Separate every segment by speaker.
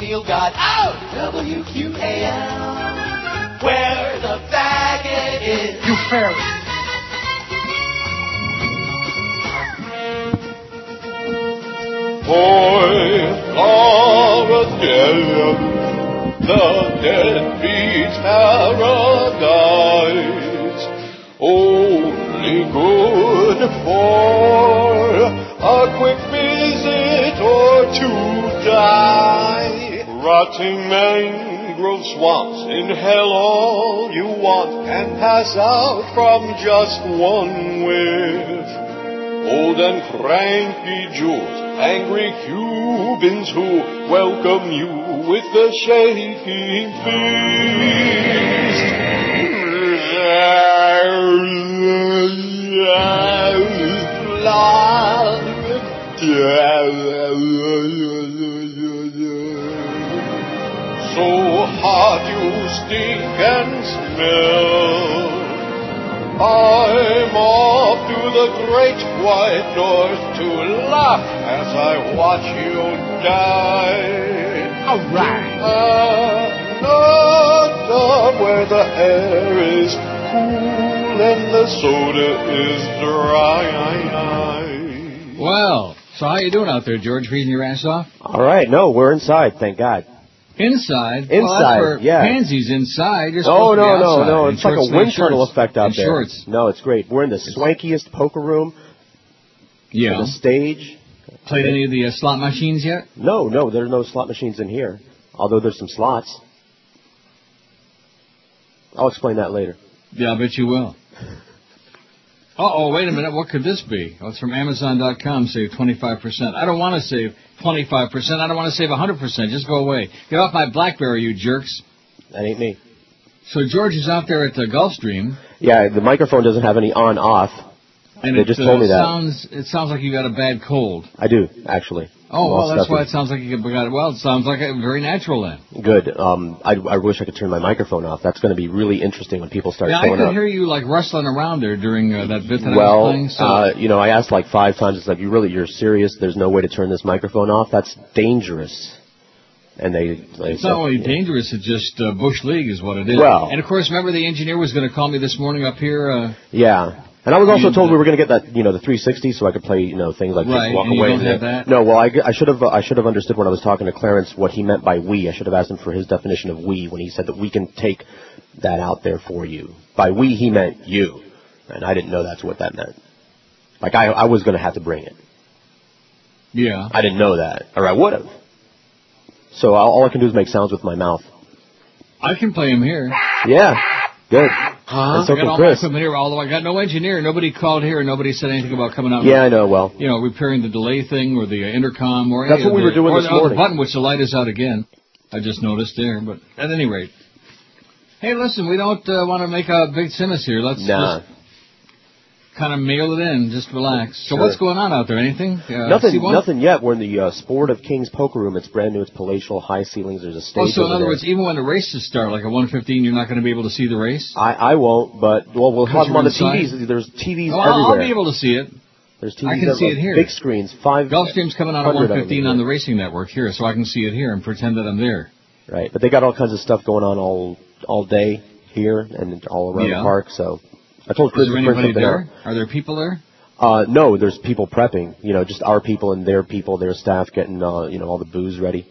Speaker 1: Neil got out. WQAL, where the faggot is.
Speaker 2: You fairly.
Speaker 3: Boys are again the deadbeat paradise. Only good for a quick visit or to die. Rotting mangrove swamps, inhale all you want and pass out from just one whiff. Old and cranky Jews, angry Cubans who welcome you with a shaking fist. So hard you stink and smell. I'm off to the great white north to laugh as I watch you die.
Speaker 2: All right.
Speaker 3: Another where the air is cool and the soda is dry.
Speaker 4: Well, so how you doing out there, George? Reading your ass off?
Speaker 5: All right, no, we're inside, thank God.
Speaker 4: Inside. well,
Speaker 5: Inside,
Speaker 4: that's where
Speaker 5: yeah.
Speaker 4: Pansies inside. You're
Speaker 5: No,
Speaker 4: supposed to be
Speaker 5: no, no,
Speaker 4: outside
Speaker 5: no.
Speaker 4: in
Speaker 5: It's like
Speaker 4: shorts
Speaker 5: a
Speaker 4: and
Speaker 5: wind tunnel
Speaker 4: shorts.
Speaker 5: effect out
Speaker 4: In
Speaker 5: there.
Speaker 4: Shorts.
Speaker 5: No, it's great. We're in the swankiest poker room,
Speaker 4: Yeah.
Speaker 5: the stage.
Speaker 4: Played any of the uh, slot machines yet?
Speaker 5: No, no, there's no slot machines in here. Although there's some slots. I'll explain that later.
Speaker 4: Yeah, I bet you will. Uh oh, wait a minute. What could this be? Oh, it's from Amazon.com. Save 25%. I don't want to save 25%. I don't want to save 100%. Just go away. Get off my Blackberry, you jerks.
Speaker 5: That ain't me.
Speaker 4: So George is out there at the Gulfstream.
Speaker 5: Yeah, the microphone doesn't have any on-off.
Speaker 4: And
Speaker 5: They
Speaker 4: it,
Speaker 5: just
Speaker 4: uh,
Speaker 5: told me that.
Speaker 4: Sounds, it sounds like you got a bad cold.
Speaker 5: I do actually.
Speaker 4: Oh, well,
Speaker 5: Lost
Speaker 4: that's why it
Speaker 5: nothing.
Speaker 4: sounds like you got it. Well, it sounds like it, very natural then.
Speaker 5: good. Um, I, I wish I could turn my microphone off. That's going to be really interesting when people start
Speaker 4: Yeah, I
Speaker 5: showing
Speaker 4: could
Speaker 5: up.
Speaker 4: hear you like rustling around there during uh, that bit that I was
Speaker 5: well,
Speaker 4: playing. So
Speaker 5: uh, you know, I asked like five times. It's like, you really, you're serious? There's no way to turn this microphone off. That's dangerous. And they, they
Speaker 4: it's not only dangerous; it's just uh, bush league is what it is.
Speaker 5: Well-
Speaker 4: and of course, remember the engineer was going to call me this morning up here. Uh,
Speaker 5: Yeah. And I was
Speaker 4: You-
Speaker 5: also told we were going to get that, you know, the 360, so I could play, you know, things like
Speaker 4: Right,
Speaker 5: just walk
Speaker 4: and you
Speaker 5: away.
Speaker 4: don't have that?
Speaker 5: No, well, I, g- I should have, uh, I should have understood when I was talking to Clarence what he meant by we. I should have asked him for his definition of we when he said that we can take that out there for you. By we, he meant you, and I didn't know that's what that meant. Like I, I was going to have to bring it.
Speaker 4: yeah,
Speaker 5: I didn't know that, or I would have. So all, all I can do is make sounds with my mouth.
Speaker 4: I can play him here.
Speaker 5: Yeah, good.
Speaker 4: Huh?
Speaker 5: And so
Speaker 4: I got
Speaker 5: can
Speaker 4: all my
Speaker 5: Chris.
Speaker 4: equipment here, although I got no engineer. Nobody called here, and nobody said anything about coming out. and,
Speaker 5: Yeah, I know. Well,
Speaker 4: You know, repairing the delay thing or the uh, intercom or
Speaker 5: That's
Speaker 4: any
Speaker 5: what we
Speaker 4: of the-
Speaker 5: were doing
Speaker 4: or
Speaker 5: this
Speaker 4: the, or the
Speaker 5: morning.
Speaker 4: button, which the light is out again. I just noticed there, but at any rate. Hey, listen, we don't uh, want to make a big simus here. Let's
Speaker 5: nah.
Speaker 4: just kind of mail it in. Just relax. So
Speaker 5: Sure.
Speaker 4: what's going on out there? Anything? Uh, see
Speaker 5: Nothing,
Speaker 4: one-
Speaker 5: nothing yet. We're in the uh, Sport of Kings poker room. It's brand new. It's palatial, high ceilings. There's a stage.
Speaker 4: Oh, so in
Speaker 5: over
Speaker 4: other
Speaker 5: there.
Speaker 4: words, even when the races start, like at 1:15, you're not going to be able to see the race.
Speaker 5: I, I won't. But well, we'll
Speaker 4: Because
Speaker 5: have them on the
Speaker 4: you're
Speaker 5: TVs. There's TVs
Speaker 4: Oh, I'll, I'll
Speaker 5: everywhere.
Speaker 4: be able to see it.
Speaker 5: There's TVs
Speaker 4: I can see
Speaker 5: everywhere.
Speaker 4: it here.
Speaker 5: Big screens. Five.
Speaker 4: Gulfstream's coming out at
Speaker 5: 100 of them
Speaker 4: 1:15 on the
Speaker 5: here.
Speaker 4: Racing Network here, so I can see it here and pretend that I'm there.
Speaker 5: Right, but they got all kinds of stuff going on all all day here and all around
Speaker 4: Yeah.
Speaker 5: the park. So I told Chris
Speaker 4: Is
Speaker 5: to
Speaker 4: there
Speaker 5: print
Speaker 4: anybody
Speaker 5: something out.
Speaker 4: there? Are there people there?
Speaker 5: Uh, no, there's people prepping. You know, just our people and their people, their staff getting uh, you know all the booze ready.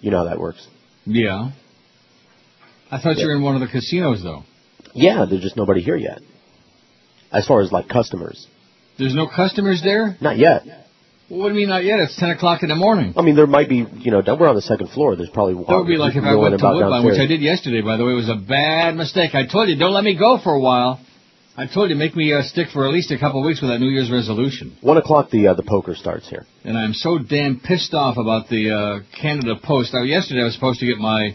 Speaker 5: You know how that works.
Speaker 4: Yeah. I thought you were in one of the casinos though.
Speaker 5: Yeah, there's just nobody here yet. As far as like customers,
Speaker 4: There's no customers there.
Speaker 5: not yet.
Speaker 4: Well, what do you mean not yet? It's 10 o'clock in the morning.
Speaker 5: I mean, there might be. You know, we're on the second floor. There's probably one.
Speaker 4: That would be like if I
Speaker 5: no one
Speaker 4: went to
Speaker 5: about
Speaker 4: Woodbine, which
Speaker 5: downstairs.
Speaker 4: I did yesterday, by the way. It was a bad mistake. I told you, don't let me go for a while. I told you, make me uh, stick for at least a couple of weeks with that New Year's resolution.
Speaker 5: One o'clock, the uh, the poker starts here.
Speaker 4: And I'm so damn pissed off about the uh, Canada Post. Now, yesterday I was supposed to get my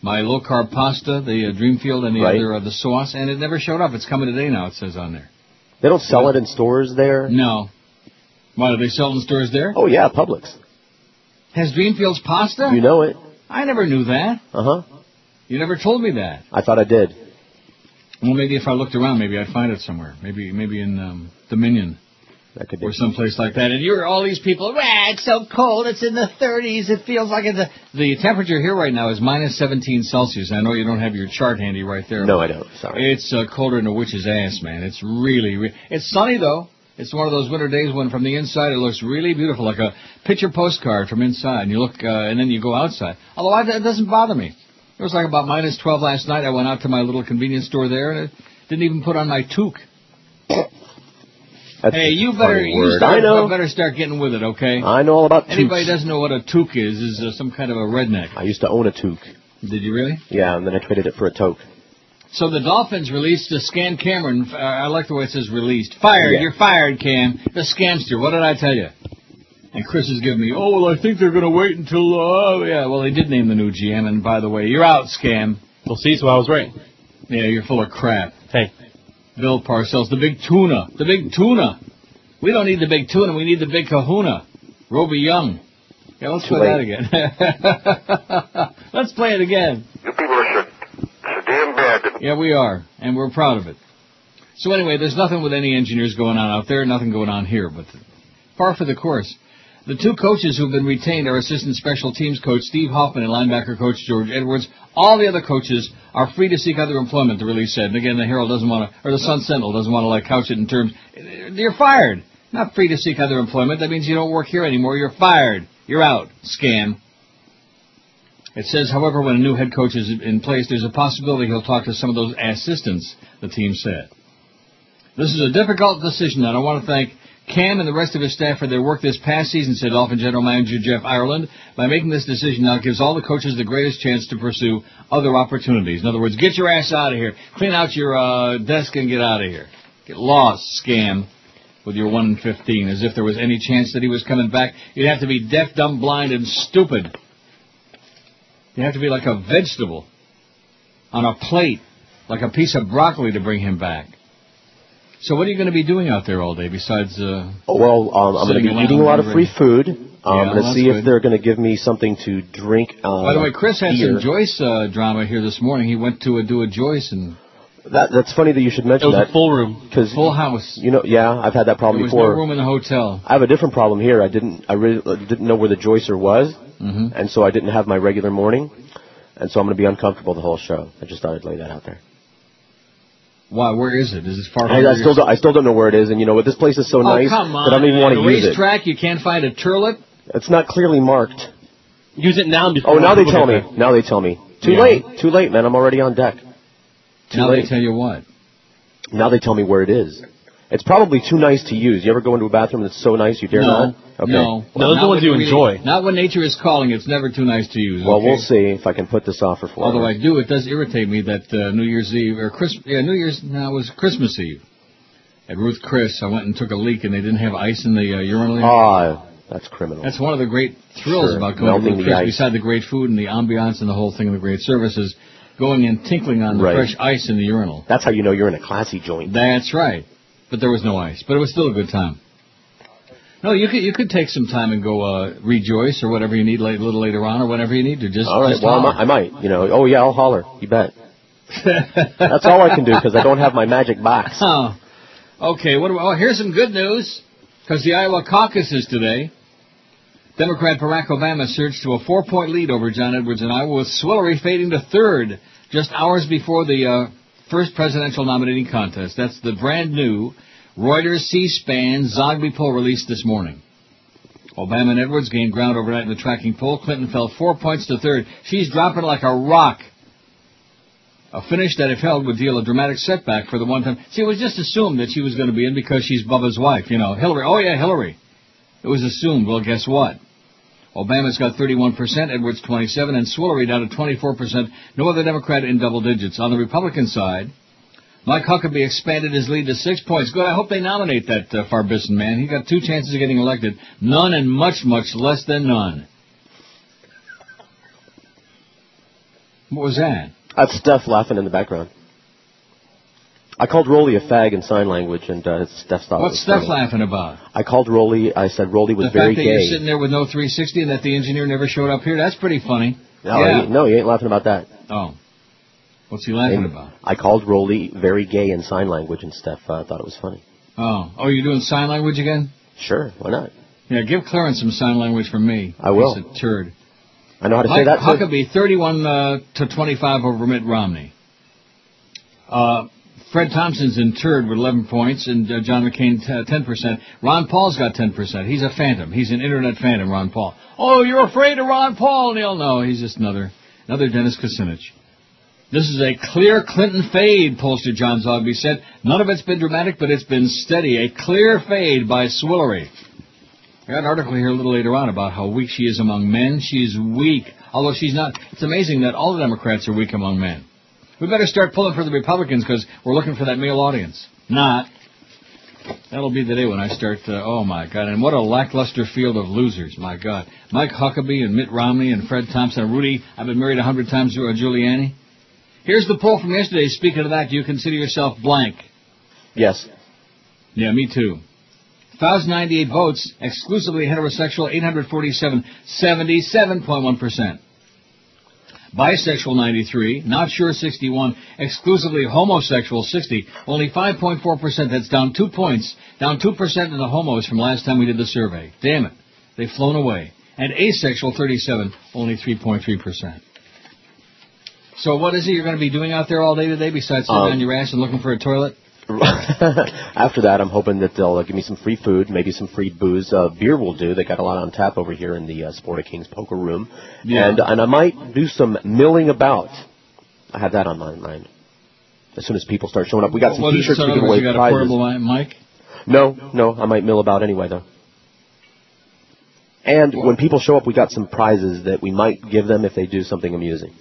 Speaker 4: my low carb pasta, the uh, Dreamfield, and the
Speaker 5: Right.
Speaker 4: other uh, the sauce, and it never showed up. It's coming today now. It says on there.
Speaker 5: They don't sell it in stores there.
Speaker 4: No. Why do they sell it in stores there?
Speaker 5: Oh yeah, Publix.
Speaker 4: Has Dreamfield's pasta?
Speaker 5: You know it.
Speaker 4: I never knew that.
Speaker 5: Uh huh.
Speaker 4: You never told me that.
Speaker 5: I thought I did.
Speaker 4: Well, maybe if I looked around, maybe I'd find it somewhere. Maybe maybe in um, Dominion.
Speaker 5: That could be.
Speaker 4: or someplace like that. And you're all these people. Wow, it's so cold. It's in the 30s. It feels like it's a... the temperature here right now is minus 17 Celsius. I know you don't have your chart handy right there.
Speaker 5: No, I don't. Sorry.
Speaker 4: It's uh, colder than a witch's ass, man. It's really, re- it's sunny though. It's one of those winter days when, from the inside, it looks really beautiful, like a picture postcard from inside. And you look, uh, and then you go outside. Although I, that doesn't bother me. It was like about minus 12 last night. I went out to my little convenience store there, and I didn't even put on my toque.
Speaker 5: That's
Speaker 4: Hey,
Speaker 5: a
Speaker 4: you better,
Speaker 5: funny
Speaker 4: you
Speaker 5: word.
Speaker 4: start,
Speaker 5: I know.
Speaker 4: better start getting with it, okay?
Speaker 5: I know all about
Speaker 4: Anybody
Speaker 5: toques.
Speaker 4: doesn't know what a toque is, is uh, some kind of a redneck.
Speaker 5: I used to own a toque.
Speaker 4: Did you really?
Speaker 5: Yeah, and then I traded it for a toque.
Speaker 4: So the Dolphins released the Scan Cameron. Uh, I like the way it says released. Fired.
Speaker 5: Yeah.
Speaker 4: You're fired, Cam. The scamster. What did I tell you? And Chris is giving me, oh, well, I think they're going to wait until, uh, yeah, well, they did name the new GM. And by the way, you're out, Scam.
Speaker 2: Well, see, so I was right.
Speaker 4: Yeah, you're full of crap.
Speaker 2: Hey,
Speaker 4: Bill Parcells, the big tuna. The big tuna. We don't need the big tuna. We need the big kahuna. Roby Young. Yeah, let's
Speaker 5: Too
Speaker 4: play that again. let's play it again.
Speaker 6: You people are so, so damn bad that
Speaker 4: Yeah, we are, and we're proud of it. So anyway, there's nothing with any engineers going on out there, nothing going on here, but far for the course. The two coaches who've been retained are assistant special teams coach Steve Hoffman and linebacker coach George Edwards. All the other coaches are free to seek other employment, the release said. And again, the Herald doesn't want to, or the Sun Sentinel doesn't want to like couch it in terms, you're fired. Not free to seek other employment. That means you don't work here anymore. You're fired. You're out. Scam. It says, however, when a new head coach is in place, there's a possibility he'll talk to some of those assistants, the team said. This is a difficult decision, and I want to thank Cam and the rest of his staff for their work this past season, said Dolphin General Manager Jeff Ireland. By making this decision now, it gives all the coaches the greatest chance to pursue other opportunities. In other words, get your ass out of here. Clean out your uh, desk and get out of here. Get lost, scam, with your 1 in 15, as if there was any chance that he was coming back. You'd have to be deaf, dumb, blind, and stupid. You have to be like a vegetable on a plate, like a piece of broccoli to bring him back. So what are you going to be doing out there all day besides uh,
Speaker 5: Oh, well, um, I'm going
Speaker 4: Sitting
Speaker 5: to be
Speaker 4: around
Speaker 5: eating a lot of
Speaker 4: and
Speaker 5: free food.
Speaker 4: Yeah,
Speaker 5: I'm going to
Speaker 4: that's
Speaker 5: see if
Speaker 4: good.
Speaker 5: they're going to give me something to drink. Uh,
Speaker 4: By the way, Chris had
Speaker 5: here.
Speaker 4: some Joyce uh, drama here this morning. He went to a, do a Joyce and
Speaker 5: That, that's funny that you should
Speaker 2: it
Speaker 5: mention
Speaker 2: was a
Speaker 5: that
Speaker 2: full room.
Speaker 5: because
Speaker 4: full house.
Speaker 5: you know, yeah, I've had that
Speaker 4: There
Speaker 5: problem
Speaker 4: was no
Speaker 5: before.
Speaker 4: room in the hotel.
Speaker 5: I have a different problem here. I didn't, I really uh, didn't know where the Joycer was,
Speaker 4: Mhm.
Speaker 5: and so I didn't have my regular morning, and so I'm going to be uncomfortable the whole show. I just thought I'd lay that out there.
Speaker 4: Why? Where is it? Is it far?
Speaker 5: I,
Speaker 4: from
Speaker 5: I
Speaker 4: your-
Speaker 5: still, don't, I still don't know where it is, and you know what? This place is so
Speaker 4: oh,
Speaker 5: nice
Speaker 4: come on!
Speaker 5: that I don't even want
Speaker 4: man.
Speaker 5: to
Speaker 4: The
Speaker 5: use it.
Speaker 4: racetrack. You can't find a turlet.
Speaker 5: It's not clearly marked.
Speaker 2: Use it now. Before
Speaker 5: Oh, now they
Speaker 2: people
Speaker 5: tell
Speaker 2: get
Speaker 5: me.
Speaker 2: there.
Speaker 5: Now they tell me. Too
Speaker 4: Yeah.
Speaker 5: late. Too late, man. I'm already on deck. Too
Speaker 4: now
Speaker 5: late.
Speaker 4: they tell you what.
Speaker 5: Now they tell me where it is. It's probably too nice to use. You ever go into a bathroom that's so nice you dare
Speaker 4: no,
Speaker 5: not? Okay.
Speaker 4: no.
Speaker 2: No, those are
Speaker 4: Not
Speaker 2: the ones
Speaker 4: when
Speaker 2: you
Speaker 4: really-
Speaker 2: enjoy.
Speaker 4: Not when nature is calling. It's never too nice to use.
Speaker 5: Well,
Speaker 4: okay?
Speaker 5: we'll see if I can put this off for four.
Speaker 4: Although I do, it does irritate me that uh, New Year's Eve or Chris, yeah, New Year's no, it was Christmas Eve. At Ruth Chris, I went and took a leak, and they didn't have ice in the uh, urinal. area.
Speaker 5: Ah, that's criminal.
Speaker 4: That's one of the great thrills
Speaker 5: Sure,
Speaker 4: about going to
Speaker 5: melting
Speaker 4: Ruth
Speaker 5: the
Speaker 4: Chris,
Speaker 5: ice.
Speaker 4: beside the great food and the ambiance and the whole thing and the great services, going and tinkling on the
Speaker 5: Right.
Speaker 4: fresh ice in the urinal.
Speaker 5: That's how you know you're in a classy joint.
Speaker 4: That's right. But there was no ice, but it was still a good time. No, you could you could take some time and go uh, rejoice or whatever you need late, a little later on or whatever you need to just.
Speaker 5: All right.
Speaker 4: just
Speaker 5: Well, I might,
Speaker 4: holler.
Speaker 5: I might. You know. Oh yeah, I'll holler. You bet. That's all I can do because I don't have my magic box.
Speaker 4: Huh. Okay, what do we, oh, here's some good news, because the Iowa caucus is today. Democrat Barack Obama surged to a four-point lead over John Edwards in Iowa, with Swillery fading to third just hours before the uh, first presidential nominating contest. That's the brand new Reuters C-SPAN Zogby poll released this morning. Obama and Edwards gained ground overnight in the tracking poll. Clinton fell four points to third. She's dropping like a rock. A finish that, if held, would deal a dramatic setback for the one time. See, it was just assumed that she was going to be in because she's Bubba's wife. You know, Hillary. Oh, yeah, Hillary. It was assumed. Well, guess what? Obama's got 31%, Edwards 27, and Swillery down to 24%. No other Democrat in double digits. On the Republican side, Mike Huckabee expanded his lead to six points. Good. I hope they nominate that uh, Farbissen man. He got two chances of getting elected. None and much, much less than none. What was that?
Speaker 5: That's Steph laughing in the background. I called Rolly a fag in sign language, and uh, Steph stopped.
Speaker 4: What's Steph laughing about?
Speaker 5: I called Rolly. I said Rolly was
Speaker 4: the
Speaker 5: very
Speaker 4: fact that
Speaker 5: gay.
Speaker 4: you're sitting there with no 360 and that the engineer never showed up here, that's pretty funny.
Speaker 5: no,
Speaker 4: yeah.
Speaker 5: he, ain't- no, he ain't laughing about that.
Speaker 4: Oh. What's he laughing
Speaker 5: And
Speaker 4: about?
Speaker 5: I called Rolly very gay in sign language, and Steph uh, thought it was funny.
Speaker 4: Oh, oh, you're doing sign language again?
Speaker 5: Sure, why not?
Speaker 4: Yeah, give Clarence some sign language from me.
Speaker 5: I will.
Speaker 4: He's a turd.
Speaker 5: I know how to
Speaker 4: Mike
Speaker 5: say that. too.
Speaker 4: Huckabee, 31 uh, to 25 over Mitt Romney. Uh, Fred Thompson's in third with 11 points, and uh, John McCain t- 10%. Ron Paul's got 10%. He's a phantom. He's an internet phantom, Ron Paul. Oh, you're afraid of Ron Paul, Neil? No, he's just another another Dennis Kucinich. This is a clear Clinton fade, pollster John Zogby said. None of it's been dramatic, but it's been steady. A clear fade by Swillery. I got an article here a little later on about how weak she is among men. She's weak. Although she's not, it's amazing that all the Democrats are weak among men. We better start pulling for the Republicans because we're looking for that male audience. Not. That'll be the day when I start. Uh, oh my God! And what a lackluster field of losers! My God, Mike Huckabee and Mitt Romney and Fred Thompson and Rudy. I've been married a hundred times to uh, Giuliani. Here's the poll from yesterday. Speaking of that, do you consider yourself blank?
Speaker 5: Yes.
Speaker 4: Yeah, me too. 1,098 votes, exclusively heterosexual, 847, 77.1%. Bisexual, 93. Not sure, 61. Exclusively homosexual, 60. Only 5.4%. That's down two points. Down 2% in the homos from last time we did the survey. Damn it. They've flown away. And asexual, 37. Only 3.3%. So what is it you're going to be doing out there all day today besides sitting
Speaker 5: Um,
Speaker 4: on your ass and looking for a toilet?
Speaker 5: After that, I'm hoping that they'll uh, give me some free food, maybe some free booze. Uh, beer will do. They got a lot on tap over here in the uh, Sport of Kings poker room,
Speaker 4: Yeah.
Speaker 5: and and I might do some milling about. I have that on my mind. As soon as people start showing up, we got some
Speaker 4: What is it,
Speaker 5: T-shirts
Speaker 4: son
Speaker 5: to
Speaker 4: of
Speaker 5: give
Speaker 4: a-
Speaker 5: away
Speaker 4: you got a
Speaker 5: prizes.
Speaker 4: portable mi- mic?
Speaker 5: No, no, I might mill about anyway though. And when people show up, we got some prizes that we might give them if they do something amusing.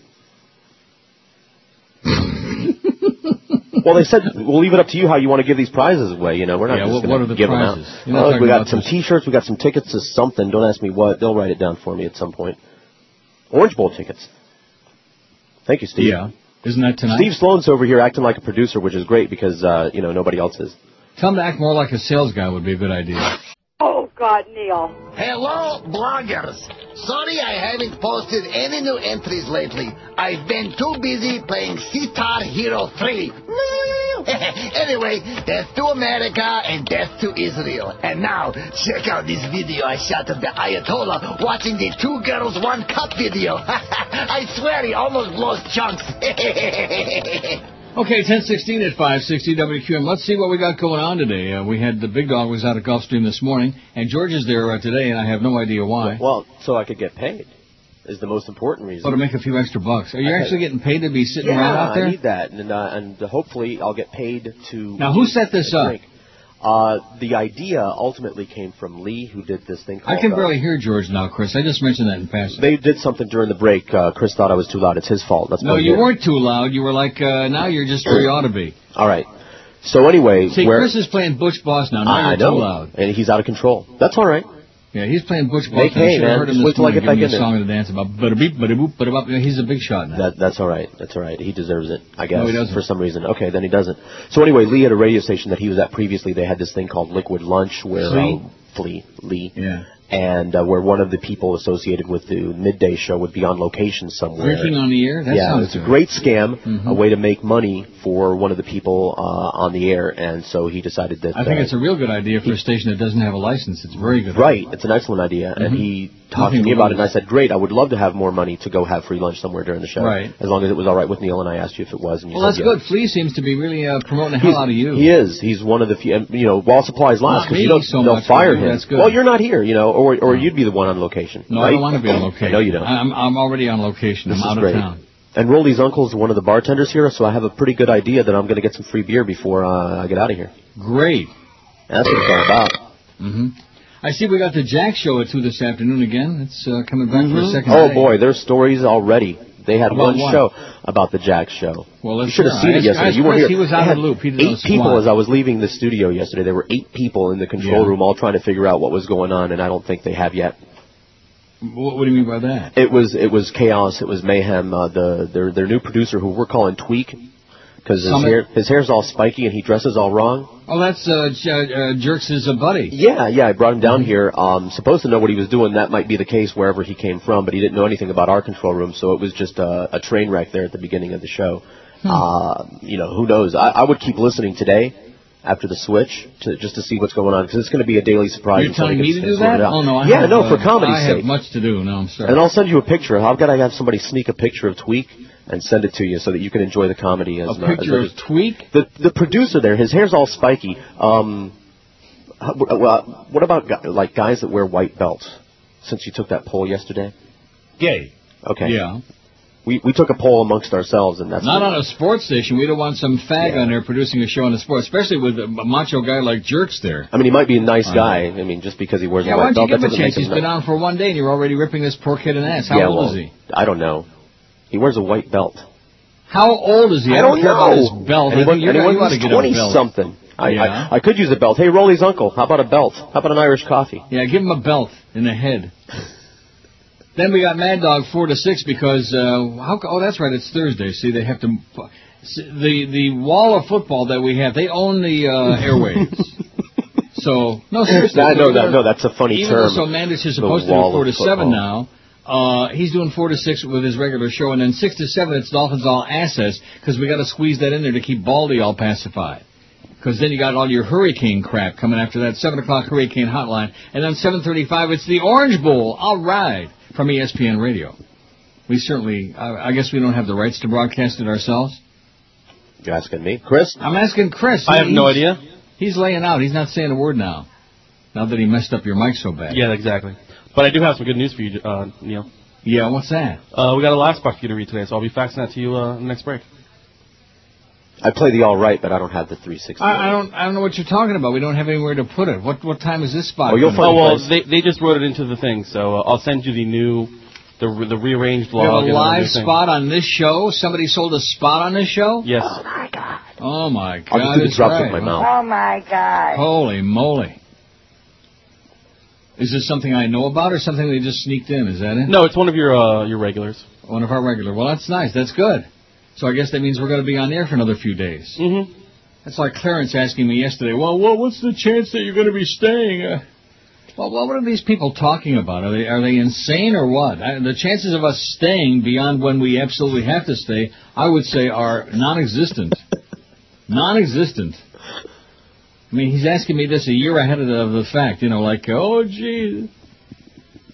Speaker 5: well, they said we'll leave it up to you how you want to give these prizes away. You know, we're not
Speaker 4: Yeah,
Speaker 5: just
Speaker 4: what-
Speaker 5: gonna
Speaker 4: what are the
Speaker 5: give
Speaker 4: prizes?
Speaker 5: them
Speaker 4: You're not
Speaker 5: out. Oh,
Speaker 4: talking
Speaker 5: we got
Speaker 4: about
Speaker 5: some
Speaker 4: this.
Speaker 5: T-shirts, we got some tickets to something. Don't ask me what; they'll write it down for me at some point. Orange Bowl tickets. Thank you, Steve.
Speaker 4: Yeah. Isn't that tonight?
Speaker 5: Steve Sloan's over here acting like a producer, which is great because uh, you know nobody else is.
Speaker 4: Tell him to act more like a sales guy would be a good idea.
Speaker 7: Oh, God, Neil.
Speaker 8: Hello, bloggers. Sorry I haven't posted any new entries lately. I've been too busy playing Sitar Hero 3. anyway, death to America and death to Israel. And now, check out this video I shot of the Ayatollah watching the Two Girls One Cup video. I swear he almost blows chunks.
Speaker 4: Okay, 1016 at 560 WQM. Let's see what we got going on today. Uh, we had the big dog was out at Gulfstream this morning, and George is there uh, today, and I have no idea why.
Speaker 5: Well, so I could get paid is the most important
Speaker 4: Oh, to
Speaker 5: reason.
Speaker 4: make a few extra bucks. Are you
Speaker 5: I-
Speaker 4: actually getting paid to be sitting
Speaker 5: yeah,
Speaker 4: around out there?
Speaker 5: I need that, and uh, and hopefully I'll get paid to.
Speaker 4: Now, who set this
Speaker 5: to
Speaker 4: up?
Speaker 5: drink. Uh, the idea ultimately came from Lee, who did this thing. Called,
Speaker 4: I can
Speaker 5: uh,
Speaker 4: barely hear George now, Chris. I just mentioned that in passing.
Speaker 5: They did something during the break. Uh, Chris thought I was too loud. It's his fault. Let's
Speaker 4: no,
Speaker 5: blame
Speaker 4: you
Speaker 5: him.
Speaker 4: weren't too loud. You were like, uh, now you're just where you ought to be.
Speaker 5: All right. So anyway,
Speaker 4: See,
Speaker 5: where
Speaker 4: Chris is playing Butch Boss now. Now
Speaker 5: I, I
Speaker 4: you're
Speaker 5: know,
Speaker 4: too loud.
Speaker 5: and he's out of control. That's all right.
Speaker 4: Yeah, he's playing Butch Boss.
Speaker 5: Make
Speaker 4: and I
Speaker 5: hay,
Speaker 4: should have
Speaker 5: man.
Speaker 4: heard him this
Speaker 5: Just wait till I
Speaker 4: morning
Speaker 5: get back
Speaker 4: give me
Speaker 5: in
Speaker 4: a song to dance about. Bada beep, bada boop, bada bop. He's a big shot now.
Speaker 5: That, that's all right. That's all right. He deserves it, I guess.
Speaker 4: No, he doesn't.
Speaker 5: For some reason. Okay, then he doesn't. So anyway, Lee at a radio station that he was at previously, they had this thing called Liquid Lunch, where
Speaker 4: Flea?
Speaker 5: uh, Flea, Lee,
Speaker 4: Yeah.
Speaker 5: and uh, where one of the people associated with the midday show would be on location somewhere.
Speaker 4: Drinking on the air? That
Speaker 5: yeah,
Speaker 4: sounds
Speaker 5: it's a
Speaker 4: good. Mm-hmm.
Speaker 5: great scam, a way to make money for one of the people uh, on the air, and so he decided that.
Speaker 4: I think
Speaker 5: uh,
Speaker 4: it's a real good idea for a station that doesn't have a license. It's very good. Mm-hmm.
Speaker 5: Right, it's an excellent idea, and he talked
Speaker 4: Nothing
Speaker 5: to me about it,
Speaker 4: wrong.
Speaker 5: and I said, "Great, I would love to have more money to go have free lunch somewhere during the show,
Speaker 4: Right.
Speaker 5: as long as it was all right with Neil." And I asked you if it was, and you
Speaker 4: Well, that's
Speaker 5: said yes.
Speaker 4: good. Flea seems to be really uh, promoting the hell out of you.
Speaker 5: He is. He's one of the few. and, You know, while supplies last,
Speaker 4: Not
Speaker 5: because
Speaker 4: me
Speaker 5: you don't,
Speaker 4: so
Speaker 5: they'll
Speaker 4: much,
Speaker 5: fire
Speaker 4: but
Speaker 5: him.
Speaker 4: that's good.
Speaker 5: Well, you're not here, you know, or or you'd be the one on location.
Speaker 4: No, I
Speaker 5: right?
Speaker 4: don't want to be on location.
Speaker 5: No, you don't.
Speaker 4: I- I'm, I'm already on location.
Speaker 5: this
Speaker 4: I'm out
Speaker 5: is great.
Speaker 4: of town.
Speaker 5: And Rolly's uncle is one of the bartenders here, so I have a pretty good idea that I'm going to get some free beer before uh, I get out of here.
Speaker 4: Great.
Speaker 5: That's what it's all about.
Speaker 4: hmm I see we got the Jack Show at 2 this afternoon again. It's uh, coming back for a second
Speaker 5: Oh
Speaker 4: day.
Speaker 5: boy, there's stories already. They had
Speaker 4: About
Speaker 5: one
Speaker 4: what?
Speaker 5: show about the Jack show.
Speaker 4: Well,
Speaker 5: you
Speaker 4: let's
Speaker 5: should
Speaker 4: hear.
Speaker 5: have seen
Speaker 4: I
Speaker 5: it
Speaker 4: asked- I
Speaker 5: yesterday.
Speaker 4: asked
Speaker 5: You weren't
Speaker 4: Chris,
Speaker 5: here.
Speaker 4: he was
Speaker 5: They
Speaker 4: out of
Speaker 5: had
Speaker 4: the loop. He didn't know
Speaker 5: eight people
Speaker 4: squat.
Speaker 5: as I was leaving the studio yesterday. There were eight people in the control
Speaker 4: Yeah.
Speaker 5: room, all trying to figure out what was going on, and I don't think they have yet.
Speaker 4: What, what do you mean by that?
Speaker 5: It was it was chaos. It was mayhem. Uh, the their their new producer, who we're calling Tweak, because his
Speaker 4: Summit.
Speaker 5: hair his hair's all spiky and he dresses all wrong.
Speaker 4: Oh, that's uh, J- uh, Jerks is a buddy.
Speaker 5: Yeah, yeah. I brought him down here. Um, supposed to know what he was doing. That might be the case wherever he came from, but he didn't know anything about our control room. So it was just a, a train
Speaker 4: Hmm.
Speaker 5: Um, wreck there at the beginning of the show. Uh, you know, who knows? I, I would keep listening today. after the switch to just to see what's going on because it's going to be a daily surprise.
Speaker 4: You're
Speaker 5: until
Speaker 4: telling
Speaker 5: we
Speaker 4: me
Speaker 5: get
Speaker 4: to
Speaker 5: this
Speaker 4: do
Speaker 5: thing sorted
Speaker 4: that?
Speaker 5: out.
Speaker 4: Oh no, I
Speaker 5: yeah,
Speaker 4: have,
Speaker 5: no, for
Speaker 4: uh,
Speaker 5: comedy's
Speaker 4: I
Speaker 5: sake.
Speaker 4: have much to do. No, I'm sorry.
Speaker 5: And I'll send you a picture. How can I have somebody sneak a picture of Tweak and send it to you so that you can enjoy the comedy as
Speaker 4: a
Speaker 5: mu- as
Speaker 4: picture of
Speaker 5: much as-
Speaker 4: Tweak.
Speaker 5: the the producer there, his hair's all spiky. Um, how- well, what about gu- like guys that wear white belts? Since you took that poll yesterday,
Speaker 9: Gay.
Speaker 5: okay.
Speaker 4: Yeah.
Speaker 5: We we took a poll amongst ourselves, and that's
Speaker 4: Not on a sports station. We don't want some fag
Speaker 5: Yeah.
Speaker 4: on there producing a show on the sports, especially with a macho guy like Jerks there.
Speaker 5: I mean, he might be a nice guy. I mean, just because he wears
Speaker 4: Yeah,
Speaker 5: a
Speaker 4: why
Speaker 5: white
Speaker 4: don't
Speaker 5: belt,
Speaker 4: you
Speaker 5: that
Speaker 4: give him a
Speaker 5: doesn't make
Speaker 4: chance?
Speaker 5: him
Speaker 4: He's been
Speaker 5: ni-
Speaker 4: on for one day, and you're already ripping this poor kid an ass. How
Speaker 5: yeah,
Speaker 4: old
Speaker 5: well,
Speaker 4: is he?
Speaker 5: I don't know. He wears a white belt.
Speaker 4: How old is he?
Speaker 5: I don't
Speaker 4: care about
Speaker 5: know.
Speaker 4: his belt.
Speaker 5: Oh, And
Speaker 4: I
Speaker 5: he
Speaker 4: think
Speaker 5: wasn't-
Speaker 4: you're,
Speaker 5: and he
Speaker 4: you ought to
Speaker 5: wasn't-
Speaker 4: get
Speaker 5: he's twenty
Speaker 4: a belt.
Speaker 5: something. I,
Speaker 4: Yeah.
Speaker 5: I I could use a belt. Hey, Rolly's uncle, how about a belt? How about an Irish coffee?
Speaker 4: Yeah, give him a belt in the head. then we got Mad Dog four to six because uh, how? co- Oh, that's right. It's Thursday. See, they have to. s- The the wall of football that we have, they own the uh, airwaves. so no, seriously.
Speaker 5: No, no,
Speaker 4: so
Speaker 5: no,
Speaker 4: even-
Speaker 5: no, that's a funny
Speaker 4: even
Speaker 5: term.
Speaker 4: though Mandich is
Speaker 5: The
Speaker 4: supposed to do
Speaker 5: wall
Speaker 4: four
Speaker 5: of
Speaker 4: to seven
Speaker 5: football.
Speaker 4: now. Uh, he's doing four to six with his regular show, and then six to seven it's Dolphins all assets because we got to squeeze that in there to keep Baldy all pacified. Because then you got all your hurricane crap coming after that. Seven o'clock hurricane hotline, and then seven thirty-five it's the Orange Bowl. All right, from E ESPN Radio. We certainly, I, I guess we don't have the rights to broadcast it ourselves.
Speaker 5: You're asking me, Chris?
Speaker 4: I'm asking Chris.
Speaker 2: I have no
Speaker 4: He's-
Speaker 2: idea.
Speaker 4: He's laying out. He's not saying a word now. Now that he messed up your mic so bad.
Speaker 2: Yeah, exactly. But I do have some good news for you, uh, Neil.
Speaker 4: Yeah. What's that?
Speaker 2: Uh, we got a last box for you to read today, so I'll be faxing that to you uh, next break.
Speaker 5: I play the all right, but I don't have the 360.
Speaker 4: I, I don't. I don't know what you're talking about. We don't have anywhere to put it. What What time is this spot?
Speaker 5: Oh, you'll
Speaker 4: gonna
Speaker 5: find
Speaker 2: Oh
Speaker 4: be?
Speaker 2: well,
Speaker 5: place.
Speaker 2: they they just wrote it into the thing, so uh, I'll send you the new, the re- the rearranged
Speaker 4: We have
Speaker 2: log.
Speaker 4: a
Speaker 2: and the
Speaker 4: live
Speaker 2: new thing.
Speaker 4: spot on this show. Somebody sold a spot on this show.
Speaker 2: Yes.
Speaker 4: Oh my god!
Speaker 5: I'll just do the
Speaker 4: that's
Speaker 5: drops
Speaker 4: right.
Speaker 5: with my mouth.
Speaker 4: Holy moly! Is this something I know about or something they just sneaked in? Is that it?
Speaker 2: No, it's one of your uh, your regulars.
Speaker 4: One of our regular. Well, that's nice. That's good. So I guess that means we're going to be on air for another few days.
Speaker 2: Mm-hmm.
Speaker 4: That's like Clarence asking me yesterday, well, well what's the chance that you're going to be staying? Uh, well, what are these people talking about? Are they are they insane or what? I, the chances of us staying beyond when we absolutely have to stay, I would say, are non-existent. non-existent. I mean, he's asking me this a year ahead of the, of the fact, you know, like, oh, gee.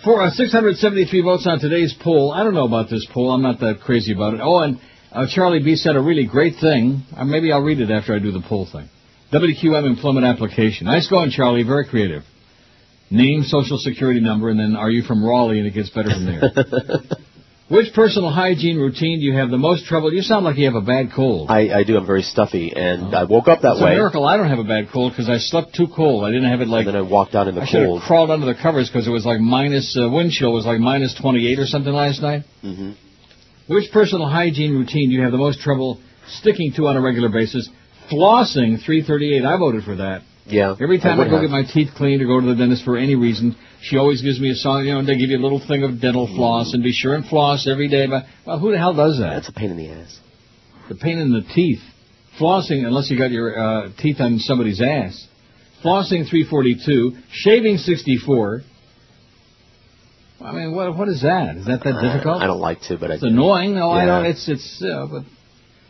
Speaker 4: For uh, 673 votes on today's poll, I don't know about this poll. I'm not that crazy about it. Oh, and uh, Charlie B said a really great thing. Uh, maybe I'll read it after I do the poll thing. WQM employment application. Nice going, Charlie. Very creative. Name, social security number, and then are you from Raleigh? And it gets better from there. Which personal hygiene routine do you have the most trouble? You sound like you have a bad cold.
Speaker 5: I, I do. I'm very stuffy, and I woke up that
Speaker 4: It's a
Speaker 5: way,
Speaker 4: miracle I don't have a bad cold because I slept too cold. I didn't have it like
Speaker 5: and then I walked out in the
Speaker 4: I should
Speaker 5: cold.
Speaker 4: have crawled under the covers because it was like minus uh, wind chill was like minus 28 or something last night.
Speaker 5: Mhm.
Speaker 4: Which personal hygiene routine do you have the most trouble sticking to on a regular basis? Flossing 338. I voted for that.
Speaker 5: Yeah.
Speaker 4: Every time I,
Speaker 5: would
Speaker 4: go
Speaker 5: have.
Speaker 4: get my teeth cleaned or go to the dentist for any reason, she always gives me a song. You know, they give you a little thing of dental floss and be sure and floss every day. But well, who the hell does that?
Speaker 5: That's a pain in the ass.
Speaker 4: The pain in the teeth. Flossing, unless you got your uh, teeth on somebody's ass. Flossing 342. Shaving 64. I mean, what what is that? Is that that difficult?
Speaker 5: Uh, I don't like to, but I
Speaker 4: It's annoying. No, I
Speaker 5: Yeah.
Speaker 4: don't. It's it's. Uh, but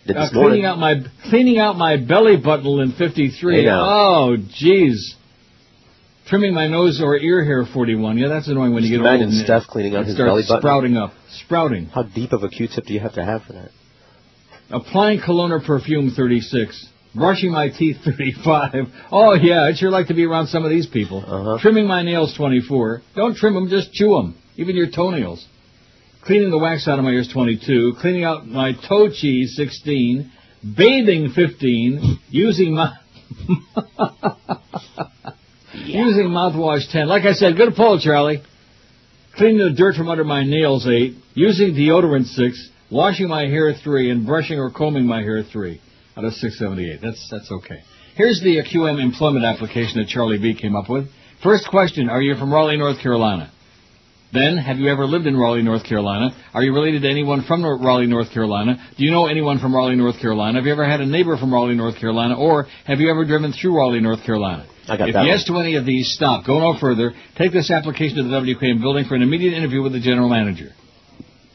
Speaker 5: did
Speaker 4: uh,
Speaker 5: this
Speaker 4: cleaning
Speaker 5: morning.
Speaker 4: out my cleaning out my belly button in 53.
Speaker 5: Hey, now.
Speaker 4: Oh, jeez. Trimming my nose or ear hair 41. Yeah, that's annoying when you
Speaker 5: Just
Speaker 4: get old.
Speaker 5: imagine
Speaker 4: and it-
Speaker 5: Steph cleaning out
Speaker 4: it
Speaker 5: his
Speaker 4: starts
Speaker 5: belly button.
Speaker 4: Sprouting up. Sprouting.
Speaker 5: How deep of a Q-tip do you have to have for that?
Speaker 4: Applying cologne or perfume, 36. Brushing my teeth, 35. Oh, yeah, I'd sure like to be around some of these people.
Speaker 5: Uh-huh.
Speaker 4: Trimming my nails, 24. Don't trim them, just chew them. Even your toenails. Cleaning the wax out of my ears, 22. Cleaning out my toe cheese, 16. Bathing, 15. Using my... Using mouthwash, 10. Like I said, good poll, Charlie. Cleaning the dirt from under my nails, 8. Using deodorant, 6. Washing my hair, 3. And brushing or combing my hair, 3. Out of 678. That's, that's okay. Here's the uh, QM employment application that Charlie B came up with. First question, are you from Raleigh, North Carolina? Then, have you ever lived in Raleigh, North Carolina? Are you related to anyone from Nor- Raleigh, North Carolina? Do you know anyone from Raleigh, North Carolina? Have you ever had a neighbor from Raleigh, North Carolina? Or have you ever driven through Raleigh, North Carolina?
Speaker 5: I got
Speaker 4: if
Speaker 5: that
Speaker 4: yes to any of these, stop. Go no further. Take this application to the WKM building for an immediate interview with the general manager.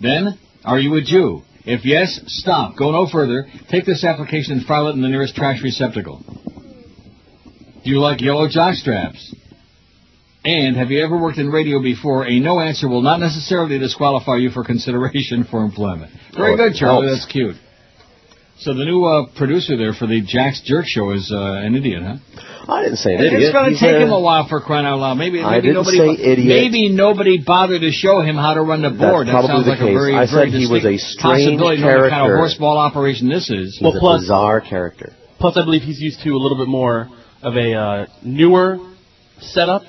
Speaker 4: Then, are you a Jew? If yes, stop. Go no further. Take this application and file it in the nearest trash receptacle. Do you like yellow jockstraps? And have you ever worked in radio before? A no answer will not necessarily disqualify you for consideration for employment. Very
Speaker 5: Oh,
Speaker 4: good, Charlie.
Speaker 5: helps.
Speaker 4: That's cute. So the new uh, producer there for the Jack's Jerk Show is uh, an idiot, huh?
Speaker 5: I didn't say an idiot.
Speaker 4: It's going to
Speaker 5: He's,
Speaker 4: take
Speaker 5: uh,
Speaker 4: him a while for crying out loud. Maybe, maybe
Speaker 5: I didn't
Speaker 4: nobody,
Speaker 5: say idiot.
Speaker 4: Maybe nobody bothered to show him how to run the board.
Speaker 5: probably
Speaker 4: that sounds
Speaker 5: the
Speaker 4: like a
Speaker 5: case.
Speaker 4: very,
Speaker 5: I
Speaker 4: very
Speaker 5: said he was
Speaker 4: distinct
Speaker 5: a strange
Speaker 4: possibility knowing what kind of
Speaker 5: character.
Speaker 4: horseball operation this is.
Speaker 5: He's
Speaker 10: Well, plus-
Speaker 5: a bizarre character.
Speaker 10: Plus, I believe he's used to a little bit more of a uh, newer setup.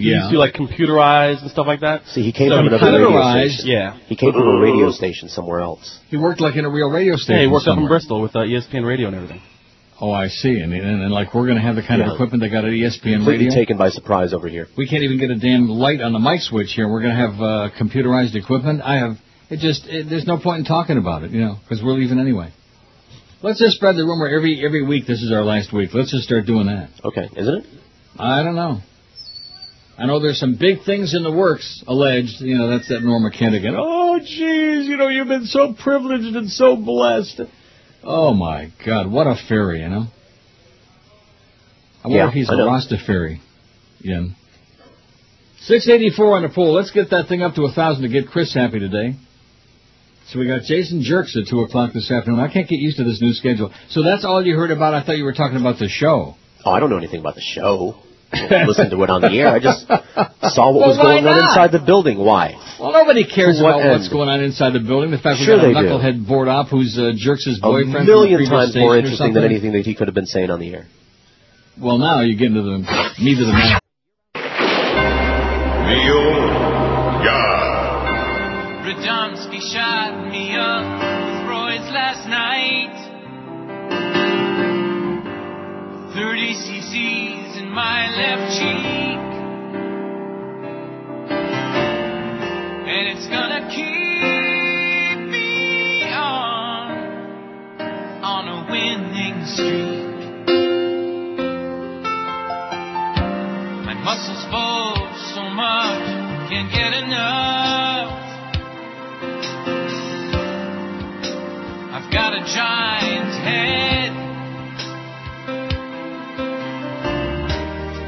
Speaker 10: He's
Speaker 4: Yeah.
Speaker 10: used to like computerized and stuff like that.
Speaker 5: See, he came
Speaker 10: So he
Speaker 5: from another radio
Speaker 4: computerized-
Speaker 5: station.
Speaker 10: Yeah.
Speaker 5: He came from a radio station somewhere else.
Speaker 4: He worked like in a real radio station.
Speaker 10: Yeah, he worked up in
Speaker 4: somewhere.
Speaker 10: Bristol with uh, ESPN radio and everything.
Speaker 4: Oh, I see. And, and, and like we're going to have the kind of
Speaker 5: Yeah.
Speaker 4: equipment they got at E ESPN
Speaker 5: Completely
Speaker 4: Radio.
Speaker 5: taken by surprise over here.
Speaker 4: we can't even get a damn light on the mic switch here. We're going to have uh, computerized equipment. I have. It just. It, there's no point in talking about it, you know, because we're leaving anyway. Let's just spread the rumor every every week. This is our last week. Let's just start doing that.
Speaker 5: Okay, isn't it?
Speaker 4: I don't know. I know there's some big things in the works alleged. You know, that's that Norma Kent again. Oh, jeez, you know, you've been so privileged and so blessed. Oh my God, what a fairy, you know. I wonder
Speaker 5: Yeah,
Speaker 4: if he's
Speaker 5: I
Speaker 4: a
Speaker 5: know.
Speaker 4: Rastafari. Yeah. 684 on the pool. Let's get that thing up to a thousand to get Chris happy today. So we got Jason Jerks at two o'clock this afternoon. I can't get used to this new schedule. So that's all you heard about. I thought you were talking about the show.
Speaker 5: Oh, I don't know anything about the show. I don't Listen to it on the air. I just saw what
Speaker 4: Well,
Speaker 5: was
Speaker 4: why
Speaker 5: going
Speaker 4: not?
Speaker 5: on inside the building. Why?
Speaker 4: Well, nobody cares
Speaker 5: To what
Speaker 4: about what's
Speaker 5: end?
Speaker 4: going on inside the building. The fact
Speaker 5: Sure
Speaker 4: we
Speaker 5: they
Speaker 4: got a
Speaker 5: do.
Speaker 4: knucklehead board op who's uh, jerks his boyfriend.
Speaker 5: a
Speaker 4: from the
Speaker 5: million
Speaker 4: previous
Speaker 5: times
Speaker 4: station
Speaker 5: more
Speaker 4: or
Speaker 5: interesting
Speaker 4: something.
Speaker 5: than anything that he could have been saying on the air.
Speaker 4: Well, now you get into the meat of the matter.
Speaker 3: Radomski shot me up with Roy's last night. 30 cc's in my left cheek. And it's gonna keep me on, on a winning streak. My muscles bulge so much, can't get enough. I've got a giant head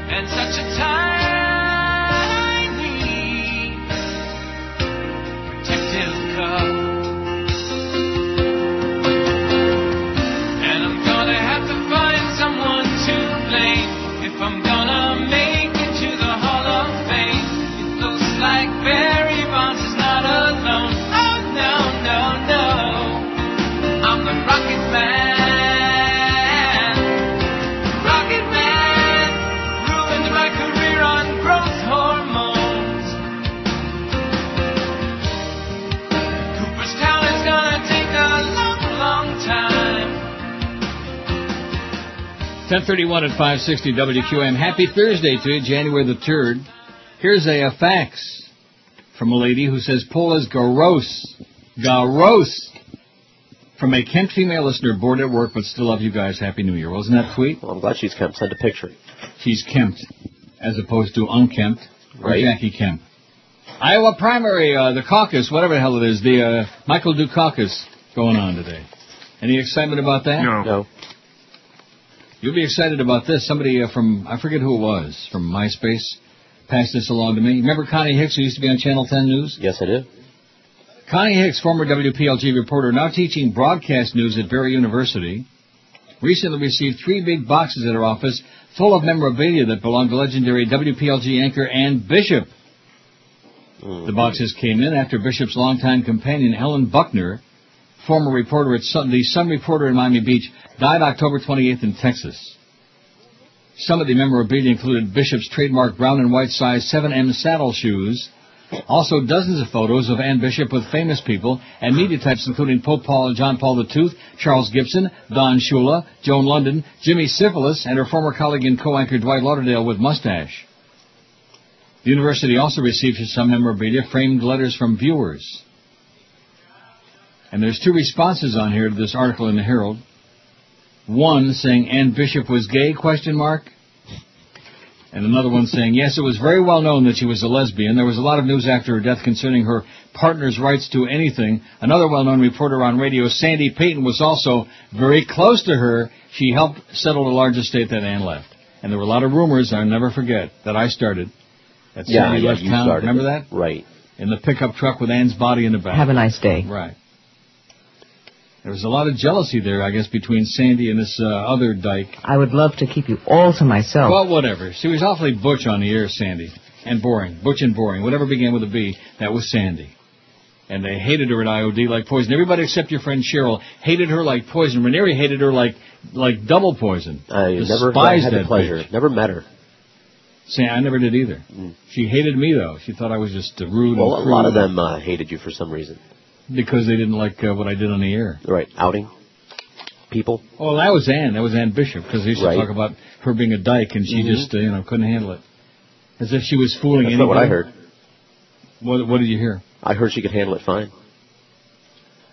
Speaker 3: and such a tiny protective cup. And I'm gonna have to find someone to blame if I'm gonna make it to the Hall of Fame. It looks like Barry Bonds is not alone. Oh no, no, no. I'm the Rocket Man. Rocket Man ruined my career on growth hormones. Cooperstown is gonna take a long, long time.
Speaker 4: 1031 at 560 WQM. Happy Thursday to you, January the 3rd. Here's a, uh fax from a lady who says Paul is gross. Gross. From a Kent female listener, bored at work, but still love you guys. Happy New Year. Wasn't that sweet?
Speaker 5: Well, I'm glad she's Kemp. Send a picture.
Speaker 4: She's kempt, as opposed to unkempt, or
Speaker 5: Right.
Speaker 4: Jackie Kemp. Iowa primary, uh, the caucus, whatever the hell it is, the uh, Michael Duke caucus going on today. Any excitement about that?
Speaker 11: No.
Speaker 5: No.
Speaker 4: You'll be excited about this. Somebody uh, from, I forget who it was, from MySpace passed this along to me. Remember Connie Hicks who used to be on Channel 10 News?
Speaker 5: Yes, I do.
Speaker 4: Connie Hicks, former WPLG reporter, now teaching broadcast news at Berry University, recently received three big boxes at her office full of memorabilia that belonged to legendary WPLG anchor Ann Bishop. The boxes came in after Bishop's longtime companion Helen Buckner, former reporter at Sun, the Sun Reporter in Miami Beach, died October 28th in Texas. Some of the memorabilia included Bishop's trademark brown and white size 7M saddle shoes, also, dozens of photos of Ann Bishop with famous people and media types, including Pope Paul and John Paul the Tooth, Charles Gibson, Don Shula, Joan London, Jimmy Syphilis, and her former colleague and co-anchor Dwight Lauderdale with mustache. The university also received some memorabilia, framed letters from viewers. And there's two responses on here to this article in the Herald. One saying Ann Bishop was gay? Question mark. And another one saying, yes, it was very well known that she was a lesbian. There was a lot of news after her death concerning her partner's rights to anything. Another well-known reporter on radio, Sandy Payton, was also very close to her. She helped settle the large estate that Ann left. and there were a lot of rumors I'll never forget that I started. That
Speaker 5: Yeah,
Speaker 4: Sandy
Speaker 5: yeah,
Speaker 4: left
Speaker 5: you
Speaker 4: town.
Speaker 5: started.
Speaker 4: Remember that?
Speaker 5: Right.
Speaker 4: In the pickup truck with Ann's body in the back.
Speaker 9: Have a nice day.
Speaker 4: Right. There was a lot of jealousy there, I guess, between Sandy and this uh, other dyke.
Speaker 9: I would love to keep you all to myself.
Speaker 4: Well, whatever. She was awfully butch on the air, Sandy. And boring. Butch and boring. Whatever began with a B, that was Sandy. And they hated her at IOD like poison. Everybody except your friend Cheryl hated her like poison. Ranieri hated her like like double poison.
Speaker 5: I never
Speaker 4: Despised
Speaker 5: had
Speaker 4: that
Speaker 5: the pleasure.
Speaker 4: bitch.
Speaker 5: Never met her. Mm.
Speaker 4: Sa- I never did either. She hated me though. She thought I was just uh, rude
Speaker 5: Well,
Speaker 4: and
Speaker 5: a
Speaker 4: crude
Speaker 5: lot of them uh, hated you for some reason.
Speaker 4: because they didn't like uh, what I did on the air.
Speaker 5: Right. Outing. People.
Speaker 4: Well, that was Ann. That was Ann Bishop because they used
Speaker 5: Right. Mm-hmm.
Speaker 4: to talk about her being a dyke and she just uh, you know couldn't handle it, as if she was fooling
Speaker 5: That's
Speaker 4: anybody.
Speaker 5: not what I heard.
Speaker 4: What, what did you hear?
Speaker 5: I heard she could handle it fine.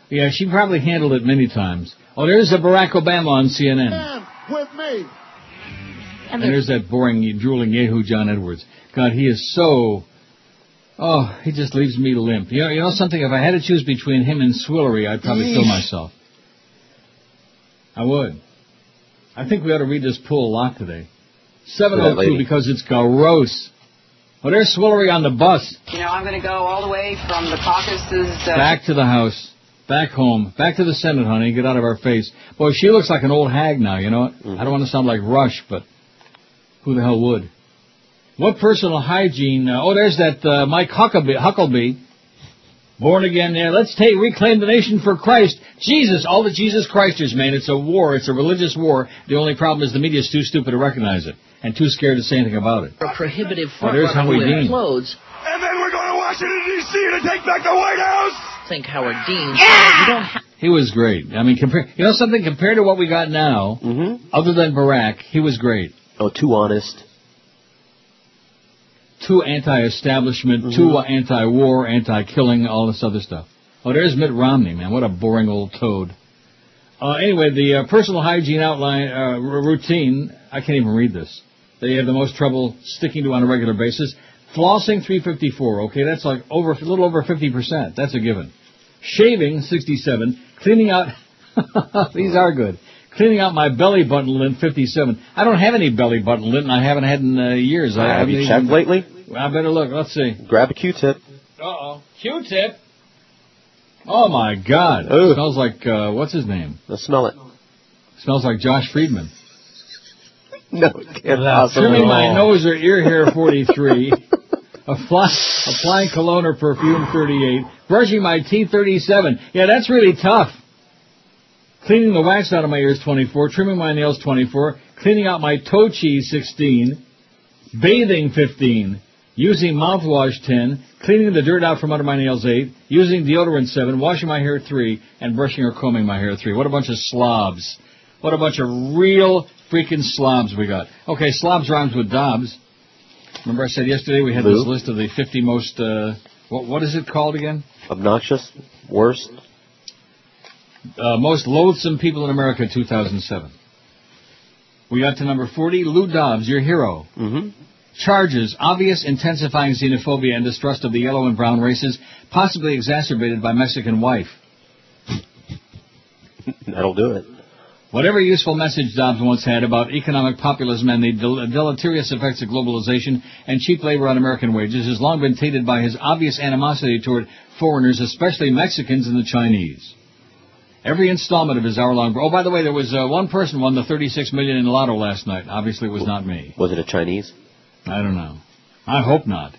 Speaker 4: Yeah, she probably handled it many times. Oh, there's a Barack Obama on CNN.
Speaker 8: with me.
Speaker 4: and there's that boring, drooling Yahoo John Edwards. God, he is so. Oh, he just leaves me limp. You know, you know something? If I had to choose between him and Swillery, I'd probably kill myself. I would. I think we ought to read this pool a lot today.
Speaker 5: That
Speaker 4: 702
Speaker 5: lady.
Speaker 4: because it's gross. Oh, there's Swillery on the bus.
Speaker 12: You know, I'm going to go all the way from the Caucasus. Uh,
Speaker 4: Back to the house. Back home. Back to the Senate, honey. Get out of our face. Boy, she looks like an old hag now, you know? I don't want to sound like Rush, but who the hell would? What personal hygiene? Uh, oh, there's that uh, Mike Huckabee, Huckleby. Born again there. Let's take, reclaim the nation for Christ. Jesus, all the Jesus Christers, man. It's a war. It's a religious war. The only problem is the media's too stupid to recognize it and too scared to say anything about it.
Speaker 10: a prohibitive
Speaker 4: Well,
Speaker 10: front
Speaker 4: Oh, there's
Speaker 10: runner
Speaker 4: Howard
Speaker 10: who
Speaker 4: Dean.
Speaker 10: implodes.
Speaker 6: And then we're going to Washington, D.C. to take back the White House!
Speaker 10: Think Howard Dean. You don't have
Speaker 4: He was great. I mean, compare, you know something? Compared to what we got now,
Speaker 5: Mm-hmm.
Speaker 4: other than Barack, he was great.
Speaker 5: Oh, too honest.
Speaker 4: too anti-establishment,
Speaker 5: Mm-hmm.
Speaker 4: too anti-war, anti-killing, all this other stuff. Oh, there's Mitt Romney, man. What a boring old toad. Uh, anyway, the uh, personal hygiene outline uh, r- routine. I can't even read this. They have the most trouble sticking to on a regular basis. Flossing 354. Okay, that's like over a little over 50 percent. That's a given. Shaving 67. Cleaning out. These are good. Cleaning out my belly button lint 57. I don't have any belly button lint. and I haven't had in uh, years. I
Speaker 5: have
Speaker 4: haven't
Speaker 5: you
Speaker 4: even-
Speaker 5: checked lately?
Speaker 4: I better look. Let's see.
Speaker 5: Grab a Q-tip.
Speaker 4: Uh oh. Q-tip. Oh my God!
Speaker 5: Ugh.
Speaker 4: Smells like uh, what's his name?
Speaker 5: Let's smell it.
Speaker 4: Smells like Josh Friedman.
Speaker 5: No, it can't possibly.
Speaker 4: Trimming my nose or ear hair, forty-three. Apply, applying cologne or perfume, thirty-eight. Brushing my teeth, thirty-seven. Yeah, that's really tough. Cleaning the wax out of my ears, twenty-four. Trimming my nails, twenty-four. Cleaning out my toe cheese, sixteen. Bathing, fifteen. Using mouthwash, ten. Cleaning the dirt out from under my nails, eight. Using deodorant, seven. Washing my hair, three. And brushing or combing my hair, three. What a bunch of slobs. What a bunch of real freaking slobs we got. Okay, slobs rhymes with Dobbs. Remember I said yesterday we had
Speaker 5: Lou?
Speaker 4: this list of the 50 most, uh, what, what is it called again?
Speaker 5: Obnoxious. Worst.
Speaker 4: uh, most loathsome people in America 2007. We got to number 40, Lou Dobbs, your hero.
Speaker 5: Mhm.
Speaker 4: Charges, obvious intensifying xenophobia and distrust of the yellow and brown races, possibly exacerbated by Mexican wife.
Speaker 5: That'll do it.
Speaker 4: Whatever useful message Dobbs once had about economic populism and the del- deleterious effects of globalization and cheap labor on American wages has long been tainted by his obvious animosity toward foreigners, especially Mexicans and the Chinese. Every installment of his hour-long. Oh, by the way, there was uh, one person won the 36 million in the lotto last night. Obviously, it was not me.
Speaker 5: Was it a Chinese?
Speaker 4: I don't know. I hope not.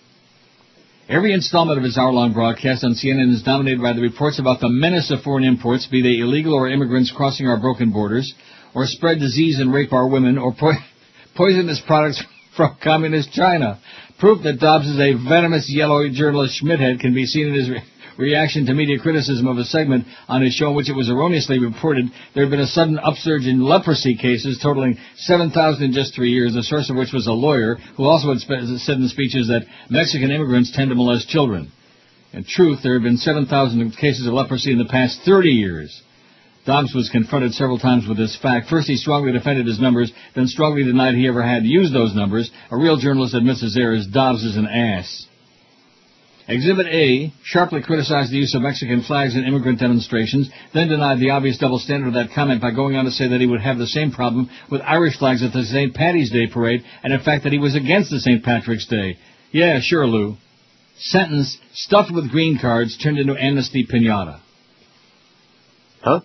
Speaker 4: Every installment of his hour-long broadcast on CNN is dominated by the reports about the menace of foreign imports, be they illegal or immigrants crossing our broken borders, or spread disease and rape our women, or po- poisonous products from communist China. Proof that Dobbs is a venomous yellow journalist Schmidthead can be seen in his re- reaction to media criticism of a segment on his show in which it was erroneously reported there had been a sudden upsurge in leprosy cases totaling 7,000 in just three years, the source of which was a lawyer who also had spe- said in speeches that Mexican immigrants tend to molest children. In truth, there have been 7,000 cases of leprosy in the past 30 years. Dobbs was confronted several times with this fact. First, he strongly defended his numbers, then strongly denied he ever had used those numbers. A real journalist admits his errors. Dobbs is an ass. Exhibit A sharply criticized the use of Mexican flags in immigrant demonstrations, then denied the obvious double standard of that comment by going on to say that he would have the same problem with Irish flags at the St. Patty's Day parade, and in fact that he was against the St. Patrick's Day. Yeah, sure, Lou. Sentence stuffed with green cards turned into amnesty pinata.
Speaker 5: Huh?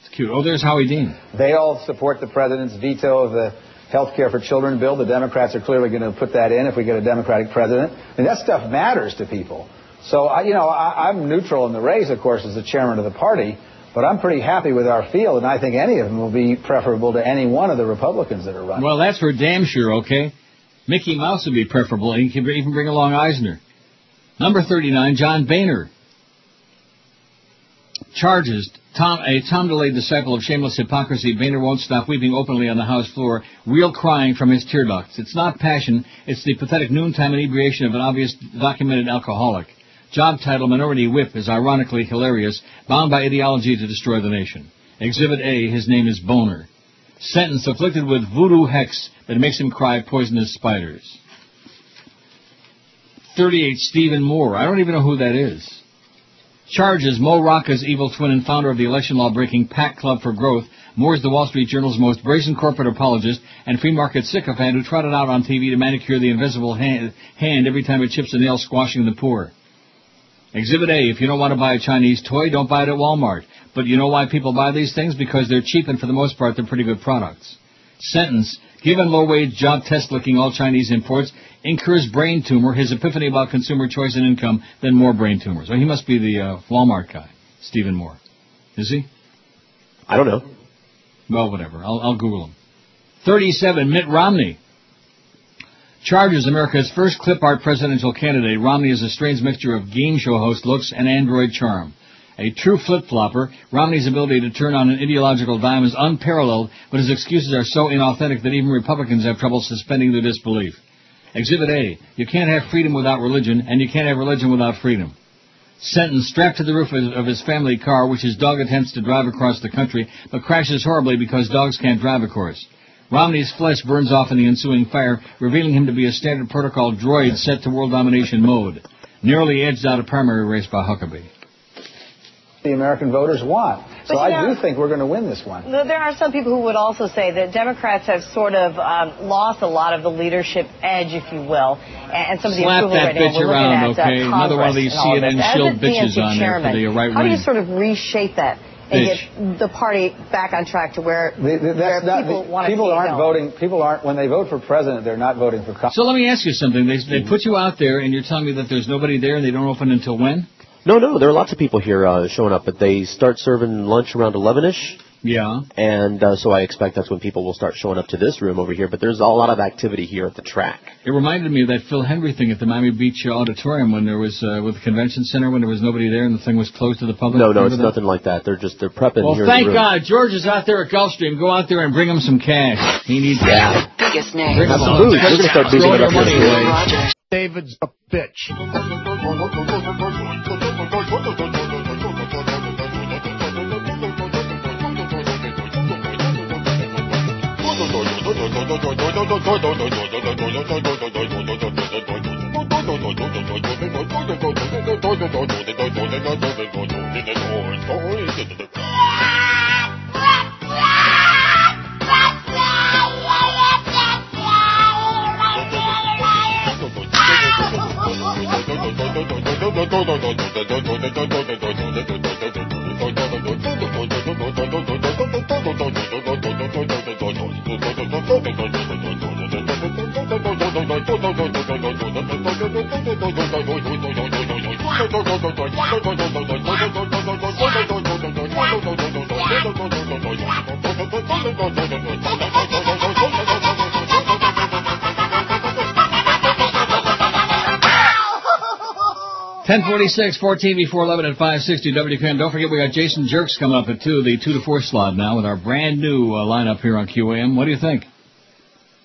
Speaker 4: It's cute. Oh, there's Howie Dean.
Speaker 13: They all support the president's veto of the health care for children bill. The Democrats are clearly going to put that in if we get a Democratic president. I mean, that stuff matters to people. So, I, you know, I, I'm neutral in the race, of course, as the chairman of the party, but I'm pretty happy with our field, and I think any of them will be preferable to any one of the Republicans that are running.
Speaker 4: Well, that's for damn sure, okay? Mickey Mouse would be preferable, and you could even bring along Eisner. Number 39, John Boehner. Charges. Tom, a Tom delayed disciple of shameless hypocrisy, Boehner won't stop weeping openly on the House floor, real crying from his tear ducts. It's not passion, it's the pathetic noontime inebriation of an obvious documented alcoholic. Job title Minority Whip is ironically hilarious, bound by ideology to destroy the nation. Exhibit A, his name is Boner. Sentence afflicted with voodoo hex that makes him cry poisonous spiders. 38, Stephen Moore. I don't even know who that is charges Mo Rocca's evil twin and founder of the election law breaking PAC Club for Growth. Moore is the Wall Street Journal's most brazen corporate apologist and free market sycophant who trotted out on TV to manicure the invisible hand, hand every time it chips a nail squashing the poor. Exhibit A, if you don't want to buy a Chinese toy, don't buy it at Walmart. But you know why people buy these things? Because they're cheap and for the most part they're pretty good products. Sentence, given low wage job test looking all Chinese imports, incurs brain tumor, his epiphany about consumer choice and income, then more brain tumors. Well, he must be the uh, Walmart guy, Stephen Moore. Is he?
Speaker 5: I don't know.
Speaker 4: Well, whatever. I'll, I'll Google him. 37, Mitt Romney. Charges America's first clip art presidential candidate. Romney is a strange mixture of game show host looks and android charm. A true flip-flopper, Romney's ability to turn on an ideological dime is unparalleled, but his excuses are so inauthentic that even Republicans have trouble suspending their disbelief. Exhibit A, you can't have freedom without religion, and you can't have religion without freedom. Sentence strapped to the roof of his family car, which his dog attempts to drive across the country, but crashes horribly because dogs can't drive, of course. Romney's flesh burns off in the ensuing fire, revealing him to be a standard protocol droid set to world domination mode. Nearly edged out a primary race by Huckabee
Speaker 13: the American voters want. So
Speaker 14: But, you
Speaker 13: I
Speaker 14: know-
Speaker 13: do think we're going to win this one.
Speaker 14: Though There are some people who would also say that Democrats have sort of um, lost a lot of the leadership edge, if you will, and, and some of the
Speaker 4: Slap
Speaker 14: approval
Speaker 4: that
Speaker 14: rating.
Speaker 4: bitch
Speaker 14: We're looking
Speaker 4: around,
Speaker 14: at, uh,
Speaker 4: okay? Another one of these
Speaker 14: Congress and all of
Speaker 4: CNN
Speaker 14: this. As
Speaker 4: shill
Speaker 14: a DNC
Speaker 4: bitches on there for
Speaker 14: chairman,
Speaker 4: the right
Speaker 14: How do you
Speaker 4: wing.
Speaker 14: sort of reshape that and
Speaker 4: Bitch.
Speaker 14: get the party back on track to where,
Speaker 13: The- the-
Speaker 14: where
Speaker 13: that's not-
Speaker 14: people
Speaker 13: the-
Speaker 14: want to
Speaker 13: people
Speaker 14: see it
Speaker 13: aren't
Speaker 14: go?
Speaker 13: voting. People aren't when they vote for president, they're not voting for. Congress.
Speaker 4: So let me ask you something. They, they put you out there, and you're telling me that there's nobody there, and they don't open until when?
Speaker 5: No, no, there are lots of people here uh, showing up, but they start serving lunch around 11 ish.
Speaker 4: Yeah.
Speaker 5: And uh, so I expect that's when people will start showing up to this room over here. But there's a lot of activity here at the track.
Speaker 4: It reminded me of that Phil Henry thing at the Miami Beach Auditorium when there was uh, with the convention center when there was nobody there and the thing was closed to the public.
Speaker 5: No, no,
Speaker 4: Remember
Speaker 5: it's
Speaker 4: that?
Speaker 5: nothing like that. They're just they're prepping
Speaker 4: Well,
Speaker 5: here. in
Speaker 4: thank
Speaker 5: the room.
Speaker 4: God George is out there at Gulfstream. Go out there and bring him some cash. He needs that.
Speaker 10: Biggest name.
Speaker 4: Bring him some
Speaker 5: Absolutely.
Speaker 4: cash.
Speaker 5: We're gonna start
Speaker 4: Throw
Speaker 5: beating it
Speaker 4: your
Speaker 5: up
Speaker 4: money
Speaker 5: here.
Speaker 4: away.
Speaker 15: David's a bitch.
Speaker 4: Ten forty-six, fourteen before 11 at 560 WQM. Don't forget we got Jason Jerks coming up at 2, the 2 to 4 slot now with our brand new uh, lineup here on QAM. What do you think?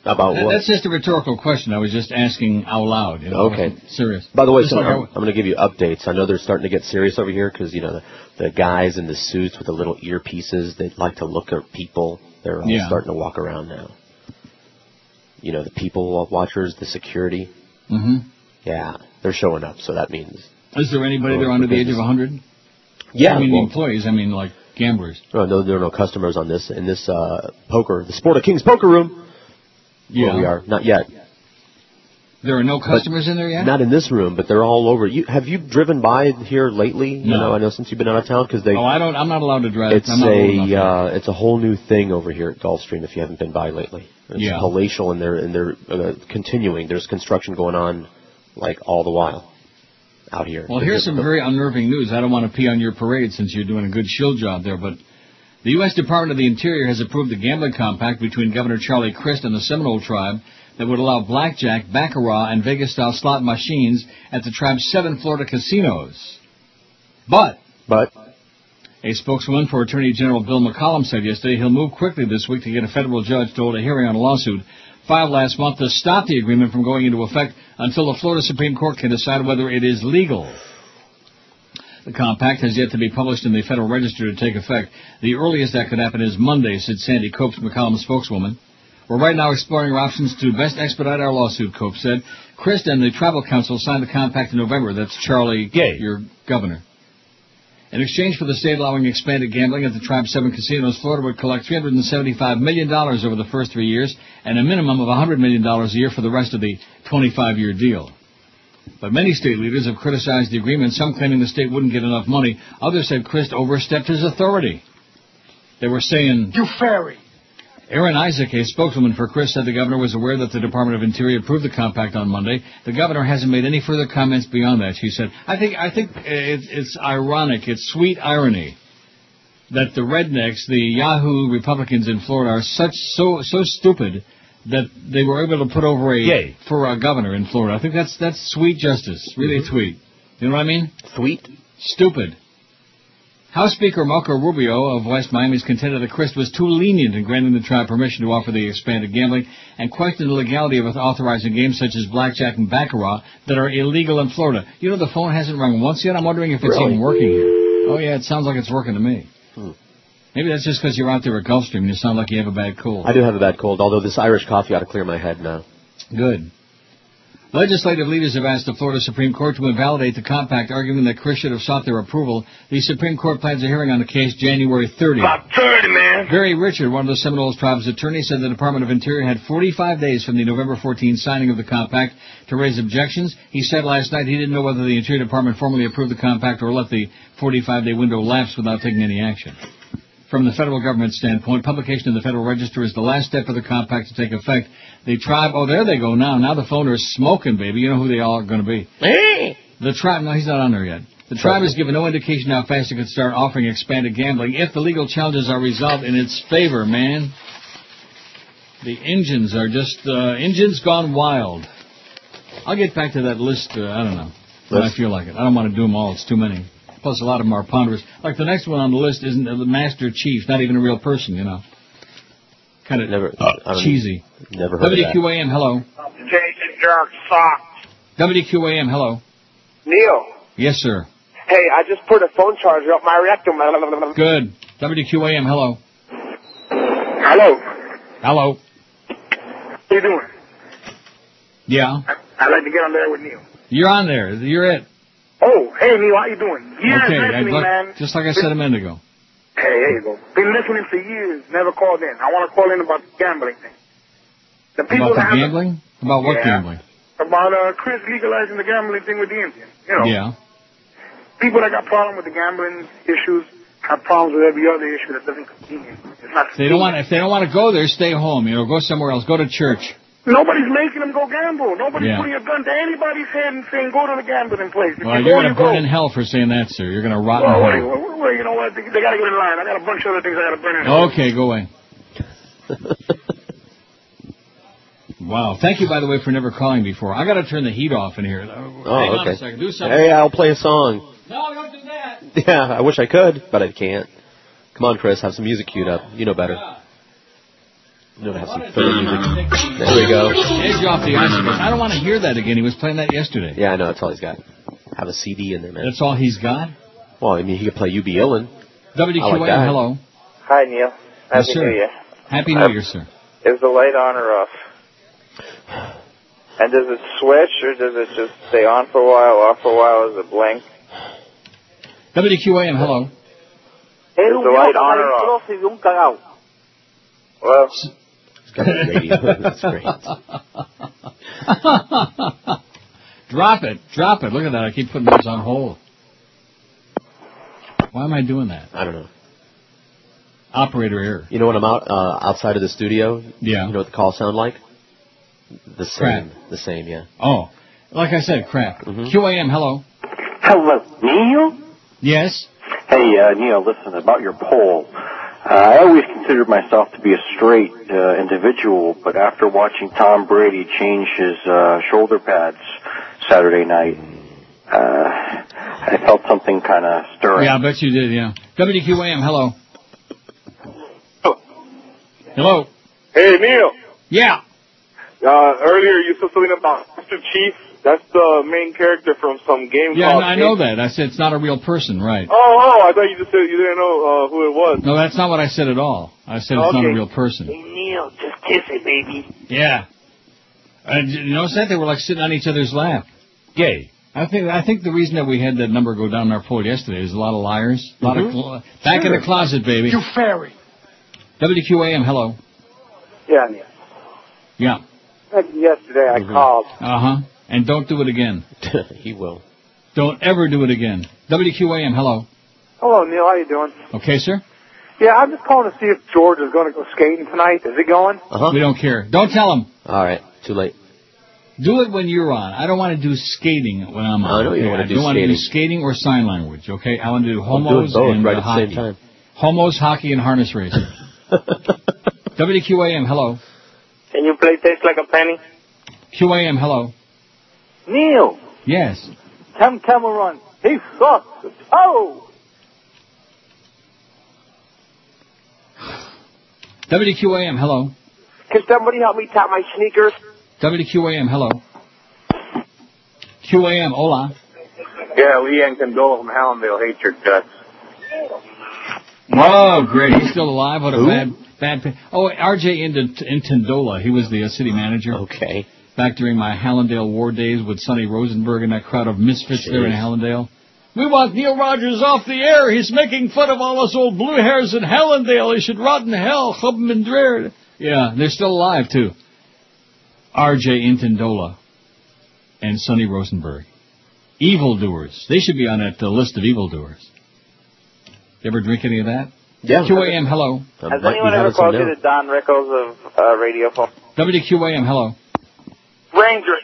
Speaker 5: About
Speaker 4: That-
Speaker 5: what?
Speaker 4: That's just a rhetorical question. I was just asking out loud. You know, it
Speaker 5: Okay.
Speaker 4: wasn't Serious.
Speaker 5: By the way,
Speaker 4: Just
Speaker 5: so
Speaker 4: like
Speaker 5: I'm,
Speaker 4: I-
Speaker 5: going to give you updates. I know they're starting to get serious over here because you know the, the guys in the suits with the little earpieces. They like to look at people. They're all
Speaker 4: Yeah.
Speaker 5: starting to walk around now. You know the people watchers, the security.
Speaker 4: Mhm.
Speaker 5: Yeah, They're showing up, so that means.
Speaker 4: Is there anybody there under the age of 100?
Speaker 5: Yeah,
Speaker 4: I mean
Speaker 5: well-
Speaker 4: employees. I mean like gamblers.
Speaker 5: Oh, no, there are no customers on this in this uh, poker, the Sport of Kings poker room.
Speaker 4: Yeah.
Speaker 5: where we are not yet.
Speaker 4: There are no
Speaker 5: But-
Speaker 4: customers in there yet.
Speaker 5: Not in this room, but they're all over. You have you driven by here lately? You
Speaker 4: No.
Speaker 5: know, I know since you've been out of town because they.
Speaker 4: oh, I don't. I'm not allowed to drive.
Speaker 5: It's
Speaker 4: I'm not old enough.
Speaker 5: a uh, it's a whole new thing over here at Gulfstream. If you haven't been by lately, it's
Speaker 4: Yeah.
Speaker 5: palatial and they're and they're uh, continuing. There's construction going on, like all the while, out here.
Speaker 4: Well, here's
Speaker 5: It's a-
Speaker 4: some very unnerving news. I don't want to pee on your parade since you're doing a good shield job there, but the U.S. Department of the Interior has approved the gambling compact between Governor Charlie Crist and the Seminole tribe that would allow blackjack, baccarat, and Vegas-style slot machines at the tribe's seven Florida casinos. But
Speaker 5: but
Speaker 4: a spokeswoman for Attorney General Bill McCollum said yesterday he'll move quickly this week to get a federal judge to hold a hearing on a lawsuit filed last month to stop the agreement from going into effect until the Florida Supreme Court can decide whether it is legal. The compact has yet to be published in the Federal Register to take effect. The earliest that could happen is Monday, said Sandy Copes, McCollum's spokeswoman. We're right now exploring our options to best expedite our lawsuit, Copes said. Christ and the Tribal Council signed the compact in November. That's Charlie Gay, your governor. In exchange for the state allowing expanded gambling at the tribe's seven casinos, Florida would collect $375 million over the first three years and a minimum of $100 million a year for the rest of the 25-year deal. But many state leaders have criticized the agreement, some claiming the state wouldn't get enough money. Others said Christ overstepped his authority. They were saying, You fairy! Aaron Isaac, a spokeswoman for Chris, said the governor was aware that the Department of Interior approved the compact on Monday. The governor hasn't made any further comments beyond that. She said, "I think I think it, it's ironic. It's sweet irony that the rednecks, the Yahoo Republicans in Florida, are such so so stupid that they were able to put over a
Speaker 16: Yay.
Speaker 4: for a governor in Florida. I think that's that's sweet justice. Really sweet. You know what I mean?
Speaker 5: Sweet.
Speaker 4: Stupid. House Speaker Marco Rubio of West Miami is contended that Christ was too lenient in granting the tribe permission to offer the expanded gambling and questioned the legality of authorizing games such as blackjack and baccarat that are illegal in Florida. You know, the phone hasn't rung once yet. I'm wondering if it's
Speaker 16: Really?
Speaker 4: even working here. Oh, yeah, it sounds like it's working to me. Maybe that's just because you're out there at Gulfstream and you sound like you have a bad cold.
Speaker 5: I do have a bad cold, although this Irish coffee ought to clear my head now.
Speaker 4: Good. Legislative leaders have asked the Florida Supreme Court to invalidate the compact, arguing that Chris should have sought their approval. The Supreme Court plans a hearing on the case January 30th. About 30, man. Barry Richard, one of the Seminole tribe's attorneys, said the Department of Interior had 45 days from the November 14 signing of the compact to raise objections. He said last night he didn't know whether the Interior Department formally approved the compact or let the 45-day window lapse without taking any action. From the federal government standpoint, publication in the Federal Register is the last step of the compact to take effect. The tribe, oh, there they go now. Now the phone is smoking, baby. You know who they all are going to be. the tribe, no, he's not on there yet. The tribe has given no indication how fast it could start offering expanded gambling if the legal challenges are resolved in its favor, man. The engines are just, uh, engines gone wild. I'll get back to that list, uh, I don't know, when I
Speaker 16: List?
Speaker 4: feel like it. I don't want to do them all, it's too many. Plus, a lot of them are ponderous. Like the next one on the list isn't the Master Chief, not even a real person, you know. Kind of
Speaker 5: never I'm-
Speaker 4: cheesy.
Speaker 5: Never heard of that.
Speaker 4: WQAM, hello.
Speaker 17: Jason Jerk Sock.
Speaker 4: WQAM, hello.
Speaker 17: Neil,
Speaker 4: Yes, sir.
Speaker 17: hey, I just put a phone charger up my rectum.
Speaker 4: Good. WQAM, hello.
Speaker 17: Hello.
Speaker 4: Hello.
Speaker 17: How you doing?
Speaker 4: Yeah.
Speaker 17: I'd like to get on there with Neil.
Speaker 4: You're on there. You're it.
Speaker 17: Oh, hey Neil, how you doing? Years
Speaker 4: okay. I'd
Speaker 17: listening,
Speaker 4: like-
Speaker 17: man.
Speaker 4: Just like I said a minute ago.
Speaker 17: Hey, there you go. Been listening for years, never called in. I want to call in about the gambling thing. The people
Speaker 4: About the
Speaker 17: that have-
Speaker 4: gambling? About what
Speaker 17: Yeah.
Speaker 4: gambling?
Speaker 17: about uh, Chris legalizing the gambling thing with the Indians. You know,
Speaker 4: Yeah.
Speaker 17: people that got problem with the gambling issues have problems with every other issue that doesn't convenient. It's not.
Speaker 4: They don't want if they don't want to go there, stay home. You know, go somewhere else. Go to church.
Speaker 17: Nobody's making them go gamble. Nobody's
Speaker 4: Yeah.
Speaker 17: putting a gun to anybody's head and saying, go to the gambling place. If
Speaker 4: Well,
Speaker 17: you
Speaker 4: you're
Speaker 17: go,
Speaker 4: gonna
Speaker 17: you go.
Speaker 4: burn in hell for saying that, sir. You're gonna rot
Speaker 17: Well,
Speaker 4: in
Speaker 17: wait,
Speaker 4: hell.
Speaker 17: well, well, you know what? They, they got to get in line. I got a bunch of other things I got to burn in.
Speaker 4: Okay, go away. wow. Thank you, by the way, for never calling before. I got to turn the heat off in here. Hang
Speaker 5: Oh,
Speaker 4: on
Speaker 5: okay.
Speaker 4: a second. Do something.
Speaker 5: Hey, I'll play a song.
Speaker 4: No, don't do that.
Speaker 5: Yeah, I wish I could, but I can't. Come on, Chris, have some music queued up. You know better. You know to have some further music. There we go.
Speaker 4: Edge off the icicles. I don't want to hear that again. He was playing that yesterday.
Speaker 5: Yeah, I know. That's all he's got. Have a CD in there, man.
Speaker 4: That's all he's got.
Speaker 5: Well, I mean, he could play "You Be Illin."
Speaker 4: WQAM,
Speaker 5: I like that.
Speaker 4: hello.
Speaker 18: Hi, Neil. Happy
Speaker 4: Yes, sir.
Speaker 18: New Year.
Speaker 4: Happy New Year, sir.
Speaker 18: Is the light on or off?
Speaker 19: And does it switch, or does it just stay on for a while, off for a while? Does it blink?
Speaker 4: WQAM, hello.
Speaker 19: Is the light on or off?
Speaker 20: y un cagao.
Speaker 19: Well,
Speaker 4: That's great. drop it, drop it. Look at that. I keep putting those on hold. Why am I doing that?
Speaker 5: I don't know.
Speaker 4: Operator error.
Speaker 5: You know when I'm out uh, outside of the studio?
Speaker 4: Yeah.
Speaker 5: You know what the calls sound like? The
Speaker 4: Crap.
Speaker 5: same. The same, yeah.
Speaker 4: Oh, like I said, crap. QAM, hello.
Speaker 7: Hello, Neil?
Speaker 4: Yes.
Speaker 7: Hey, uh, Neil, listen, about your poll. Uh, I always considered myself to be a straight uh, individual, but after watching Tom Brady change his uh, shoulder pads Saturday night, uh, I felt something kind of stirring.
Speaker 4: Yeah, I bet you did. Yeah. WQAM, hello.
Speaker 21: Oh.
Speaker 4: Hello.
Speaker 22: Hey, Neil.
Speaker 4: Yeah.
Speaker 22: Uh, earlier you said something about Master Chief. That's the main character from some game
Speaker 4: Yeah,
Speaker 21: Oh,
Speaker 22: called.
Speaker 4: I know that. I said it's not a real person, right?
Speaker 22: Oh, oh, I thought you just said you didn't know uh, who it was.
Speaker 4: No, that's not what I said at all. I said it's not a
Speaker 22: Okay.
Speaker 4: real person.
Speaker 22: Neil, just kiss it, baby.
Speaker 4: Yeah. I did you notice that they were like sitting on each other's lap. Gay. I think I think the reason that we had that number go down in our poll yesterday is a lot of liars, a lot of
Speaker 21: Mhm.
Speaker 4: cl- back in
Speaker 21: Sure.
Speaker 4: the closet, baby.
Speaker 21: You fairy.
Speaker 4: WQAM, hello.
Speaker 20: Yeah, Neil.
Speaker 4: Yeah.
Speaker 20: Like Yesterday I called.
Speaker 4: Uh huh. And don't do it again.
Speaker 5: he will.
Speaker 4: Don't ever do it again. WQAM, hello.
Speaker 20: Hello, Neil. How you doing?
Speaker 4: Okay, sir.
Speaker 20: Yeah, I'm just calling to see if George is going to go skating tonight. Is he going?
Speaker 5: Uh-huh.
Speaker 4: We don't care. Don't tell him.
Speaker 5: All right. Too late.
Speaker 4: Do it when you're on. I don't want to do skating when I'm on.
Speaker 5: I know you
Speaker 4: okay?
Speaker 5: wanna do
Speaker 4: don't want to do
Speaker 5: skating.
Speaker 4: skating or sign language. Okay, I want to do
Speaker 5: Well, do it
Speaker 4: homos
Speaker 5: both
Speaker 4: and
Speaker 5: right
Speaker 4: uh,
Speaker 5: at the same
Speaker 4: hockey.
Speaker 5: time.
Speaker 4: Homos, hockey, and harness racing. WQAM, hello.
Speaker 20: Can you play Taste Like a Penny?
Speaker 4: QAM, hello.
Speaker 20: Neil,
Speaker 4: Yes.
Speaker 20: Cam Cameron, he sucks. Oh!
Speaker 4: WQAM, hello.
Speaker 20: Can somebody help me tap my sneakers?
Speaker 4: WQAM, hello. QAM, hola.
Speaker 13: Yeah, we ain't condole from Hallandale hate your guts.
Speaker 4: Whoa, great. He's still alive. What a
Speaker 13: Who?
Speaker 4: bad, bad. pa- Oh, R.J. Int- Intendola. He was the uh, city manager.
Speaker 5: Okay.
Speaker 4: Back during my Hallandale war days with Sonny Rosenberg and that crowd of misfits there in
Speaker 23: Jeez.
Speaker 4: Hallandale. We want Neil Rogers off the air. He's making fun of all us old blue hairs in Hallandale. He should rot in hell. Hub him and drear. Yeah, they're still alive too. R.J. Intendola and Sonny Rosenberg, evildoers. They should be on that uh, list of evildoers. You ever drink any of that?
Speaker 5: Yeah.
Speaker 4: QAM, hello.
Speaker 19: has anyone ever called you the Don Rickles of uh, radio phone?
Speaker 4: WQAM, hello.
Speaker 13: Ranger,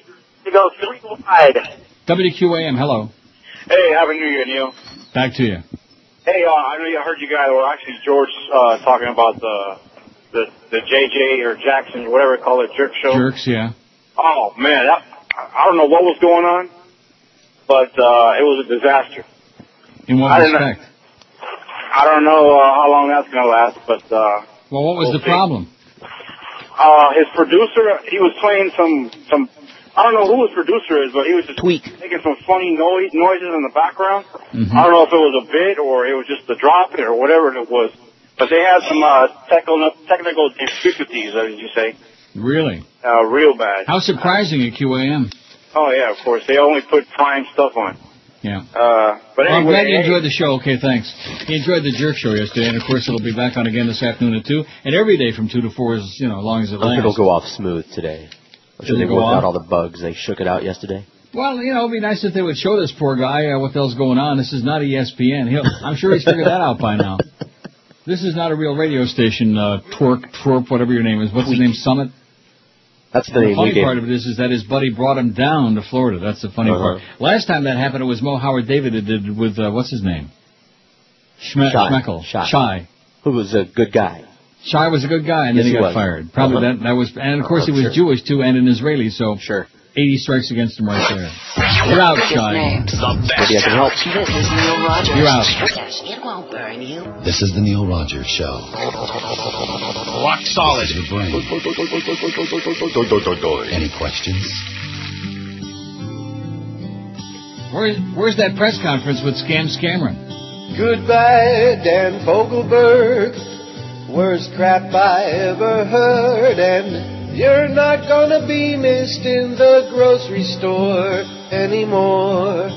Speaker 13: you go three wide.
Speaker 4: WQAM, hello.
Speaker 13: Hey, happy New Year, Neil.
Speaker 4: Back to you.
Speaker 13: Hey, uh, I know you I heard you guys were actually George uh, talking about the the the JJ or Jackson, whatever you call it, jerk show.
Speaker 4: Jerks, yeah.
Speaker 13: Oh man, that, I don't know what was going on, but uh, it was a disaster.
Speaker 4: In what
Speaker 13: I don't know.
Speaker 4: respect?
Speaker 13: I don't know uh, how long that's gonna last, but uh,
Speaker 4: Well, what was
Speaker 13: We'll
Speaker 4: the
Speaker 13: see.
Speaker 4: problem?
Speaker 13: uh, his producer, he was playing some some. I don't know who his producer is, but he was just
Speaker 5: Tweak.
Speaker 13: making some funny noise, noises in the background.
Speaker 4: Mhm.
Speaker 13: I don't know if it was a bit or it was just the drop or whatever it was. But they had some uh, technical technical difficulties, as you say,
Speaker 4: Really?
Speaker 13: uh, real bad.
Speaker 4: How surprising at QAM.
Speaker 13: Oh yeah, of course. They only put prime stuff on.
Speaker 4: Yeah.
Speaker 13: Uh, but
Speaker 4: Well, I'm
Speaker 13: anyway,
Speaker 4: glad you enjoyed the show. Okay, thanks. You enjoyed the Jerk Show yesterday, and of course it'll be back on again this afternoon at 2, and every day from 2 to 4 is, you know, as long as it
Speaker 5: I'm sure
Speaker 4: lasts.
Speaker 5: it'll go off smooth today. I'm sure
Speaker 4: It'll
Speaker 5: they
Speaker 4: go
Speaker 5: worked
Speaker 4: off?
Speaker 5: out all the bugs. They shook it out yesterday.
Speaker 4: Well, you know, it'd be nice if they would show this poor guy uh, what the hell's going on. This is not E ESPN. He'll, I'm sure he's figured that out by now. This is not a real radio station, uh, Twerk, Twerp, whatever your name is. What's his name? Summit?
Speaker 5: That's the
Speaker 4: And
Speaker 5: name we
Speaker 4: funny
Speaker 5: gave
Speaker 4: part of it is, is that his buddy brought him down to Florida. That's the funny
Speaker 5: Uh-huh.
Speaker 4: part. Last time that happened, it was Mo Howard David that did with, uh, what's his name? Schme-
Speaker 5: Shy.
Speaker 4: Schmeckel.
Speaker 5: Shy.
Speaker 4: Shy.
Speaker 5: Who was a good guy.
Speaker 4: Shy was a good guy, and
Speaker 5: Yes,
Speaker 4: then he,
Speaker 5: he
Speaker 4: got
Speaker 5: was.
Speaker 4: fired. Probably
Speaker 5: Uh-huh.
Speaker 4: that, that was, and of course
Speaker 5: Uh-huh,
Speaker 4: he was
Speaker 5: sure.
Speaker 4: Jewish too, and an Israeli, so.
Speaker 5: Sure.
Speaker 4: 80 strikes against him right there. You're out, Shy.
Speaker 5: Maybe I can help.
Speaker 24: This is Neil Rogers.
Speaker 4: You're out.
Speaker 24: It won't burn you.
Speaker 10: This is the Neil Rogers Show.
Speaker 24: Rock
Speaker 10: solid. Any questions?
Speaker 4: Where's, where's that press conference with Scam Scameron?
Speaker 3: Goodbye, Dan Fogelberg. Worst crap I ever heard, and
Speaker 25: You're not gonna be missed in the grocery store anymore.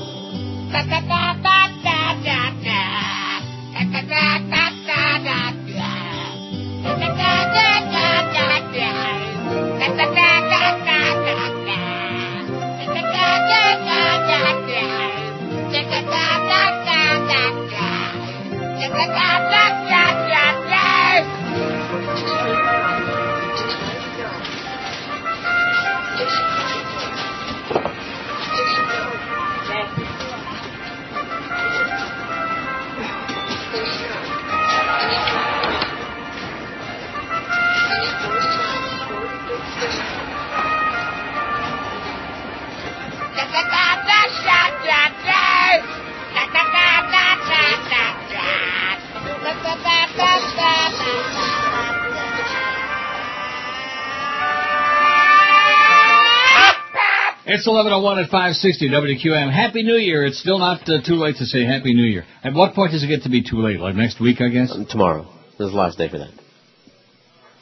Speaker 4: It's 1101 at 560 WQM. Happy New Year. It's still not uh, too late to say Happy New Year. At what point does it get to be too late? Like next week, I guess?
Speaker 5: Um, tomorrow. This is the last day for that.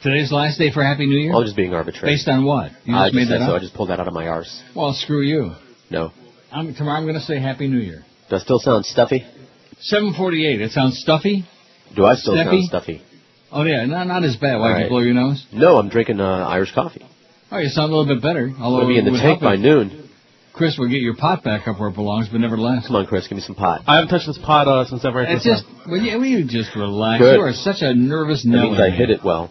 Speaker 4: Today's the last day for Happy New Year?
Speaker 5: I'm just being arbitrary.
Speaker 4: Based on what? You
Speaker 5: I
Speaker 4: just made
Speaker 5: said
Speaker 4: that
Speaker 5: so.
Speaker 4: up?
Speaker 5: I just pulled that out of my arse.
Speaker 4: Well, screw you.
Speaker 5: No.
Speaker 4: I'm, tomorrow I'm going to say Happy New Year.
Speaker 5: Do I still sound stuffy?
Speaker 4: 748. It sounds stuffy?
Speaker 5: Do I still sound
Speaker 4: Stuffy?
Speaker 5: stuffy?
Speaker 4: Oh, yeah. No, not as bad. Why,
Speaker 5: All
Speaker 4: did you
Speaker 5: right.
Speaker 4: blow your nose?
Speaker 5: No, I'm drinking uh, Irish coffee.
Speaker 4: Oh, you sound a little bit better. Although
Speaker 5: It'll be in
Speaker 4: it
Speaker 5: the
Speaker 4: would help
Speaker 5: tank by
Speaker 4: if-
Speaker 5: noon.
Speaker 4: Chris will get your pot back up where it belongs, but nevertheless.
Speaker 5: Come on, Chris, give me some pot.
Speaker 2: I haven't touched this pot uh, since I've read
Speaker 4: It's
Speaker 2: this.
Speaker 4: just, will you, will you just relax?
Speaker 2: Good.
Speaker 4: You are such a nervous
Speaker 5: That
Speaker 4: Nelly.
Speaker 5: means I hit it well.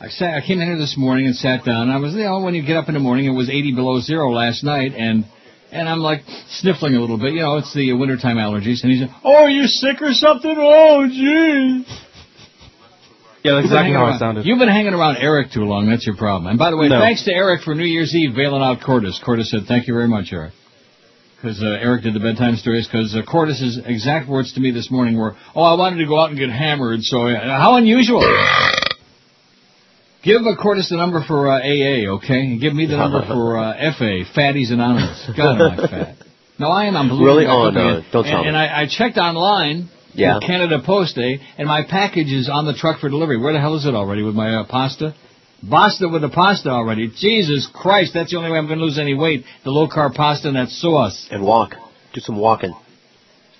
Speaker 4: I, sat, I came in here this morning and sat down. I was, you know, when you get up in the morning, it was 80 below zero last night, and and I'm like sniffling a little bit. You know, it's the wintertime allergies. And he's like, oh, are you sick or something? Oh, gee.
Speaker 2: Yeah, that's
Speaker 4: You've been
Speaker 2: exactly
Speaker 4: hanging
Speaker 2: how
Speaker 4: around-
Speaker 2: it sounded.
Speaker 4: You've been hanging around Eric too long. That's your problem. And by the way,
Speaker 2: No.
Speaker 4: thanks to Eric for New Year's Eve bailing out Cordis. Cordis said, thank you very much, Eric. Because uh, Eric did the bedtime stories. Because uh, Cordis's exact words to me this morning were, "Oh, I wanted to go out and get hammered." So uh, how unusual! give uh, Cordis the number for uh, AA, okay? And give me the number for uh, FA, Fatties Anonymous. God, am I fat? No, I am. I'm believing
Speaker 5: Really?
Speaker 4: that.
Speaker 5: Oh, no,
Speaker 4: And-
Speaker 5: don't tell
Speaker 4: and,
Speaker 5: me.
Speaker 4: And I, I checked online.
Speaker 5: Yeah.
Speaker 4: with Canada Post Day, and my package is on the truck for delivery. Where the hell is it already with my uh, pasta? Basta with the pasta already. Jesus Christ, that's the only way I'm going to lose any weight. The low carb pasta and that sauce.
Speaker 5: And walk. Do some walking.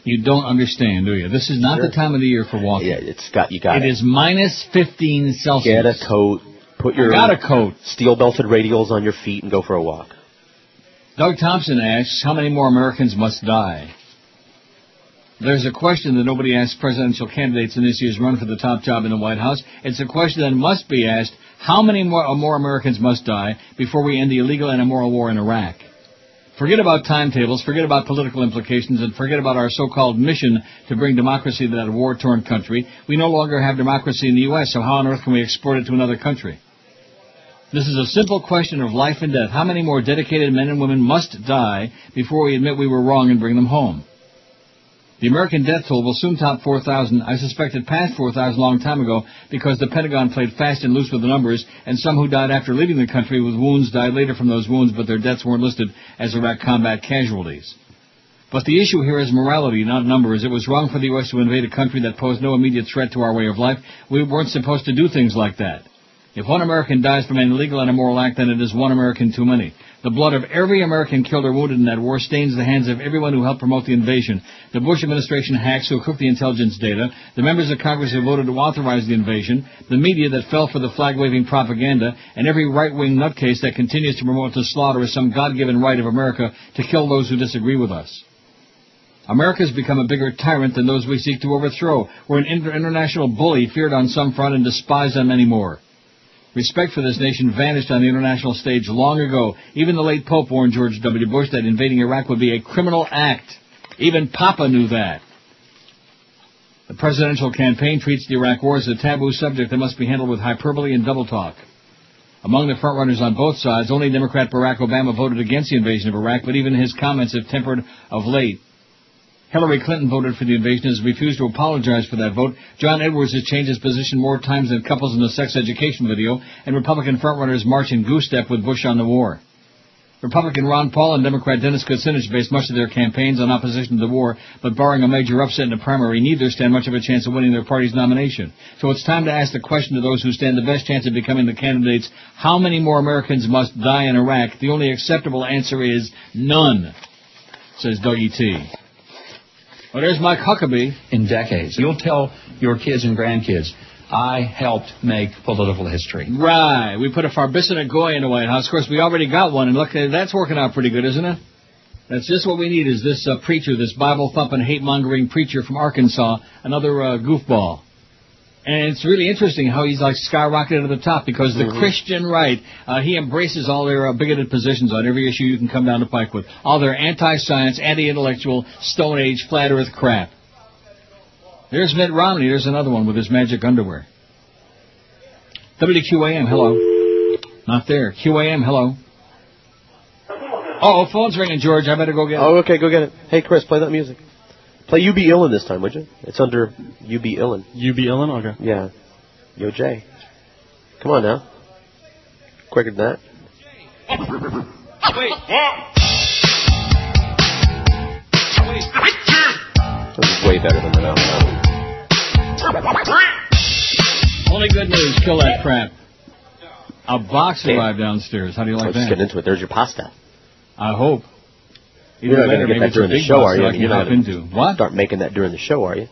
Speaker 4: You don't understand, do you? This is not
Speaker 5: Sure.
Speaker 4: the time of the year for walking.
Speaker 5: Yeah, it's got you got it.
Speaker 4: it is minus 15 Celsius.
Speaker 5: Get a coat. Put your
Speaker 4: I got a coat.
Speaker 5: Steel belted radials on your feet and go for a walk.
Speaker 4: Doug Thompson asks, how many more Americans must die? There's a question that nobody asked presidential candidates in this year's run for the top job in the White House. It's a question that must be asked, how many more, more Americans must die before we end the illegal and immoral war in Iraq? Forget about timetables, forget about political implications, and forget about our so-called mission to bring democracy to that war-torn country. We no longer have democracy in the U.S., so how on earth can we export it to another country? This is a simple question of life and death. How many more dedicated men and women must die before we admit we were wrong and bring them home? The American death toll will soon top 4,000. I suspect it passed 4,000 a long time ago because the Pentagon played fast and loose with the numbers, and some who died after leaving the country with wounds died later from those wounds, but their deaths weren't listed as Iraq combat casualties. But the issue here is morality, not numbers. It was wrong for the U.S. to invade a country that posed no immediate threat to our way of life. We weren't supposed to do things like that. If one American dies from an illegal and immoral act, then it is one American too many. The blood of every American killed or wounded in that war stains the hands of everyone who helped promote the invasion. The Bush administration hacks who cooked the intelligence data, the members of Congress who voted to authorize the invasion, the media that fell for the flag-waving propaganda, and every right-wing nutcase that continues to promote the slaughter as some God-given right of America to kill those who disagree with us. America's become a bigger tyrant than those we seek to overthrow. We're an inter- international bully feared on some front and despised on many more. Respect for this nation vanished on the international stage long ago. Even the late Pope warned George W. Bush that invading Iraq would be a criminal act. Even Papa knew that. The presidential campaign treats the Iraq war as a taboo subject that must be handled with hyperbole and double talk. Among the frontrunners on both sides, only Democrat Barack Obama voted against the invasion of Iraq, but even his comments have tempered of late. Hillary Clinton voted for the invasion and has refused to apologize for that vote. John Edwards has changed his position more times than couples in a sex education video, and Republican frontrunners march in goose step with Bush on the war. Republican Ron Paul and Democrat Dennis Kucinich based much of their campaigns on opposition to the war, but barring a major upset in the primary, neither stand much of a chance of winning their party's nomination. So it's time to ask the question to those who stand the best chance of becoming the candidates, how many more Americans must die in Iraq? The only acceptable answer is none, says Dougie T. Well, there's Mike Huckabee.
Speaker 1: In decades. You'll tell your kids and grandkids, I helped make political history.
Speaker 4: Right. We put a Farbicinate Goy in the White House. Of course, we already got one, and look, that's working out pretty good, isn't it? That's just what we need is this uh, preacher, this Bible-thumping, hate-mongering preacher from Arkansas, another uh, goofball. And it's really interesting how he's like skyrocketed to the top because the
Speaker 1: Mhm.
Speaker 4: Christian right, uh, he embraces all their uh, bigoted positions on every issue you can come down the pike with. All their anti-science, anti-intellectual, Stone Age, flat Earth crap. There's Mitt Romney. There's another one with his magic underwear. WQAM, hello. Not there. QAM, hello. Oh, phone's ringing, George. I better go get it.
Speaker 5: Oh, okay, go get it. Hey, Chris, play that music. Play You Be Illin' this time, would you? It's under You Be Illin'.
Speaker 2: You be Illin? Okay.
Speaker 5: Yeah. Yo, Jay. Come on now. Quicker than that.
Speaker 6: Wait.
Speaker 5: That was way better than the now.
Speaker 4: Only good news. Kill that crap. A box arrived downstairs. How do you
Speaker 5: I
Speaker 4: like
Speaker 5: was just getting
Speaker 4: that?
Speaker 5: into it. There's your pasta.
Speaker 4: I hope.
Speaker 5: You're not
Speaker 4: way,
Speaker 5: going to get
Speaker 4: maybe
Speaker 5: that
Speaker 4: it's a
Speaker 5: during the
Speaker 4: big
Speaker 5: show,
Speaker 4: box
Speaker 5: are
Speaker 4: that
Speaker 5: you?
Speaker 4: I can
Speaker 5: You're not
Speaker 4: hop
Speaker 5: going
Speaker 4: into. What?
Speaker 5: Start making that during the show, are you?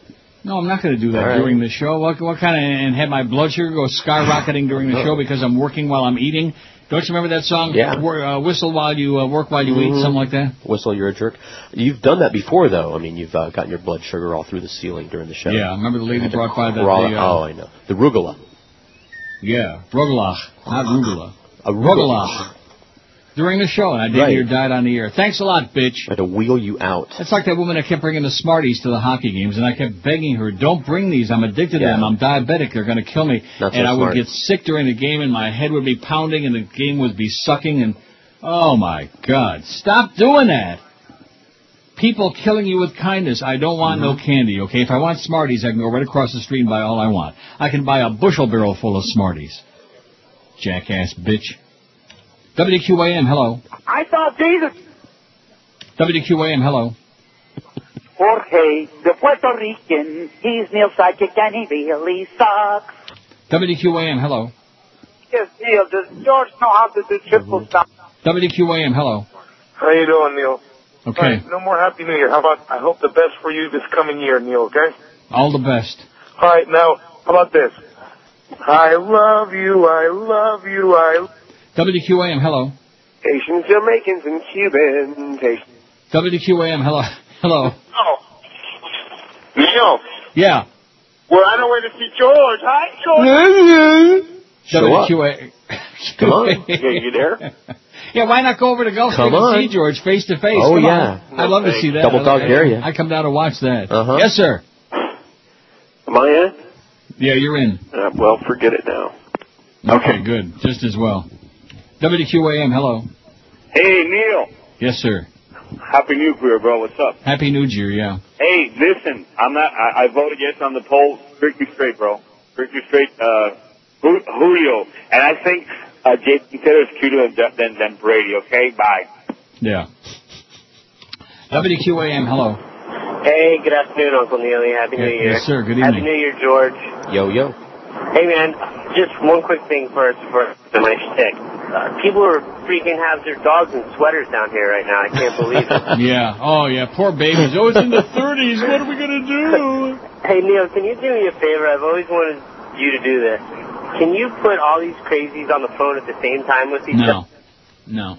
Speaker 4: No, I'm not going to do that
Speaker 5: All right.
Speaker 4: during the show. What, what kind of and have my blood sugar go skyrocketing during the
Speaker 5: No.
Speaker 4: show because I'm working while I'm eating? Don't you remember that song?
Speaker 5: Yeah.
Speaker 4: Wor- uh, whistle while you uh, work while you eat,
Speaker 5: Mhm.
Speaker 4: something like that.
Speaker 5: Whistle, you're a jerk. You've done that before, though. I mean, you've uh, gotten your blood sugar all through the ceiling during the show.
Speaker 4: Yeah, I remember the lady
Speaker 5: You had to
Speaker 4: brought by the-
Speaker 5: crawl-
Speaker 4: the, uh,
Speaker 5: oh, I know. The rugula.
Speaker 4: Yeah, rugalach, not rugula.
Speaker 5: A
Speaker 4: Rugalach. During the show, and I did
Speaker 5: Right.
Speaker 4: hear died on the air. Thanks a lot, bitch.
Speaker 5: I had to wheel you out.
Speaker 4: It's like that woman that kept bringing the Smarties to the hockey games, and I kept begging her, "Don't bring these. I'm addicted to
Speaker 5: Yeah.
Speaker 4: them. I'm diabetic. They're going to kill me."
Speaker 5: Not so
Speaker 4: and I would
Speaker 5: smart.
Speaker 4: get sick during the game, and my head would be pounding, and the game would be sucking, and oh my God, stop doing that! People killing you with kindness. I don't want no
Speaker 5: Mm-hmm.
Speaker 4: candy. Okay, if I want Smarties, I can go right across the street and buy all I want. I can buy a bushel barrel full of Smarties. Jackass bitch. WQAM, hello.
Speaker 18: I thought Jesus,
Speaker 4: WQAM, hello.
Speaker 18: Jorge, the Puerto Rican, he's Neil Psychic and he really sucks.
Speaker 4: WQAM, hello.
Speaker 18: Yes, Neil, does George know how to do triple stop?
Speaker 4: WQAM, hello.
Speaker 3: How you doing, Neil?
Speaker 4: Okay.
Speaker 3: All right, no more Happy New Year. How about I hope the best for you this coming year, Neil, okay?
Speaker 4: All the best.
Speaker 3: All right, now, how about this? I love you, I love you, I...
Speaker 4: WQAM, hello.
Speaker 3: Asians, Jamaicans, and Cubans, Asians...
Speaker 4: WQAM, hello. Hello.
Speaker 3: Oh. Neil,
Speaker 4: Yeah.
Speaker 3: we're on our way to see George. Hi,
Speaker 6: Show up.
Speaker 4: WQA.
Speaker 6: Come on.
Speaker 3: Yeah, you there?
Speaker 4: yeah, why not go over to Gulf
Speaker 6: Come
Speaker 4: Stream and
Speaker 6: on.
Speaker 4: see George face to face?
Speaker 5: Oh,
Speaker 4: Come
Speaker 5: yeah.
Speaker 4: on. I'd love to see that.
Speaker 5: Double
Speaker 4: I-
Speaker 5: dog dare ya.
Speaker 4: I come down to watch that. Uh-huh. Yes, sir.
Speaker 3: Am I in?
Speaker 4: Yeah, you're in.
Speaker 3: Uh, well, forget it now.
Speaker 4: Okay, good. Just as well. WQAM, hello.
Speaker 3: Hey, Neil.
Speaker 4: Yes, sir.
Speaker 3: Happy New Year, bro. What's up?
Speaker 4: Happy New Year, yeah.
Speaker 3: Hey, listen, I'm not. I, I voted yes on the poll. Strictly straight, bro. Strictly straight. Uh, Ju- Julio, and I think uh, Jason Taylor is cuter than, than than Brady. Okay, bye.
Speaker 4: Yeah. WQAM, hello.
Speaker 7: Hey, good afternoon, Uncle Neely. Happy
Speaker 4: Yeah,
Speaker 7: New Year.
Speaker 4: yes, sir. Good
Speaker 7: Happy
Speaker 4: evening.
Speaker 7: New Year, George.
Speaker 5: Yo, yo.
Speaker 7: Hey, man, just one quick thing first for my shtick. Uh, people are freaking have their dogs in sweaters down here right now. I can't believe it.
Speaker 4: yeah. Oh, yeah. Poor babies. Oh, it's in the 30s. What are we going to do?
Speaker 7: Hey, Neil, can you do me a favor? I've always wanted you to do this. Can you put all these crazies on the phone at the same time with each
Speaker 4: No. No.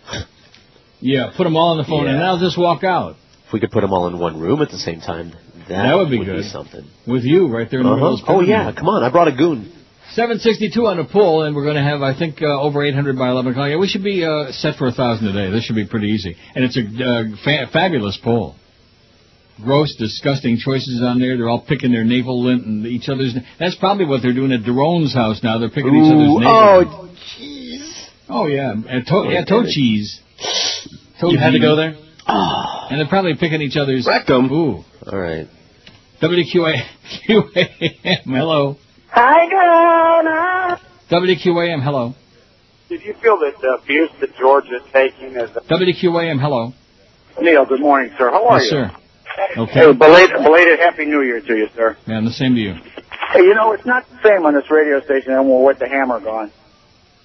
Speaker 4: Yeah, put them all on the phone, and I'll just walk out
Speaker 5: If we could put them all in one room at the same time, that,
Speaker 4: That would be good.
Speaker 5: something.
Speaker 4: with you right there in the middle
Speaker 5: Uh-huh.
Speaker 4: of this
Speaker 5: Oh,
Speaker 4: pyramid.
Speaker 5: yeah. Come on. I brought a goon.
Speaker 4: 762 on the poll, and we're going to have, I think, uh, over 800 by 11 o'clock. Yeah, we should be uh, set for 1,000 today. This should be pretty easy. And it's a uh, fa- fabulous poll. Gross, disgusting choices on there. They're all picking their navel lint and each other's. That's probably what they're doing at Darone's house now. They're picking each other's
Speaker 5: Ooh,
Speaker 4: navel.
Speaker 5: oh,
Speaker 4: Oh, yeah. And to- yeah, toe cheese. Toe
Speaker 2: You had to
Speaker 4: cheese.
Speaker 2: go there?
Speaker 4: And they're probably picking each other's.
Speaker 5: Rectum.
Speaker 4: Ooh.
Speaker 5: All right.
Speaker 4: WQA, QAM, hello.
Speaker 6: Hi, Donna.
Speaker 4: WQAM, hello.
Speaker 7: Did you feel that the abuse that George is taking is
Speaker 4: WQAM, hello.
Speaker 7: Neil, good morning, sir. How are
Speaker 4: yes,
Speaker 7: you?
Speaker 4: sir. Okay.
Speaker 7: Hey, belated, belated Happy New Year to you, sir.
Speaker 4: Man, the same to you.
Speaker 7: Hey, you know, it's not the same on this radio station and we're with the hammer gone.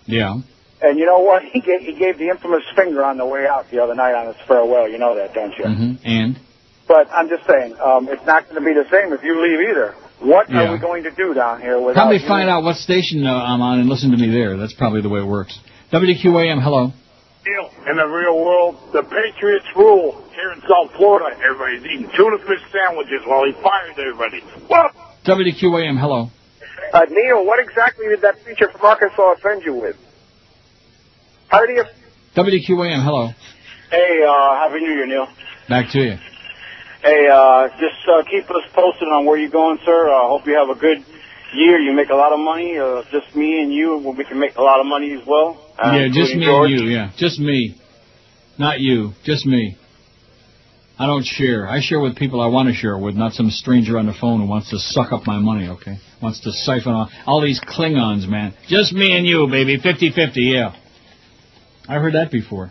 Speaker 4: Yeah.
Speaker 7: And you know what? He gave, he gave the infamous finger on the way out the other night on his farewell. You know that, don't you?
Speaker 4: hmm And
Speaker 7: But I'm just saying, um, it's not going to be the same if you leave either. What
Speaker 4: Yeah.
Speaker 7: are we going to do down here without
Speaker 4: probably
Speaker 7: you?
Speaker 4: find out what station uh, I'm on and listen to me there. That's probably the way it works. WQAM, hello.
Speaker 13: deal in the real world. The Patriots rule here in South Florida. Everybody's eating tuna fish sandwiches while he fires everybody. What?
Speaker 4: WQAM, hello.
Speaker 26: Uh, Neil, what exactly did that preacher from Arkansas offend you with? How did he?
Speaker 4: WQAM, hello.
Speaker 7: Hey, uh, Happy New Year, Neil.
Speaker 4: Back to you.
Speaker 7: Hey, uh, just uh, keep us posted on where you're going, sir. I uh, hope you have a good year. You make a lot of money. Uh, just me and you, we can make a lot of money as well. Uh,
Speaker 4: yeah, just
Speaker 7: including
Speaker 4: me
Speaker 7: George.
Speaker 4: and you. Yeah, just me. Not you. Just me. I don't share. I share with people I want to share with, not some stranger on the phone who wants to suck up my money, okay? Wants to siphon off all these Klingons, man. Just me and you, baby. fifty-fifty. yeah. I've heard that before.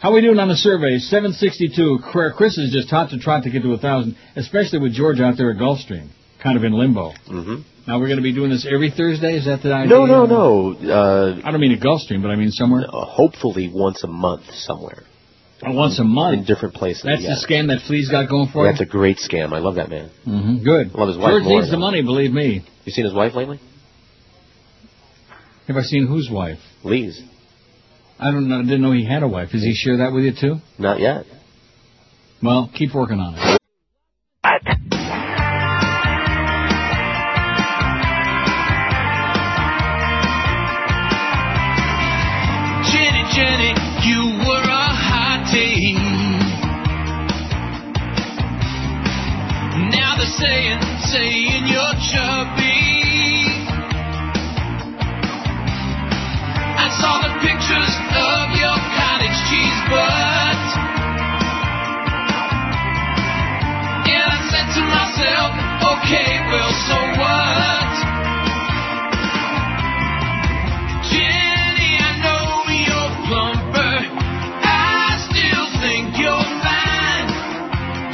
Speaker 4: How we doing on the survey? 762. Cra- Chris is just top to trot to get to a 1,000, especially with George out there at Gulfstream, kind of in limbo.
Speaker 5: Mm-hmm.
Speaker 4: Now we're going to be doing this every Thursday? Is that the idea?
Speaker 5: No, no, no. Uh,
Speaker 4: um, I don't mean a Gulfstream, but I mean somewhere.
Speaker 5: hopefully, once a month somewhere.
Speaker 4: Oh, Once a month?
Speaker 5: in different places.
Speaker 4: That's
Speaker 5: yeah.
Speaker 4: the scam that Flea's got going for
Speaker 5: That's
Speaker 4: you?
Speaker 5: a great scam. I love that man.
Speaker 4: hmm Good.
Speaker 5: I love his wife
Speaker 4: George
Speaker 5: more
Speaker 4: needs the
Speaker 5: now.
Speaker 4: money, believe me.
Speaker 5: You seen his wife lately?
Speaker 4: Have I seen whose wife?
Speaker 5: Lee's.
Speaker 4: I don't know. Didn't know he had a wife. Does he share that with you too?
Speaker 5: Not yet.
Speaker 4: Well, keep working on it.
Speaker 3: Jenny, Jenny, you were a hottie. Now they're saying, saying you're chubby. I saw the pictures of your cottage cheese butt. And I said to myself, okay, well, so what? Jenny, I know you're plumper. I still think you're fine.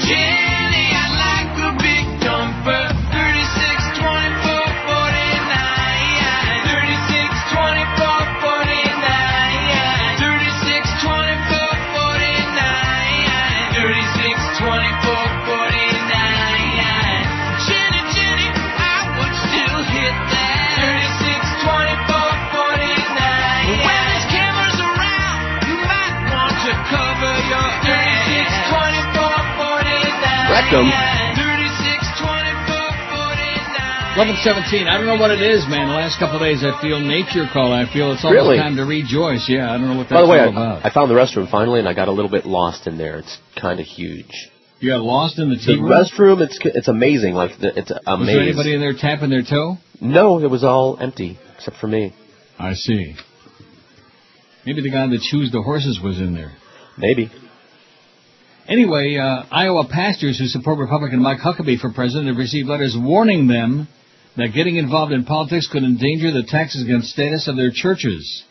Speaker 3: Jenny, I like a big dumper. 36, 24, 49. 36, 24, 49. 36, 24, 49. 36, 24, 49. Jenny, Jenny, I would still hit that. 36, 24, 49. When there's cameras around, you might want to cover your 36, 24, 49. 36,
Speaker 5: Rectum.
Speaker 4: 1117. I don't know what it is, man. The last couple of days I feel nature call. I feel it's almost
Speaker 5: Really?
Speaker 4: time to rejoice. Yeah, I don't know what that's
Speaker 5: By the way,
Speaker 4: all about.
Speaker 5: I, I found the restroom finally, and I got a little bit lost in there. It's kind of huge.
Speaker 4: You got lost in the
Speaker 5: The
Speaker 4: tea room?
Speaker 5: restroom, it's it's amazing. Like the, it's amazing.
Speaker 4: Was there anybody in there tapping their toe?
Speaker 5: No, it was all empty except for me.
Speaker 4: I see. Maybe the guy that chews the horses was in there.
Speaker 5: Maybe.
Speaker 4: Anyway, uh, Iowa pastors who support Republican Mike Huckabee for president have received letters warning them that getting involved in politics could endanger the tax exempt status of their churches.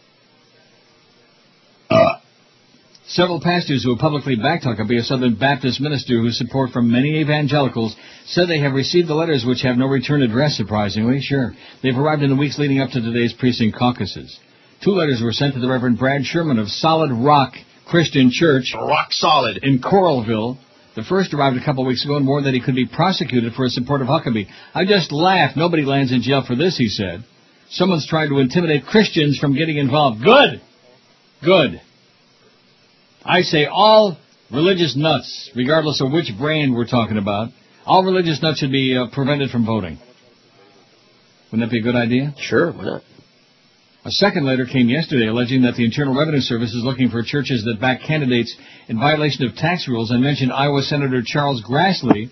Speaker 4: Several pastors who have publicly backed Huckabee, a Southern Baptist minister who has support from many evangelicals, said they have received the letters which have no return address, surprisingly. Sure. They've arrived in the weeks leading up to today's precinct caucuses. Two letters were sent to the Reverend Brad Sherman of Solid Rock Christian Church. Rock Solid. In Coralville. The first arrived a couple weeks ago and warned that he could be prosecuted for his support of Huckabee. I just laugh. Nobody lands in jail for this, he said. Someone's trying to intimidate Christians from getting involved. Good! Good. I say all religious nuts, regardless of which brand we're talking about, all religious nuts should be uh, prevented from voting. Wouldn't that be a good idea?
Speaker 5: Sure, why not?
Speaker 4: A second letter came yesterday alleging that the Internal Revenue Service is looking for churches that back candidates in violation of tax rules and mentioned Iowa Senator Charles Grassley,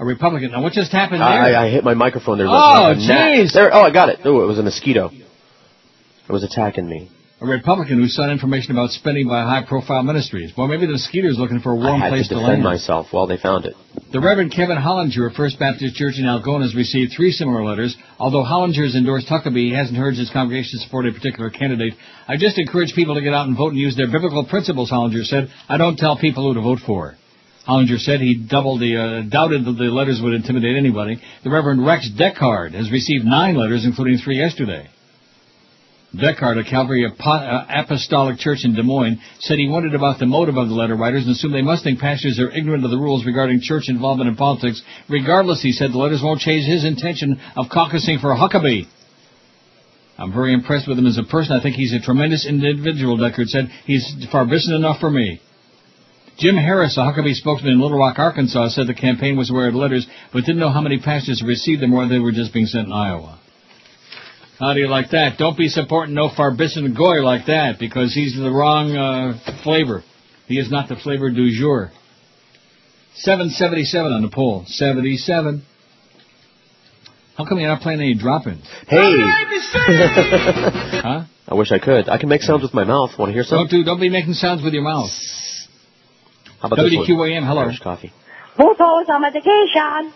Speaker 4: a Republican. Now, what just happened there?
Speaker 5: I, I, I hit my microphone there.
Speaker 4: Oh,
Speaker 5: Nah.
Speaker 4: jeez.
Speaker 5: There- Oh, I got it. Oh, it was a mosquito. It was attacking me.
Speaker 4: a Republican who sought information about spending by high-profile ministries. Well, maybe the Skeeter's looking for a warm
Speaker 5: I had
Speaker 4: place
Speaker 5: to
Speaker 4: land.
Speaker 5: defend myself. Well, they found it.
Speaker 4: The Reverend Kevin Hollinger of First Baptist Church in Algona has received three similar letters. Although Hollinger has endorsed Huckabee, he hasn't urged his congregation to support a particular candidate. I just encourage people to get out and vote and use their biblical principles, Hollinger said. I don't tell people who to vote for. Hollinger said he doubled the, uh, doubted that the letters would intimidate anybody. The Reverend Rex Deckard has received nine letters, including three yesterday. Deckard, a Calvary Apo- uh, Apostolic Church in Des Moines, said he wondered about the motive of the letter writers and assumed they must think pastors are ignorant of the rules regarding church involvement in politics. Regardless, he said, the letters won't change his intention of caucusing for Huckabee. I'm very impressed with him as a person. I think he's a tremendous individual, Deckard said. He's far-distant enough for me. Jim Harris, a Huckabee spokesman in Little Rock, Arkansas, said the campaign was aware of letters, but didn't know how many pastors received them or they were just being sent in Iowa. How do you like that? Don't be supporting no Farbison Goy like that because he's the wrong uh, flavor. He is not the flavor du jour. 777 on the poll. 77. How come you're not playing any drop-ins?
Speaker 5: Hey!
Speaker 4: Huh?
Speaker 5: I wish I could. I can make sounds with my mouth. Want to hear some?
Speaker 4: Don't do. Don't be making sounds with your mouth.
Speaker 5: How about this one?
Speaker 4: WQAM, hello.
Speaker 5: Irish coffee.
Speaker 10: Bootholes on medication.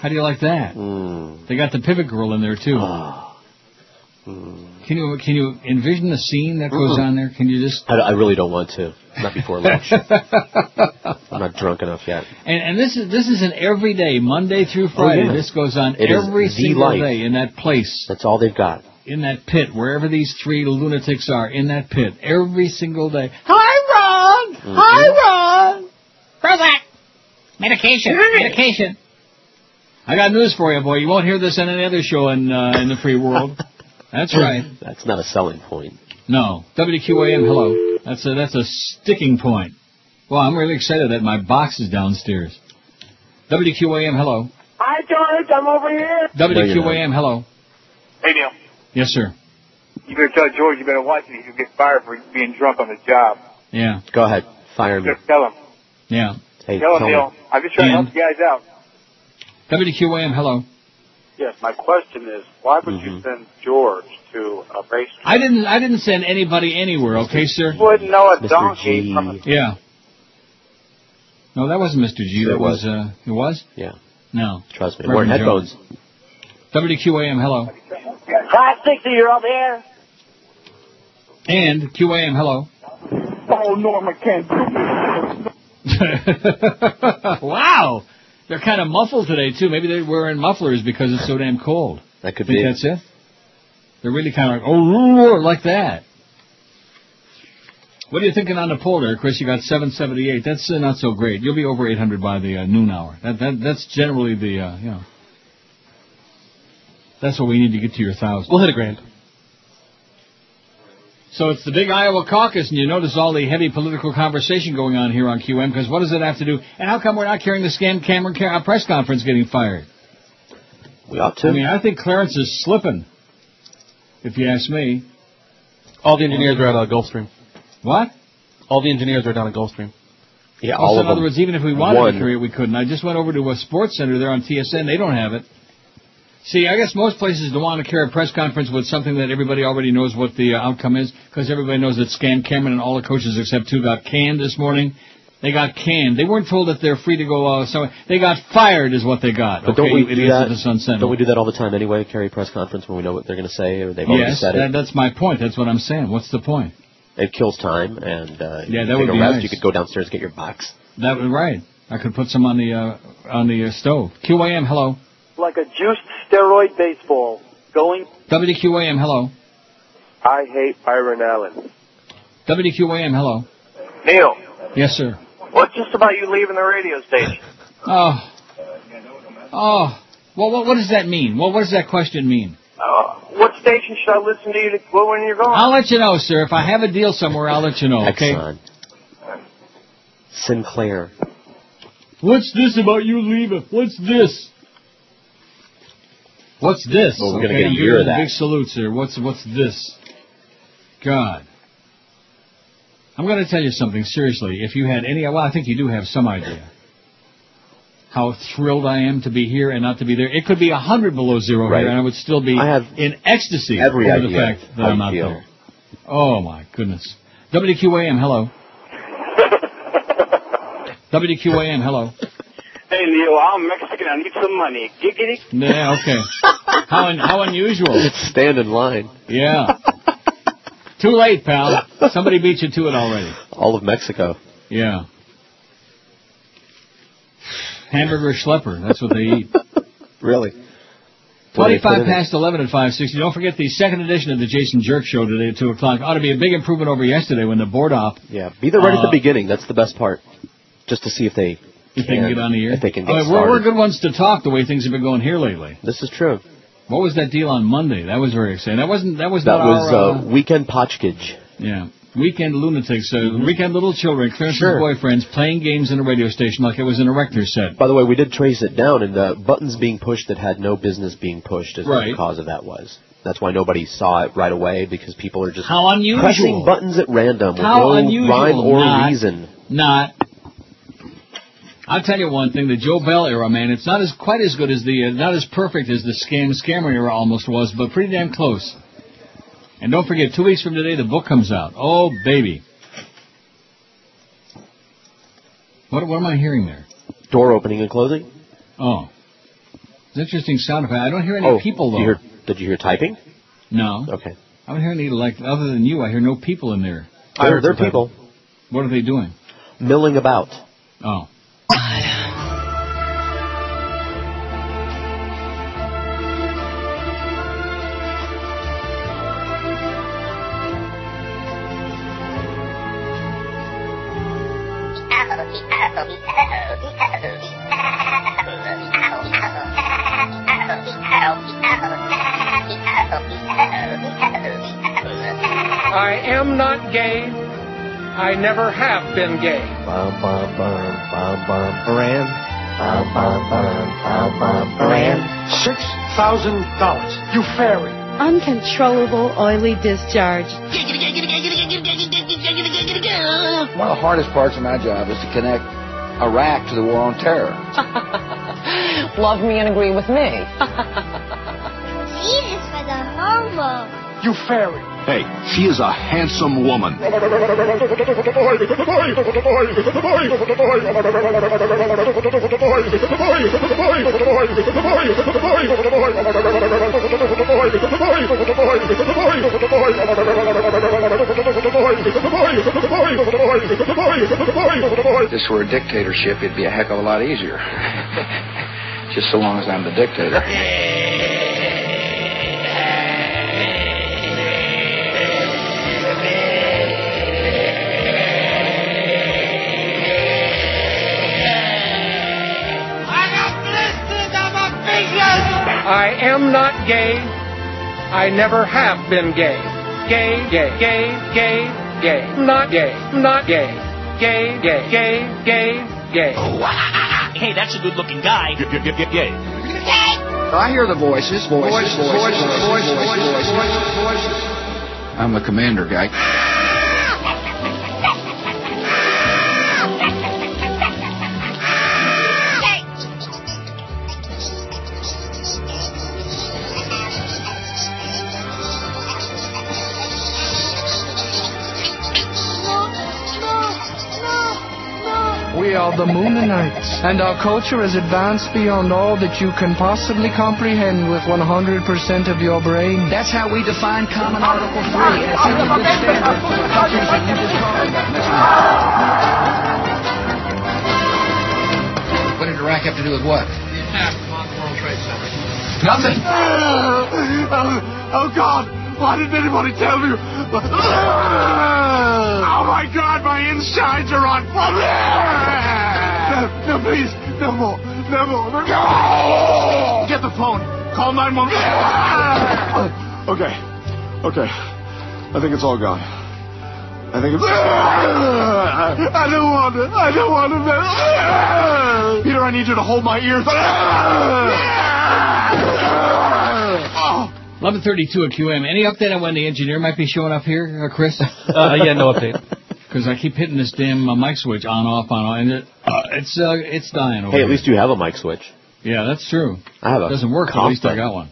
Speaker 4: How do you like that?
Speaker 5: Hmm.
Speaker 4: They got the pivot girl in there too.
Speaker 5: Ah.
Speaker 4: Can you can you envision the scene that goes
Speaker 5: Mm-mm.
Speaker 4: on there? Can you just
Speaker 5: I, I really don't want to. Not before lunch. I'm not drunk enough yet.
Speaker 4: and, and this is this is an everyday Monday through Friday.
Speaker 5: Oh, yeah.
Speaker 4: This goes on
Speaker 5: It is
Speaker 4: every
Speaker 5: the
Speaker 4: single
Speaker 5: life.
Speaker 4: day in that place.
Speaker 5: That's all they've got.
Speaker 4: in that pit, wherever these three lunatics are, in that pit, every single day.
Speaker 10: Hi, Ron.
Speaker 4: Mhm.
Speaker 10: Hi, Ron. Prozac.
Speaker 4: Medication. Medication. I got news for you, boy. You won't hear this on any other show in uh, in the free world. That's right.
Speaker 5: That's not a selling point.
Speaker 4: No. WQAM, hello. That's a, that's a sticking point. Well, I'm really excited that my box is downstairs. WQAM, hello.
Speaker 10: Hi, George. I'm over here.
Speaker 4: WQAM, hello.
Speaker 13: Hey, Neil.
Speaker 4: Yes, sir.
Speaker 13: You better tell George you better watch it. He'll get fired for being drunk on the job.
Speaker 4: Yeah.
Speaker 5: Go ahead. Fire me.
Speaker 13: Just tell him.
Speaker 4: Yeah.
Speaker 5: Hey,
Speaker 13: tell him,
Speaker 5: tell
Speaker 13: Neil.
Speaker 5: me.
Speaker 13: I'm just trying
Speaker 4: Ian.
Speaker 13: to help you guys out.
Speaker 4: WQAM, hello.
Speaker 13: Yes, my question is, why would you send George to a race?
Speaker 4: I didn't I didn't send anybody anywhere, okay, sir?
Speaker 13: Wouldn't know a
Speaker 4: Mr.
Speaker 13: donkey
Speaker 4: G.
Speaker 13: from a...
Speaker 4: Yeah. No, that wasn't Mr. G.
Speaker 5: Sure
Speaker 4: that
Speaker 5: it
Speaker 4: was,
Speaker 5: was.
Speaker 4: uh, it was?
Speaker 5: Yeah.
Speaker 4: No.
Speaker 5: Trust me.
Speaker 4: Reverend
Speaker 5: Wearing headphones.
Speaker 4: Jones. WQAM, hello.
Speaker 10: Hi, Sixty. You're over here.
Speaker 4: And QAM, hello.
Speaker 10: Oh, Norma can't
Speaker 4: wow. They're kind of muffled today, too. Maybe they're wearing mufflers because it's so damn cold.
Speaker 5: That could
Speaker 4: Think
Speaker 5: be.
Speaker 4: that's it? They're really kind of like, oh, like that. What are you thinking on the poll there, Chris? You got 778. That's uh, not so great. You'll be over 800 by the uh, noon hour. That, that That's generally the, uh, you know, that's what we need to get to your 1,000. We'll hit a grand. So it's the big Iowa caucus, and you notice all the heavy political conversation going on here on QM, because what does it have to do? And how come we're not carrying the scam Cameron Car- uh, press conference getting fired?
Speaker 5: We ought to.
Speaker 4: I mean, I think Clarence is slipping, if you ask me. All the
Speaker 2: engineers are at uh, Gulfstream.
Speaker 4: What?
Speaker 2: All the engineers are down at Gulfstream.
Speaker 5: Yeah,
Speaker 4: Also, in other words, even if we wanted
Speaker 2: One.
Speaker 4: to carry it, we couldn't. I just went over to a sports center there on TSN. They don't have it. See, I guess most places don't want to carry a press conference with something that everybody already knows what the uh, outcome is, because everybody knows that Scam Cameron and all the coaches except two got canned this morning. They got canned. They weren't told that they're free to go uh, somewhere. They got fired, is what they got.
Speaker 5: But
Speaker 4: okay,
Speaker 5: don't
Speaker 4: you
Speaker 5: we do
Speaker 4: idiots of
Speaker 5: that?
Speaker 4: the Sun Sentinel.
Speaker 5: Don't we do that all the time anyway? Carry a press conference when we know what they're going to say or they've already
Speaker 4: yes,
Speaker 5: said
Speaker 4: that,
Speaker 5: it.
Speaker 4: that's my point. That's what I'm saying. What's the point?
Speaker 5: It kills time and uh,
Speaker 4: Yeah, that
Speaker 5: you take
Speaker 4: would
Speaker 5: a
Speaker 4: be
Speaker 5: rest.
Speaker 4: nice.
Speaker 5: You could go downstairs and get your box.
Speaker 4: That was right. I could put some on the uh, on the uh, stove. QAM, hello.
Speaker 14: Like a juiced steroid baseball going.
Speaker 4: WQAM, hello.
Speaker 14: I hate Byron Allen.
Speaker 4: WQAM, hello.
Speaker 13: Neil,
Speaker 4: Yes, sir.
Speaker 13: what's just about you leaving the radio station?
Speaker 4: Oh. Oh. Well, what, what does that mean? Well, what does that question mean?
Speaker 13: Uh, what station should I listen to you to, when you're going?
Speaker 4: I'll let you know, sir. If I have a deal somewhere, I'll let you know, okay?
Speaker 5: Exxon. Sinclair.
Speaker 4: What's this about you leaving? What's this? What's this?
Speaker 5: Well, we're gonna
Speaker 4: Okay,
Speaker 5: get a
Speaker 4: I'm
Speaker 5: year of
Speaker 4: giving
Speaker 5: that.
Speaker 4: a Big salute, sir. What's what's this? God. I'm going to tell you something seriously. If you had any, well, I think you do have some idea how thrilled I am to be here and not to be there. It could be a hundred below zero
Speaker 5: Right.
Speaker 4: here, and I would still be in ecstasy
Speaker 5: every
Speaker 4: over the
Speaker 5: idea
Speaker 4: fact that
Speaker 5: how
Speaker 4: I'm
Speaker 5: you
Speaker 4: not
Speaker 5: feel.
Speaker 4: there. Oh my goodness. WQAM, hello. WQAM, hello.
Speaker 13: Hey, Neil, I'm Mexican. I need some money. Giggity.
Speaker 4: Yeah, okay. How un- how unusual.
Speaker 5: Stand in line.
Speaker 4: Yeah. Too late, pal. Somebody beat you to it already.
Speaker 5: All of Mexico.
Speaker 4: Yeah. Hamburger schlepper. That's what they eat.
Speaker 5: Really?
Speaker 4: 25
Speaker 5: past.
Speaker 4: past 11 at 560. Don't forget the second edition of the Jason Jerk Show today at 2 o'clock. Ought to be a big improvement over yesterday when the board op.
Speaker 5: Yeah, Be there right at
Speaker 4: Uh,
Speaker 5: the beginning. That's the best part. Just to see if they
Speaker 4: If they can get on the air.
Speaker 5: If they can get
Speaker 4: Uh, we're,
Speaker 5: started.
Speaker 4: we're good ones to talk the way things have been going here lately.
Speaker 5: This is true.
Speaker 4: What was that deal on Monday? That was very exciting. That wasn't. That was
Speaker 5: that
Speaker 4: not
Speaker 5: was
Speaker 4: our,
Speaker 5: uh, weekend potchkage.
Speaker 4: Yeah. Weekend lunatics, uh, weekend little children, Clarence's
Speaker 5: Mm-hmm. Sure.
Speaker 4: boyfriends playing games in a radio station like it was an erector set.
Speaker 5: By the way, we did trace it down, and the buttons being pushed that had no business being pushed is what
Speaker 4: Right.
Speaker 5: the cause of that was. That's why nobody saw it right away because people are just
Speaker 4: How unusual.
Speaker 5: pressing buttons at random with
Speaker 4: How
Speaker 5: no
Speaker 4: unusual.
Speaker 5: rhyme or
Speaker 4: Not-
Speaker 5: reason.
Speaker 4: Not. I'll tell you one thing: the Joe Bell era, man, it's not as quite as good as the, uh, not as perfect as the scam scammer era almost was, but pretty damn close. And don't forget, two weeks from today, the book comes out. Oh baby. What what am I hearing there?
Speaker 5: Door opening and closing.
Speaker 4: Oh, it's an interesting sound effect. I don't hear any
Speaker 5: oh,
Speaker 4: people though.
Speaker 5: did you, hear, did you hear typing?
Speaker 4: No.
Speaker 5: Okay.
Speaker 4: I don't hear any like other than you. I hear no people in there.
Speaker 5: There- there are people.
Speaker 4: What are they doing?
Speaker 5: Milling about.
Speaker 4: Oh.
Speaker 10: I am not gay. I never have been gay.
Speaker 5: Bum, bum, bum, bum, bum, bram. Bum, bum, bum, bum, bum, bram.
Speaker 10: Six thousand dollars. You fairy.
Speaker 27: Uncontrollable oily discharge.
Speaker 7: One of the hardest parts of my job is to connect Iraq to the war on terror.
Speaker 28: Love me and agree with me.
Speaker 8: Jesus for the homo.
Speaker 7: You fairy.
Speaker 6: Hey, she is a handsome woman.
Speaker 7: If this were a dictatorship, it'd be a heck of a lot easier. Just so long as I'm the dictator.
Speaker 10: I am not gay. I never have been gay. Gay, gay, gay, gay, gay. Not gay. Not gay. Gay, gay, gay, gay, gay. Hey, that's a good-looking guy. Gay.
Speaker 7: I hear the voices, voices, voices, voices, voices, voices, voices, voices. I'm the commander guy.
Speaker 29: We are the Moonanites, and our culture is advanced beyond all that you can possibly comprehend with 100% of your brain. Ah, That's how we define Common Article 3. ah,
Speaker 7: What did Iraq have to do with what?
Speaker 3: Nothing. Oh, oh God! Why didn't anybody tell me? Oh my God! My insides are on fire! No, no, please, no more, no more, no more! Get the phone. Call 911. Okay, okay. I think it's all gone. I think it's. I don't want to. I don't want to. Peter, I need you to hold my ears. Oh.
Speaker 4: 1132 at QM. Any update on when the engineer might be showing up here, uh, Chris?
Speaker 30: Uh, yeah, no update.
Speaker 4: Because I keep hitting this damn uh, mic switch on, off, on, off, and it, Uh, it's uh, it's dying. Over
Speaker 5: Hey, at
Speaker 4: here.
Speaker 5: least you have a mic switch.
Speaker 4: Yeah, that's true.
Speaker 5: I have a.
Speaker 4: doesn't work. but At
Speaker 5: comp
Speaker 4: least I
Speaker 5: button.
Speaker 4: got one.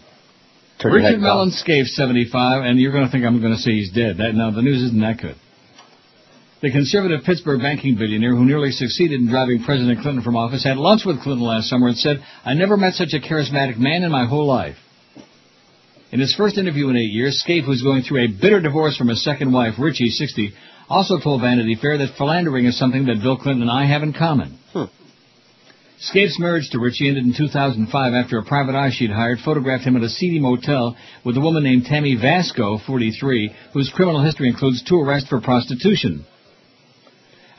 Speaker 5: Turn your
Speaker 4: Richard
Speaker 5: head down.
Speaker 4: Melonscape, 75, and you're going to think I'm going to say he's dead. That No, the news isn't that good. The conservative Pittsburgh banking billionaire who nearly succeeded in driving President Clinton from office had lunch with Clinton last summer and said, I never met such a charismatic man in my whole life. In his first interview in eight years, Scape, who's going through a bitter divorce from his second wife, Richie, 60, also told Vanity Fair that philandering is something that Bill Clinton and I have in common.
Speaker 5: Hmm.
Speaker 4: Scape's marriage to Richie ended in 2005 after a private eye she'd hired photographed him at a seedy motel with a woman named Tammy Vasco, 43, whose criminal history includes two arrests for prostitution.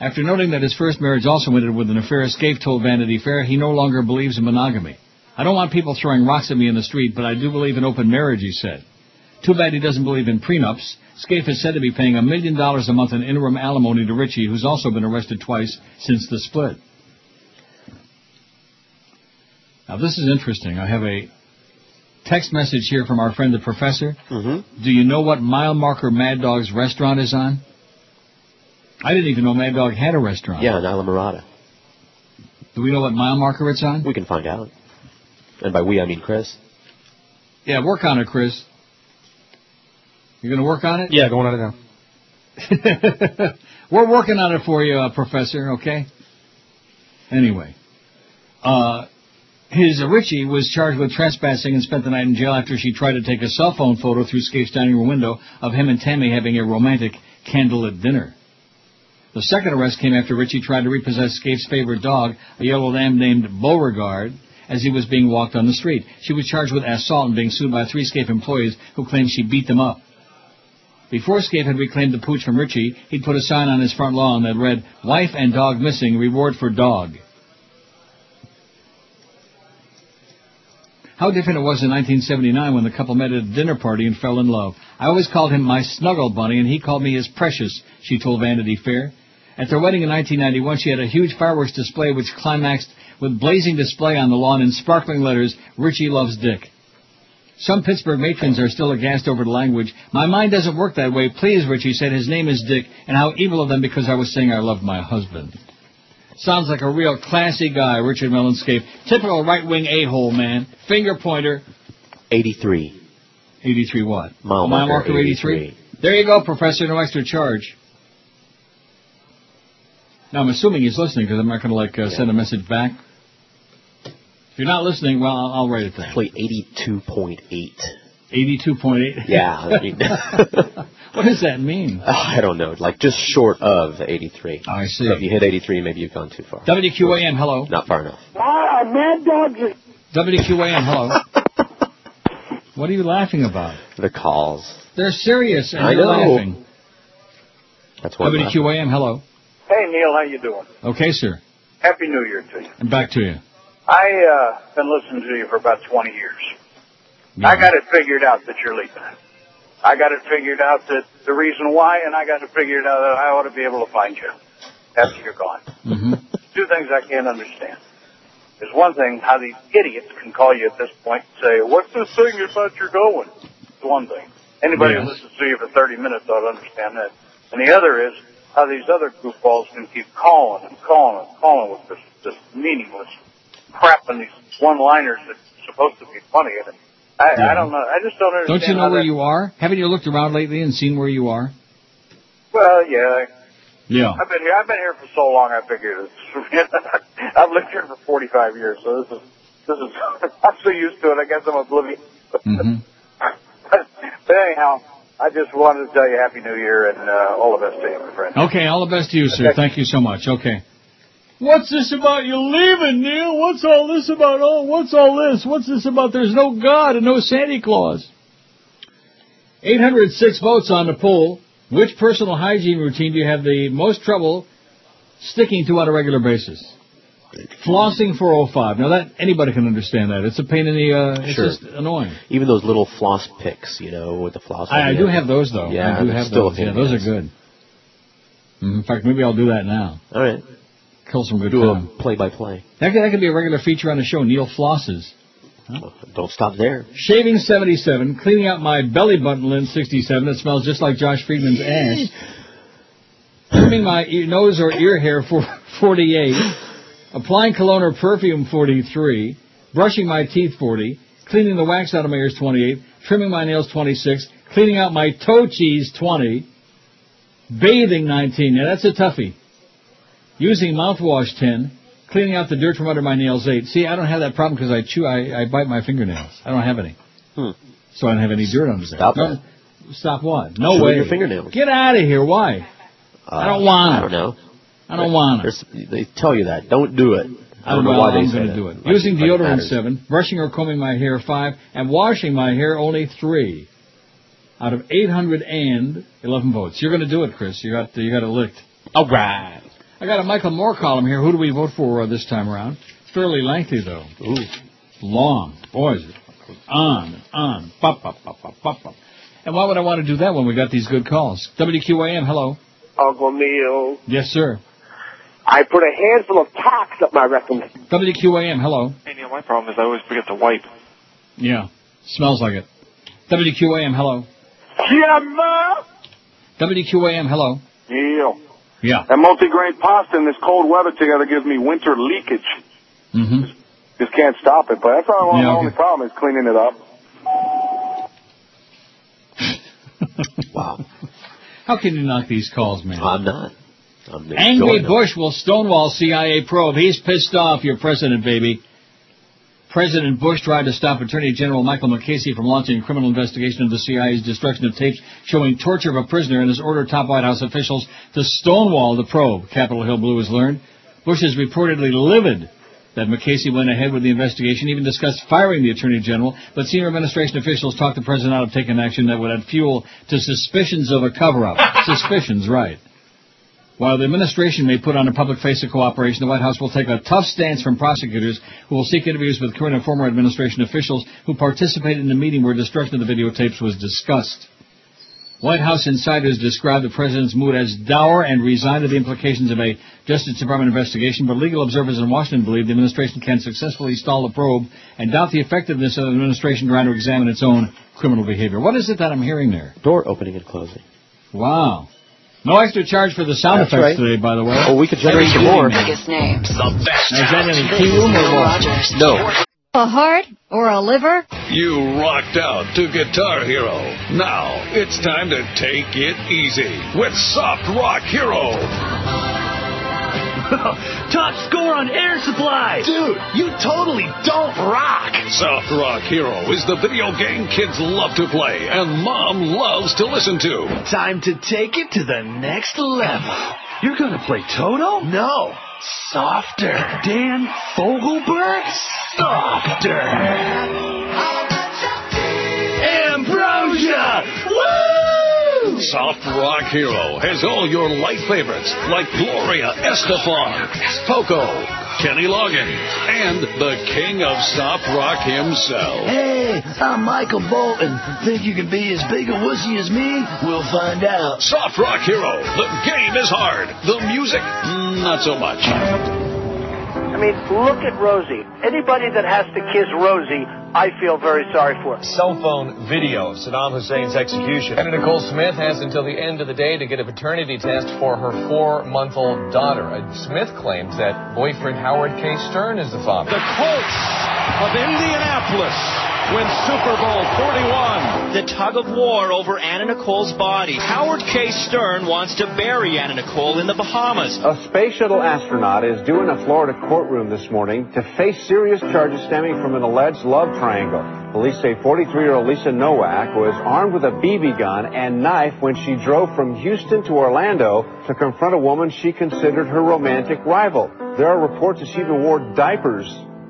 Speaker 4: After noting that his first marriage also ended with an affair, Scape told Vanity Fair he no longer believes in monogamy. I don't want people throwing rocks at me in the street, but I do believe in open marriage, he said. Too bad he doesn't believe in prenups. Scafe is said to be paying a million dollars a month in interim alimony to Richie, who's also been arrested twice since the split. Now, this is interesting. I have a text message here from our friend the professor. Mm-hmm. Do you know what mile marker Mad Dog's restaurant is on? I didn't even know Mad Dog had a restaurant.
Speaker 5: Yeah, an Isla Mirada.
Speaker 4: Do we know what mile marker it's on?
Speaker 5: We can find out. And by we, I mean Chris.
Speaker 4: Yeah, work on it, Chris. You're going to work on it?
Speaker 2: Yeah, going on it now.
Speaker 4: We're working on it for you, uh, Professor, okay? Anyway. Uh, his uh, Richie was charged with trespassing and spent the night in jail after she tried to take a cell phone photo through Scape's dining room window of him and Tammy having a romantic candlelit dinner. The second arrest came after Richie tried to repossess Scape's favorite dog, a yellow lamb named Beauregard, as he was being walked on the street. She was charged with assault and being sued by three Scape employees who claimed she beat them up. Before Scape had reclaimed the pooch from Richie, he'd put a sign on his front lawn that read, Wife and dog missing, reward for dog. How different it was in 1979 when the couple met at a dinner party and fell in love. I always called him my snuggle bunny, and he called me his precious, she told Vanity Fair. At their wedding in 1991, she had a huge fireworks display which climaxed with blazing display on the lawn in sparkling letters, Richie loves Dick. Some Pittsburgh matrons are still aghast over the language. My mind doesn't work that way. Please, Richie said his name is Dick, and how evil of them because I was saying I love my husband. Sounds like a real classy guy, Richard Melonscape. Typical right wing a hole, man. Finger pointer.
Speaker 5: 83.
Speaker 4: 83 what?
Speaker 5: Mile
Speaker 4: Mile
Speaker 5: marker
Speaker 4: marker 83. There you go, Professor. No extra charge. Now, I'm assuming he's listening because I'm not going to like uh, send a message back. If you're not listening, well, I'll, I'll write it down.
Speaker 5: Actually, 82.8.
Speaker 4: 82.8.
Speaker 5: Yeah. I mean,
Speaker 4: what does that mean?
Speaker 5: I don't know. Like just short of 83.
Speaker 4: I see.
Speaker 5: So if you hit 83, maybe you've gone too far.
Speaker 4: WQAM, hello.
Speaker 5: Not far enough.
Speaker 10: Ah, Mad Dog is
Speaker 4: WQAM, hello. what are you laughing about?
Speaker 5: The calls.
Speaker 4: They're serious and
Speaker 5: I
Speaker 4: you're
Speaker 5: know.
Speaker 4: laughing.
Speaker 5: That's what. I'm laughing.
Speaker 4: WQAM, hello.
Speaker 13: Hey Neil, how you doing?
Speaker 4: Okay, sir.
Speaker 13: Happy New Year to you.
Speaker 4: And back to you.
Speaker 13: I uh been listening to you for about 20 years. I got it figured out that you're leaving. I got it figured out that the reason why, and I got it figured out that I ought to be able to find you after you're gone. Two things I can't understand. Is one thing how these idiots can call you at this point and say, "What's this thing about you're going?" It's one thing. Anybody who
Speaker 1: Yes.
Speaker 13: listens to you for 30 minutes ought to understand that. And the other is how these other goofballs can keep calling and calling and calling with this this meaningless crap and these one-liners that's supposed to be funny. And I, I don't know. I just don't understand.
Speaker 4: Don't you know
Speaker 13: how
Speaker 4: where
Speaker 13: that-
Speaker 4: you are? Haven't you looked around lately and seen where you are?
Speaker 13: Well, yeah.
Speaker 4: Yeah.
Speaker 13: I've been here. I've been here for so long. I figured it's. I've lived here for 45 years, so this is this is. I'm so used to it. I guess I'm oblivious.
Speaker 4: Mm-hmm.
Speaker 13: But anyhow, I just wanted to tell you Happy New Year and uh, all the best to you, my friend.
Speaker 4: Okay, all the best to you, sir.
Speaker 13: Okay.
Speaker 4: Thank you so much. Okay.
Speaker 1: What's this about you leaving, Neil? What's all this about? Oh, what's all this? What's this about? There's no God and no Santa Claus.
Speaker 4: 806 votes on the poll. Which personal hygiene routine do you have the most trouble sticking to on a regular basis? Flossing 405. Now that anybody can understand that. It's a pain in the. Uh, it's
Speaker 5: Sure.
Speaker 4: just annoying.
Speaker 5: Even those little floss picks, you know, with the floss.
Speaker 4: I, I
Speaker 5: on the
Speaker 4: do
Speaker 5: end.
Speaker 4: have those though.
Speaker 5: Yeah,
Speaker 4: I do
Speaker 5: that's
Speaker 4: have
Speaker 5: still a
Speaker 4: those.
Speaker 5: pain
Speaker 4: Yeah,
Speaker 5: in
Speaker 4: those
Speaker 5: the
Speaker 4: are
Speaker 5: ass.
Speaker 4: good. Mm, In fact, maybe I'll do that now.
Speaker 5: All right.
Speaker 4: Kill some good
Speaker 5: Do
Speaker 4: time.
Speaker 5: a play-by-play.
Speaker 4: That could, that could be a regular feature on the show. Neil flosses.
Speaker 5: Don't stop there.
Speaker 4: Shaving 77, cleaning out my belly button lint 67 that smells just like Josh Friedman's ass. Trimming my ear, nose or ear hair for 48. applying cologne or perfume 43, brushing my teeth 40, cleaning the wax out of my ears 28, trimming my nails 26, cleaning out my toe cheese 20, bathing 19. Now that's a toughie. Using mouthwash 10, cleaning out the dirt from under my nails 8. See, I don't have that problem because I chew, I, I bite my fingernails. I don't have any.
Speaker 5: Hmm.
Speaker 4: So I don't have any dirt under there.
Speaker 5: Stop
Speaker 4: no,
Speaker 5: that.
Speaker 4: Stop what? No
Speaker 5: Chewing
Speaker 4: way.
Speaker 5: your fingernails. Uh,
Speaker 4: Get out of here. Why? I don't want
Speaker 5: I
Speaker 4: it.
Speaker 5: don't know.
Speaker 4: I don't want
Speaker 5: it. They tell you that. Don't do it. I don't know
Speaker 4: Well,
Speaker 5: why they
Speaker 4: I'm
Speaker 5: say
Speaker 4: gonna
Speaker 5: that.
Speaker 4: do it.
Speaker 5: Like-
Speaker 4: Using
Speaker 5: like it
Speaker 4: deodorant
Speaker 5: matters.
Speaker 4: seven, brushing or combing my hair five, and washing my hair only three, out of eight hundred and eleven votes. You're going to do it, Chris. You got you got it licked. All right. I got a Michael Moore column here. Who do we vote for uh, this time around? Fairly lengthy though. Ooh, long. Boy, is it goes on and on. Pop, pop, pop, pop, pop, pop. And why would I want to do that when we got these good calls? WQAM, hello.
Speaker 7: Uncle Neil,
Speaker 4: Yes, sir.
Speaker 7: I put a handful of packs up my rectum.
Speaker 4: WQAM, hello.
Speaker 13: Hey, Neil, my problem is I always forget to wipe.
Speaker 4: Yeah, smells like it. WQAM, hello.
Speaker 13: Yeah, man.
Speaker 4: WQAM, hello.
Speaker 13: Neil.
Speaker 4: Yeah.
Speaker 13: That multigrain pasta and this cold weather together gives me winter leakage.
Speaker 4: Mm-hmm.
Speaker 13: Just can't stop it, but that's not
Speaker 4: Yeah,
Speaker 13: the
Speaker 4: okay.
Speaker 13: only problem is cleaning it up.
Speaker 4: Wow. How can you knock these calls, man?
Speaker 5: I'm not. I'm
Speaker 4: Angry
Speaker 5: enjoying it.
Speaker 4: Bush will stonewall CIA probe. He's pissed off, your president, baby. President Bush tried to stop Attorney General Michael McCasey from launching a criminal investigation of the CIA's destruction of tapes showing torture of a prisoner and has ordered top White House officials to stonewall the probe, Capitol Hill Blue has learned. Bush is reportedly livid that McCasey went ahead with the investigation, even discussed firing the Attorney General, but senior administration officials talked the president out of taking action that would add fuel to suspicions of a cover-up. suspicions, right. While the administration may put on a public face of cooperation, the White House will take a tough stance from prosecutors who will seek interviews with current and former administration officials who participated in the meeting where destruction of the videotapes was discussed. White House insiders described the president's mood as dour and resigned to the implications of a Justice Department investigation, but legal observers in Washington believe the administration can successfully stall the probe and doubt the effectiveness of the administration trying to examine its own criminal behavior. What is it that I'm hearing there?
Speaker 5: Door opening and closing.
Speaker 4: Wow. No extra charge for the sound
Speaker 5: That's
Speaker 4: effects
Speaker 5: right.
Speaker 4: today, by the way.
Speaker 5: Oh, we could generate some more.
Speaker 4: Now,
Speaker 12: names. The best.
Speaker 4: is that in a key room or what?
Speaker 5: No.
Speaker 12: A heart or a liver? You rocked out to Guitar Hero. Now it's time to take it easy with Soft Rock Hero.
Speaker 10: Top score on Air Supply! Dude, you totally don't rock!
Speaker 12: Soft Rock Hero is the video game kids love to play and mom loves to listen to.
Speaker 10: Time to take it to the next level. You're gonna play Toto? No. Softer. Dan Fogelberg? Softer. Ambrosia! Woo!
Speaker 12: Soft Rock Hero has all your light favorites like Gloria Estefan, Poco, Kenny Loggin, and the king of soft rock himself.
Speaker 10: Hey, I'm Michael Bolton. Think you can be as big a wussy as me? We'll find out.
Speaker 12: Soft Rock Hero. The game is hard. The music, mm, not so much.
Speaker 31: I mean, look at Rosie. Anybody that has to kiss Rosie, I feel very sorry for.
Speaker 32: Cell phone video of Saddam Hussein's execution. And Nicole Smith has until the end of the day to get a paternity test for her four month old daughter. And Smith claims that boyfriend Howard K. Stern is the father. The Colts of Indianapolis win Super Bowl 41.
Speaker 33: The tug of war over Anna Nicole's body. Howard K. Stern wants to bury Anna Nicole in the Bahamas.
Speaker 34: A space shuttle astronaut is due in a Florida courtroom this morning to face serious charges stemming from an alleged love triangle. Police say 43-year-old Lisa Nowak was armed with a BB gun and knife when she drove from Houston to Orlando to confront a woman she considered her romantic rival. There are reports that she even wore diapers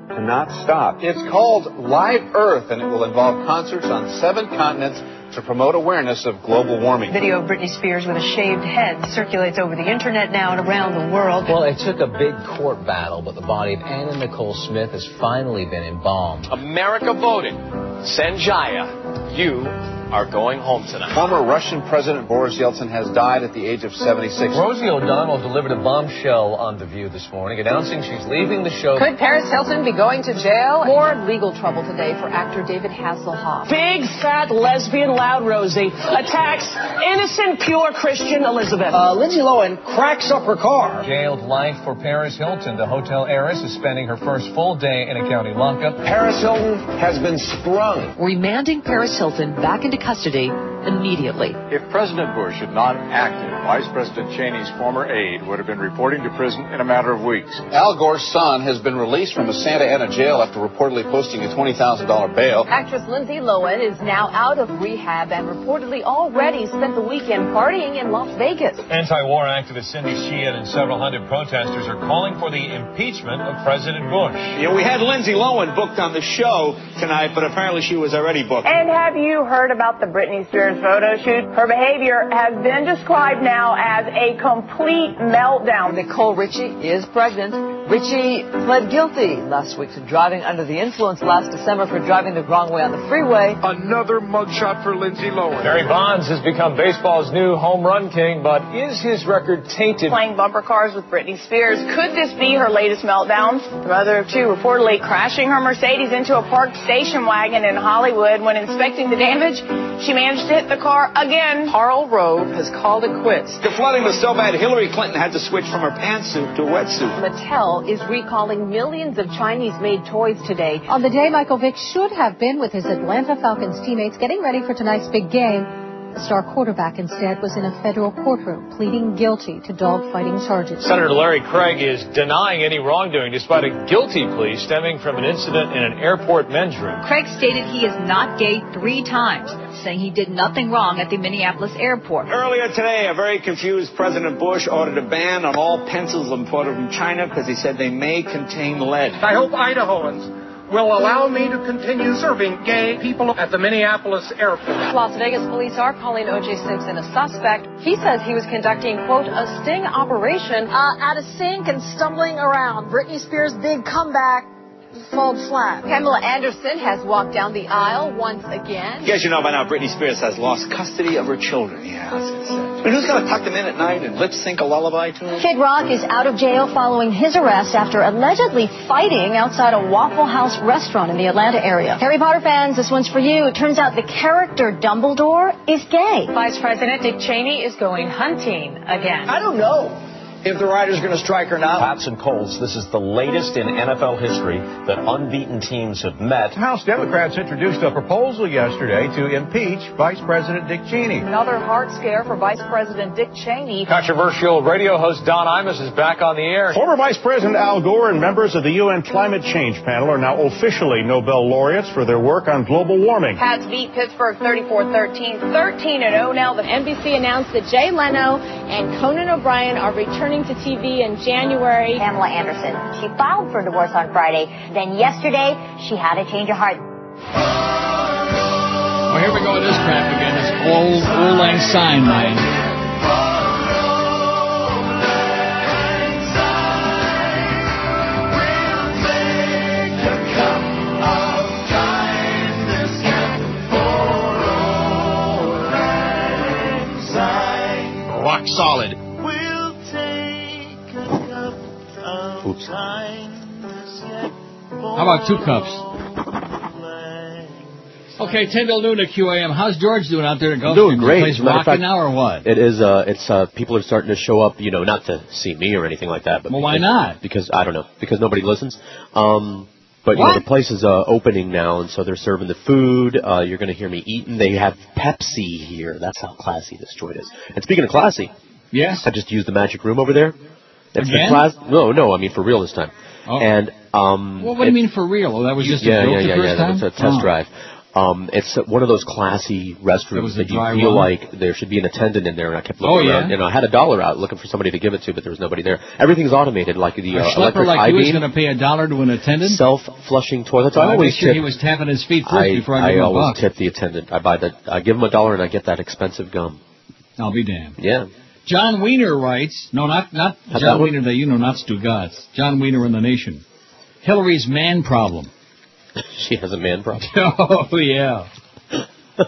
Speaker 34: to not stop.
Speaker 8: It's called Live Earth, and it will involve concerts on seven continents to promote awareness of global warming.
Speaker 12: Video of Britney Spears with a shaved head circulates over the internet now and around the world.
Speaker 18: Well, it took a big court battle, but the body of Anna Nicole Smith has finally been embalmed.
Speaker 33: America voted. Sanjaya, you
Speaker 35: are going home tonight.
Speaker 34: Former Russian President Boris Yeltsin has died at the age of 76.
Speaker 36: Rosie O'Donnell delivered a bombshell on The View this morning, announcing she's leaving the show.
Speaker 8: Could Paris Hilton be going to jail? More legal trouble today for actor David Hasselhoff.
Speaker 37: Big, fat, lesbian, loud Rosie attacks innocent, pure Christian Elizabeth. Uh,
Speaker 38: Lindsay Lohan cracks up her car.
Speaker 36: Jailed life for Paris Hilton. The hotel heiress is spending her first full day in a county lockup.
Speaker 34: Paris Hilton has been sprung.
Speaker 39: Remanding Paris Hilton back into custody immediately.
Speaker 40: If President Bush had not acted, Vice President Cheney's former aide would have been reporting to prison in a matter of weeks.
Speaker 34: Al Gore's son has been released from a Santa Ana jail after reportedly posting a $20,000 bail.
Speaker 8: Actress Lindsay Lohan is now out of rehab and reportedly already spent the weekend partying in Las Vegas.
Speaker 12: Anti-war activist Cindy Sheehan and several hundred protesters are calling for the impeachment of President Bush.
Speaker 41: You know, we had Lindsay Lohan booked on the show tonight, but apparently she was already booked.
Speaker 10: And have you heard about the Britney Spears photo shoot? Her behavior has been described now as a complete meltdown.
Speaker 42: Nicole Richie is pregnant. Richie pled guilty last week to driving under the influence last December for driving the wrong way on the freeway.
Speaker 43: Another mugshot for Lindsay Lohan.
Speaker 12: Barry Bonds has become baseball's new home run king, but is his record tainted?
Speaker 10: Playing bumper cars with Britney Spears. Could this be her latest meltdown? The mother of two reportedly crashing her Mercedes into a parked station wagon in Hollywood when inspecting the damage. She managed to hit the car again.
Speaker 42: Carl Rove has called it quits.
Speaker 41: The flooding was so bad, Hillary Clinton had to switch from her pantsuit to a wetsuit.
Speaker 8: Mattel is recalling millions of Chinese made toys today.
Speaker 44: On the day Michael Vick should have been with his Atlanta Falcons teammates getting ready for tonight's big game, the star quarterback instead was in a federal courtroom pleading guilty to dogfighting charges.
Speaker 12: Senator Larry Craig is denying any wrongdoing despite a guilty plea stemming from an incident in an airport men's room.
Speaker 39: Craig stated he is not gay three times, saying he did nothing wrong at the Minneapolis airport.
Speaker 41: Earlier today, a very confused President Bush ordered a ban on all pencils imported from China because he said they may contain lead.
Speaker 45: I hope Idahoans will allow me to continue serving gay people at the Minneapolis airport.
Speaker 8: Las Vegas police are calling O.J. Simpson a suspect. He says he was conducting, quote, a sting operation
Speaker 46: uh, out of sync and stumbling around. Britney Spears' big comeback fall flat.
Speaker 8: Pamela Anderson has walked down the aisle once again.
Speaker 41: I guess you know by now Britney Spears has lost custody of her children. Yeah, that's it. But who's going to tuck them in at night and lip sync a lullaby to them?
Speaker 46: Kid Rock is out of jail following his arrest after allegedly fighting outside a Waffle House restaurant in the Atlanta area. Harry Potter fans, this one's for you. It turns out the character Dumbledore is gay.
Speaker 8: Vice President Dick Cheney is going hunting again.
Speaker 38: I don't know if the writer's going to strike or not.
Speaker 47: Paps and Colts, this is the latest in NFL history that unbeaten teams have met.
Speaker 48: House Democrats introduced a proposal yesterday to impeach Vice President Dick Cheney.
Speaker 8: Another heart scare for Vice President Dick Cheney.
Speaker 12: Controversial radio host Don Imus is back on the air.
Speaker 47: Former Vice President Al Gore and members of the UN Climate Change Panel are now officially Nobel laureates for their work on global warming.
Speaker 8: Pats beat Pittsburgh 34-13, 13-0 oh. now. The NBC announced that Jay Leno and Conan O'Brien are returning to TV in January.
Speaker 46: Pamela Anderson. She filed for divorce on Friday. Then yesterday, she had a change of heart.
Speaker 4: Well, here we go with this crap again. This old, old lang syne, man.
Speaker 3: Rock solid.
Speaker 5: Oops.
Speaker 4: How about two cups? Okay, 10 till noon at QAM. How's George doing out there at Gulfstream?
Speaker 5: Doing great.
Speaker 4: He's
Speaker 5: As a matter of
Speaker 4: rocking
Speaker 5: fact,
Speaker 4: now or what?
Speaker 5: It is. Uh, it's uh, people are starting to show up. You know, not to see me or anything like that. But
Speaker 4: Well, why
Speaker 5: because-
Speaker 4: not?
Speaker 5: Because I don't know. Because nobody listens. Um, but you know,
Speaker 4: What?
Speaker 5: the place is uh, opening now, and so they're serving the food. Uh, you're going to hear me eating. They have Pepsi here. That's how classy this joint is. And speaking of classy,
Speaker 4: yes,
Speaker 5: I just used the magic room over there. It's
Speaker 4: Again?
Speaker 5: the class. No, no. I mean for real this time.
Speaker 4: Oh.
Speaker 5: And um,
Speaker 4: Well, what do you mean for real? Oh, that was just
Speaker 5: yeah,
Speaker 4: a joke
Speaker 5: yeah,
Speaker 4: the
Speaker 5: yeah,
Speaker 4: first
Speaker 5: yeah.
Speaker 4: time?
Speaker 5: It's a test
Speaker 4: Oh.
Speaker 5: drive. Um, it's uh, one of those classy restrooms
Speaker 4: was a
Speaker 5: that you
Speaker 4: dry
Speaker 5: feel
Speaker 4: run?
Speaker 5: like there should be an attendant in there, and I kept looking
Speaker 4: Oh, yeah?
Speaker 5: around. You know, I had a dollar out looking for somebody to give it to, but there was nobody there. Everything's automated, like the
Speaker 4: A
Speaker 5: uh,
Speaker 4: schlepper
Speaker 5: electric
Speaker 4: like you is going
Speaker 5: I-beam,
Speaker 4: to pay a dollar to an attendant?
Speaker 5: self-flushing toilets.
Speaker 4: Oh,
Speaker 5: I
Speaker 4: I
Speaker 5: always
Speaker 4: make sure
Speaker 5: tip.
Speaker 4: he was tapping his feet first
Speaker 5: I,
Speaker 4: before I
Speaker 5: I
Speaker 4: gave him a
Speaker 5: always
Speaker 4: buck.
Speaker 5: tip the attendant. I buy that. I give him a dollar, and I get that expensive gum.
Speaker 4: I'll be damned.
Speaker 5: Yeah.
Speaker 4: John Wiener writes, no, not not
Speaker 5: Not that
Speaker 4: John
Speaker 5: one?
Speaker 4: Wiener that you know, not Stugatz. John Wiener in the Nation. Hillary's man problem.
Speaker 5: she has a man problem.
Speaker 4: Oh yeah. Oh,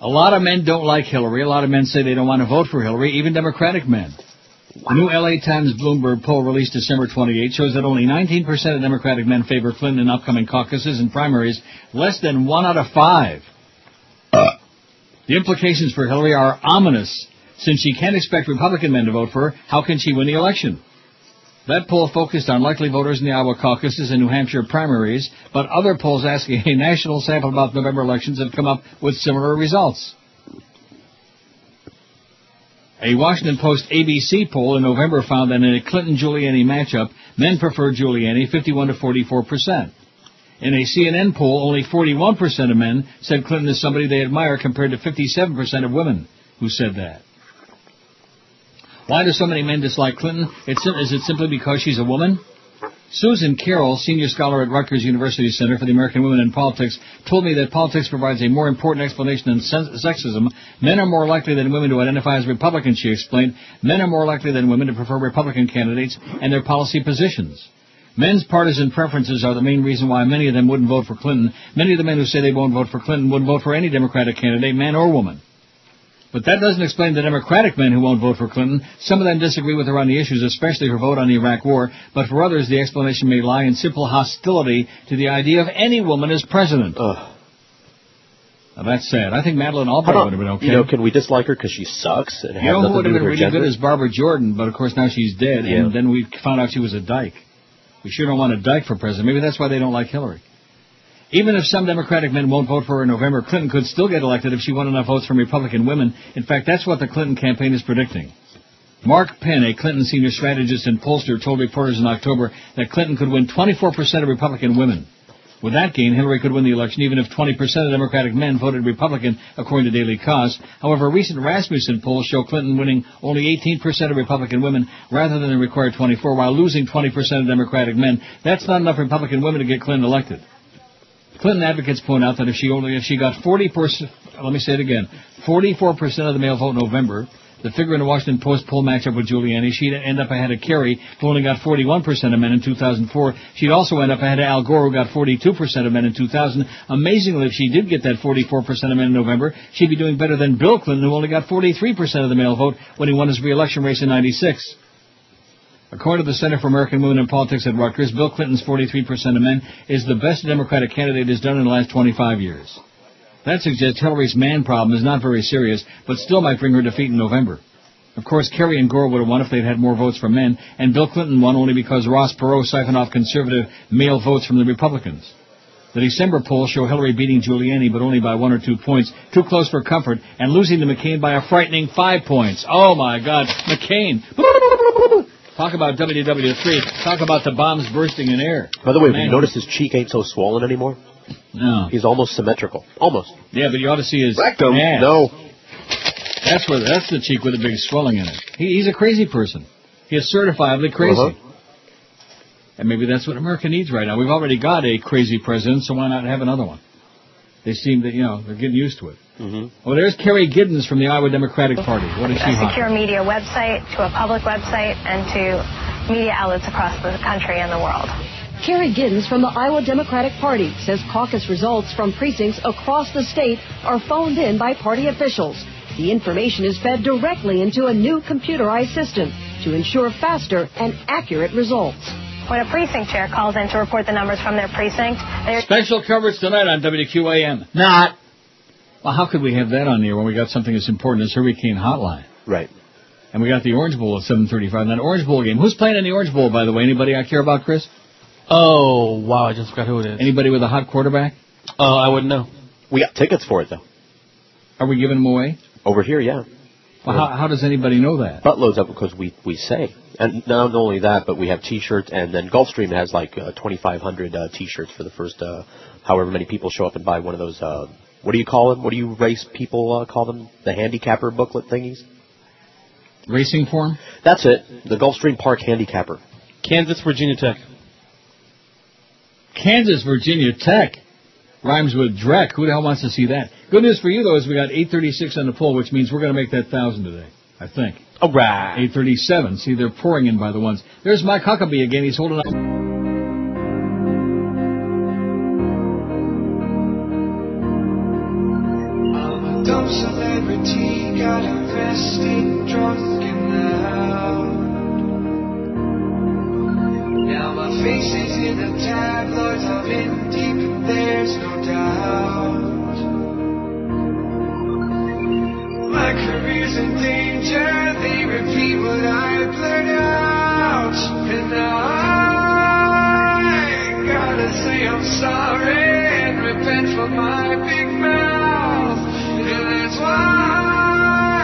Speaker 4: A lot of men don't like Hillary. A lot of men say they don't want to vote for Hillary, even Democratic men. The new LA Times Bloomberg poll released December 28 shows that only 19% of Democratic men favor Clinton in upcoming caucuses and primaries, less than one out of five. The implications for Hillary are ominous. Since she can't expect Republican men to vote for her, how can she win the election? That poll focused on likely voters in the Iowa caucuses and New Hampshire primaries, but other polls asking a national sample about November elections have come up with similar results. A Washington Post ABC poll in November found that in a Clinton Giuliani matchup, men prefer Giuliani 51 to 44 percent. In a CNN poll, only 41 percent of men said Clinton is somebody they admire compared to 57 percent of women who said that. Why do so many men dislike Clinton? It's, sim- is it simply because she's a woman? Susan Carroll, senior scholar at Rutgers University Center for the American Women in Politics, told me that politics provides a more important explanation than sen- sexism. Men are more likely than women to identify as Republican, she explained. Men are more likely than women to prefer Republican candidates and their policy positions. Men's partisan preferences are the main reason why many of them wouldn't vote for Clinton. Many of the men who say they won't vote for Clinton wouldn't vote for any Democratic candidate, man or woman. But that doesn't explain the Democratic men who won't vote for Clinton. Some of them disagree with her on the issues, especially her vote on the Iraq War. But for others, the explanation may lie in simple hostility to the idea of any woman as president. Now, that's sad. I think Madeleine Albright
Speaker 5: How
Speaker 4: would have been
Speaker 5: about,
Speaker 4: okay.
Speaker 5: you know, can we dislike her because she sucks and
Speaker 4: You
Speaker 5: has
Speaker 4: know who
Speaker 5: nothing
Speaker 4: would have
Speaker 5: to do
Speaker 4: been
Speaker 5: with her
Speaker 4: really
Speaker 5: gender?
Speaker 4: good as Barbara Jordan, but of course now she's dead,
Speaker 5: Yeah.
Speaker 4: and then we found out she was a dyke. We sure don't want a dyke for president. Maybe that's why they don't like Hillary. Even if some Democratic men won't vote for her in November, Clinton could still get elected if she won enough votes from Republican women. In fact, that's what the Clinton campaign is predicting. Mark Penn, a Clinton senior strategist and pollster, told reporters in October that Clinton could win 24% of Republican women. With that gain, Hillary could win the election even if 20% of Democratic men voted Republican, according to Daily Kos. However, recent Rasmussen polls show Clinton winning only 18% of Republican women rather than the required 24, while losing 20% of Democratic men. That's not enough Republican women to get Clinton elected. Clinton advocates point out that if she only if she got 40 percent, let me say it again, 44 percent of the male vote in November, the figure in the Washington Post poll matchup with Giuliani, she'd end up ahead of Kerry, who only got 41 percent of men in 2004. She'd also end up ahead of Al Gore, who got 42 percent of men in 2000. Amazingly, if she did get that 44 percent of men in November, she'd be doing better than Bill Clinton, who only got 43 percent of the male vote when he won his reelection race in '96. According to the Center for American Women in Politics at Rutgers, Bill Clinton's 43% of men is the best a Democratic candidate has done in the last 25 years. That suggests Hillary's man problem is not very serious, but still might bring her defeat in November. Of course, Kerry and Gore would have won if they'd had more votes from men, and Bill Clinton won only because Ross Perot siphoned off conservative male votes from the Republicans. The December polls show Hillary beating Giuliani, but only by one or two points, too close for comfort, and losing to McCain by a frightening five points. Oh my God, McCain! Talk about WW3. Talk about the bombs bursting in air.
Speaker 5: By the way, have
Speaker 4: Man.
Speaker 5: you noticed his cheek ain't so swollen anymore?
Speaker 4: No.
Speaker 5: He's almost symmetrical. Almost.
Speaker 4: Yeah, but you ought to see his
Speaker 5: Rectum.
Speaker 4: ass.
Speaker 5: No.
Speaker 4: That's where that's the cheek with the big swelling in it. He, he's a crazy person. He is certifiably crazy.
Speaker 5: Uh-huh.
Speaker 4: And maybe that's what America needs right now. We've already got a crazy president, so why not have another one? They seem that you know they're getting used to it. Mm-hmm. Oh, there's Kerry Giddens from the Iowa Democratic Party. What is
Speaker 1: a
Speaker 4: she hot?
Speaker 1: secure media website to a public website and to media outlets across the country and the world.
Speaker 49: Kerry Giddens from the Iowa Democratic Party says caucus results from precincts across the state are phoned in by party officials. The information is fed directly into a new computerized system to ensure faster and accurate results.
Speaker 1: When a precinct chair calls in to report the numbers from their precinct, they're
Speaker 4: Special coverage tonight on WQAM. Not. Well, how could we have that on here when we got something as important as Hurricane Hotline?
Speaker 5: Right.
Speaker 4: And we got the Orange Bowl at 7:35. That Orange Bowl game. Who's playing in the Orange Bowl, by the way? Anybody I care about, Chris?
Speaker 2: Oh wow, I just forgot who it is.
Speaker 4: Anybody with a hot quarterback?
Speaker 2: Oh, I wouldn't know.
Speaker 5: We got tickets for it though.
Speaker 4: Are we giving them away?
Speaker 5: Over here, yeah.
Speaker 4: Well, how, how does anybody know that?
Speaker 5: Buttloads up because we we say. And not only that, but we have T-shirts, and then Gulfstream has like uh, 2,500 uh, T-shirts for the first uh, however many people show up and buy one of those. Uh, what do you call them? What do you race people uh, call them? The handicapper booklet thingies.
Speaker 4: Racing form.
Speaker 5: That's it. The Gulfstream Park handicapper.
Speaker 2: Kansas, Virginia Tech.
Speaker 4: Kansas, Virginia Tech. Rhymes with Drek. Who the hell wants to see that? Good news for you, though, is we got 836 on the poll, which means we're going to make that 1,000 today, I think.
Speaker 2: All right.
Speaker 4: 837. See, they're pouring in by the ones. There's Mike Huckabee again. He's holding up.
Speaker 3: Don't meant for my big mouth. And that's why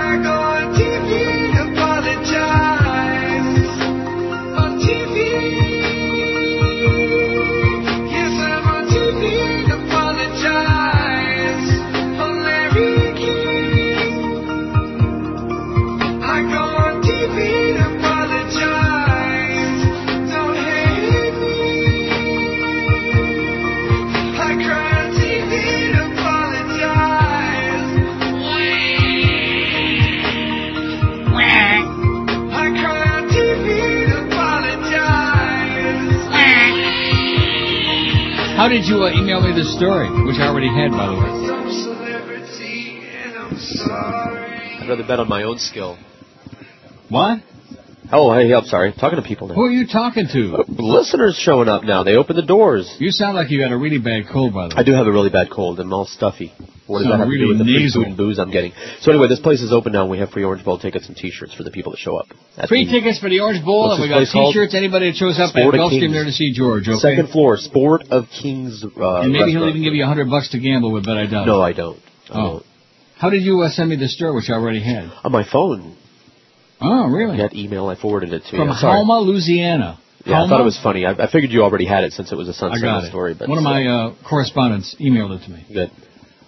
Speaker 3: I go on TV and apologize. On TV. Yes, I'm on TV and apologize. For Larry King. I go on TV and apologize. Don't hate me. I cry on TV and apologize. I cry on TV and apologize.
Speaker 4: How did you uh, email me this story, which I already had, by the way?
Speaker 3: Some celebrity and I'm sorry.
Speaker 5: I'd rather bet on my own skill.
Speaker 4: What?
Speaker 5: Oh, hey, I'm sorry. Talking to people now.
Speaker 4: Who are you talking to?
Speaker 5: Listeners showing up now. They open the doors.
Speaker 4: You sound like you got a really bad cold, by the way.
Speaker 5: I do have a really bad cold. I'm all stuffy. What does
Speaker 4: Sound
Speaker 5: that have
Speaker 4: really
Speaker 5: to do with the free
Speaker 4: nasal.
Speaker 5: food and booze I'm getting? So anyway, this place is open now. and We have free Orange Bowl tickets and T-shirts for the people that show up. That's
Speaker 4: Free
Speaker 5: the
Speaker 4: tickets for the Orange Bowl, and
Speaker 5: What's
Speaker 4: we
Speaker 5: this
Speaker 4: got
Speaker 5: place called?
Speaker 4: T-shirts. Anybody that shows up
Speaker 5: Sport
Speaker 4: at
Speaker 5: of
Speaker 4: Gulfstream
Speaker 5: Kings.
Speaker 4: there to see George. Okay.
Speaker 5: Second floor, Sport of Kings. Uh,
Speaker 4: and maybe he'll
Speaker 5: restaurant.
Speaker 4: even give you a hundred bucks to gamble with, but I doubt.
Speaker 5: No,
Speaker 4: it.
Speaker 5: I don't. I
Speaker 4: Oh.
Speaker 5: don't.
Speaker 4: How did you uh, send me this story, which I already had?
Speaker 5: On my phone.
Speaker 4: Oh, really?
Speaker 5: That email I forwarded it to you.
Speaker 4: From
Speaker 5: I'm sorry.
Speaker 4: Houma, Louisiana.
Speaker 5: Yeah,
Speaker 4: Houma?
Speaker 5: I thought it was funny. I, I figured you already had it since it was a
Speaker 4: I
Speaker 5: Sunset
Speaker 4: got it.
Speaker 5: story. But
Speaker 4: One of
Speaker 5: uh,
Speaker 4: my uh, correspondents emailed it to me.
Speaker 5: Good.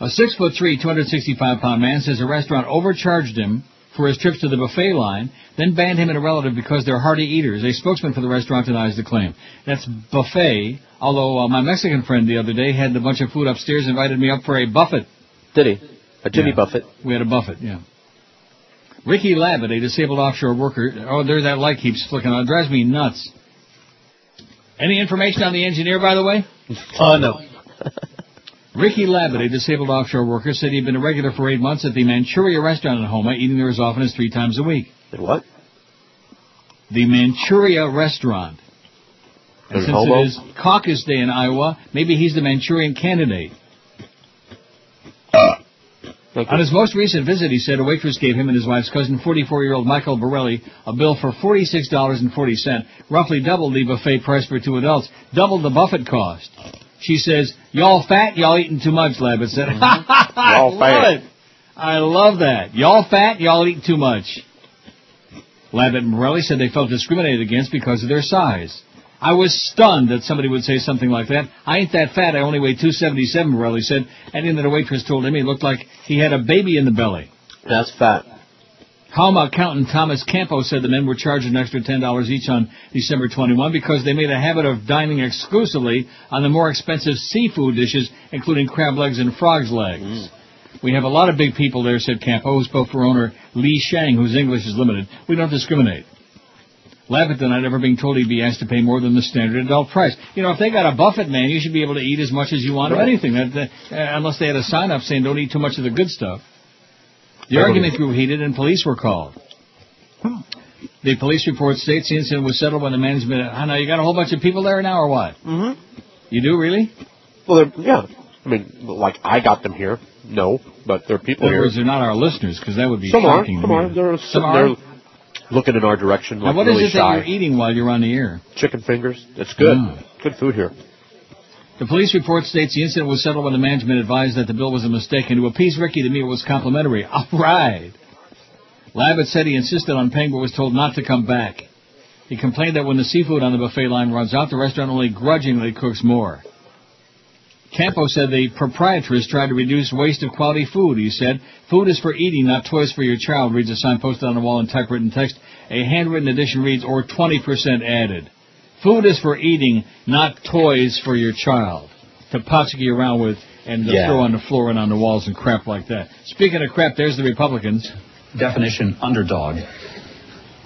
Speaker 4: A six foot three, 265 pound man says a restaurant overcharged him for his trips to the buffet line, then banned him and a relative because they're hearty eaters. A spokesman for the restaurant denies the claim. That's buffet. Although uh, my Mexican friend the other day had a bunch of food upstairs, invited me up for a buffet.
Speaker 5: Did he? A Jimmy Buffet.
Speaker 4: We had a buffet. Yeah. Ricky Labbit, a disabled offshore worker. Oh, there that light keeps flicking on. It drives me nuts. Any information on the engineer, by the way?
Speaker 2: Uh, no.
Speaker 4: Ricky Labbit, a disabled offshore worker, said he'd been a regular for eight months at the Manchuria restaurant in Homa, eating there as often as three times a week.
Speaker 5: The what?
Speaker 4: The Manchuria restaurant. And
Speaker 5: In
Speaker 4: since
Speaker 5: Homo?
Speaker 4: it is caucus day in Iowa, maybe he's the Manchurian candidate. On his most recent visit, he said a waitress gave him and his wife's cousin, 44-year-old Michael Borelli, a bill for $46.40, roughly double the buffet price for two adults, double the buffet cost. She says, y'all fat, y'all eating too much, Labbit said. I
Speaker 5: Y'all
Speaker 4: love
Speaker 5: fat.
Speaker 4: it. I love that. Y'all fat, y'all eat too much. Labbit and Morelli said they felt discriminated against because of their size. I was stunned that somebody would say something like that. I ain't that fat. I only weigh 277, Morelli said. And then the waitress told him he looked like he had a baby in the belly.
Speaker 5: That's fat.
Speaker 4: Homa accountant Thomas Campo said the men were charged an extra $10 each on December 21 because they made a habit of dining exclusively on the more expensive seafood dishes, including crab legs and frog's legs. We have a lot of big people there, said Campo, who spoke for owner Lee Shang, whose English is limited. We don't discriminate. Lavitt tonight ever being told he'd be asked to pay more than the standard adult price. You know, if they got a buffet, man, you should be able to eat as much as you want of
Speaker 5: Right.
Speaker 4: anything, that, that, uh, unless they had a sign up saying don't eat too much of the good stuff. The
Speaker 5: Totally.
Speaker 4: argument grew heated and police were called. The police report states the incident was settled by the management. I know you got a whole bunch of people there now, or what? Mm-hmm. You do really?
Speaker 5: Well, they're, yeah. I mean, like I got them here. No, but there are people
Speaker 4: In other
Speaker 5: here.
Speaker 4: words, they're not our listeners because that would be
Speaker 5: Some are.
Speaker 4: shocking.
Speaker 5: Some are.
Speaker 4: to me.
Speaker 5: They're
Speaker 4: Some
Speaker 5: sitting
Speaker 4: are?
Speaker 5: there looking in our direction like
Speaker 4: Now, what is
Speaker 5: really
Speaker 4: it that
Speaker 5: shy.
Speaker 4: you're eating while you're on the air? Ah.
Speaker 5: Chicken fingers. It's good. Good food here.
Speaker 4: The police report states the incident was settled when the management advised that the bill was a mistake, and to appease Ricky, the meal was complimentary. All right. Labbit said he insisted on paying but was told not to come back. He complained that when the seafood on the buffet line runs out, the restaurant only grudgingly cooks more. Campo said the proprietress tried to reduce waste of quality food. He said, Food is for eating, not toys for your child, reads a sign posted on the wall in typewritten text. A handwritten edition reads, or 20% added. Food is for eating, not toys for your child. To potchkey around with and to
Speaker 7: Yeah.
Speaker 4: throw on the floor and on the walls and crap like that. Speaking of crap, there's the Republicans.
Speaker 7: Definition underdog.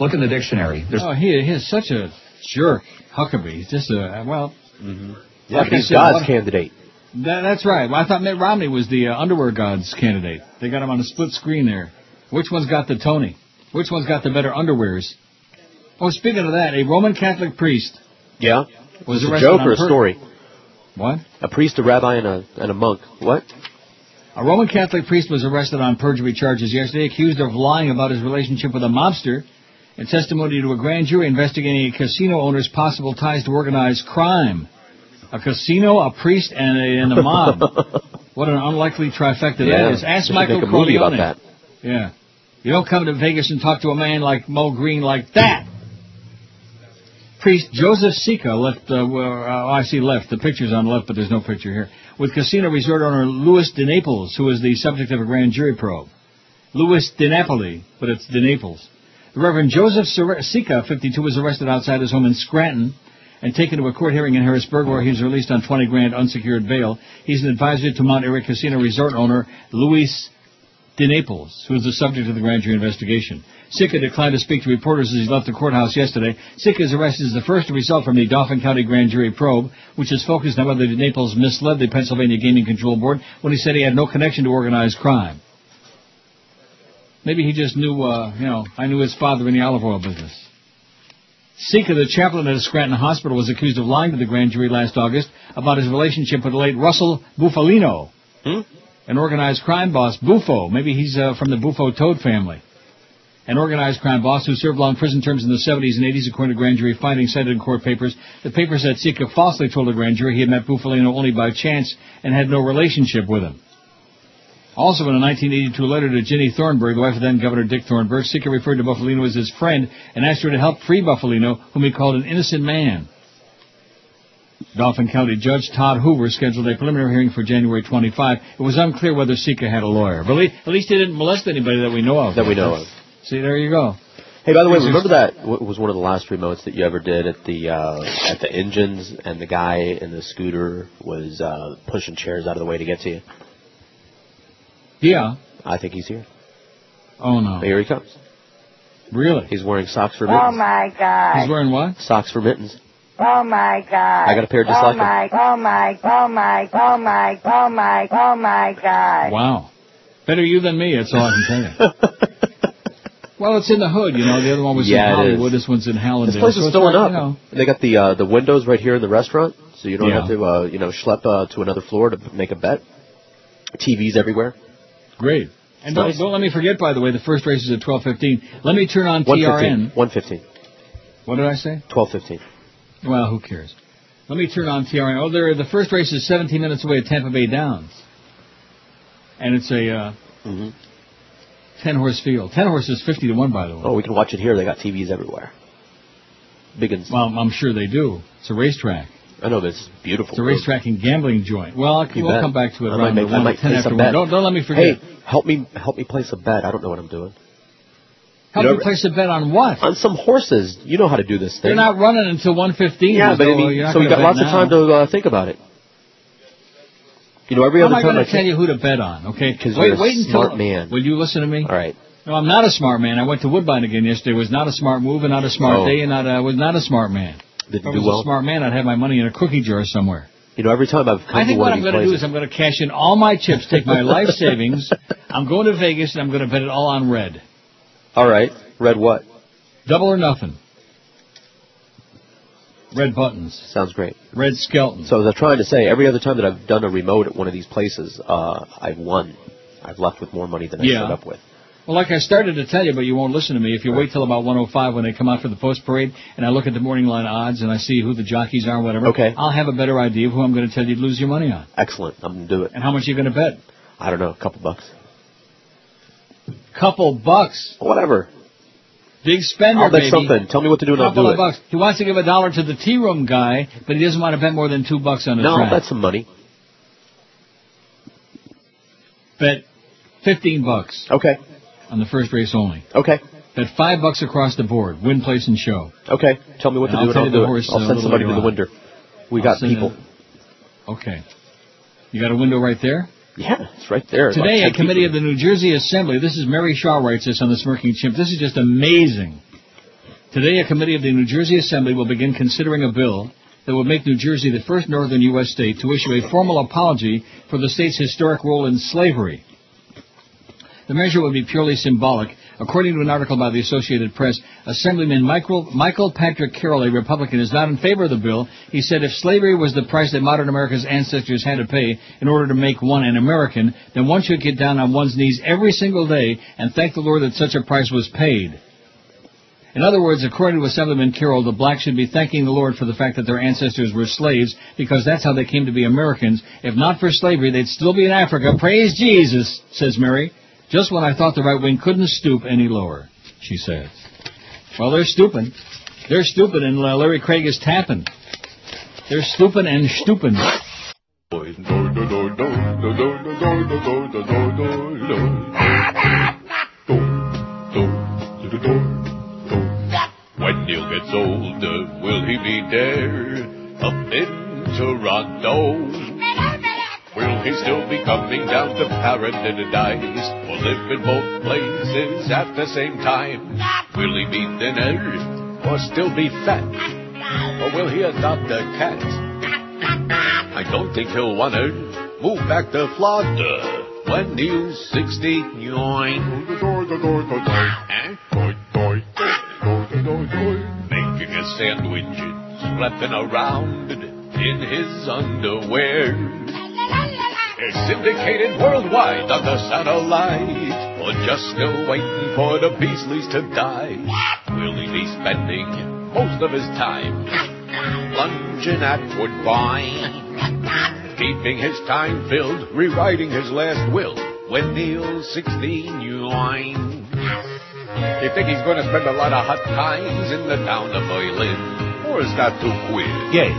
Speaker 7: Look in the dictionary. There's
Speaker 4: Oh, he, he is such a jerk, Huckabee. He's just a, well.
Speaker 5: Mm-hmm. Yeah,
Speaker 4: like I
Speaker 5: he's
Speaker 4: said,
Speaker 5: God's
Speaker 4: what-
Speaker 5: candidate.
Speaker 4: That, that's right. Well, I thought Mitt Romney was the uh, underwear gods candidate. They got him on a split screen there. Which one's got the Tony? Which one's got the better underwears? Oh, speaking of that, a Roman Catholic priest
Speaker 5: Yeah.
Speaker 4: was
Speaker 5: it's a
Speaker 4: arrested
Speaker 5: joke
Speaker 4: on
Speaker 5: or a
Speaker 4: pur-
Speaker 5: story?
Speaker 4: What?
Speaker 5: A priest, a rabbi, and a and a monk. What?
Speaker 4: A Roman Catholic priest was arrested on perjury charges yesterday, accused of lying about his relationship with a mobster. In testimony to a grand jury investigating a casino owner's possible ties to organized crime, A casino, a priest, and a, and a mob. what an unlikely trifecta
Speaker 5: Yeah.
Speaker 4: that is. Ask
Speaker 5: They should
Speaker 4: Michael
Speaker 5: make a
Speaker 4: Corleone.
Speaker 5: movie about that.
Speaker 4: Yeah. You don't come to Vegas and talk to a man like Mo Green like that. Priest Joseph Sica left. Uh, well, uh, I see left. The picture's on left, but there's no picture here. With casino resort owner Louis De Naples, who is the subject of a grand jury probe. Louis De Napoli, but it's De Naples. The Reverend Joseph Sir- Sica, 52, was arrested outside his home in Scranton and taken to a court hearing in Harrisburg, where he's released on 20 grand unsecured bail. He's an advisor to Mount Airy Casino Resort owner Louis De Naples, who is the subject of the grand jury investigation. Sica declined to speak to reporters as he left the courthouse yesterday. Sica's arrest is the first result from the Dauphin County grand jury probe, which is focused on whether De Naples misled the Pennsylvania Gaming Control Board when he said he had no connection to organized crime. Maybe he just knew, uh, you know, I knew his father in the olive oil business. Seeker, the chaplain at a Scranton hospital, was accused of lying to the grand jury last August about his relationship with the late Russell Bufalino, an organized crime boss. Bufo, maybe he's uh, from the Bufo Toad family. An organized crime boss who served long prison terms in the 70s and 80s, according to grand jury findings cited in court papers. The papers said Seeker falsely told the grand jury he had met Bufalino only by chance and had no relationship with him. Also, in a 1982 letter to Ginny Thornburg, the wife of then Governor Dick Thornburg, Sica referred to Buffalino as his friend and asked her to help free Buffalino, whom he called an innocent man. Dauphin County Judge Todd Hoover scheduled a preliminary hearing for January 25. It was unclear whether Sica had a lawyer, but at le- at least he didn't molest anybody that we know of.
Speaker 5: That we know of.
Speaker 4: See, there you go.
Speaker 5: Hey, by the way,
Speaker 4: It's
Speaker 5: remember
Speaker 4: just-
Speaker 5: that w- was one of the last remotes that you ever did at the uh, at the engines, and the guy in the scooter was uh, pushing chairs out of the way to get to you.
Speaker 4: Yeah.
Speaker 5: I think he's here.
Speaker 4: Oh no!
Speaker 5: Here he comes.
Speaker 4: Really?
Speaker 5: He's wearing socks for
Speaker 9: Oh
Speaker 5: mittens.
Speaker 9: my god.
Speaker 4: He's wearing what?
Speaker 5: Socks for mittens.
Speaker 9: Oh my god.
Speaker 5: I got a pair just
Speaker 9: oh
Speaker 5: like him.
Speaker 9: my, Oh my, oh my, oh my, oh my, oh my god.
Speaker 4: Wow. Better you than me, that's all I can tell you. well, it's in the hood, you know. The other one was
Speaker 5: Yeah, it
Speaker 4: in
Speaker 5: is.
Speaker 4: Hollywood, this one's in Hallandale.
Speaker 5: This place
Speaker 4: so
Speaker 5: is
Speaker 4: it's
Speaker 5: filling
Speaker 4: like,
Speaker 5: up.
Speaker 4: you know,
Speaker 5: They got the uh, the windows right here in the restaurant, so you don't
Speaker 4: Yeah.
Speaker 5: have to uh, you know schlep uh, to another floor to make a bet. TVs everywhere.
Speaker 4: Great. And don't,
Speaker 5: Nice.
Speaker 4: don't let me forget, by the way, the first race is at 12.15. Let me turn on TRN.
Speaker 5: 115.
Speaker 4: What did I say?
Speaker 5: 12.15.
Speaker 4: Well, who cares? Let me turn on TRN. Oh, there, the first race is 17 minutes away at Tampa Bay Downs. And it's a uh,
Speaker 5: Mm-hmm.
Speaker 4: 10-horse field. 10 horses 50 to 1, by the way.
Speaker 5: Oh, we can watch it here. They got TVs everywhere. Big and
Speaker 4: Well, I'm sure they do. It's a racetrack.
Speaker 5: I know, but it's beautiful.
Speaker 4: It's a racetrack and gambling joint. Well, I'll,
Speaker 5: You
Speaker 4: we'll
Speaker 5: bet.
Speaker 4: come back to it
Speaker 5: I
Speaker 4: around
Speaker 5: might, make,
Speaker 4: the one,
Speaker 5: I might
Speaker 4: 10
Speaker 5: place a
Speaker 4: after
Speaker 5: bet.
Speaker 4: one. Don't, don't let me forget.
Speaker 5: Hey, help me help me place a bet. I don't know what I'm doing.
Speaker 4: Help
Speaker 5: you
Speaker 4: you place a bet on what?
Speaker 5: On some horses. You know how to do this thing.
Speaker 4: They're not running until 1.15.
Speaker 5: yeah, but I
Speaker 4: so
Speaker 5: mean,
Speaker 4: you're not
Speaker 5: so we
Speaker 4: gonna
Speaker 5: got
Speaker 4: bet
Speaker 5: lots
Speaker 4: now.
Speaker 5: of time to uh, think about it. You know, every
Speaker 4: How
Speaker 5: other
Speaker 4: am I
Speaker 5: time
Speaker 4: going
Speaker 5: I
Speaker 4: to tell
Speaker 5: think-
Speaker 4: you who to bet on? Okay,
Speaker 5: 'Cause
Speaker 4: wait,
Speaker 5: you're a
Speaker 4: wait until.
Speaker 5: smart man.
Speaker 4: Will you listen to me?
Speaker 5: All right.
Speaker 4: No, I'm not a smart man. I went to Woodbine again yesterday. It was not a smart move, and not a smart
Speaker 5: Oh.
Speaker 4: day, and not a, I was not a smart man.
Speaker 5: Did
Speaker 4: if I
Speaker 5: you do
Speaker 4: was
Speaker 5: well?
Speaker 4: a smart man, I'd have my money in a cookie jar somewhere.
Speaker 5: You know, every time I've come
Speaker 4: I think
Speaker 5: to
Speaker 4: what
Speaker 5: one
Speaker 4: I'm
Speaker 5: of
Speaker 4: going to do is I'm going to cash in all my chips, take my life savings. I'm going to Vegas, and I'm going to bet it all on red.
Speaker 5: All right. Red what?
Speaker 4: Double or nothing. Red buttons.
Speaker 5: Sounds great.
Speaker 4: Red skeleton.
Speaker 5: So as I'm trying to say, every other time that I've done a remote at one of these places, uh, I've won. I've left with more money than I
Speaker 4: Yeah.
Speaker 5: showed up with.
Speaker 4: Well, like I started to tell you, but you won't listen to me. If you wait till about 105 when they come out for the post parade, and I look at the morning line odds and I see who the jockeys are, and whatever.
Speaker 5: Okay.
Speaker 4: I'll have a better idea of who I'm going to tell you to lose your money on.
Speaker 5: Excellent. I'm gonna do it.
Speaker 4: And how much are you going to bet?
Speaker 5: I don't know, a couple bucks.
Speaker 4: Couple bucks.
Speaker 5: Whatever.
Speaker 4: Big spender,
Speaker 5: I'll bet
Speaker 4: baby.
Speaker 5: something. Tell me what to do and I'll
Speaker 4: Couple
Speaker 5: do
Speaker 4: of
Speaker 5: it.
Speaker 4: bucks. He wants to give a dollar to the tea room guy, but he doesn't want to bet more than two bucks on his
Speaker 5: No,
Speaker 4: round.
Speaker 5: I'll bet some money.
Speaker 4: Bet 15 bucks.
Speaker 5: Okay.
Speaker 4: On the first race only.
Speaker 5: Okay.
Speaker 4: Bet five bucks across the board. Win, place, and show.
Speaker 5: Okay. Tell me what
Speaker 4: And
Speaker 5: to do
Speaker 4: I'll
Speaker 5: and
Speaker 4: tell
Speaker 5: I'll
Speaker 4: you
Speaker 5: do
Speaker 4: the
Speaker 5: it.
Speaker 4: horse, uh,
Speaker 5: I'll
Speaker 4: a
Speaker 5: send
Speaker 4: little
Speaker 5: somebody to
Speaker 4: later on.
Speaker 5: the window. We
Speaker 4: I'll
Speaker 5: got
Speaker 4: send
Speaker 5: people.
Speaker 4: Okay. You got a window right there?
Speaker 5: Yeah, it's right there. About
Speaker 4: Today,
Speaker 5: 10
Speaker 4: a committee
Speaker 5: people.
Speaker 4: of the New Jersey Assembly, this is Mary Shaw writes this on the Smirking Chimp. This is just amazing. Today, a committee of the New Jersey Assembly will begin considering a bill that would make New Jersey the first northern U.S. state to issue a formal apology for the state's historic role in slavery. The measure would be purely symbolic. According to an article by the Associated Press, Assemblyman Michael, Michael Patrick Carroll, a Republican, is not in favor of the bill. He said if slavery was the price that modern America's ancestors had to pay in order to make one an American, then one should get down on one's knees every single day and thank the Lord that such a price was paid. In other words, according to Assemblyman Carroll, the blacks should be thanking the Lord for the fact that their ancestors were slaves because that's how they came to be Americans. If not for slavery, they'd still be in Africa. Praise Jesus, says Mary. Just when I thought the right wing couldn't stoop any lower, she says. Well, they're stooping. They're stooping, and uh, Larry Craig is tapping. They're stooping and stooping.
Speaker 6: When Neil gets older, will he be there up in Toronto? Will he still be coming down to paradise or live in both places at the same time? Will he be thinner or still be fat? Or will he adopt a cat? I don't think he'll want to move back to Florida when he's 69. making a sandwich and slapping around in his underwear. It's syndicated worldwide on the satellite, or just still waiting for the Beasleys to die. Will he be spending most of his time lunging at woodbine, keeping his time filled, rewriting his last will when Neil's 69? You think he's going to spend a lot of hot times in the town of Boylan? Or is that too queer? Gay.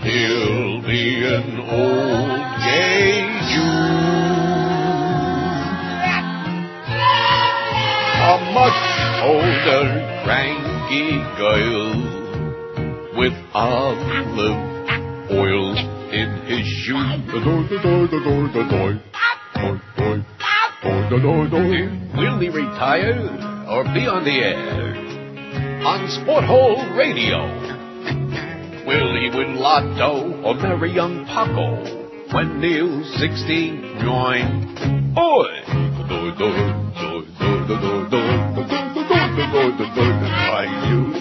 Speaker 6: He'll be an old gay Jew. A much older, cranky girl with olive oil in his
Speaker 9: Oh
Speaker 6: shoe. Will he retire or be on the air? On Sport Hole Radio. Will he win Lotto or marry young Paco when Neil's 69? Or Are you?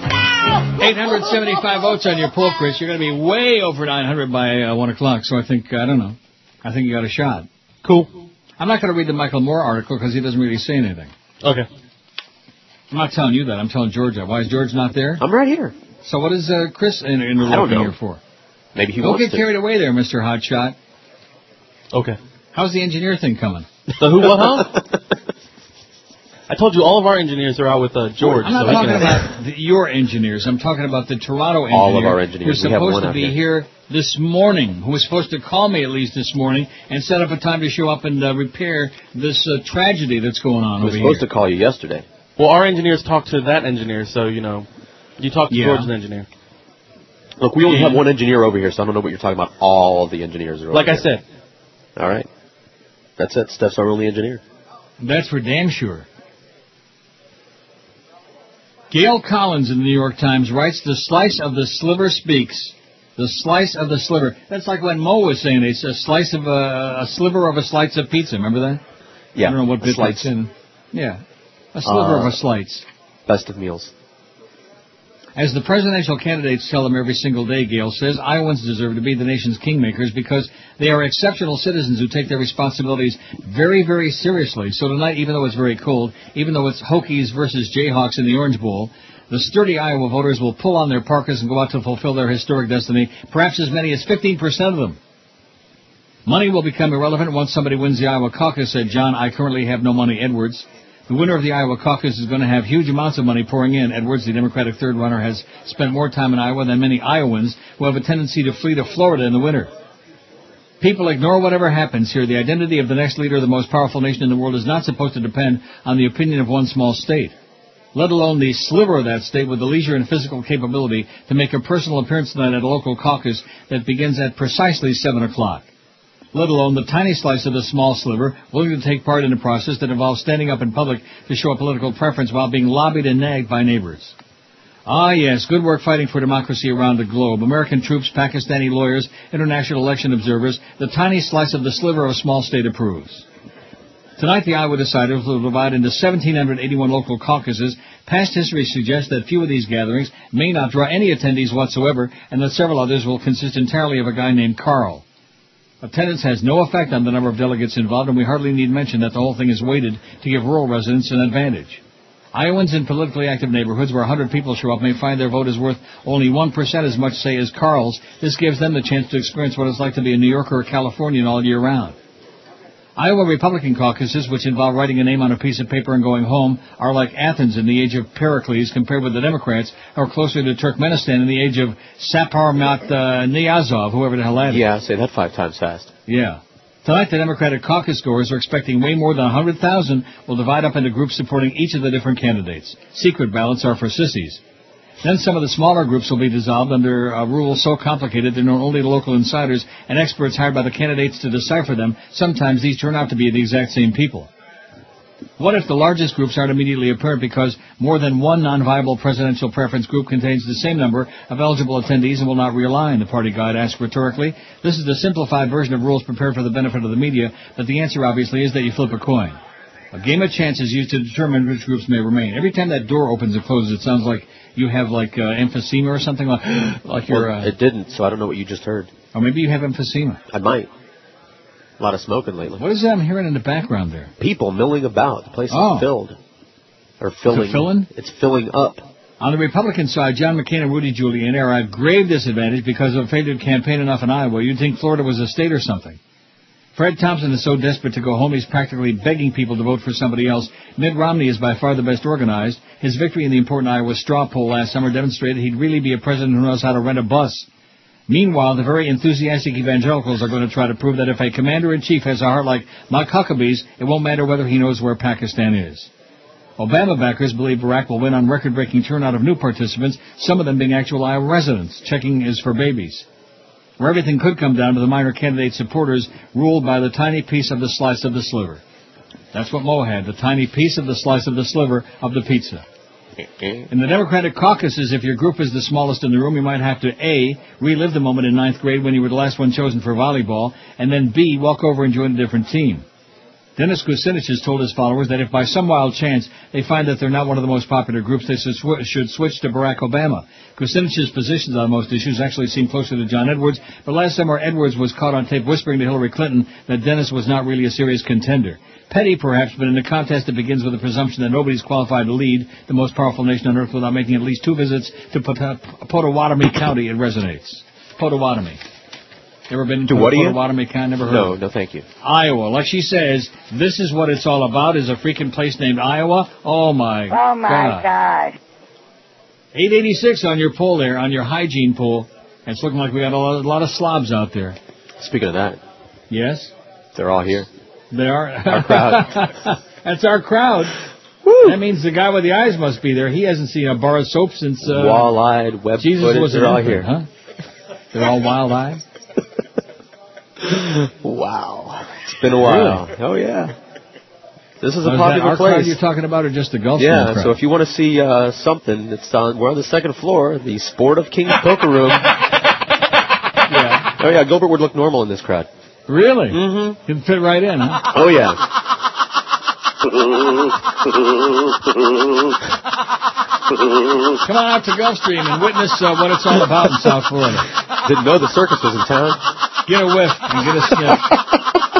Speaker 4: 875 votes on your poll, Chris. You're going to be way over 900 by uh, 1 o'clock, so I think, I don't know. I think you got a shot. Cool. I'm not going to read the Michael Moore article because he doesn't really say anything.
Speaker 2: Okay.
Speaker 4: I'm not telling you that. I'm telling Georgia. Why is George not there? I'm
Speaker 5: right here.
Speaker 4: So what is uh, Chris in, in
Speaker 5: I don't know.
Speaker 4: here for?
Speaker 5: Maybe he
Speaker 4: don't
Speaker 5: wants
Speaker 4: get
Speaker 5: to.
Speaker 4: carried away there, Mr. Hotshot.
Speaker 2: Okay.
Speaker 4: How's the engineer thing coming?
Speaker 2: The who, what, how? I told you all of our engineers are out with uh, George.
Speaker 4: I'm not
Speaker 2: so he
Speaker 4: talking
Speaker 2: can-
Speaker 4: about the, your engineers. I'm talking about the Toronto engineer.
Speaker 5: All of our engineers.
Speaker 4: Who's
Speaker 5: We have
Speaker 4: supposed
Speaker 5: one
Speaker 4: to
Speaker 5: out
Speaker 4: be here. this morning, who was supposed to call me at least this morning and set up a time to show up and uh, repair this uh, tragedy that's going on
Speaker 5: He was
Speaker 4: over
Speaker 5: supposed
Speaker 4: here.
Speaker 5: to call you yesterday.
Speaker 2: Well, our engineers talked to that engineer, so, you know, you talked to
Speaker 5: Yeah.
Speaker 2: George's engineer.
Speaker 5: Look, we only
Speaker 2: And-
Speaker 5: have one engineer over here, so I don't know what you're talking about. All of the engineers are over
Speaker 2: Like I
Speaker 5: here.
Speaker 2: said.
Speaker 5: All right. That's it. Steph's our only engineer.
Speaker 4: That's for damn sure. Gail Collins in the New York Times writes, "The slice of the sliver speaks. The slice of the sliver. That's like when Mo was saying it's a slice of a, a sliver of a slice of pizza. Remember that?
Speaker 5: Yeah,
Speaker 4: I don't know what
Speaker 5: a
Speaker 4: bit
Speaker 5: slice.
Speaker 4: that's in. Yeah, a sliver
Speaker 5: Uh,
Speaker 4: of a slice.
Speaker 5: Best of meals.
Speaker 4: As the presidential candidates tell them every single day, Gail says, Iowans deserve to be the nation's kingmakers because they are exceptional citizens who take their responsibilities very, very seriously. So tonight, even though it's very cold, even though it's Hokies versus Jayhawks in the Orange Bowl, the sturdy Iowa voters will pull on their parkas and go out to fulfill their historic destiny, perhaps as many as 15% of them. Money will become irrelevant once somebody wins the Iowa caucus, said John. I currently have no money, Edwards. The winner of the Iowa caucus is going to have huge amounts of money pouring in. Edwards, the Democratic third runner, has spent more time in Iowa than many Iowans who have a tendency to flee to Florida in the winter. People ignore whatever happens here. The identity of the next leader of the most powerful nation in the world is not supposed to depend on the opinion of one small state, let alone the sliver of that state with the leisure and physical capability to make a personal appearance tonight at a local caucus that begins at precisely 7 o'clock let alone the tiny slice of the small sliver willing to take part in a process that involves standing up in public to show a political preference while being lobbied and nagged by neighbors. Ah, yes, good work fighting for democracy around the globe. American troops, Pakistani lawyers, international election observers, the tiny slice of the sliver of a small state approves. Tonight, the Iowa Deciders will divide into 1,781 local caucuses. Past history suggests that few of these gatherings may not draw any attendees whatsoever, and that several others will consist entirely of a guy named Carl. Attendance has no effect on the number of delegates involved, and we hardly need mention that the whole thing is weighted to give rural residents an advantage. Iowans in politically active neighborhoods where 100 people show up may find their vote is worth only 1% as much, say, as Carl's. This gives them the chance to experience what it's like to be a New Yorker or Californian all year round. Iowa Republican caucuses, which involve writing a name on a piece of paper and going home, are like Athens in the age of Pericles compared with the Democrats, or closer to Turkmenistan in the age of Saparmat uh, Niyazov, whoever the hell that is.
Speaker 5: Yeah, say that five times fast.
Speaker 4: Yeah. Tonight, the Democratic caucus goers are expecting way more than 100,000 will divide up into groups supporting each of the different candidates. Secret ballots are for sissies. Then some of the smaller groups will be dissolved under a rule so complicated they're known only to local insiders and experts hired by the candidates to decipher them. Sometimes these turn out to be the exact same people. What if the largest groups aren't immediately apparent because more than one non-viable presidential preference group contains the same number of eligible attendees and will not realign? The party guide asked rhetorically. This is the simplified version of rules prepared for the benefit of the media, but the answer obviously is that you flip a coin. A game of chance is used to determine which groups may remain. Every time that door opens and closes, it sounds like you have like uh, emphysema or something like like you're.
Speaker 5: Well,
Speaker 4: Uh,
Speaker 5: it didn't, so I don't know what you just heard.
Speaker 4: or maybe you have emphysema.
Speaker 5: I might. A lot of smoking lately.
Speaker 4: What is that I'm hearing in the background there?
Speaker 5: People milling about. The place
Speaker 4: Oh.
Speaker 5: is filled. Or filling.
Speaker 4: Is it filling?
Speaker 5: It's filling up.
Speaker 4: On the Republican side, John McCain and Rudy Giuliani are at grave disadvantage because of a failed campaign enough in Iowa. You'd think Florida was a state or something. Fred Thompson is so desperate to go home, he's practically begging people to vote for somebody else. Mitt Romney is by far the best organized. His victory in the important Iowa straw poll last summer demonstrated he'd really be a president who knows how to rent a bus. Meanwhile, the very enthusiastic evangelicals are going to try to prove that if a commander in chief has a heart like Mike Huckabee's, it won't matter whether he knows where Pakistan is. Obama backers believe Barack will win on record breaking turnout of new participants, some of them being actual Iowa residents. Checking is for babies. Where everything could come down to the minor candidate supporters ruled by the tiny piece of the slice of the sliver. That's what Mo had, the tiny piece of the slice of the sliver of the pizza. In the Democratic caucuses, if your group is the smallest in the room, you might have to A, relive the moment in ninth grade when you were the last one chosen for volleyball, and then B, walk over and join a different team. Dennis Kucinich has told his followers that if by some wild chance they find that they're not one of the most popular groups, they should, sw- should switch to Barack Obama. Kucinich's positions on most issues actually seem closer to John Edwards, but last summer Edwards was caught on tape whispering to Hillary Clinton that Dennis was not really a serious contender. Petty, perhaps, but in a contest that begins with the presumption that nobody's qualified to lead the most powerful nation on earth without making at least two visits to Pot- Potawatomi County, it resonates. Potawatomi. Ever been to
Speaker 5: what do you?
Speaker 4: Potawatomi County? Never heard of
Speaker 5: No,
Speaker 4: it.
Speaker 5: no, thank you.
Speaker 4: Iowa. Like she says, this is what it's all about is a freaking place named Iowa. Oh my
Speaker 9: Oh my God.
Speaker 4: 886 on your poll there, on your hygiene poll. It's looking like we got a lot, a lot of slobs out there.
Speaker 5: Speaking of that,
Speaker 4: yes,
Speaker 5: they're all here.
Speaker 4: They are.
Speaker 5: Our crowd.
Speaker 4: That's our crowd. That means the guy with the eyes must be there. He hasn't seen a bar of soap since uh,
Speaker 5: Wall-eyed, web
Speaker 4: Jesus
Speaker 5: footed,
Speaker 4: was an
Speaker 5: they're all
Speaker 4: infant,
Speaker 5: here.
Speaker 4: huh? They're all wild-eyed.
Speaker 5: wow. It's been a while.
Speaker 4: Really?
Speaker 5: Oh yeah. This is a
Speaker 4: Now, Oh, that
Speaker 5: popular
Speaker 4: our crowd
Speaker 5: place.
Speaker 4: you're talking about, or just the Gulf?
Speaker 5: yeah,
Speaker 4: crowd?
Speaker 5: so if you want to see uh, something, it's on. We're on the second floor, the Sport of Kings Poker Room. yeah. Oh yeah, Gilbert would look normal in this crowd.
Speaker 4: Really? Mm-hmm. Can fit right in. Huh?
Speaker 5: Oh yeah.
Speaker 4: Come on out to Gulfstream and witness uh, what it's all about in South Florida.
Speaker 5: Didn't know Oh, the circus was in town.
Speaker 4: Get a whiff and get a sniff,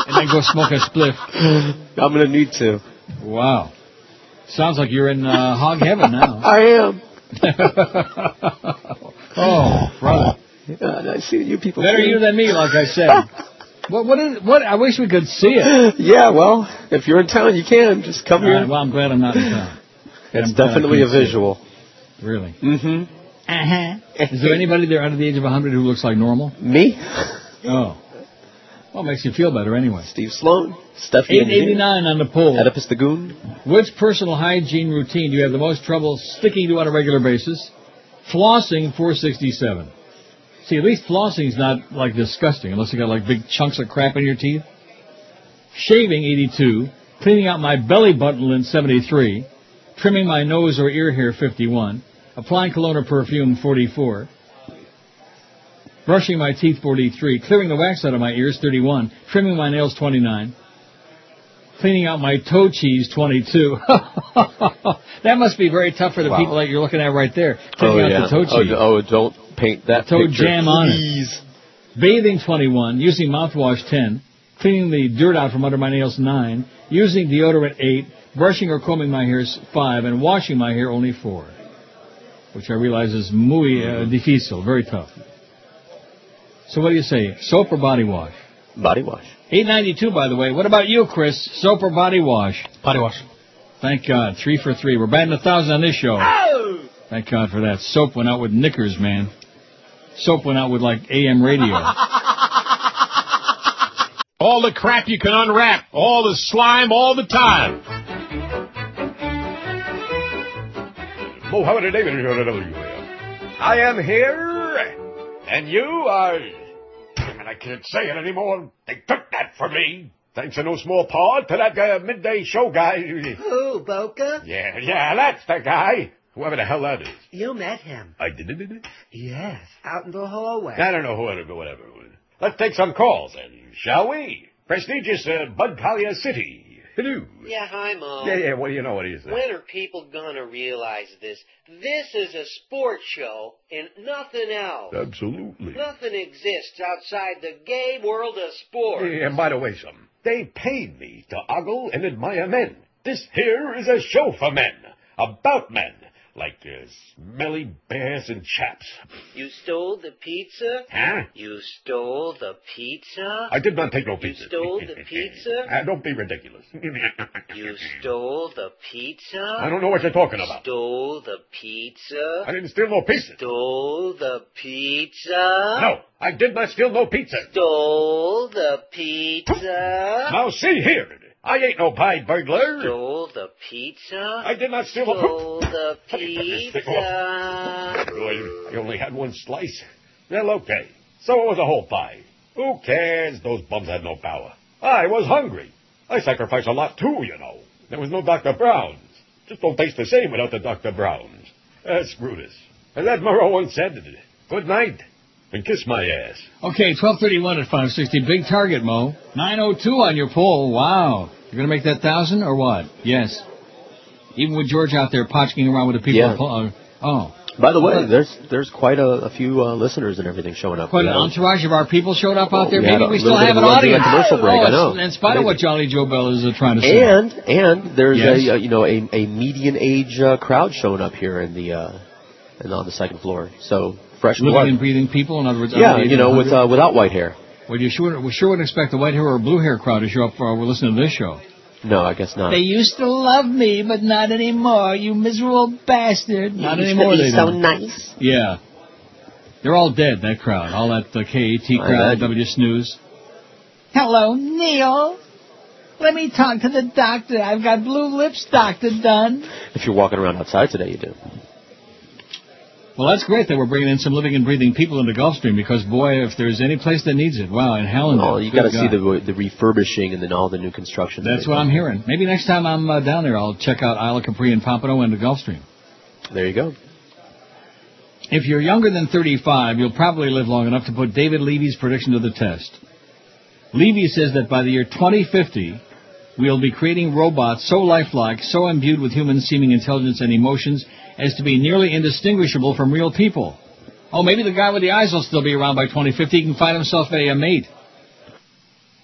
Speaker 4: and then go smoke a spliff.
Speaker 5: I'm gonna need to.
Speaker 4: Wow, sounds like you're in uh, hog heaven now.
Speaker 5: I am.
Speaker 4: oh, brother.
Speaker 5: God, I see you people.
Speaker 4: Better
Speaker 5: too.
Speaker 4: you than me, like I said. what? What is? What? I wish we could see it.
Speaker 5: Yeah, well, if you're in town, you can just come
Speaker 4: All
Speaker 5: here.
Speaker 4: right, well, I'm glad I'm not in town.
Speaker 5: it's
Speaker 4: I'm glad I
Speaker 5: definitely a
Speaker 4: couldn't see it.
Speaker 5: visual.
Speaker 4: Really.
Speaker 5: Mm-hmm.
Speaker 4: Uh huh. Is there anybody there under the age of 100 who looks like normal?
Speaker 5: Me?
Speaker 4: Oh. Well, it makes you feel better anyway.
Speaker 5: Steve Sloan, Stephanie.
Speaker 4: 889 on the poll.
Speaker 5: Oedipus the Goon.
Speaker 4: Which personal hygiene routine do you have the most trouble sticking to on a regular basis? Flossing, 467. See, at least flossing's not like disgusting unless you got like big chunks of crap in your teeth. Shaving, 82. Cleaning out my belly button, in 73. Trimming my nose or ear hair, 51. Applying cologne or perfume, 44. Brushing my teeth, 43. Clearing the wax out of my ears, 31. Trimming my nails, 29. Cleaning out my toe cheese, 22. that must be very tough for the
Speaker 5: Wow.
Speaker 4: people that you're looking at right there. Cleaning
Speaker 5: oh,
Speaker 4: out
Speaker 5: yeah.
Speaker 4: the toe
Speaker 5: oh,
Speaker 4: cheese.
Speaker 5: d- oh, don't paint that
Speaker 4: Toe
Speaker 5: picture.
Speaker 4: jam on it.
Speaker 5: please.
Speaker 4: Bathing 21, using mouthwash 10, cleaning the dirt out from under my nails 9, using deodorant 8, Brushing or combing my hair is five, and washing my hair only four, which I realize is muy uh, difícil, very tough. So what do you say, soap or body wash?
Speaker 5: Body wash.
Speaker 4: 892, by the way. What about you, Chris? Soap or body wash?
Speaker 2: Body wash.
Speaker 4: Thank God. Three for three. We're batting a thousand on this show. Thank God for that. Soap went out with knickers, man. Soap went out with like AM radio.
Speaker 12: All the crap you can unwrap, all the slime, all the time. Mohammed David, I am here, and you are. Damn it, I can't say it anymore. They took that from me. Thanks in no small part to that uh, midday show guy.
Speaker 10: Who, Boca?
Speaker 12: Yeah, yeah, that's the guy. Whoever the hell that is.
Speaker 10: You met him.
Speaker 12: I did it. did it?
Speaker 10: Yes, out in the hallway.
Speaker 12: I don't know who it is, but whatever. Let's take some calls then, shall we? Prestigious uh, Bud Collier City. Hello.
Speaker 13: Yeah, hi, Mom.
Speaker 12: Yeah, yeah, well, you know what it is. uh,
Speaker 13: When are people gonna realize this? This is a sports show and nothing else.
Speaker 12: Absolutely.
Speaker 13: Nothing exists outside the gay world of sports.
Speaker 12: Yeah, and by the way, something. They paid me to ogle and admire men. This here is a show for men, about men, like uh, smelly bears and chaps.
Speaker 13: You stole the pizza?
Speaker 12: Huh?
Speaker 13: You stole the pizza?
Speaker 12: I did not take no pizza.
Speaker 13: You stole the pizza?
Speaker 12: Ah, don't be ridiculous.
Speaker 13: You stole the pizza?
Speaker 12: I don't know what you're talking about.
Speaker 13: Stole the pizza?
Speaker 12: I didn't steal no pizza.
Speaker 13: Stole the pizza?
Speaker 12: No, I did not steal no pizza.
Speaker 13: Stole the pizza?
Speaker 12: Now see here, I ain't no pie burglar.
Speaker 13: Stole the pizza?
Speaker 12: I did not steal the-
Speaker 13: Stole the
Speaker 12: off.
Speaker 13: pizza?
Speaker 12: Boy, I only had one slice. Well, okay. So it was a whole pie. Who cares? Those bums had no power. I was hungry. I sacrificed a lot too, you know. There was no Dr. Brown's. Just don't taste the same without the Dr. Brown's. Uh, screw this. And that Moreau once said, good night, and kiss my ass.
Speaker 4: Okay, 1231 at 560. Big target, Mo. 902 on your poll. Wow. You're going to make that 1,000 or what? Yes. Even with George out there potching around with the people.
Speaker 5: Yeah.
Speaker 4: uh, Oh.
Speaker 5: By the way, there's there's quite a, a few uh, listeners and everything showing up.
Speaker 4: Quite
Speaker 5: We
Speaker 4: an
Speaker 5: had a-
Speaker 4: entourage of our people showed up out there.
Speaker 5: we had
Speaker 4: Maybe
Speaker 5: a
Speaker 4: we
Speaker 5: little
Speaker 4: still
Speaker 5: bit
Speaker 4: have an
Speaker 5: of a run to
Speaker 4: audience.
Speaker 5: that commercial break,
Speaker 4: Oh,
Speaker 5: I know.
Speaker 4: it's- In spite of what Jolly Joe Bell is uh, trying to say.
Speaker 5: And and there's
Speaker 4: Yes.
Speaker 5: a, uh you know a, a median age uh, crowd showing up here in the uh, and on the second floor. So fresh
Speaker 4: living
Speaker 5: blood.
Speaker 4: and breathing people. In other words,
Speaker 5: Yeah,
Speaker 4: under the
Speaker 5: you know,
Speaker 4: 800.
Speaker 5: with uh, without white hair.
Speaker 4: Well, you sure, we sure wouldn't expect the white hair or blue hair crowd to show up uh, we're listening to this show.
Speaker 5: No, I guess not.
Speaker 4: used to love me, but not anymore. You miserable bastard. Not anymore. they don't.
Speaker 5: nice.
Speaker 4: Yeah. They're all dead, that crowd. All that uh, KAT crowd,
Speaker 5: God.
Speaker 4: W Snooze.
Speaker 16: Hello, Neil. Let me talk to the doctor. I've got blue lips, Doctor Dunn.
Speaker 5: If you're walking around outside today, you do.
Speaker 4: Well, that's great that we're bringing in some living and breathing people into Gulfstream because, boy, if there's any place that needs it, wow, in Hallandale.
Speaker 5: Oh, you
Speaker 4: good
Speaker 5: got to see
Speaker 4: God.
Speaker 5: the the refurbishing and then all the new construction. that
Speaker 4: That's
Speaker 5: they've
Speaker 4: what I'm
Speaker 5: done.
Speaker 4: hearing. Maybe next time I'm uh, down there, I'll check out Isla Capri and Pompano and the Gulfstream.
Speaker 5: There you go.
Speaker 4: If you're younger than 35, you'll probably live long enough to put David Levy's prediction to the test. Levy says that by the year 2050, we'll be creating robots so lifelike, so imbued with human seeming intelligence and emotions, as to be nearly indistinguishable from real people. Oh, maybe the guy with the eyes will still be around by 2050. He can find himself a, a mate.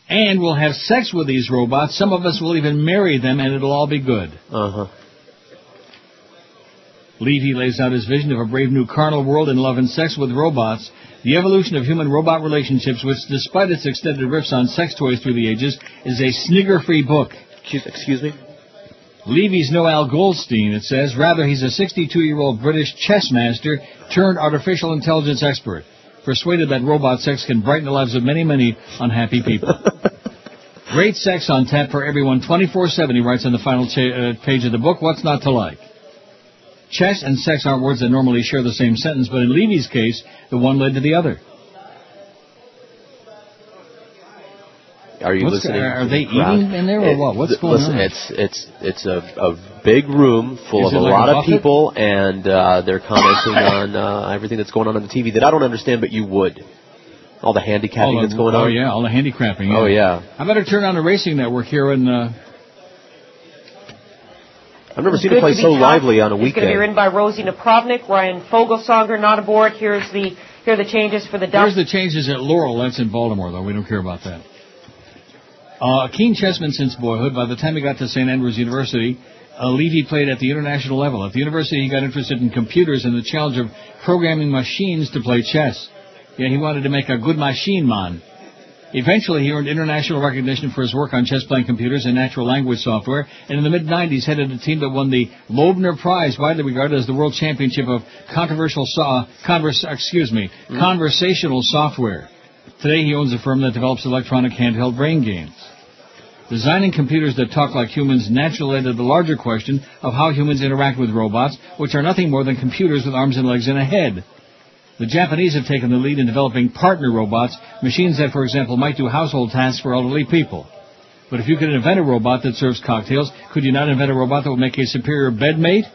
Speaker 4: And we'll have sex with these robots. Some of us will even marry them, and it'll all be good.
Speaker 5: Uh huh.
Speaker 4: Levy lays out his vision of a brave new carnal world in love and sex with robots, the evolution of human-robot relationships, which, despite its extended riffs on sex toys through the ages, is a snigger-free book.
Speaker 5: Excuse, excuse me?
Speaker 4: Levy's no Al Goldstein, it says. Rather, he's a 62-year-old British chess master turned artificial intelligence expert, persuaded that robot sex can brighten the lives of many, many unhappy people. Great sex on tap for everyone 24-7, he writes on the final cha- uh, page of the book, What's Not to Like? Chess and sex aren't words that normally share the same sentence, but in Levy's case, the one led to the other.
Speaker 5: Are you
Speaker 4: What's-
Speaker 5: listening?
Speaker 4: are- are
Speaker 5: to the
Speaker 4: they
Speaker 5: crowd?
Speaker 4: eating in there or
Speaker 5: It-
Speaker 4: what? What's
Speaker 5: th-
Speaker 4: going
Speaker 5: listen,
Speaker 4: on?
Speaker 5: It's it's it's a, a big room full
Speaker 4: Is
Speaker 5: of
Speaker 4: it
Speaker 5: a
Speaker 4: like a
Speaker 5: lot of
Speaker 4: buffet?
Speaker 5: people, and uh, they're commenting on uh, everything that's going on on the TV that I don't understand, but you would. All the handicapping
Speaker 4: All the-
Speaker 5: that's going
Speaker 4: oh,
Speaker 5: on.
Speaker 4: yeah, all the handicrapping.
Speaker 5: Oh yeah.
Speaker 4: I better turn on the Racing Network here and... Uh,
Speaker 5: I've never
Speaker 18: It's
Speaker 5: seen a
Speaker 18: good
Speaker 5: place
Speaker 18: to be
Speaker 5: so
Speaker 18: tough.
Speaker 5: lively on a
Speaker 18: It's going to be
Speaker 5: weekend.
Speaker 18: written by Rosie Napravnik, Ryan Fogelsonger, not aboard. Here's the here are the changes for the
Speaker 4: There's
Speaker 18: dump.
Speaker 4: the changes at Laurel. That's in Baltimore, though. We don't care about that. Uh, a keen chessman since boyhood, by the time he got to St. Andrews University, uh, Levy played at the international level. At the university, he got interested in computers and the challenge of programming machines to play chess. Yeah, he wanted to make a good machine man. Eventually, he earned international recognition for his work on chess playing computers and natural language software, and in the mid 90s headed a team that won the Loebner Prize, widely regarded as the world championship of controversial so- converse, excuse me, conversational software. Today, he owns a firm that develops electronic handheld brain games. Designing computers that talk like humans naturally led to the larger question of how humans interact with robots, which are nothing more than computers with arms and legs and a head. The Japanese have taken the lead in developing partner robots, machines that, for example, might do household tasks for elderly people. But if you could invent a robot that serves cocktails, could you not invent a robot that would make a superior bedmate?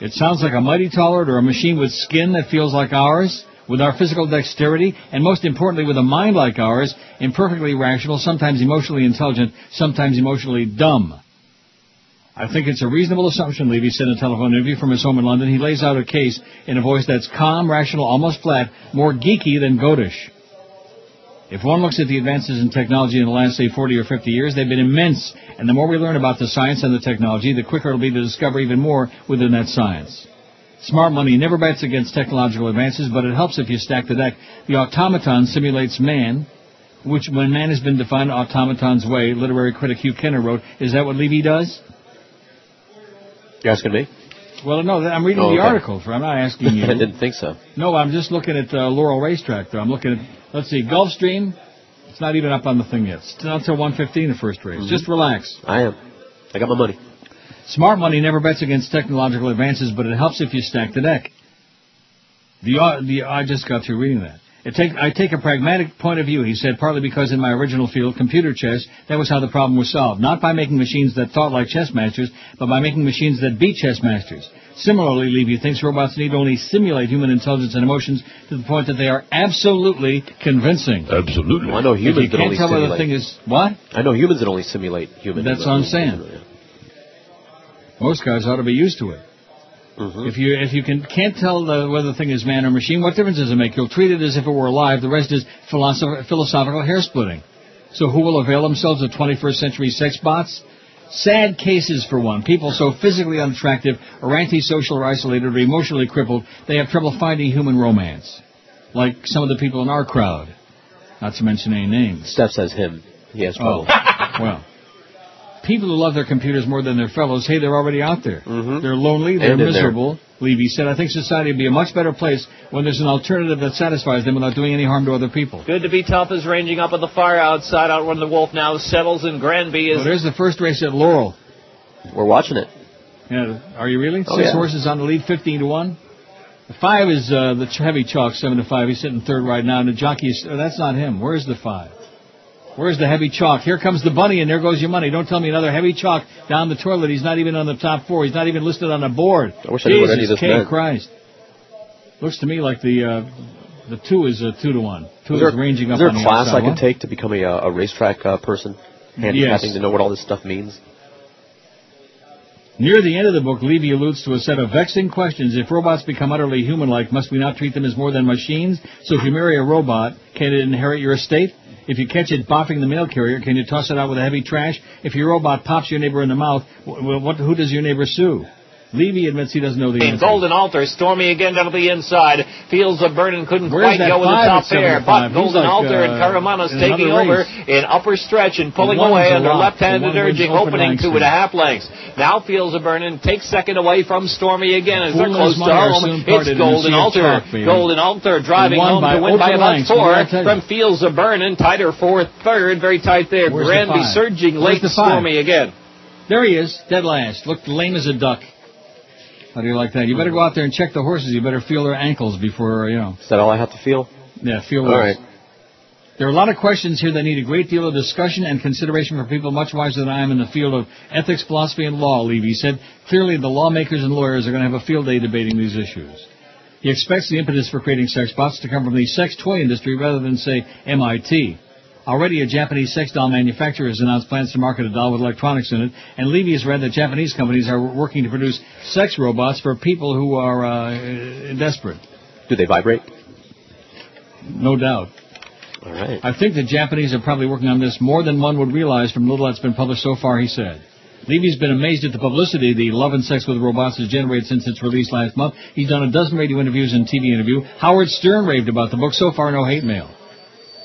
Speaker 4: It sounds like a mighty tolerant or a machine with skin that feels like ours, with our physical dexterity, and most importantly, with a mind like ours, imperfectly rational, sometimes emotionally intelligent, sometimes emotionally dumb. I think it's a reasonable assumption, Levy said in a telephone interview from his home in London. He lays out a case in a voice that's calm, rational, almost flat, more geeky than goatish. If one looks at the advances in technology in the last, say, 40 or 50 years, they've been immense. And the more we learn about the science and the technology, the quicker it'll be to discover even more within that science. Smart money never bets against technological advances, but it helps if you stack the deck. The automaton simulates man, which, when man has been defined automaton's way, literary critic Hugh Kenner wrote, is that what Levy does?
Speaker 5: You're asking me?
Speaker 4: Well, no, I'm reading
Speaker 5: Oh,
Speaker 4: the
Speaker 5: okay.
Speaker 4: article. For, I'm not asking you.
Speaker 5: I didn't think so.
Speaker 4: No, I'm just looking at uh, Laurel Racetrack. Though I'm looking at let's see Gulfstream. It's not even up on the thing yet. It's not till 1:15 the first race. Just relax.
Speaker 5: Mm-hmm. I am. I got my money.
Speaker 4: Smart money never bets against technological advances, but it helps if you stack the deck. The, au- the I just got through reading that. It take, I take a pragmatic point of view, he said, partly because in my original field, computer chess, that was how the problem was solved. Not by making machines that thought like chess masters, but by making machines that beat chess masters. Similarly, Levy thinks robots need only simulate human intelligence and emotions to the point that they are absolutely convincing.
Speaker 5: Absolutely. I know humans
Speaker 4: If you
Speaker 5: that
Speaker 4: can't
Speaker 5: only
Speaker 4: tell whether the
Speaker 5: simulate.
Speaker 4: thing is what?
Speaker 5: I know humans that only simulate human.
Speaker 4: That's what I'm saying. Most guys ought to be used to it. If you if you can can't tell the, whether the thing is man or machine, what difference does it make? You'll treat it as if it were alive. The rest is philosoph- philosophical hair splitting. So who will avail themselves of 21st century sex bots? Sad cases for one. People so physically unattractive, or antisocial, or isolated, or emotionally crippled, they have trouble finding human romance. Like some of the people in our crowd. Not to mention E. any names.
Speaker 5: Steph says him. He has trouble.
Speaker 4: Oh, well. People who love their computers more than their fellows, hey, they're already out there. They're lonely, they're
Speaker 5: Mm-hmm. And in there.
Speaker 4: miserable. Levy said, I think society would be a much better place when there's an alternative that satisfies them without doing any harm to other people.
Speaker 14: Good to be tough is ranging up on the fire outside. Outrun the wolf now settles in Granby is
Speaker 4: Well, there's the first race at Laurel.
Speaker 5: We're watching it.
Speaker 4: Yeah, are you really? Six
Speaker 5: Oh, yeah.
Speaker 4: horses on the lead, 15 to 1. The five is uh, the ch- heavy chalk, 7 to 5. He's sitting third right now, and the jockey is. Oh, that's not him. Where's the five? Where's the heavy chalk? Here comes the bunny, and there goes your money. Don't tell me another heavy chalk down the toilet. He's not even on the top four. He's not even listed on the board.
Speaker 5: I wish I knew what
Speaker 4: Jesus
Speaker 5: any of this
Speaker 4: K.
Speaker 5: meant.
Speaker 4: Christ. Looks to me like the uh, the two is uh, two to one. Two
Speaker 5: Is
Speaker 4: is,
Speaker 5: there,
Speaker 4: ranging
Speaker 5: is
Speaker 4: up
Speaker 5: there
Speaker 4: on
Speaker 5: a
Speaker 4: the
Speaker 5: class
Speaker 4: outside.
Speaker 5: I can
Speaker 4: What?
Speaker 5: take to become a, uh, a racetrack uh, person? Handicapping
Speaker 4: Yes.
Speaker 5: to know what all this stuff means?
Speaker 4: Near the end of the book, Levy alludes to a set of vexing questions. If robots become utterly human-like, must we not treat them as more than machines? So if you marry a robot, can it inherit your estate? If you catch it bopping the mail carrier, can you toss it out with a heavy trash? If your robot pops your neighbor in the mouth, wh- wh- what, who does your neighbor sue? Levy admits he doesn't know the
Speaker 14: in
Speaker 4: answer.
Speaker 14: Golden Altar. Stormy again down to the inside. Feels the burden, couldn't
Speaker 4: Where's
Speaker 14: quite
Speaker 4: that
Speaker 14: go with the
Speaker 4: five at
Speaker 14: top
Speaker 4: seven
Speaker 14: pair.
Speaker 4: to five?
Speaker 14: But
Speaker 4: He's
Speaker 14: Golden
Speaker 4: like,
Speaker 14: Altar and
Speaker 4: uh,
Speaker 14: Karamanos
Speaker 4: in
Speaker 14: taking
Speaker 4: another
Speaker 14: over
Speaker 4: race.
Speaker 14: in upper stretch and pulling
Speaker 4: The one's
Speaker 14: away
Speaker 4: a
Speaker 14: under
Speaker 4: lot. The
Speaker 14: left-handed
Speaker 4: one wins
Speaker 14: urging,
Speaker 4: open
Speaker 14: opening
Speaker 4: lengths
Speaker 14: two and a half lengths. Now feels the burden, takes second away from Stormy again as they're
Speaker 4: Fool and his
Speaker 14: close to
Speaker 4: money are
Speaker 14: home.
Speaker 4: soon parted in
Speaker 14: It's
Speaker 4: the sea
Speaker 14: Golden
Speaker 4: of
Speaker 14: Altar.
Speaker 4: chalk, baby.
Speaker 14: Golden Altar driving
Speaker 4: Won
Speaker 14: home
Speaker 4: by
Speaker 14: to win by
Speaker 4: open
Speaker 14: about
Speaker 4: lengths. What
Speaker 14: four
Speaker 4: did I tell you?
Speaker 14: from Feels the burden, tighter fourth, third, very tight there.
Speaker 4: Where's the
Speaker 14: Granby
Speaker 4: five?
Speaker 14: surging
Speaker 4: Where's
Speaker 14: late
Speaker 4: the five?
Speaker 14: Stormy again.
Speaker 4: There he is, dead last. Looked lame as a duck. How do you like that? You better go out there and check the horses. You better feel their ankles before, you know.
Speaker 5: Is that all I have to feel?
Speaker 4: Yeah, feel
Speaker 5: All
Speaker 4: those.
Speaker 5: right.
Speaker 4: There are a lot of questions here that need a great deal of discussion and consideration for people much wiser than I am in the field of ethics, philosophy, and law, Levy said. Clearly, the lawmakers and lawyers are going to have a field day debating these issues. He expects the impetus for creating sex bots to come from the sex toy industry rather than, say, MIT. Already, a Japanese sex doll manufacturer has announced plans to market a doll with electronics in it, and Levy has read that Japanese companies are working to produce sex robots for people who are uh, desperate.
Speaker 5: Do they vibrate?
Speaker 4: No doubt.
Speaker 5: All right.
Speaker 4: I think the Japanese are probably working on this more than one would realize from little that's been published so far, he said. Levy's been amazed at the publicity the Love and Sex with Robots has generated since its release last month. He's done a dozen radio interviews and TV interview. Howard Stern raved about the book. So far, no hate mail.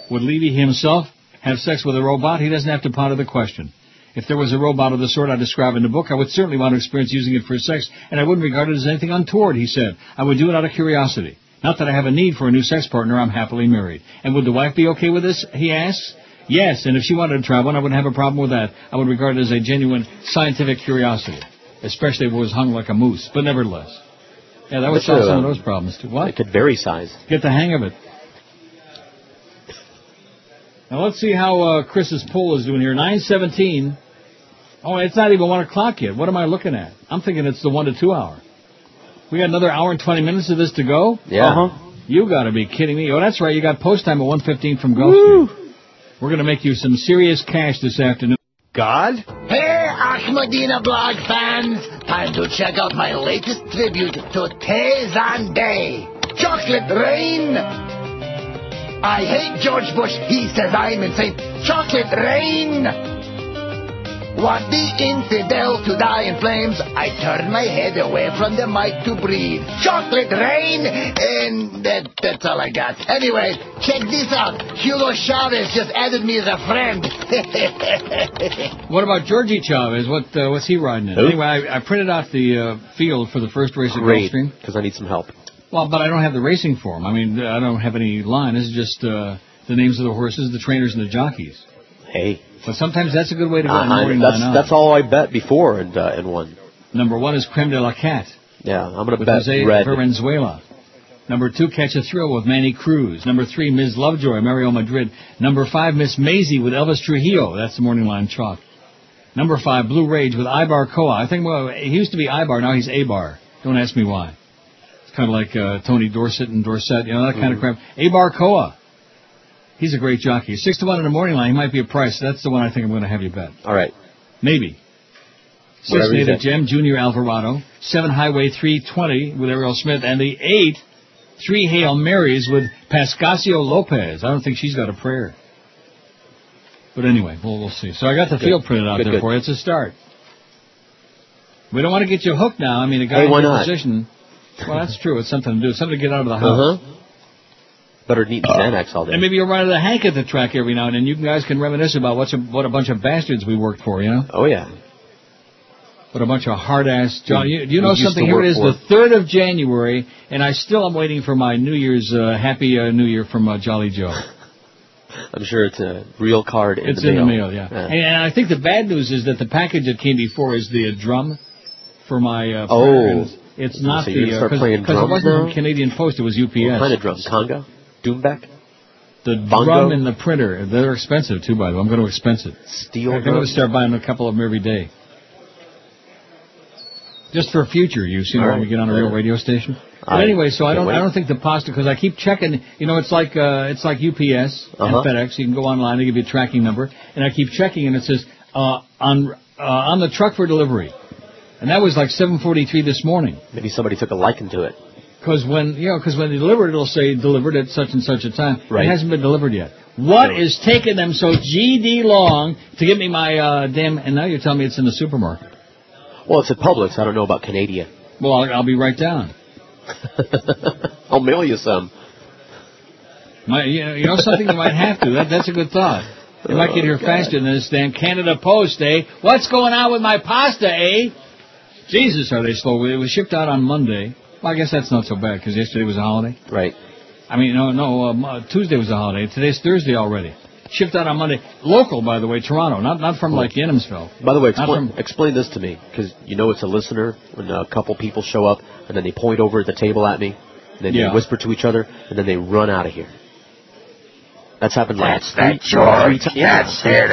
Speaker 4: Would Levy himself have sex with a robot? He doesn't have to ponder the question. If there was a robot of the sort I describe in the book, I would certainly want to experience using it for sex, and I wouldn't regard it as anything untoward, he said. I would do it out of curiosity. Not that I have a need for a new sex partner, I'm happily married. And would the wife be okay with this? He asks. Yes, and if she wanted to try one, I wouldn't have a problem with that. I would regard it as a genuine scientific curiosity, especially if it was hung like a moose, but nevertheless. Yeah, that would
Speaker 5: But,
Speaker 4: solve
Speaker 5: uh,
Speaker 4: some of those problems, too. What?
Speaker 5: It could vary size.
Speaker 4: Get the hang of it. Now let's see how uh, Chris's poll is doing here. Nine seventeen. Oh, it's not even one o'clock yet. What am I looking at? I'm thinking it's the one to two hour. We got another hour and twenty minutes of this to go.
Speaker 5: Yeah.
Speaker 4: Uh-huh. You got to be kidding me. Oh, that's right. You got post time at one fifteen from Gulf. Street. We're gonna make you some serious cash this afternoon. God.
Speaker 15: Hey, Ahmadina blog fans! Time to check out my latest tribute to Tezan Day. Chocolate Rain! I hate George Bush. He says I'm insane. Chocolate Rain! Want the infidel to die in flames? I turn my head away from the mic to breathe. Chocolate Rain! And that, that's all I got. Anyway, check this out. Hugo Chavez just added me as a friend.
Speaker 4: What about Georgie Chavez? What uh, what's he riding in?
Speaker 5: Who?
Speaker 4: Anyway, I, I printed out the uh, field for the first race at
Speaker 5: Great,
Speaker 4: Gulfstream.
Speaker 5: because I need some help.
Speaker 4: Well, but I don't have the racing form. I mean, I don't have any line. It's just uh, the names of the horses, the trainers, and the jockeys.
Speaker 5: Hey.
Speaker 4: But sometimes that's a good way to go.
Speaker 5: Uh-huh.
Speaker 4: knowing
Speaker 5: That's
Speaker 4: line up.
Speaker 5: that's all I bet before and uh, and won.
Speaker 4: Number one is Creme de la Cat.
Speaker 5: Yeah, I'm gonna
Speaker 4: with
Speaker 5: bet
Speaker 4: Jose
Speaker 5: red.
Speaker 4: Valenzuela. Number two, Catch a Thrill with Manny Cruz. Number three, Ms. Lovejoy, Mario Madrid. Number five, Miss Maisie with Elvis Trujillo. That's the morning line chalk. Number five, Blue Rage with Ibar Koa. I think well, he used to be Ibar, now he's Abar. Don't ask me why. It's kind of like uh, Tony Dorsett and Dorsett, you know that kind of crap. Abar Koa. He's a great jockey. Six to one in the morning line. He might be a price. That's the one I think I'm going to have you bet.
Speaker 5: All right.
Speaker 4: Maybe. Six
Speaker 5: Whatever you
Speaker 4: Native
Speaker 5: say.
Speaker 4: Gem, Junior Alvarado. Seven Highway 320 with Ariel Smith. And the eight, three Hail Marys with Pascasio Lopez. I don't think she's got a prayer. But anyway, we'll, we'll see. So I got the
Speaker 5: Good.
Speaker 4: field printed out
Speaker 5: Good,
Speaker 4: there
Speaker 5: good.
Speaker 4: for you. It's a start. We don't want to get you hooked now. I mean, a guy
Speaker 5: Hey,
Speaker 4: in
Speaker 5: why
Speaker 4: your
Speaker 5: not?
Speaker 4: position. Well, that's true. It's something to do. Something to get out of the house.
Speaker 5: Uh huh. Better than eating Xanax all day.
Speaker 4: And maybe you'll ride the hank at the track every now and then. You guys can reminisce about what's a, what a bunch of bastards we worked for, you know?
Speaker 5: Oh yeah.
Speaker 4: What a bunch of hard ass John. You, you
Speaker 5: We
Speaker 4: know
Speaker 5: used
Speaker 4: something?
Speaker 5: to
Speaker 4: Here
Speaker 5: work
Speaker 4: it is,
Speaker 5: for
Speaker 4: the third of January, and I still am waiting for my New Year's uh, happy uh, New Year from uh, Jolly Joe.
Speaker 5: I'm sure it's a real card in
Speaker 4: it's
Speaker 5: the
Speaker 4: in
Speaker 5: mail.
Speaker 4: the mail, yeah.
Speaker 5: Yeah.
Speaker 4: And, and I think the bad news is that the package that came before is the uh, drum for my. Uh,
Speaker 5: Oh.
Speaker 4: prayer, and it's- It's
Speaker 5: So
Speaker 4: not
Speaker 5: you're gonna
Speaker 4: the
Speaker 5: start playing
Speaker 4: because it
Speaker 5: drums
Speaker 4: wasn't
Speaker 5: now?
Speaker 4: from Canadian Post. It was UPS.
Speaker 5: What kind of drum? Conga? Doomback?
Speaker 4: The
Speaker 5: Bongo?
Speaker 4: drum and the printer. They're expensive too, by the way. I'm going to expense it.
Speaker 5: Steel
Speaker 4: I'm going to
Speaker 5: drum?
Speaker 4: start buying a couple of them every day. Just for future use, you know,
Speaker 5: All
Speaker 4: when
Speaker 5: right.
Speaker 4: we get on a real
Speaker 5: Yeah.
Speaker 4: radio station. But
Speaker 5: I
Speaker 4: anyway, so I
Speaker 5: can't
Speaker 4: don't,
Speaker 5: wait.
Speaker 4: I don't think the pasta because I keep checking. You know, it's like uh, it's like UPS
Speaker 5: Uh-huh.
Speaker 4: and FedEx. You can go online, they give you a tracking number, and I keep checking, and it says uh, on uh, on the truck for delivery, and that was like 7:43 this morning.
Speaker 5: Maybe somebody took a liking to it.
Speaker 4: Because when you know, 'cause when they deliver it, it'll say delivered at such and such a time.
Speaker 5: Right.
Speaker 4: It hasn't been delivered yet. What is taking them so GD long to get me my uh, damn? And now you're telling me it's in the supermarket.
Speaker 5: Well, it's at Publix. I don't know about Canadian.
Speaker 4: Well, I'll, I'll be right down.
Speaker 5: I'll mail you some.
Speaker 4: My, you, know, you know something you might have to. That, that's a good thought. You might get here
Speaker 5: Oh, God.
Speaker 4: faster than this damn Canada Post, eh? What's going on with my pasta, eh? Jesus, are they slow? It was shipped out on Monday. Well, I guess that's not so bad because yesterday was a holiday.
Speaker 5: Right.
Speaker 4: I mean, no, no. Um, uh, Tuesday was a holiday. Today's Thursday already. Shipped out on Monday. Local, by the way, Toronto, not not from like Enumsville.
Speaker 5: By the way,
Speaker 4: Not
Speaker 5: explain, explain this to me, because you know it's a listener when a couple people show up and then they point over at the table at me, and then
Speaker 4: Yeah.
Speaker 5: they whisper to each other, and then they run out of here. That's happened
Speaker 4: That's
Speaker 5: last
Speaker 4: that George. Yes,
Speaker 5: there,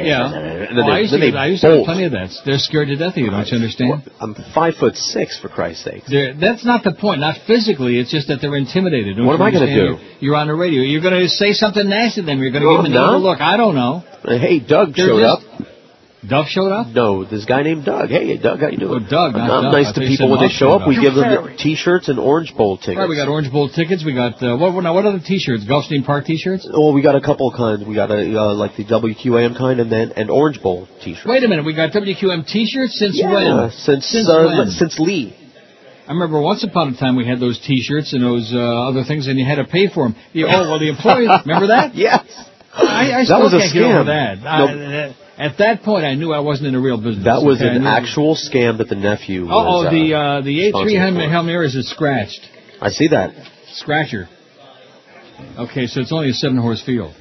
Speaker 4: Yeah.
Speaker 5: And then
Speaker 4: Oh,
Speaker 5: they,
Speaker 4: I used,
Speaker 5: then
Speaker 4: to,
Speaker 5: they
Speaker 4: get- I used to have
Speaker 5: bolt.
Speaker 4: plenty of that. They're scared to death of you. Don't you understand?
Speaker 5: I'm five foot six for Christ's sake.
Speaker 4: They're, that's not the point. Not physically. It's just that they're intimidated. Don't
Speaker 5: What am
Speaker 4: you
Speaker 5: I gonna
Speaker 4: understand?
Speaker 5: do?
Speaker 4: You're, you're on the radio. You're going to say something nasty to them. You're going to
Speaker 5: No,
Speaker 4: give them
Speaker 5: I'm
Speaker 4: an evil
Speaker 5: not.
Speaker 4: look. I don't know.
Speaker 5: Uh, Hey, Doug
Speaker 4: They're
Speaker 5: showed
Speaker 4: just-
Speaker 5: up.
Speaker 4: Doug showed up?
Speaker 5: No, this guy named Doug. Hey, Doug, how you doing?
Speaker 4: Oh, Doug, not
Speaker 5: I'm
Speaker 4: Doug. I
Speaker 5: nice
Speaker 4: thought
Speaker 5: to
Speaker 4: you
Speaker 5: people
Speaker 4: said
Speaker 5: when they
Speaker 4: Mark
Speaker 5: show
Speaker 4: showed
Speaker 5: up. We
Speaker 4: up.
Speaker 5: give
Speaker 4: Jerry.
Speaker 5: them T-shirts and Orange Bowl tickets.
Speaker 4: Right, we got Orange Bowl tickets. We got uh, what? Now, what other T-shirts? Gulfstream Park T-shirts.
Speaker 5: Well, we got a couple kinds. We got a uh, like the WQAM kind, and then an Orange Bowl T-shirt.
Speaker 4: Wait a minute, we got WQM T-shirts since
Speaker 5: Yeah,
Speaker 4: when?
Speaker 5: since, uh, le- since Lee.
Speaker 4: I remember once upon a time we had those T-shirts and those uh, other things, and you had to pay for them. You, oh well, the employees remember that?
Speaker 5: yes.
Speaker 4: I, I
Speaker 5: That
Speaker 4: still
Speaker 5: was a
Speaker 4: can't get over
Speaker 5: scam.
Speaker 4: that. I- uh, at that point, I knew I wasn't in the real business.
Speaker 5: That was
Speaker 4: okay? I
Speaker 5: an
Speaker 4: knew-
Speaker 5: actual scam that the nephew.
Speaker 4: Oh,
Speaker 5: was,
Speaker 4: oh, the uh, the A three
Speaker 5: responsible
Speaker 4: hundred Hail Marys is scratched.
Speaker 5: for. I see that.
Speaker 4: Scratcher. Okay, so it's only a seven horse field.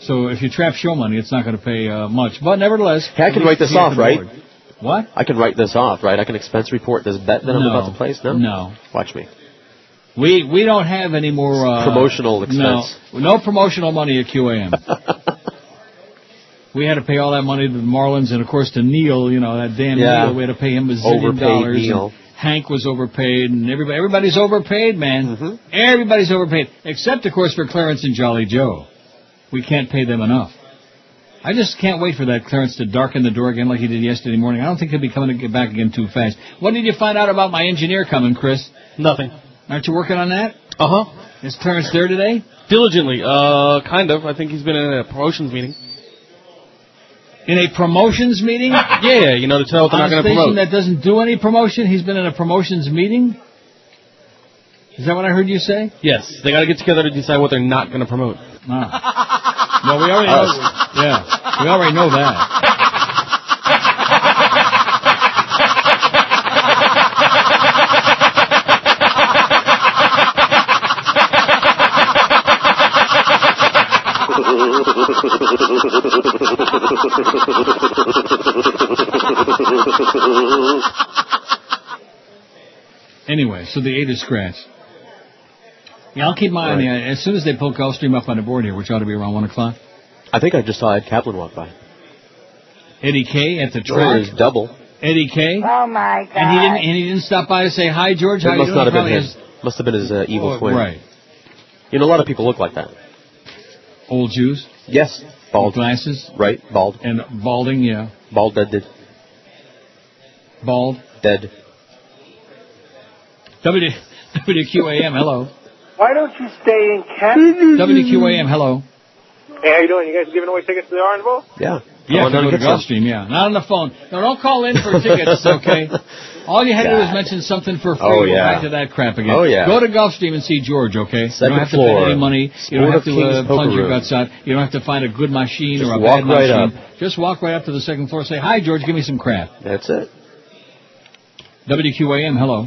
Speaker 4: So if you trap show money, it's not going to pay uh, much. But nevertheless,
Speaker 5: Hey, I
Speaker 4: at
Speaker 5: can
Speaker 4: least
Speaker 5: write this
Speaker 4: you get
Speaker 5: off,
Speaker 4: the
Speaker 5: right?
Speaker 4: board. What?
Speaker 5: I can write this off, right? I can expense report this bet that I'm
Speaker 4: No.
Speaker 5: about to place. No.
Speaker 4: No.
Speaker 5: Watch me.
Speaker 4: We we don't have any more uh,
Speaker 5: Promotional expense.
Speaker 4: No, no promotional money at QAM. we had to pay all that money to the Marlins and of course to Neil. You know that damn
Speaker 5: Yeah.
Speaker 4: Neil. We had to pay him a zillion
Speaker 5: Overpaid
Speaker 4: dollars. and
Speaker 5: Neil.
Speaker 4: Hank was overpaid, and everybody everybody's overpaid, man.
Speaker 5: Mm-hmm.
Speaker 4: Everybody's overpaid, except of course for Clarence and Jolly Joe. We can't pay them enough. I just can't wait for that Clarence to darken the door again like he did yesterday morning. I don't think he'll be coming to get back again too fast. What did you find out about my engineer coming, Chris?
Speaker 2: Nothing.
Speaker 4: Aren't you working on that?
Speaker 2: Uh huh.
Speaker 4: Is Clarence there today?
Speaker 2: Diligently, uh, kind of. I think he's been in a promotions meeting.
Speaker 4: In a promotions meeting?
Speaker 2: yeah, you know, to tell what they're
Speaker 4: on
Speaker 2: not
Speaker 4: a
Speaker 2: going to promote.
Speaker 4: station that doesn't do any promotion. He's been in a promotions meeting. Is that what I heard you say?
Speaker 2: yes, they got to get together to decide what they're not going to promote.
Speaker 4: No, we already know.
Speaker 5: Oh. Uh,
Speaker 4: Yeah, we already know that. Anyway, so the eight is scratched. Yeah, I'll keep my eye on the as soon as they pull Gulfstream up on the board here, which ought to be around one o'clock.
Speaker 5: I think I just saw Ed Kaplan walk by.
Speaker 4: Eddie K at the
Speaker 5: Or
Speaker 4: track.
Speaker 5: his double.
Speaker 4: Eddie K.
Speaker 9: Oh my god.
Speaker 4: And he didn't. And he didn't stop by to say hi, George.
Speaker 5: It
Speaker 4: how you
Speaker 5: must
Speaker 4: doing?
Speaker 5: not have been
Speaker 4: Probably
Speaker 5: him.
Speaker 4: his
Speaker 5: Must have been his uh, evil
Speaker 4: Oh,
Speaker 5: twin.
Speaker 4: right.
Speaker 5: You know, a lot of people look like that.
Speaker 4: Old Jews.
Speaker 5: Yes. Bald.
Speaker 4: glasses.
Speaker 5: Right. Bald.
Speaker 4: And balding. Yeah.
Speaker 5: Bald dead. dead.
Speaker 4: Bald.
Speaker 5: Dead.
Speaker 4: W WQAM. Hello.
Speaker 17: Why don't you stay in Cat?
Speaker 4: WQAM. Hello.
Speaker 17: Hey, how you doing? You guys giving away tickets to the Orange Bowl?
Speaker 5: Yeah.
Speaker 4: Yeah, if
Speaker 5: Come on
Speaker 4: you go
Speaker 5: down
Speaker 4: to
Speaker 5: and get some.
Speaker 4: Gulfstream. Yeah, not on the phone. No, don't call in for tickets. Okay. All you had to do was mention something for free.
Speaker 5: Oh,
Speaker 4: We're
Speaker 5: yeah.
Speaker 4: Back to that crap again.
Speaker 5: Oh, yeah.
Speaker 4: Go to Gulfstream and see George. Okay. you
Speaker 5: Second
Speaker 4: don't have to
Speaker 5: floor.
Speaker 4: pay any money. You don't
Speaker 5: Sport
Speaker 4: have
Speaker 5: of
Speaker 4: to
Speaker 5: Kings
Speaker 4: uh,
Speaker 5: Poker
Speaker 4: plunge your
Speaker 5: Room.
Speaker 4: guts out. You don't have to find a good machine
Speaker 5: Just
Speaker 4: or a bad
Speaker 5: walk right
Speaker 4: machine. Just walk right up to the second floor. Say hi, George. Give me some crap.
Speaker 5: That's it.
Speaker 4: WQAM. Hello.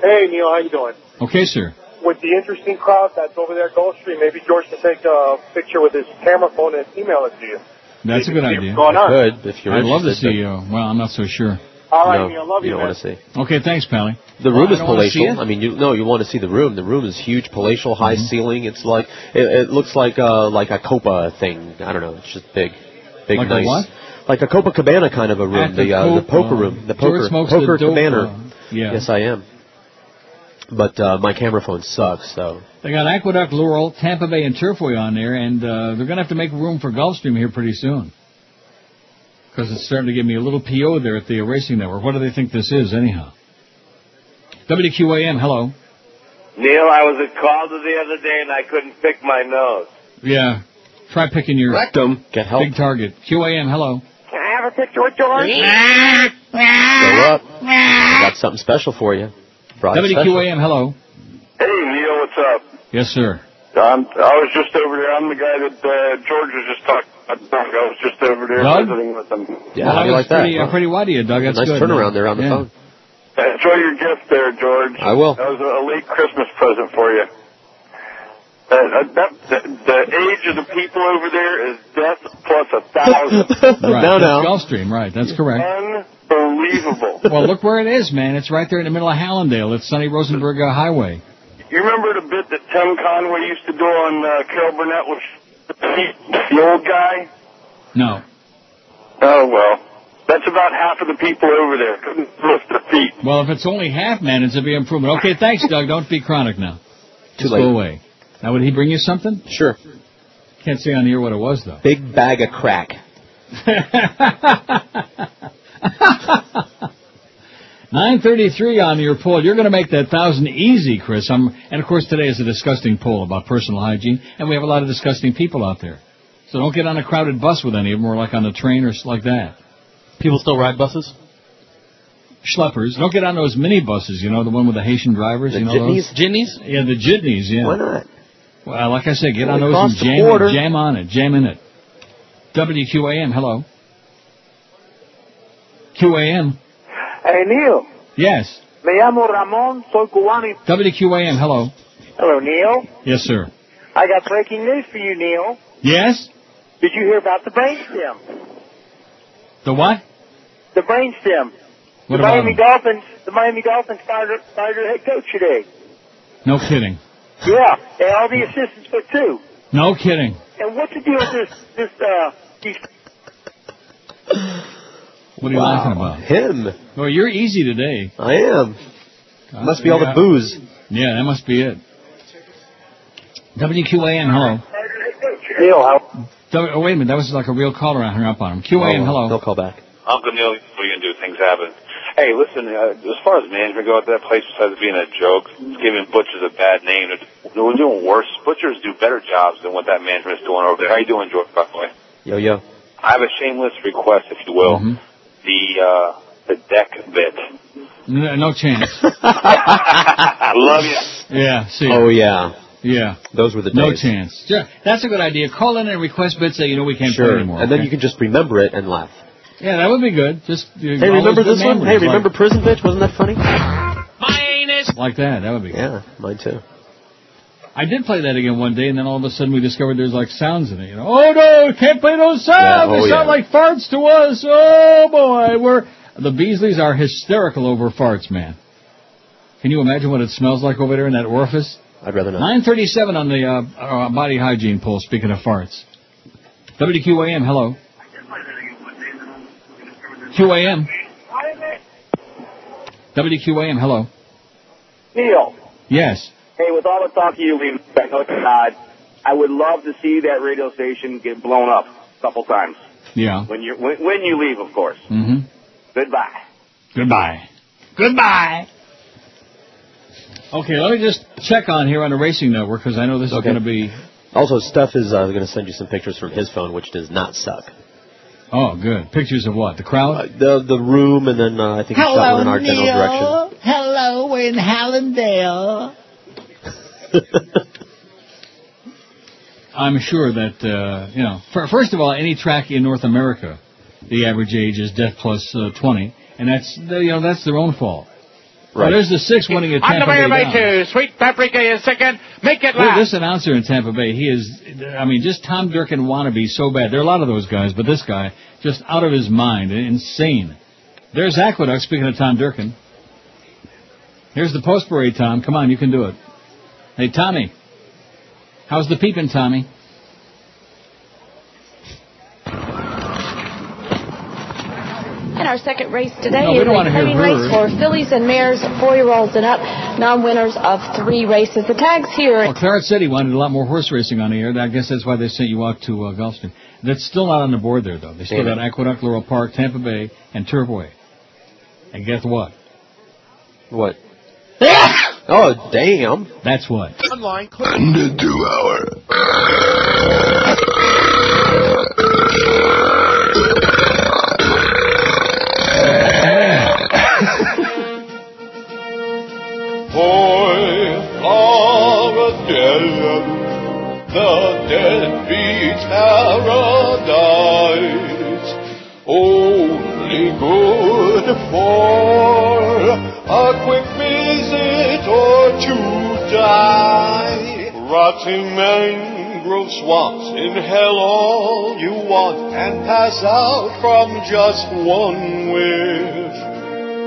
Speaker 17: Hey, Neil, how you doing?
Speaker 4: Okay, sir.
Speaker 17: With the interesting crowd that's over there at Gulfstream, maybe George can take a picture with his camera phone and email it to you.
Speaker 4: That's a good idea.
Speaker 17: going on.
Speaker 5: Good. If you're
Speaker 4: I'd love to
Speaker 5: interested,
Speaker 4: see you. Well, I'm not so sure.
Speaker 17: All right,
Speaker 5: No,
Speaker 17: Neil, love
Speaker 5: you
Speaker 17: you,
Speaker 5: don't
Speaker 17: man.
Speaker 5: want to see.
Speaker 4: Okay, thanks, Pally.
Speaker 5: The
Speaker 4: Well,
Speaker 5: room
Speaker 4: Oh, I
Speaker 5: is
Speaker 4: don't wanna see
Speaker 5: palatial.
Speaker 4: it. Mm-hmm.
Speaker 5: I mean, you no, you want to see the room. The room is huge, palatial, high ceiling. It's like it, it looks like uh like a Copa thing. I don't know. It's just big, big,
Speaker 4: Like a
Speaker 5: nice.
Speaker 4: what?
Speaker 5: Like a Copacabana kind of a room.
Speaker 4: At the
Speaker 5: uh, the
Speaker 4: Copa.
Speaker 5: poker room. The
Speaker 4: George
Speaker 5: poker
Speaker 4: smokes
Speaker 5: poker
Speaker 4: the dope,
Speaker 5: cabana.
Speaker 4: uh, yeah.
Speaker 5: Yes, I am. But uh, my camera phone sucks, so
Speaker 4: They got Aqueduct, Laurel, Tampa Bay, and Turfway on there, and uh, they're going to have to make room for Gulfstream here pretty soon. Because it's starting to give me a little PO there at the Racing Network. What do they think this is, anyhow? WQAM, hello.
Speaker 50: Neil, I was at Calder the other day and I couldn't pick my nose.
Speaker 4: Yeah. Try picking your
Speaker 5: rectum. Get help.
Speaker 4: Big target. QAM, hello.
Speaker 50: Can I have a picture with George?
Speaker 5: Go up. I got something special for you. Brought it special.
Speaker 4: WQAM, hello.
Speaker 50: Hey, Neil, what's up?
Speaker 4: Yes, sir.
Speaker 50: I'm, I was just over there. I'm the guy that uh, George was just talking about. I was just over there
Speaker 4: Doug?
Speaker 50: visiting with him.
Speaker 5: Yeah,
Speaker 4: Well,
Speaker 5: how do you
Speaker 4: was
Speaker 5: like that,
Speaker 4: Pretty,
Speaker 5: huh?
Speaker 4: uh, pretty wide of you, Doug. That's
Speaker 5: nice
Speaker 4: good.
Speaker 5: turnaround there on the
Speaker 4: Yeah.
Speaker 5: phone.
Speaker 50: Enjoy your gift there, George.
Speaker 5: I will.
Speaker 50: That was a late Christmas present for you. Uh, uh, that, the, the age of the people over there is death plus a thousand.
Speaker 4: Right.
Speaker 5: No, no.
Speaker 4: That's Gulfstream, right. That's correct.
Speaker 50: Unbelievable.
Speaker 4: well, look where it is, man. It's right there in the middle of Hallandale. It's Sunny Rosenberg uh, Highway.
Speaker 50: You remember the bit that Tim Conway used to do on uh, Carol Burnett with the old guy?
Speaker 4: No.
Speaker 50: Oh well, that's about half of the people over there couldn't lift their feet.
Speaker 4: Well, if it's only half man, it's a big improvement. Okay, thanks, Doug. Don't be chronic now.
Speaker 5: Too
Speaker 4: Just
Speaker 5: late.
Speaker 4: go away. Now, would he bring you something?
Speaker 5: Sure.
Speaker 4: Can't say on the air what it was, though.
Speaker 5: Big bag of crack.
Speaker 4: 933 on your poll. You're going to make that thousand easy, Chris. I'm, and of course, today is a disgusting poll about personal hygiene, and we have a lot of disgusting people out there. So don't get on a crowded bus with any of them, or like on a train or s- like that. People still ride buses. Schleppers. Don't get on those mini buses. You know the one with the Haitian drivers. you know those.
Speaker 10: Jitneys?
Speaker 4: Yeah, the jitneys. Yeah. Why
Speaker 5: not?
Speaker 4: Well, like I said, get
Speaker 5: Well,
Speaker 4: on
Speaker 5: it
Speaker 4: those and
Speaker 5: costs a
Speaker 4: jam,
Speaker 5: quarter.
Speaker 4: jam on it, jam in it. WQAM. Hello. QAM.
Speaker 7: Hey, Neil.
Speaker 4: Yes.
Speaker 7: Me llamo Ramon. Soy cubano. y-
Speaker 4: WQAM. Hello.
Speaker 7: Hello, Neil.
Speaker 4: Yes, sir.
Speaker 7: I got breaking news for you, Neil.
Speaker 4: Yes.
Speaker 7: Did you hear about the brainstem?
Speaker 4: The what?
Speaker 7: The brainstem.
Speaker 4: What
Speaker 7: the
Speaker 4: about
Speaker 7: Miami
Speaker 4: him?
Speaker 7: Dolphins. The Miami Dolphins fired, their- fired their head coach today.
Speaker 4: No kidding.
Speaker 7: Yeah, and all the assistants were too.
Speaker 4: No kidding.
Speaker 7: And what's the deal with this? This uh, these
Speaker 4: What are you laughing about?
Speaker 5: Him.
Speaker 4: Well, you're easy today. Uh,
Speaker 5: I am. Must be all the booze.
Speaker 4: Yeah, that must be it. WQAM, hello.
Speaker 7: Neil,
Speaker 4: W- oh, wait a minute, that was like a real caller. I hung up on him. QAM,
Speaker 13: Oh,
Speaker 4: hello.
Speaker 5: They'll call back.
Speaker 13: Uncle Neil, what are you gonna do? Things happen. Hey, listen. Uh, as far as management go at that place, besides being a joke, it's giving butchers a bad name. They're we're doing worse. Butchers do better jobs than what that management's doing over there. How you doing, George? By the way,
Speaker 5: Yo, yo.
Speaker 13: I have a shameless request, if you will. The uh, the deck bit.
Speaker 4: No, no chance.
Speaker 13: I love you.
Speaker 4: yeah, see.
Speaker 5: Oh, yeah.
Speaker 4: Yeah.
Speaker 5: Those were the days.
Speaker 4: No chance. Yeah, that's a good idea. Call in and request bits that you know we can't play
Speaker 5: Sure.
Speaker 4: anymore.
Speaker 5: And then
Speaker 4: okay?
Speaker 5: you can just remember it and laugh.
Speaker 4: Yeah, that would be good. Just you
Speaker 5: Hey,
Speaker 4: all
Speaker 5: remember
Speaker 4: those
Speaker 5: this
Speaker 4: good
Speaker 5: one? Hey,
Speaker 4: memories, like-
Speaker 5: remember Prison Bitch? Wasn't that funny?
Speaker 4: Like that. That would be
Speaker 5: Yeah, mine too.
Speaker 4: I did play that again one day, and then all of a sudden we discovered there's like sounds in it. You know, oh no, can't play those sounds.
Speaker 5: Yeah, oh,
Speaker 4: they sound
Speaker 5: yeah.
Speaker 4: like farts to us. Oh boy, we're the Beasleys are hysterical over farts, man. Can you imagine what it smells like over there in that orifice?
Speaker 5: I'd rather not.
Speaker 4: 937 on the uh, uh, body hygiene poll. Speaking of farts, WQAM. Hello. QAM. WQAM. Hello.
Speaker 7: Neil.
Speaker 4: Yes.
Speaker 7: Hey, with all the talk you leave, I know it's not. I would love to see that radio station get blown up a couple times
Speaker 4: Yeah.
Speaker 7: when you when, when you leave, of course.
Speaker 4: Mm-hmm.
Speaker 7: Goodbye.
Speaker 4: Goodbye.
Speaker 7: Goodbye.
Speaker 4: Okay, let me just check on here on the Racing Network because I know this is
Speaker 5: Okay.
Speaker 4: going to be.
Speaker 5: Also, Steph is uh, going to send you some pictures from his phone, which does not suck.
Speaker 4: Oh, good. Pictures of what? The crowd?
Speaker 5: Uh, The the room, and then uh, I think he shot
Speaker 15: Hello,
Speaker 5: one in our general
Speaker 15: Neil.
Speaker 5: direction.
Speaker 15: Hello, we're in Hallandale.
Speaker 4: I'm sure that, uh, you know, fir- first of all, any track in North America, the average age is death plus uh, 20, and that's, you know, that's their own fault. Well,
Speaker 18: Right.
Speaker 4: there's the six winning at
Speaker 18: On the
Speaker 4: Tampa
Speaker 18: way
Speaker 4: Bay
Speaker 18: away
Speaker 4: Downs.
Speaker 18: to Sweet Paprika is second. Make it
Speaker 4: Look at
Speaker 18: last.
Speaker 4: this announcer in Tampa Bay, he is, I mean, just Tom Durkin wannabe so bad. There are a lot of those guys, but this guy, just out of his mind, insane. There's Aqueduct, speaking of Tom Durkin. Here's the post parade, Tom. Come on, you can do it. Hey, Tommy. How's the peeping, Tommy?
Speaker 8: And our second race today
Speaker 4: No, we
Speaker 8: is
Speaker 4: don't
Speaker 8: an
Speaker 4: wanna hear
Speaker 8: exciting race
Speaker 4: her.
Speaker 8: for fillies and mares, four-year-olds and up, non-winners of three races. The tags here
Speaker 4: Well, Claret said he wanted a lot more horse racing on the air. I guess that's why they sent you out to uh, Gulfstream. That's still not on the board there, though. They still
Speaker 5: Damn
Speaker 4: got
Speaker 5: it.
Speaker 4: Aqueduct, Laurel Park, Tampa Bay, and Turfway. And guess what?
Speaker 5: What? oh, damn.
Speaker 4: That's what.
Speaker 3: Online
Speaker 5: Under two hour.
Speaker 3: Boy, Armadillo, the deadbeat paradise, only good for a quick visit or to die. Rotting mangrove swamps, inhale all you want and pass out from just one Oh, whiff.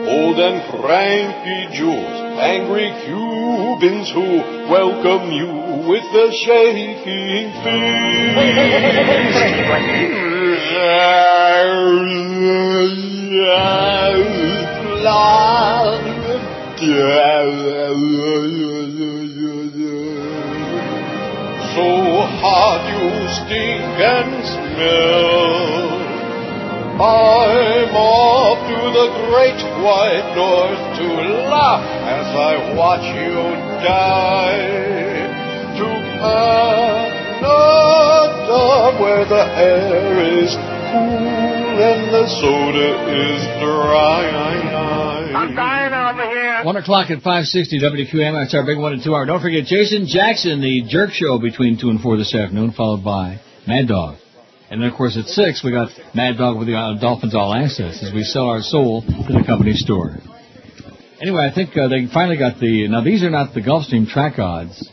Speaker 3: Old and cranky Jews, angry Cubans who welcome you with the shaking fist. So hard you stink and smell.
Speaker 6: the great white north to laugh as I watch you die. To
Speaker 14: Uh,
Speaker 6: Canada, where the air is cool and the soda is dry. I'm dying over here.
Speaker 4: One o'clock at 560 WQAM. That's our big one and two hour. Don't forget Jason Jackson, the jerk show between two and four this afternoon, followed by Mad Dog. And then, of course, at six, we got Mad Dog with the uh, Dolphins All Access as we sell our soul to the company store. Anyway, I think uh, they finally got the. Now, these are not the Gulfstream track odds.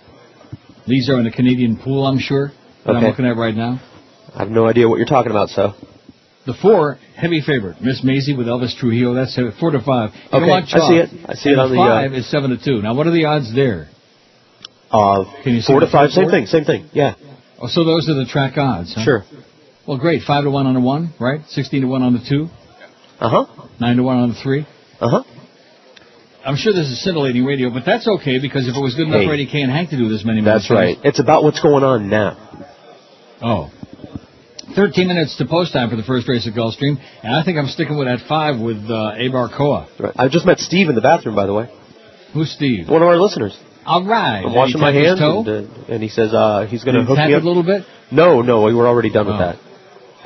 Speaker 4: These are in the Canadian pool, I'm sure, that I'm
Speaker 5: Okay.
Speaker 4: looking at right now.
Speaker 5: I have no idea what you're talking about, so.
Speaker 4: The four heavy favorite, Miss Maisie with Elvis Trujillo. That's heavy, four to five. You don't
Speaker 5: Okay,
Speaker 4: want
Speaker 5: I see
Speaker 4: chalk.
Speaker 5: it. I see
Speaker 4: and
Speaker 5: it on the, uh,
Speaker 4: five is seven to two. Now, what are the odds there?
Speaker 5: Uh,
Speaker 4: Can you see
Speaker 5: four to
Speaker 4: the
Speaker 5: five, same
Speaker 4: scoreboard?
Speaker 5: thing, same thing. Yeah.
Speaker 4: Oh, so those are the track odds. Huh?
Speaker 5: Sure.
Speaker 4: Well, great. Five to one on the one, right? Sixteen to one on the two.
Speaker 5: Uh huh.
Speaker 4: Nine to one on the three.
Speaker 5: Uh huh.
Speaker 4: I'm sure this is scintillating radio, but that's okay because if it was good enough
Speaker 5: Hey.
Speaker 4: radio, Kay and Hank to do this many more
Speaker 5: That's
Speaker 4: times.
Speaker 5: right. It's about what's going on now.
Speaker 4: Oh. 13 minutes to post time for the first race at Gulfstream, and I think I'm sticking with that five with uh, Abar Koa.
Speaker 5: Right. I just met Steve in the bathroom, by the way.
Speaker 4: Who's Steve?
Speaker 5: One of our listeners.
Speaker 4: All right.
Speaker 5: I'm washing my
Speaker 4: Did he tap
Speaker 5: hands,
Speaker 4: his toe?
Speaker 5: and, uh, and he says uh, he's going
Speaker 4: Did
Speaker 5: to
Speaker 4: he
Speaker 5: hook
Speaker 4: tap
Speaker 5: me
Speaker 4: it
Speaker 5: up.
Speaker 4: a little bit? Oh.
Speaker 5: No, no, we were already done with that.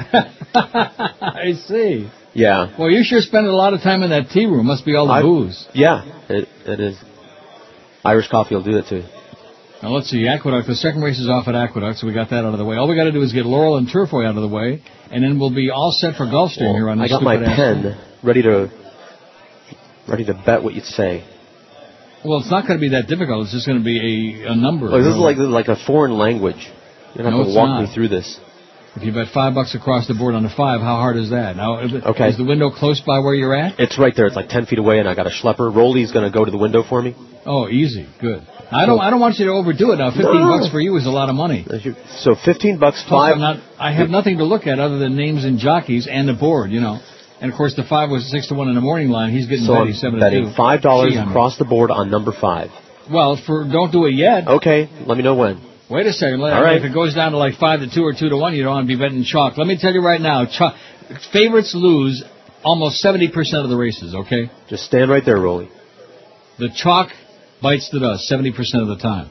Speaker 4: I see.
Speaker 5: Yeah.
Speaker 4: Well, you're sure spending a lot of time in that tea room. Must be all the
Speaker 5: I-
Speaker 4: booze.
Speaker 5: Yeah, it, it is. Irish coffee will do that too.
Speaker 4: Now, let's see. Aqueduct. The second race is off at Aqueduct, so we got that out of the way. All we got to do is get Laurel and Turfoy out of the way, and then we'll be all set for Gulfstream here on
Speaker 5: Oh, I
Speaker 4: this
Speaker 5: got my
Speaker 4: stupid ass-
Speaker 5: pen ready to ready to bet what you'd say.
Speaker 4: Well, it's not going to be that difficult. It's just going to be a, a number.
Speaker 5: Look, Oh, this is like this is like a foreign language. You're gonna
Speaker 4: No,
Speaker 5: have
Speaker 4: it's
Speaker 5: to walk
Speaker 4: not.
Speaker 5: me through this.
Speaker 4: If you bet five bucks across the board on a five, how hard is that? Now, if it-
Speaker 5: Okay.
Speaker 4: is the window close by where you're at?
Speaker 5: It's right there. It's like ten feet away, and I got a schlepper. Rolly's gonna go to the window for me.
Speaker 4: Oh, easy, good. I don't, I don't want you to overdo it. Now, fifteen
Speaker 5: No.
Speaker 4: bucks for you is a lot of money.
Speaker 5: So fifteen bucks
Speaker 4: Plus,
Speaker 5: five.
Speaker 4: I'm not, I have nothing to look at other than names and jockeys and the board, you know. And of course, the five was six to one in the morning line. He's getting
Speaker 5: so
Speaker 4: betty
Speaker 5: I'm
Speaker 4: seven to
Speaker 5: betting
Speaker 4: two.
Speaker 5: five dollars
Speaker 4: Gee, I mean-
Speaker 5: across the board on number five.
Speaker 4: Well, for don't do it yet.
Speaker 5: Okay, let me know when.
Speaker 4: Wait a second. Let,
Speaker 5: All right.
Speaker 4: If it goes down to like five to two or two to one, you don't want to be betting chalk. Let me tell you right now, chalk, favorites lose almost seventy percent of the races. Okay.
Speaker 5: Just stand right there, Rolly.
Speaker 4: The chalk bites the dust 70% of the time.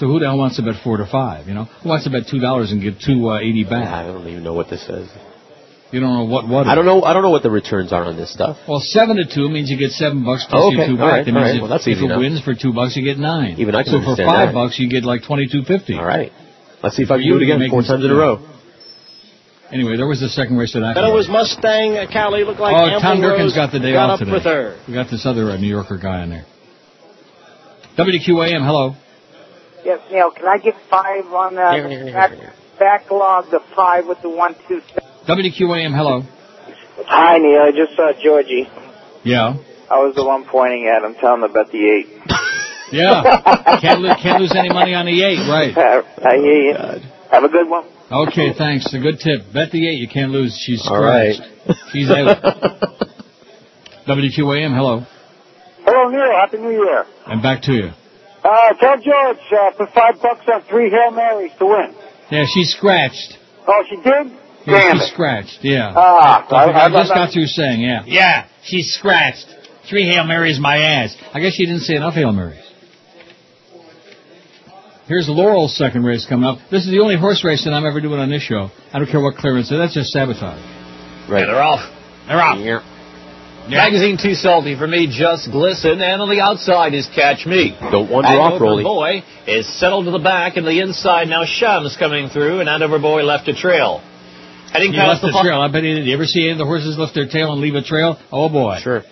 Speaker 4: So who the hell wants to bet four to five? You know, who wants to bet two dollars and get two uh, eighty back?
Speaker 5: I don't even know what this is.
Speaker 4: You don't know what what.
Speaker 5: I don't know. I don't know what the returns are on this stuff.
Speaker 4: Well, seven to two means you get seven bucks plus
Speaker 5: Oh, okay.
Speaker 4: your two
Speaker 5: All
Speaker 4: back.
Speaker 5: right,
Speaker 4: That
Speaker 5: all
Speaker 4: means
Speaker 5: right.
Speaker 4: if,
Speaker 5: Well, that's
Speaker 4: if
Speaker 5: easy
Speaker 4: it
Speaker 5: enough.
Speaker 4: wins for two bucks, you get nine.
Speaker 5: Even I can
Speaker 4: So for
Speaker 5: understand
Speaker 4: five
Speaker 5: that.
Speaker 4: bucks, you get like twenty two fifty.
Speaker 5: All right. Let's see if I
Speaker 4: For
Speaker 5: can
Speaker 4: you,
Speaker 5: do it
Speaker 4: you
Speaker 5: again
Speaker 4: make
Speaker 5: four
Speaker 4: this-
Speaker 5: times in a row.
Speaker 4: Anyway, there was the second race that I.
Speaker 14: Fellow was Mustang. uh, Cali looked like
Speaker 4: oh, Tom
Speaker 14: Amblin
Speaker 4: Durkin's
Speaker 14: Rose
Speaker 4: got the day
Speaker 14: got
Speaker 4: off
Speaker 14: up
Speaker 4: today.
Speaker 14: with her.
Speaker 4: We got this other uh, New Yorker guy in there. WQAM, hello.
Speaker 1: Yes, Neil, can I get five on the back, backlog, the five with the one, two, seven?
Speaker 4: WQAM, hello.
Speaker 51: Hi, Neil. I just saw Georgie.
Speaker 4: Yeah.
Speaker 51: I was the one pointing at him, telling him about the eight.
Speaker 4: Yeah. can't, lo- can't lose any money on the eight, right?
Speaker 51: Uh,
Speaker 4: Oh,
Speaker 51: I hear you. Have a good one.
Speaker 4: Okay, thanks. A good tip. Bet the eight. You can't lose. She's
Speaker 51: All
Speaker 4: scratched. She's out. WQAM, hello.
Speaker 52: Hello, Neil. Happy New Year.
Speaker 4: And back to you.
Speaker 52: Uh, tell George uh, for five bucks on three Hail Marys to win.
Speaker 4: Yeah, she's scratched.
Speaker 52: Oh, she did?
Speaker 4: Yeah,
Speaker 52: Damn
Speaker 4: she's
Speaker 52: it.
Speaker 4: scratched, yeah.
Speaker 52: Ah,
Speaker 4: I, I
Speaker 52: I- I-
Speaker 4: just
Speaker 52: I-
Speaker 4: got through saying, yeah. Yeah, she's scratched. Three Hail Marys, my ass. I guess she didn't say enough Hail Marys. Here's Laurel's second race coming up. This is the only horse race that I'm ever doing on this show. I don't care what clearance. That's just sabotage.
Speaker 5: Right.
Speaker 14: they're off. They're off. Magazine too salty for me, just glisten, and on the outside is catch me.
Speaker 5: Don't wander off,
Speaker 14: Andover
Speaker 5: Rolly.
Speaker 14: Boy is settled to the back and the inside. Now Shams coming through, and Andover Boy left a trail. Heading
Speaker 4: He
Speaker 14: past
Speaker 4: left
Speaker 14: the,
Speaker 4: the trail. I bet he did. You ever see any of the horses lift their tail and leave a trail? Oh boy.
Speaker 5: Sure.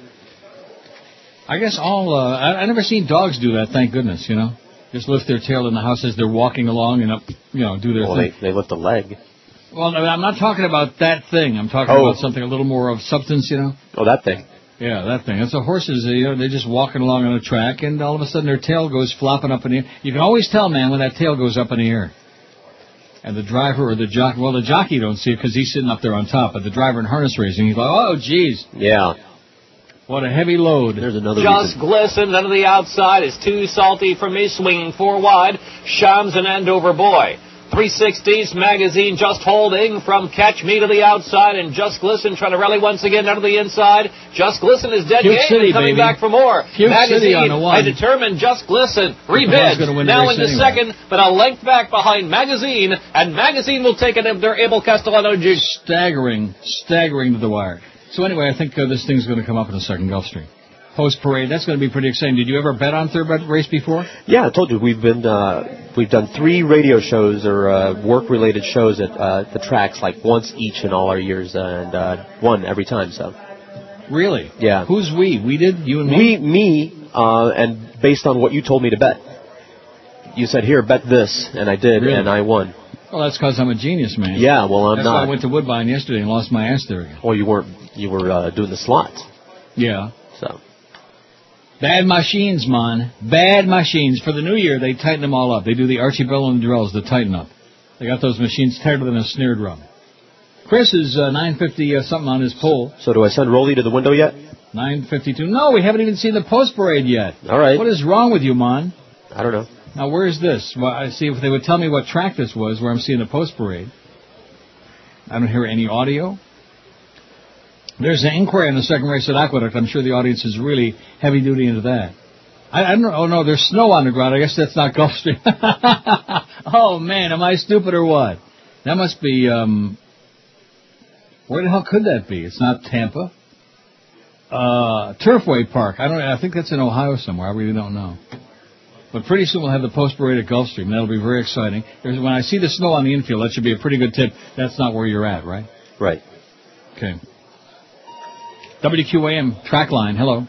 Speaker 4: I guess all. Uh, I, I never seen dogs do that. Thank goodness, you know. Just lift their tail in the house as they're walking along and up, you know, do their
Speaker 5: Well,
Speaker 4: thing.
Speaker 5: they, they lift a leg.
Speaker 4: Well, no, I'm not talking about that thing. I'm talking
Speaker 5: Oh.
Speaker 4: about something a little more of substance, you know.
Speaker 5: Oh, that thing.
Speaker 4: Yeah, that thing. That's the horses. You know, they're just walking along on a track, and all of a sudden their tail goes flopping up in the air. You can always tell, man, when that tail goes up in the air. And the driver or the jockey, well, the jockey don't see it because he's sitting up there on top. But the driver in harness racing, he's like, oh, geez,
Speaker 5: Yeah.
Speaker 4: what a heavy load. There's
Speaker 5: another
Speaker 14: Just glisten, then on the outside is too salty for me, swinging four wide. Shams and Andover Boy. 360s magazine just holding from Catch Me to the outside and Just Glisten trying to rally once again down to the inside. Just Glisten is dead
Speaker 4: Puke
Speaker 14: game
Speaker 4: City,
Speaker 14: and coming
Speaker 4: baby.
Speaker 14: back for more.
Speaker 4: Puke
Speaker 14: magazine,
Speaker 4: City on the one.
Speaker 14: I determined Just Glisten
Speaker 4: Who's
Speaker 14: rebids
Speaker 4: gonna win the
Speaker 14: now
Speaker 4: race
Speaker 14: in the
Speaker 4: anyway?
Speaker 14: second, but a length back behind Magazine, and Magazine will take it if they're able. Castellano Jr.
Speaker 4: Staggering, staggering to the wire. So anyway, I think uh, this thing's going to come up in a second Gulfstream. Post parade, that's going to be pretty exciting. Did you ever bet on third race before?
Speaker 5: Yeah, I told you we've been uh, we've done three radio shows or uh, work related shows at uh, the tracks like once each in all our years and uh, one every time. So
Speaker 4: Really?
Speaker 5: yeah,
Speaker 4: who's we? We did you and
Speaker 5: me. We me uh, and based on what you told me to bet, you said here bet this and I did
Speaker 4: Really?
Speaker 5: and I won.
Speaker 4: Well, that's because I'm a genius, man.
Speaker 5: Yeah, well I'm
Speaker 4: that's
Speaker 5: not.
Speaker 4: why I went to Woodbine yesterday and lost my ass there again.
Speaker 5: Well, you weren't. You were uh, doing the slots.
Speaker 4: Yeah.
Speaker 5: So.
Speaker 4: Bad machines, man. Bad machines. For the new year, they tighten them all up. They do the Archie Bell and drills, the tighten up. They got those machines tighter than a snare drum. Chris is uh, 950 uh, something on his poll.
Speaker 5: So do I send Rolly to the window yet?
Speaker 4: 952. No, we haven't even seen the post parade yet.
Speaker 5: All right.
Speaker 4: What is wrong with you, Mon?
Speaker 5: I don't know.
Speaker 4: Now, where is this? Well, I see if they would tell me what track this was where I'm seeing the post parade. I don't hear any audio. There's an inquiry on the second race at Aqueduct. I'm sure the audience is really heavy duty into that. I, I don't know. Oh, no, there's snow on the ground. I guess that's not Gulfstream. oh, man, am I stupid or what? That must be, um, where the hell could that be? It's not Tampa. Uh, Turfway Park. I don't, I think that's in Ohio somewhere. I really don't know. But pretty soon we'll have the post parade at Gulfstream. That'll be very exciting. There's, when I see the snow on the infield, that should be a pretty good tip. That's not where you're at, right?
Speaker 5: Right.
Speaker 4: Okay. WQAM track line. Hello.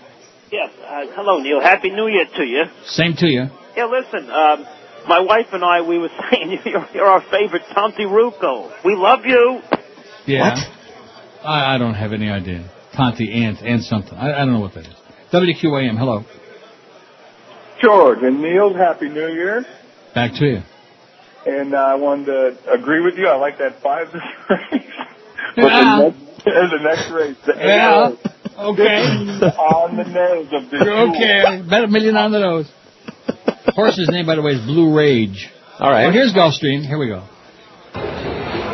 Speaker 7: Yes. Uh, hello, Neil. Happy New Year to you.
Speaker 4: Same to you.
Speaker 7: Yeah, listen. Um, my wife and I, we were saying you're, you're our favorite Tom DeRuco. We love you.
Speaker 4: Yeah. I, I don't have any idea. Conti Ant and something. I, I don't know what that is. WQAM. Hello.
Speaker 17: George and Neil, Happy New Year.
Speaker 4: Back to you.
Speaker 17: And uh, I wanted to agree with you. I like that five this race.
Speaker 4: Yeah.
Speaker 17: But the, next, the next race, the
Speaker 4: Yeah.
Speaker 17: AO,
Speaker 4: Okay.
Speaker 17: on the nose of this.
Speaker 4: Okay. Bet a million on the nose. Horse's name, by the way, is Blue Rage. All right. Well, here's Gulfstream. Here we go.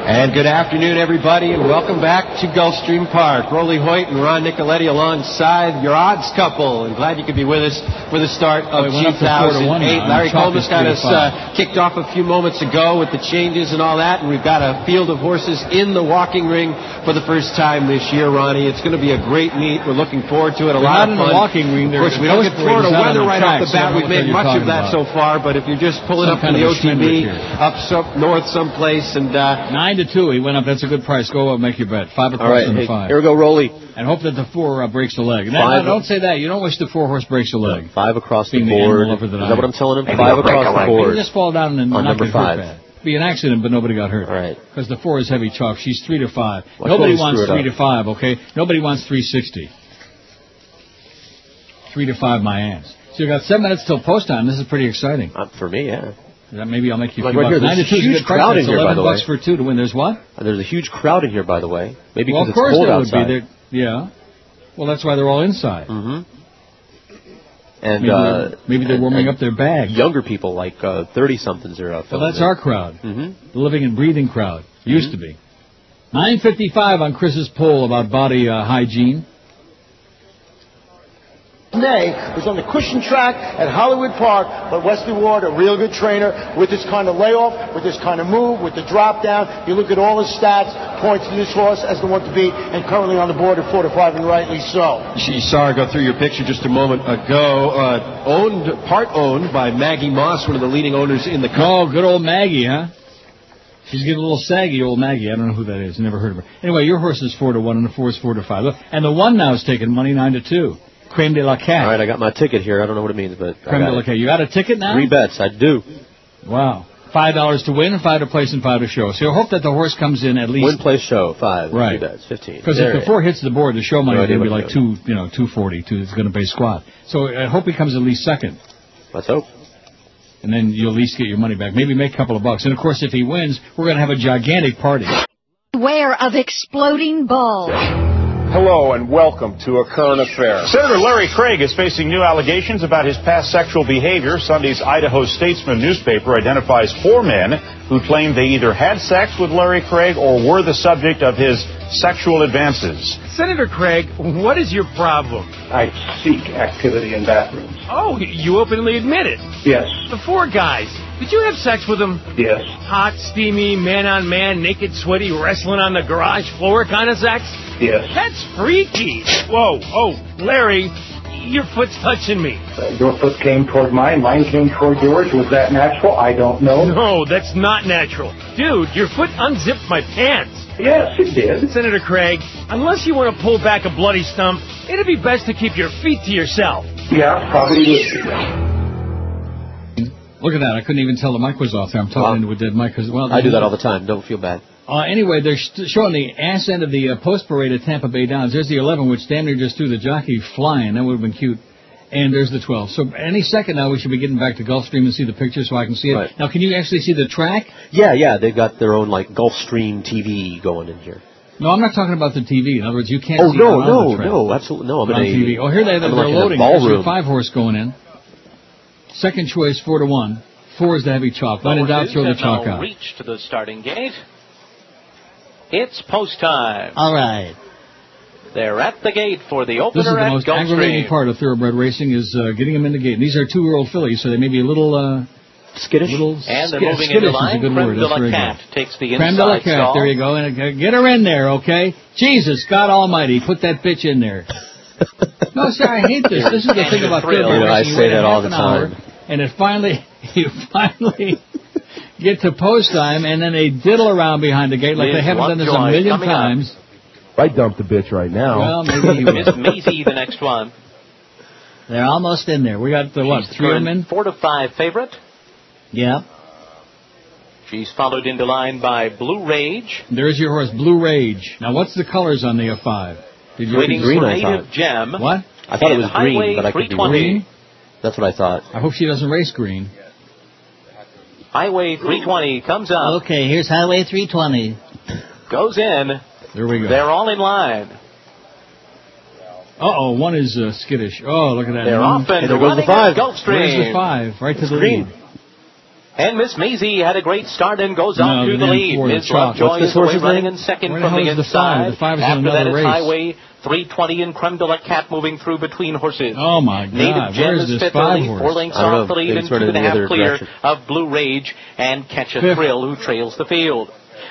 Speaker 10: And good afternoon, everybody, and welcome back to Gulfstream Park. Rolly Hoyt and Ron Nicoletti alongside your odds couple, and glad you could be with us for the start
Speaker 4: Oh,
Speaker 10: of
Speaker 4: it went up to four to one now.
Speaker 10: 2008. Larry
Speaker 4: Chalk is
Speaker 10: Colbus got
Speaker 4: three to
Speaker 10: us uh, kicked off a few moments ago with the changes and all that, and we've got a field of horses in the walking ring for the first time this year, Ronnie. It's going to be a great meet. We're looking forward to it.
Speaker 4: They're
Speaker 10: A lot
Speaker 4: not
Speaker 10: of
Speaker 4: in the
Speaker 10: fun.
Speaker 4: walking ring.
Speaker 10: Of course,
Speaker 4: They're-
Speaker 10: we don't
Speaker 4: those
Speaker 10: get Florida
Speaker 4: parades out on
Speaker 10: weather
Speaker 4: the
Speaker 10: right off
Speaker 4: tracks. I
Speaker 10: the
Speaker 4: don't
Speaker 10: bat.
Speaker 4: know
Speaker 10: We've
Speaker 4: what
Speaker 10: made
Speaker 4: you're
Speaker 10: much
Speaker 4: talking
Speaker 10: of that
Speaker 4: about.
Speaker 10: so far, but if you're just pulling
Speaker 4: Some
Speaker 10: up
Speaker 4: kind
Speaker 10: from the
Speaker 4: of a schmendrick
Speaker 10: OTB,
Speaker 4: here.
Speaker 10: up so, north someplace, and uh,
Speaker 4: Nine to two. He went up. That's a good price. Go up, make your bet. Five o'clock
Speaker 10: All right,
Speaker 4: and a
Speaker 10: hey,
Speaker 4: five.
Speaker 10: here we go, Rolly.
Speaker 4: And hope that the four uh, breaks the leg. No, no,
Speaker 5: Five-
Speaker 4: don't say that. You don't wish the four horse breaks the leg.
Speaker 5: Five across
Speaker 4: Being
Speaker 5: the
Speaker 4: the
Speaker 5: board.
Speaker 4: animal lover
Speaker 5: Is
Speaker 4: that I
Speaker 5: that what I'm
Speaker 4: am.
Speaker 5: telling him?
Speaker 4: Maybe
Speaker 5: Five
Speaker 4: they'll break
Speaker 5: across
Speaker 4: a
Speaker 5: the
Speaker 4: leg.
Speaker 5: board.
Speaker 4: Maybe just fall down and
Speaker 5: on
Speaker 4: not
Speaker 5: number
Speaker 4: get
Speaker 5: five.
Speaker 4: Hurt bad. Be an accident, but nobody got hurt. Right. Because the four is heavy chalk. She's three to five.
Speaker 5: Well,
Speaker 4: nobody
Speaker 5: totally
Speaker 4: wants
Speaker 5: screw it
Speaker 4: three
Speaker 5: up.
Speaker 4: to five. Okay. Nobody wants three sixty. Three to five, my ass. So you got seven minutes till post time. This is pretty exciting.
Speaker 5: Uh, for me, yeah.
Speaker 4: maybe I'll make you a
Speaker 5: Like
Speaker 4: few
Speaker 5: right here,
Speaker 4: bucks. Nine to
Speaker 5: there's
Speaker 4: two is a
Speaker 5: huge
Speaker 4: good price.
Speaker 5: crowd in
Speaker 4: That's
Speaker 5: here, by
Speaker 4: 11
Speaker 5: the way.
Speaker 4: bucks for two to win. There's what?
Speaker 5: Uh, There's a huge crowd in here, by the way. Maybe
Speaker 4: well, of
Speaker 5: because it's
Speaker 4: course
Speaker 5: cold
Speaker 4: there
Speaker 5: outside.
Speaker 4: would be. There, yeah. Well, that's why they're all inside.
Speaker 5: Mm-hmm. And
Speaker 4: maybe,
Speaker 5: uh,
Speaker 4: they're, maybe they're warming up their bags.
Speaker 5: Younger people, like thirty somethings, are uh, out.
Speaker 4: Well, that's our crowd. The living and breathing crowd. Used to be. 9.55 on Chris's poll about body uh, hygiene.
Speaker 13: Ney was on the cushion track at Hollywood Park, but Wesley Ward, a real good trainer, with this kind of layoff, with this kind of move, with the drop down, you look at all his stats, points to this horse as the one to beat, and currently on the board at four to five, and rightly so.
Speaker 10: You saw her go through your picture just a moment ago. Uh, owned, part owned by Maggie Moss, one of the leading owners in the
Speaker 4: Oh, good old Maggie, huh? She's getting a little saggy, old Maggie. I don't know who that is. Never heard of her. Anyway, your horse is four to one, and the four is four to five. Look, and the one now is taking money nine to two. Creme de la cat.
Speaker 5: All right, I got my ticket here. I don't know what it means, but I
Speaker 4: Creme de
Speaker 5: got
Speaker 4: la
Speaker 5: it.
Speaker 4: cat. You got a ticket now?
Speaker 5: Three bets. I do.
Speaker 4: Wow. Five dollars to win, five to place, and five to show. So you hope that the horse comes in at least.
Speaker 5: Win, place, show. Five.
Speaker 4: Right.
Speaker 5: Three bets. Fifteen.
Speaker 4: Because
Speaker 5: There
Speaker 4: if the
Speaker 5: it
Speaker 4: four hits the board, the show money
Speaker 5: No
Speaker 4: is going to
Speaker 5: idea
Speaker 4: be
Speaker 5: what
Speaker 4: like two, you know, two forty. Two, it's going to pay squat. So I hope he comes at least second.
Speaker 5: Let's hope.
Speaker 4: And then you'll at least get your money back. Maybe make a couple of bucks. And of course, if he wins, we're going to have a gigantic party.
Speaker 34: Beware of exploding balls.
Speaker 12: Hello and welcome to A Current Affair. Senator Larry Craig is facing new allegations about his past sexual behavior. Sunday's Idaho Statesman newspaper identifies four men who claimed they either had sex with Larry Craig or were the subject of his sexual advances.
Speaker 15: Senator Craig, what is your problem?
Speaker 12: I seek activity in bathrooms.
Speaker 15: Oh, you openly admit it.
Speaker 12: Yes.
Speaker 15: The four guys. Did you have sex with them?
Speaker 12: Yes.
Speaker 15: Hot, steamy, man on man, naked, sweaty, wrestling on the garage floor kind of sex?
Speaker 12: Yes.
Speaker 15: That's freaky. Whoa, oh, Larry, your foot's touching me.
Speaker 12: Uh, Your foot came toward mine, mine came toward yours. Was that natural? I don't know.
Speaker 15: No, that's not natural. Dude, your foot unzipped my pants.
Speaker 12: Yes, it did.
Speaker 15: Senator Craig, unless you want to pull back a bloody stump, it'd be best to keep your feet to yourself.
Speaker 12: Yeah, probably did.
Speaker 4: Look at that. I couldn't even tell the mic was off there. I'm talking with the mic. 'cause- Well,
Speaker 5: I do that all the time. Don't feel bad.
Speaker 4: Uh, anyway, they're st- showing the ass end of the uh, post parade at Tampa Bay Downs. There's the 11, which damn near just threw the jockey flying. That would have been cute. And there's the 12. So any second now, we should be getting back to Gulfstream and see the picture so I can see it. Now, can you actually see the track?
Speaker 5: Yeah, yeah, they've got their own like Gulfstream TV going in here.
Speaker 4: No, I'm not talking about the TV. In other words, you can't
Speaker 5: Oh
Speaker 4: see
Speaker 5: no,
Speaker 4: it on
Speaker 5: no,
Speaker 4: the track.
Speaker 5: no, absolutely no. I'm in
Speaker 4: on
Speaker 5: a,
Speaker 4: TV. Oh, here they,
Speaker 5: I'm
Speaker 4: they're
Speaker 5: in, like, in
Speaker 4: loading.
Speaker 5: A
Speaker 4: There's your
Speaker 5: ballroom.
Speaker 4: five horse going in. Second choice, four to one. Four is the heavy chalk. When in doubt, throw the chalk out.
Speaker 18: Reach to the starting gate. It's post time.
Speaker 4: All right.
Speaker 18: They're at the gate for the opener
Speaker 4: This is the
Speaker 18: at
Speaker 4: most aggravating
Speaker 18: Gulfstream.
Speaker 4: part of thoroughbred racing is uh, getting them in the gate. And these are two-year-old fillies, so they may be a little uh,
Speaker 5: skittish.
Speaker 4: Little
Speaker 18: And they're
Speaker 4: skittish
Speaker 18: moving into
Speaker 4: is a
Speaker 18: line.
Speaker 4: good word.
Speaker 18: Creme de
Speaker 4: That's
Speaker 18: la
Speaker 4: very
Speaker 18: Cat
Speaker 4: good.
Speaker 18: takes the
Speaker 4: Creme de la
Speaker 18: inside
Speaker 4: Cat.
Speaker 18: stall.
Speaker 4: There you go. And uh, get her in there, okay? Jesus, God Almighty, put that bitch in there. no, sir, I hate this. This is the thing about
Speaker 5: Thrill.
Speaker 4: thoroughbred
Speaker 5: You know, I
Speaker 4: racing. You
Speaker 5: say
Speaker 4: wait
Speaker 5: that
Speaker 4: half
Speaker 5: all the
Speaker 4: an hour,
Speaker 5: time.
Speaker 4: and it finally, you finally get to post time, and then they diddle around behind the gate like they
Speaker 18: Liz
Speaker 4: haven't done this a
Speaker 18: Lovejoy
Speaker 4: million
Speaker 18: coming up.
Speaker 4: times.
Speaker 34: I dumped the bitch right now.
Speaker 4: Well, maybe he
Speaker 18: Miss Maisie, the next one.
Speaker 4: They're almost in there. We got the what?
Speaker 18: She's the
Speaker 4: Three
Speaker 18: current
Speaker 4: women.
Speaker 18: Four to five favorite.
Speaker 4: Yeah.
Speaker 18: She's followed into line by Blue Rage,
Speaker 4: There's your horse, Blue Rage. Now, what's the colors on the F5? Did
Speaker 18: waiting for Native Gem.
Speaker 4: What?
Speaker 18: I thought it And was green, Highway but I could be wrong. 320.
Speaker 5: That's what I thought.
Speaker 4: I hope she doesn't race green.
Speaker 18: Highway 320 comes up,
Speaker 16: Okay, here's Highway 320.
Speaker 18: goes in.
Speaker 4: There we go.
Speaker 18: They're all in line.
Speaker 4: Uh oh, one is uh, skittish. Oh, look at that.
Speaker 18: They're
Speaker 4: one.
Speaker 18: off and Hey, there goes the running at five. Gulfstream.
Speaker 4: There's the five, right to
Speaker 18: It's
Speaker 4: the
Speaker 18: green.
Speaker 4: lead.
Speaker 18: And Miss Maisie had a great start and goes
Speaker 4: No,
Speaker 18: on through the
Speaker 4: man,
Speaker 18: lead.
Speaker 4: poor
Speaker 18: Miss
Speaker 4: Chalk.
Speaker 18: Lovejoy
Speaker 4: What's this
Speaker 18: is away
Speaker 4: horse's
Speaker 18: running
Speaker 4: name?
Speaker 18: in second
Speaker 4: Where the
Speaker 18: from
Speaker 4: hell
Speaker 18: the
Speaker 4: is the five?
Speaker 18: inside.
Speaker 4: The five is in
Speaker 18: After that,
Speaker 4: another
Speaker 18: it's
Speaker 4: race.
Speaker 18: Highway 320 and Creme de la Cat moving through between horses.
Speaker 4: Oh, my God.
Speaker 18: Native
Speaker 4: Where
Speaker 18: Gem
Speaker 4: is
Speaker 18: is
Speaker 4: this
Speaker 18: fifth
Speaker 4: five
Speaker 18: early, four
Speaker 4: horse?
Speaker 18: lengths
Speaker 4: I don't
Speaker 18: off
Speaker 4: know.
Speaker 18: the lead
Speaker 4: They
Speaker 18: and two
Speaker 4: sort of
Speaker 18: and a
Speaker 4: in the
Speaker 18: half
Speaker 4: other
Speaker 18: clear
Speaker 4: direction.
Speaker 18: of Blue Rage and Catch a
Speaker 4: Fifth.
Speaker 18: Thrill who trails the field.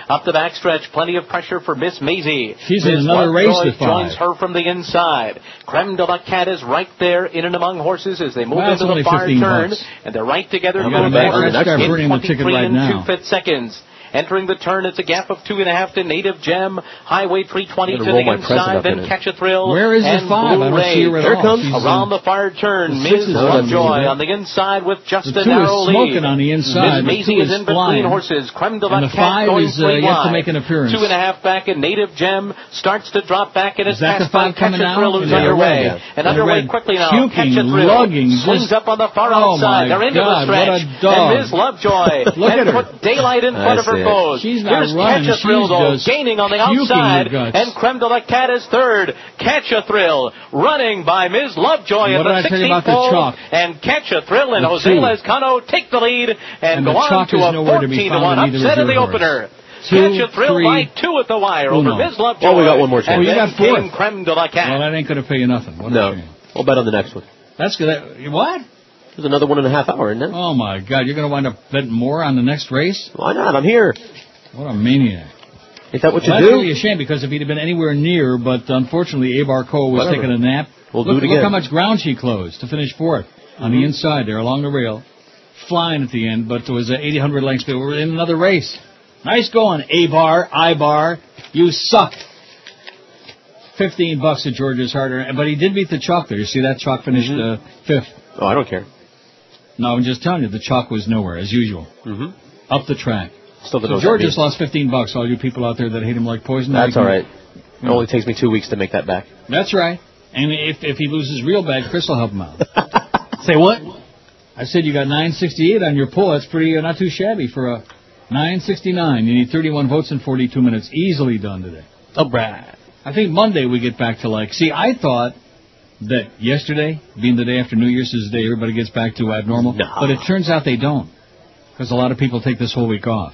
Speaker 18: Up the backstretch, plenty of pressure for Miss Maisie.
Speaker 4: She's in
Speaker 18: Miss
Speaker 4: another race
Speaker 18: Lovejoy
Speaker 4: to five.
Speaker 18: joins her from the inside. Creme de la Cat is right there in and among horses as they move
Speaker 4: Well, that's
Speaker 18: into the
Speaker 4: only
Speaker 18: far
Speaker 4: 15
Speaker 18: turn.
Speaker 4: bucks.
Speaker 18: And they're right together.
Speaker 4: I'm
Speaker 18: going
Speaker 4: gonna back
Speaker 18: forward
Speaker 4: on the next guy
Speaker 18: in
Speaker 4: burning the ticket
Speaker 18: 23
Speaker 4: right
Speaker 18: and
Speaker 4: now.
Speaker 18: two-fifth seconds. Entering the turn, it's a gap of two and a half to Native Gem. Highway 320
Speaker 4: I'm
Speaker 18: to
Speaker 4: gonna roll
Speaker 18: the
Speaker 4: my present
Speaker 18: inside,
Speaker 4: up in
Speaker 18: then
Speaker 4: it.
Speaker 18: Catch a Thrill.
Speaker 4: Where is the
Speaker 18: and
Speaker 4: five? I
Speaker 18: Blue
Speaker 4: don't
Speaker 18: Ray.
Speaker 4: see her at
Speaker 18: Here
Speaker 4: all.
Speaker 18: comes
Speaker 4: She's, uh,
Speaker 18: around the far turn.
Speaker 4: the six
Speaker 18: Ms.
Speaker 4: is running
Speaker 18: Lovejoy
Speaker 4: today.
Speaker 18: on the inside with just
Speaker 4: The
Speaker 18: a
Speaker 4: two
Speaker 18: narrow
Speaker 4: is
Speaker 18: lead.
Speaker 4: smoking on the inside. The
Speaker 18: Miss Maisie
Speaker 4: two
Speaker 18: is,
Speaker 4: is
Speaker 18: in between
Speaker 4: flying.
Speaker 18: horses. Creme de la
Speaker 4: And the
Speaker 18: Cat
Speaker 4: five
Speaker 18: going
Speaker 4: is, uh,
Speaker 18: three
Speaker 4: yet to
Speaker 18: wide.
Speaker 4: make an appearance.
Speaker 18: Two and a half back, and Native Gem starts to drop back, and it's
Speaker 4: that
Speaker 18: passed
Speaker 4: the five
Speaker 18: by Catch
Speaker 4: coming
Speaker 18: a Thrill,
Speaker 4: out?
Speaker 18: who's
Speaker 4: Yeah,
Speaker 18: underway.
Speaker 4: red.
Speaker 18: And
Speaker 4: Yeah,
Speaker 18: underway
Speaker 4: red.
Speaker 18: quickly now.
Speaker 4: Puking,
Speaker 18: Catch a Thrill
Speaker 4: lugging,
Speaker 18: swings
Speaker 4: just-
Speaker 18: up on the far
Speaker 4: Oh,
Speaker 18: outside.
Speaker 4: my
Speaker 18: They're into the
Speaker 4: God, what
Speaker 18: stretch.
Speaker 4: a dog.
Speaker 18: And Ms. Lovejoy
Speaker 4: Look
Speaker 18: has
Speaker 4: at her.
Speaker 18: put daylight in
Speaker 4: I
Speaker 18: front of
Speaker 4: see
Speaker 18: her
Speaker 4: it.
Speaker 18: foes.
Speaker 4: She's not
Speaker 18: Here's
Speaker 4: running.
Speaker 18: Catch a Thrill,
Speaker 4: She's
Speaker 18: though,
Speaker 4: just
Speaker 18: gaining on the
Speaker 4: puking her
Speaker 18: outside.
Speaker 4: guts.
Speaker 18: And Creme de la Cat is third. Catch a Thrill running by Ms.
Speaker 4: What
Speaker 18: Lovejoy at
Speaker 4: did I
Speaker 18: the
Speaker 4: tell you
Speaker 18: 16th
Speaker 4: about the
Speaker 18: pole.
Speaker 4: chalk?
Speaker 18: And Catch a Thrill and
Speaker 4: The
Speaker 18: Jose
Speaker 4: two.
Speaker 18: Lescano take the lead and
Speaker 4: And
Speaker 18: go
Speaker 4: the
Speaker 18: on
Speaker 4: chalk
Speaker 18: to
Speaker 4: is
Speaker 18: a
Speaker 4: nowhere to be
Speaker 18: 14 to
Speaker 4: found
Speaker 18: 1
Speaker 4: in either
Speaker 18: upset in the
Speaker 4: reserve horse.
Speaker 18: opener.
Speaker 4: Two,
Speaker 18: Catch a Thrill
Speaker 4: three,
Speaker 18: by two at the wire
Speaker 4: Uno.
Speaker 18: over Ms. Lovejoy.
Speaker 5: Well, Oh, we got one more chance.
Speaker 18: And
Speaker 5: Well, you Uh,
Speaker 18: then
Speaker 5: got fourth.
Speaker 18: came Creme de la Cat.
Speaker 4: Well, that ain't going to pay you nothing. What
Speaker 5: No, I'll bet on the next one.
Speaker 4: That's good. That- What?
Speaker 5: There's another one and a half hour, isn't there?
Speaker 4: Oh my God! You're going to wind up betting more on the next race?
Speaker 5: Why not? I'm here.
Speaker 4: What a maniac!
Speaker 5: Is that what you
Speaker 4: well,
Speaker 5: do?
Speaker 4: That's really a shame because if he'd have been anywhere near, but unfortunately, Abar Cole was
Speaker 5: Whatever.
Speaker 4: taking a nap.
Speaker 5: We'll do
Speaker 4: look,
Speaker 5: it
Speaker 4: look
Speaker 5: again. Mm-hmm.
Speaker 4: how much ground she closed to finish fourth on the inside there along the rail, flying at the end. But it was uh, 80, 100 lengths. But we're in another race. Nice going, Abar, Ibar. You suck. Fifteen bucks at George's harder, but he did beat the chalk there. You see that chalk finished uh, fifth.
Speaker 5: Oh, I don't care.
Speaker 4: No, I'm just telling you, the chalk was nowhere as usual.
Speaker 5: Mm-hmm.
Speaker 4: Up the track.
Speaker 5: Still
Speaker 4: So
Speaker 5: don't
Speaker 4: George
Speaker 5: know
Speaker 4: just lost 15 bucks. All you people out there that hate him like poison.
Speaker 5: That's
Speaker 4: they
Speaker 5: all
Speaker 4: can-
Speaker 5: right. It only takes me two weeks to make that back.
Speaker 4: That's right. And if if he loses real bad, Chris will help him out. Say what? I said you got 968 on your poll. That's pretty uh, not too shabby for a 969. You need 31 votes in 42 minutes. Easily done today. All right. I think Monday we get back to like. See, I thought that yesterday, being the day after New Year's, is the day everybody gets back to abnormal. But it turns out they don't, because a lot of people take this whole week off.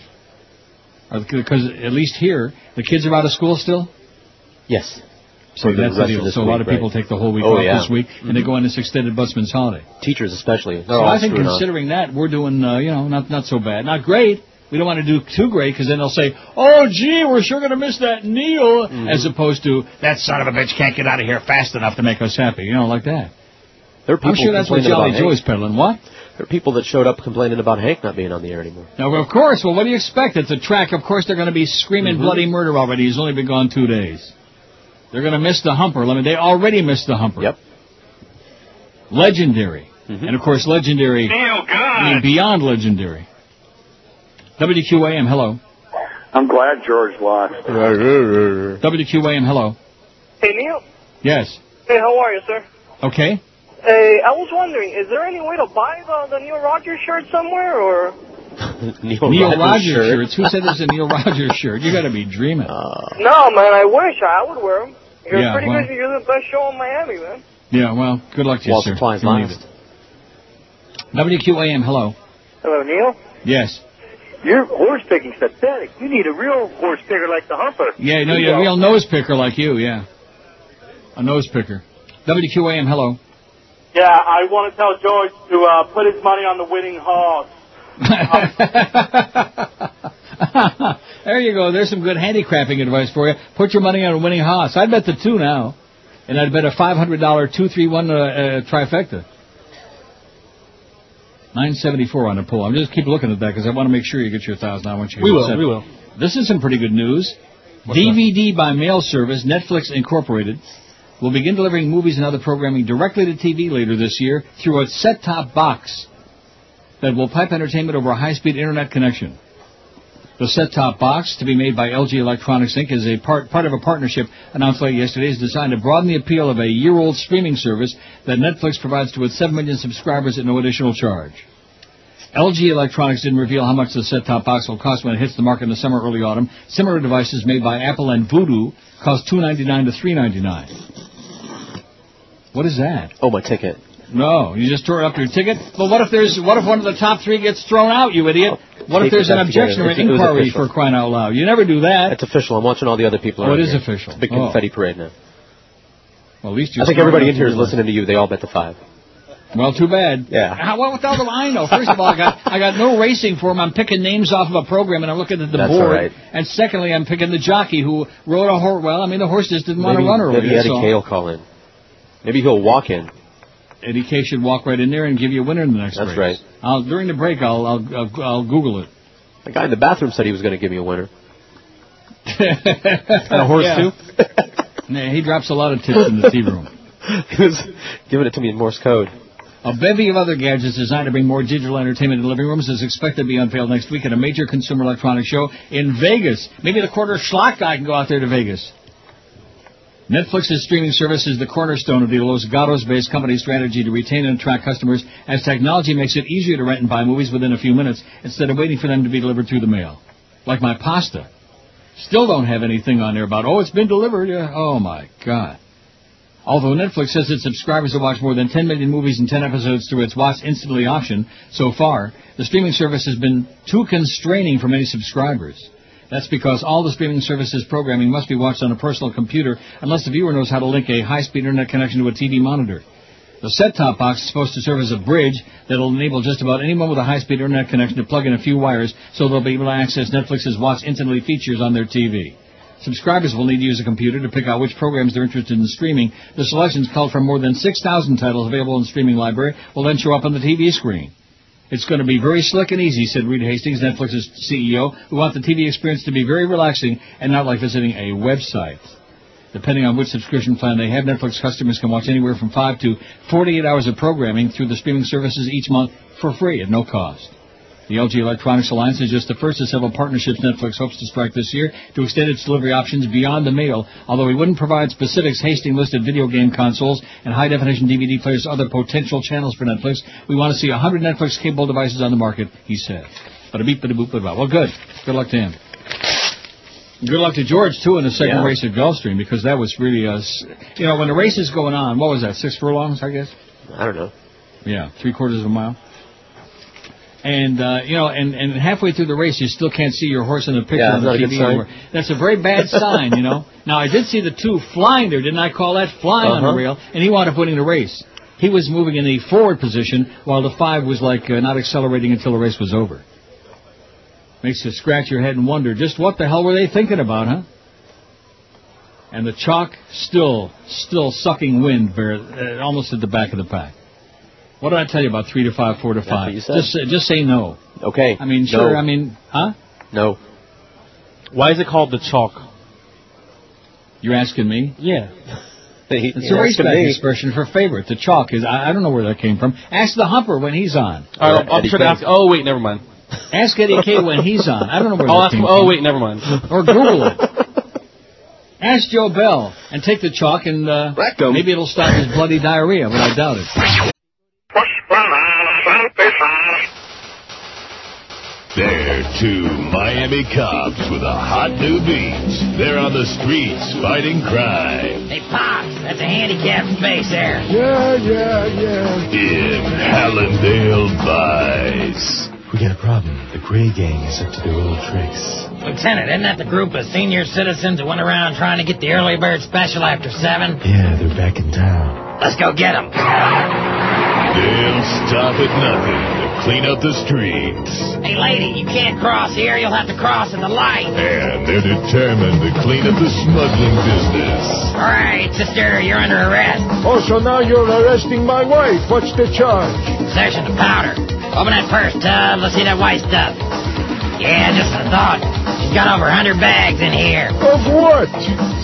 Speaker 4: Because at least here, the kids are out of school still.
Speaker 5: Yes.
Speaker 4: So
Speaker 5: For the
Speaker 4: that's the
Speaker 5: rest of
Speaker 4: deal.
Speaker 5: this
Speaker 4: So a lot of
Speaker 5: week,
Speaker 4: people
Speaker 5: right.
Speaker 4: take the whole week
Speaker 5: Oh,
Speaker 4: off
Speaker 5: yeah.
Speaker 4: this week, and they go on this extended busman's holiday.
Speaker 5: Teachers especially. They're
Speaker 4: so
Speaker 5: all
Speaker 4: I think
Speaker 5: screwed up.
Speaker 4: considering that, we're doing, uh, you know, not not so bad. Not great. We don't want to do too great because then they'll say, oh, gee, we're sure going to miss that Neil,
Speaker 5: Mm-hmm.
Speaker 4: as opposed to, that son of a bitch can't get out of here fast enough to make us happy, you know, like that.
Speaker 5: There are people
Speaker 4: I'm sure that's what
Speaker 5: complaining
Speaker 4: Jolly
Speaker 5: about
Speaker 4: Joe's
Speaker 5: Hank.
Speaker 4: peddling. What?
Speaker 5: There are people that showed up complaining about Hank not being on the air anymore.
Speaker 4: Now, of course, well, what do you expect? It's a track. Of course, they're going to be screaming
Speaker 5: Mm-hmm.
Speaker 4: bloody murder already. He's only been gone two days. They're going to miss the humper. I mean, they already missed the humper. Yep. Legendary.
Speaker 5: Mm-hmm.
Speaker 4: And, of course, legendary. I mean, beyond legendary. WQAM, hello.
Speaker 2: I'm glad George lost.
Speaker 4: WQAM, hello.
Speaker 9: Hey Neil.
Speaker 4: Yes.
Speaker 9: Hey, how are you, sir?
Speaker 4: Okay.
Speaker 9: Hey, I was wondering, is there any way to buy the, the Neil Rogers shirt somewhere, or?
Speaker 5: Neil,
Speaker 4: Neil
Speaker 5: Rogers
Speaker 4: Rogers
Speaker 5: shirt. Uh,
Speaker 4: shirts. Who said there's a Neil Rogers shirt? You got to be dreaming.
Speaker 9: No, man, I wish I would wear them. You're
Speaker 4: Yeah,
Speaker 9: pretty
Speaker 4: well-
Speaker 9: good. You're the best show in Miami, man.
Speaker 4: yeah. Well, good luck to you,
Speaker 5: While
Speaker 4: sir.
Speaker 5: supplies
Speaker 4: You need
Speaker 5: last.
Speaker 4: it. WQAM, hello.
Speaker 9: Hello, Neil.
Speaker 4: Yes.
Speaker 9: Your horse picking's pathetic. You need a real horse picker like the Humper.
Speaker 4: Yeah, no, you're a real nose picker like you, yeah. A nose picker. WQAM, hello.
Speaker 50: Yeah, I want to tell George to uh, put his money on the winning horse.
Speaker 4: there you go. There's some good handicrapping advice for you. Put your money on a winning Haas. I'd bet the two now. And I'd bet a $500 231 uh, uh, trifecta. 974 on the pull. I'm just keep looking at that because I want to make sure you get your 1000 I want you to
Speaker 53: We
Speaker 4: get
Speaker 53: will,
Speaker 4: set.
Speaker 53: we will.
Speaker 4: This is some pretty good news. DVD by mail service, Netflix Incorporated, will begin delivering movies and other programming directly to TV later this year through a set top box that will pipe entertainment over a high speed internet connection. The set-top box, to be made by LG Electronics Inc., is a part, part of a partnership announced late yesterday, is designed to broaden the appeal of a year-old streaming service that Netflix provides to its 7 million subscribers at no additional charge. LG Electronics didn't reveal how much the set-top box will cost when it hits the market in the summer, early autumn. Similar devices made by Apple and Voodoo cost 299 to 399 What is that?
Speaker 5: Oh, my ticket.
Speaker 4: No, you just tore up your ticket. But what if there's what if one of the top three gets thrown out, you idiot? What if
Speaker 5: Take
Speaker 4: there's
Speaker 5: it
Speaker 4: an
Speaker 5: back
Speaker 4: objection
Speaker 5: together.
Speaker 4: or an
Speaker 5: It's- it was
Speaker 4: inquiry
Speaker 5: official.
Speaker 4: for crying out loud? You never do that.
Speaker 5: It's official. I'm watching all the other people.
Speaker 4: Oh,
Speaker 5: around
Speaker 4: it is
Speaker 5: here.
Speaker 4: official.
Speaker 5: It's a big
Speaker 4: Oh.
Speaker 5: confetti parade now.
Speaker 4: Well, at least you.
Speaker 5: I think
Speaker 4: scored
Speaker 5: everybody
Speaker 4: enough
Speaker 5: in here
Speaker 4: to
Speaker 5: is
Speaker 4: do that.
Speaker 5: listening to you. They all bet the five.
Speaker 4: Well, too bad.
Speaker 5: Yeah.
Speaker 4: How, well, what the hell do I know? First of all, I got I got no racing for him. I'm picking names off of a program, and I'm looking at the
Speaker 5: That's all
Speaker 4: board.
Speaker 5: right.
Speaker 4: And secondly, I'm picking the jockey who rode a horse. Well, I mean, the horse just didn't want to
Speaker 5: maybe
Speaker 4: run early.
Speaker 5: maybe
Speaker 4: that's
Speaker 5: Eddie
Speaker 4: all.
Speaker 5: K will call in. Maybe he'll walk in.
Speaker 4: Eddie K should walk right in there and give you a winner in the next
Speaker 5: That's
Speaker 4: race.
Speaker 5: right.
Speaker 4: I'll, during the break, I'll, I'll I'll I'll Google it.
Speaker 5: The guy in the bathroom said he was going to give me a winner.
Speaker 4: and
Speaker 5: a horse, too?
Speaker 4: yeah, he drops a lot of tips in the tea room.
Speaker 5: he was giving it to me in Morse code.
Speaker 4: A bevy of other gadgets designed to bring more digital entertainment to living rooms is expected to be unveiled next week at a major consumer electronics show in Vegas. Maybe the quarter schlock guy can go out there to Vegas. Netflix's streaming service is the cornerstone of the Los Gatos-based company's strategy to retain and attract customers as technology makes it easier to rent and buy movies within a few minutes instead of waiting for them to be delivered through the mail. Like my pasta. Still don't have anything on there about, oh, it's been delivered. Yeah. Oh, my God. Although Netflix says its subscribers will watch more than 10 million movies and 10 episodes through its Watch Instantly option so far, the streaming service has been too constraining for many subscribers. That's because all the streaming service's programming must be watched on a personal computer unless the viewer knows how to link a high-speed internet connection to a TV monitor. The set-top box is supposed to serve as a bridge that'll enable just about anyone with a high-speed internet connection to plug in a few wires so they'll be able to access Netflix's Watch Instantly features on their TV. Subscribers will need to use a computer to pick out which programs they're interested in streaming. The selections called from more than 6,000 titles available in the streaming library will then show up on the TV screen. It's going to be very slick and easy, said Reed Hastings, Netflix's CEO. We want the TV experience to be very relaxing and not like visiting a website. Depending on which subscription plan they have, Netflix customers can watch anywhere from 5 to 48 hours of programming through the streaming services each month for free at no cost. The LG Electronics Alliance is just the first of several partnerships Netflix hopes to strike this year to extend its delivery options beyond the mail. Although we wouldn't provide specifics, Hastings listed video game consoles and high-definition DVD players, other potential channels for Netflix. We want to see 100 Netflix cable devices on the market, he said. But a beep, but a boop, but a Well, good. Good luck to him. Good luck to George too in the second
Speaker 8: Yeah.
Speaker 4: race at Gulfstream because that was really uh, s You know, when the race is going on, what was that? Six furlongs, I guess.
Speaker 5: I don't know.
Speaker 4: Yeah, three quarters of a mile. And uh, you know, and, and halfway through the race, you still can't see your horse in the picture
Speaker 5: Yeah,
Speaker 4: on the
Speaker 5: not a
Speaker 4: TV.
Speaker 5: good sign.
Speaker 4: anymore. That's a very bad sign, you know. Now I did see the two flying there. Didn't I call that flying on
Speaker 5: Uh-huh.
Speaker 4: the rail? And he wound up winning the race. He was moving in the forward position while the five was like uh, not accelerating until the race was over. Makes you scratch your head and wonder just what the hell were they thinking about, huh? And the chalk still, still sucking wind, very, uh, almost at the back of the pack. What did I tell you about three to five, four to five?
Speaker 5: you said.
Speaker 4: Just, uh, just say no.
Speaker 5: Okay.
Speaker 4: I mean, sure.
Speaker 5: No.
Speaker 4: I mean, huh?
Speaker 5: No.
Speaker 53: Why is it called the chalk?
Speaker 4: You're asking me?
Speaker 53: Yeah.
Speaker 4: It's a racetrack expression for favorite. The chalk is. I, I don't know where that came from. Ask the Humper when he's on.
Speaker 53: All right, I'm sure to ask. Oh wait, never mind.
Speaker 4: Ask Eddie K when he's on. I don't know where
Speaker 53: I'll
Speaker 4: that
Speaker 53: ask
Speaker 4: came
Speaker 53: him. Oh
Speaker 4: from.
Speaker 53: wait, never mind.
Speaker 4: or Google it. Ask Joe Bell and take the chalk and uh, maybe it'll stop his bloody diarrhea, but I doubt it.
Speaker 6: They're two Miami cops with a hot new beat. They're on the streets fighting crime.
Speaker 3: Hey, Pops, that's a handicapped space there.
Speaker 6: Yeah, yeah, yeah. In Hallandale Vice.
Speaker 54: We got a problem. The Gray Gang is up to their old tricks.
Speaker 3: Lieutenant, isn't that the group of senior citizens that went around trying to get the early bird special after 7?
Speaker 54: Yeah, they're back in town.
Speaker 3: Let's go get them.
Speaker 6: They'll stop at nothing to clean up the streets.
Speaker 3: Hey, lady, you can't cross here. You'll have to cross at the light.
Speaker 6: And they're determined to clean up the smuggling business.
Speaker 3: All right, sister, you're under arrest.
Speaker 34: Oh, so now you're arresting my wife. What's the charge?
Speaker 3: Possession of powder. Open that purse, Tub. Let's see that white stuff. Yeah, just a thought. She's got over 100 bags in here.
Speaker 34: Of what?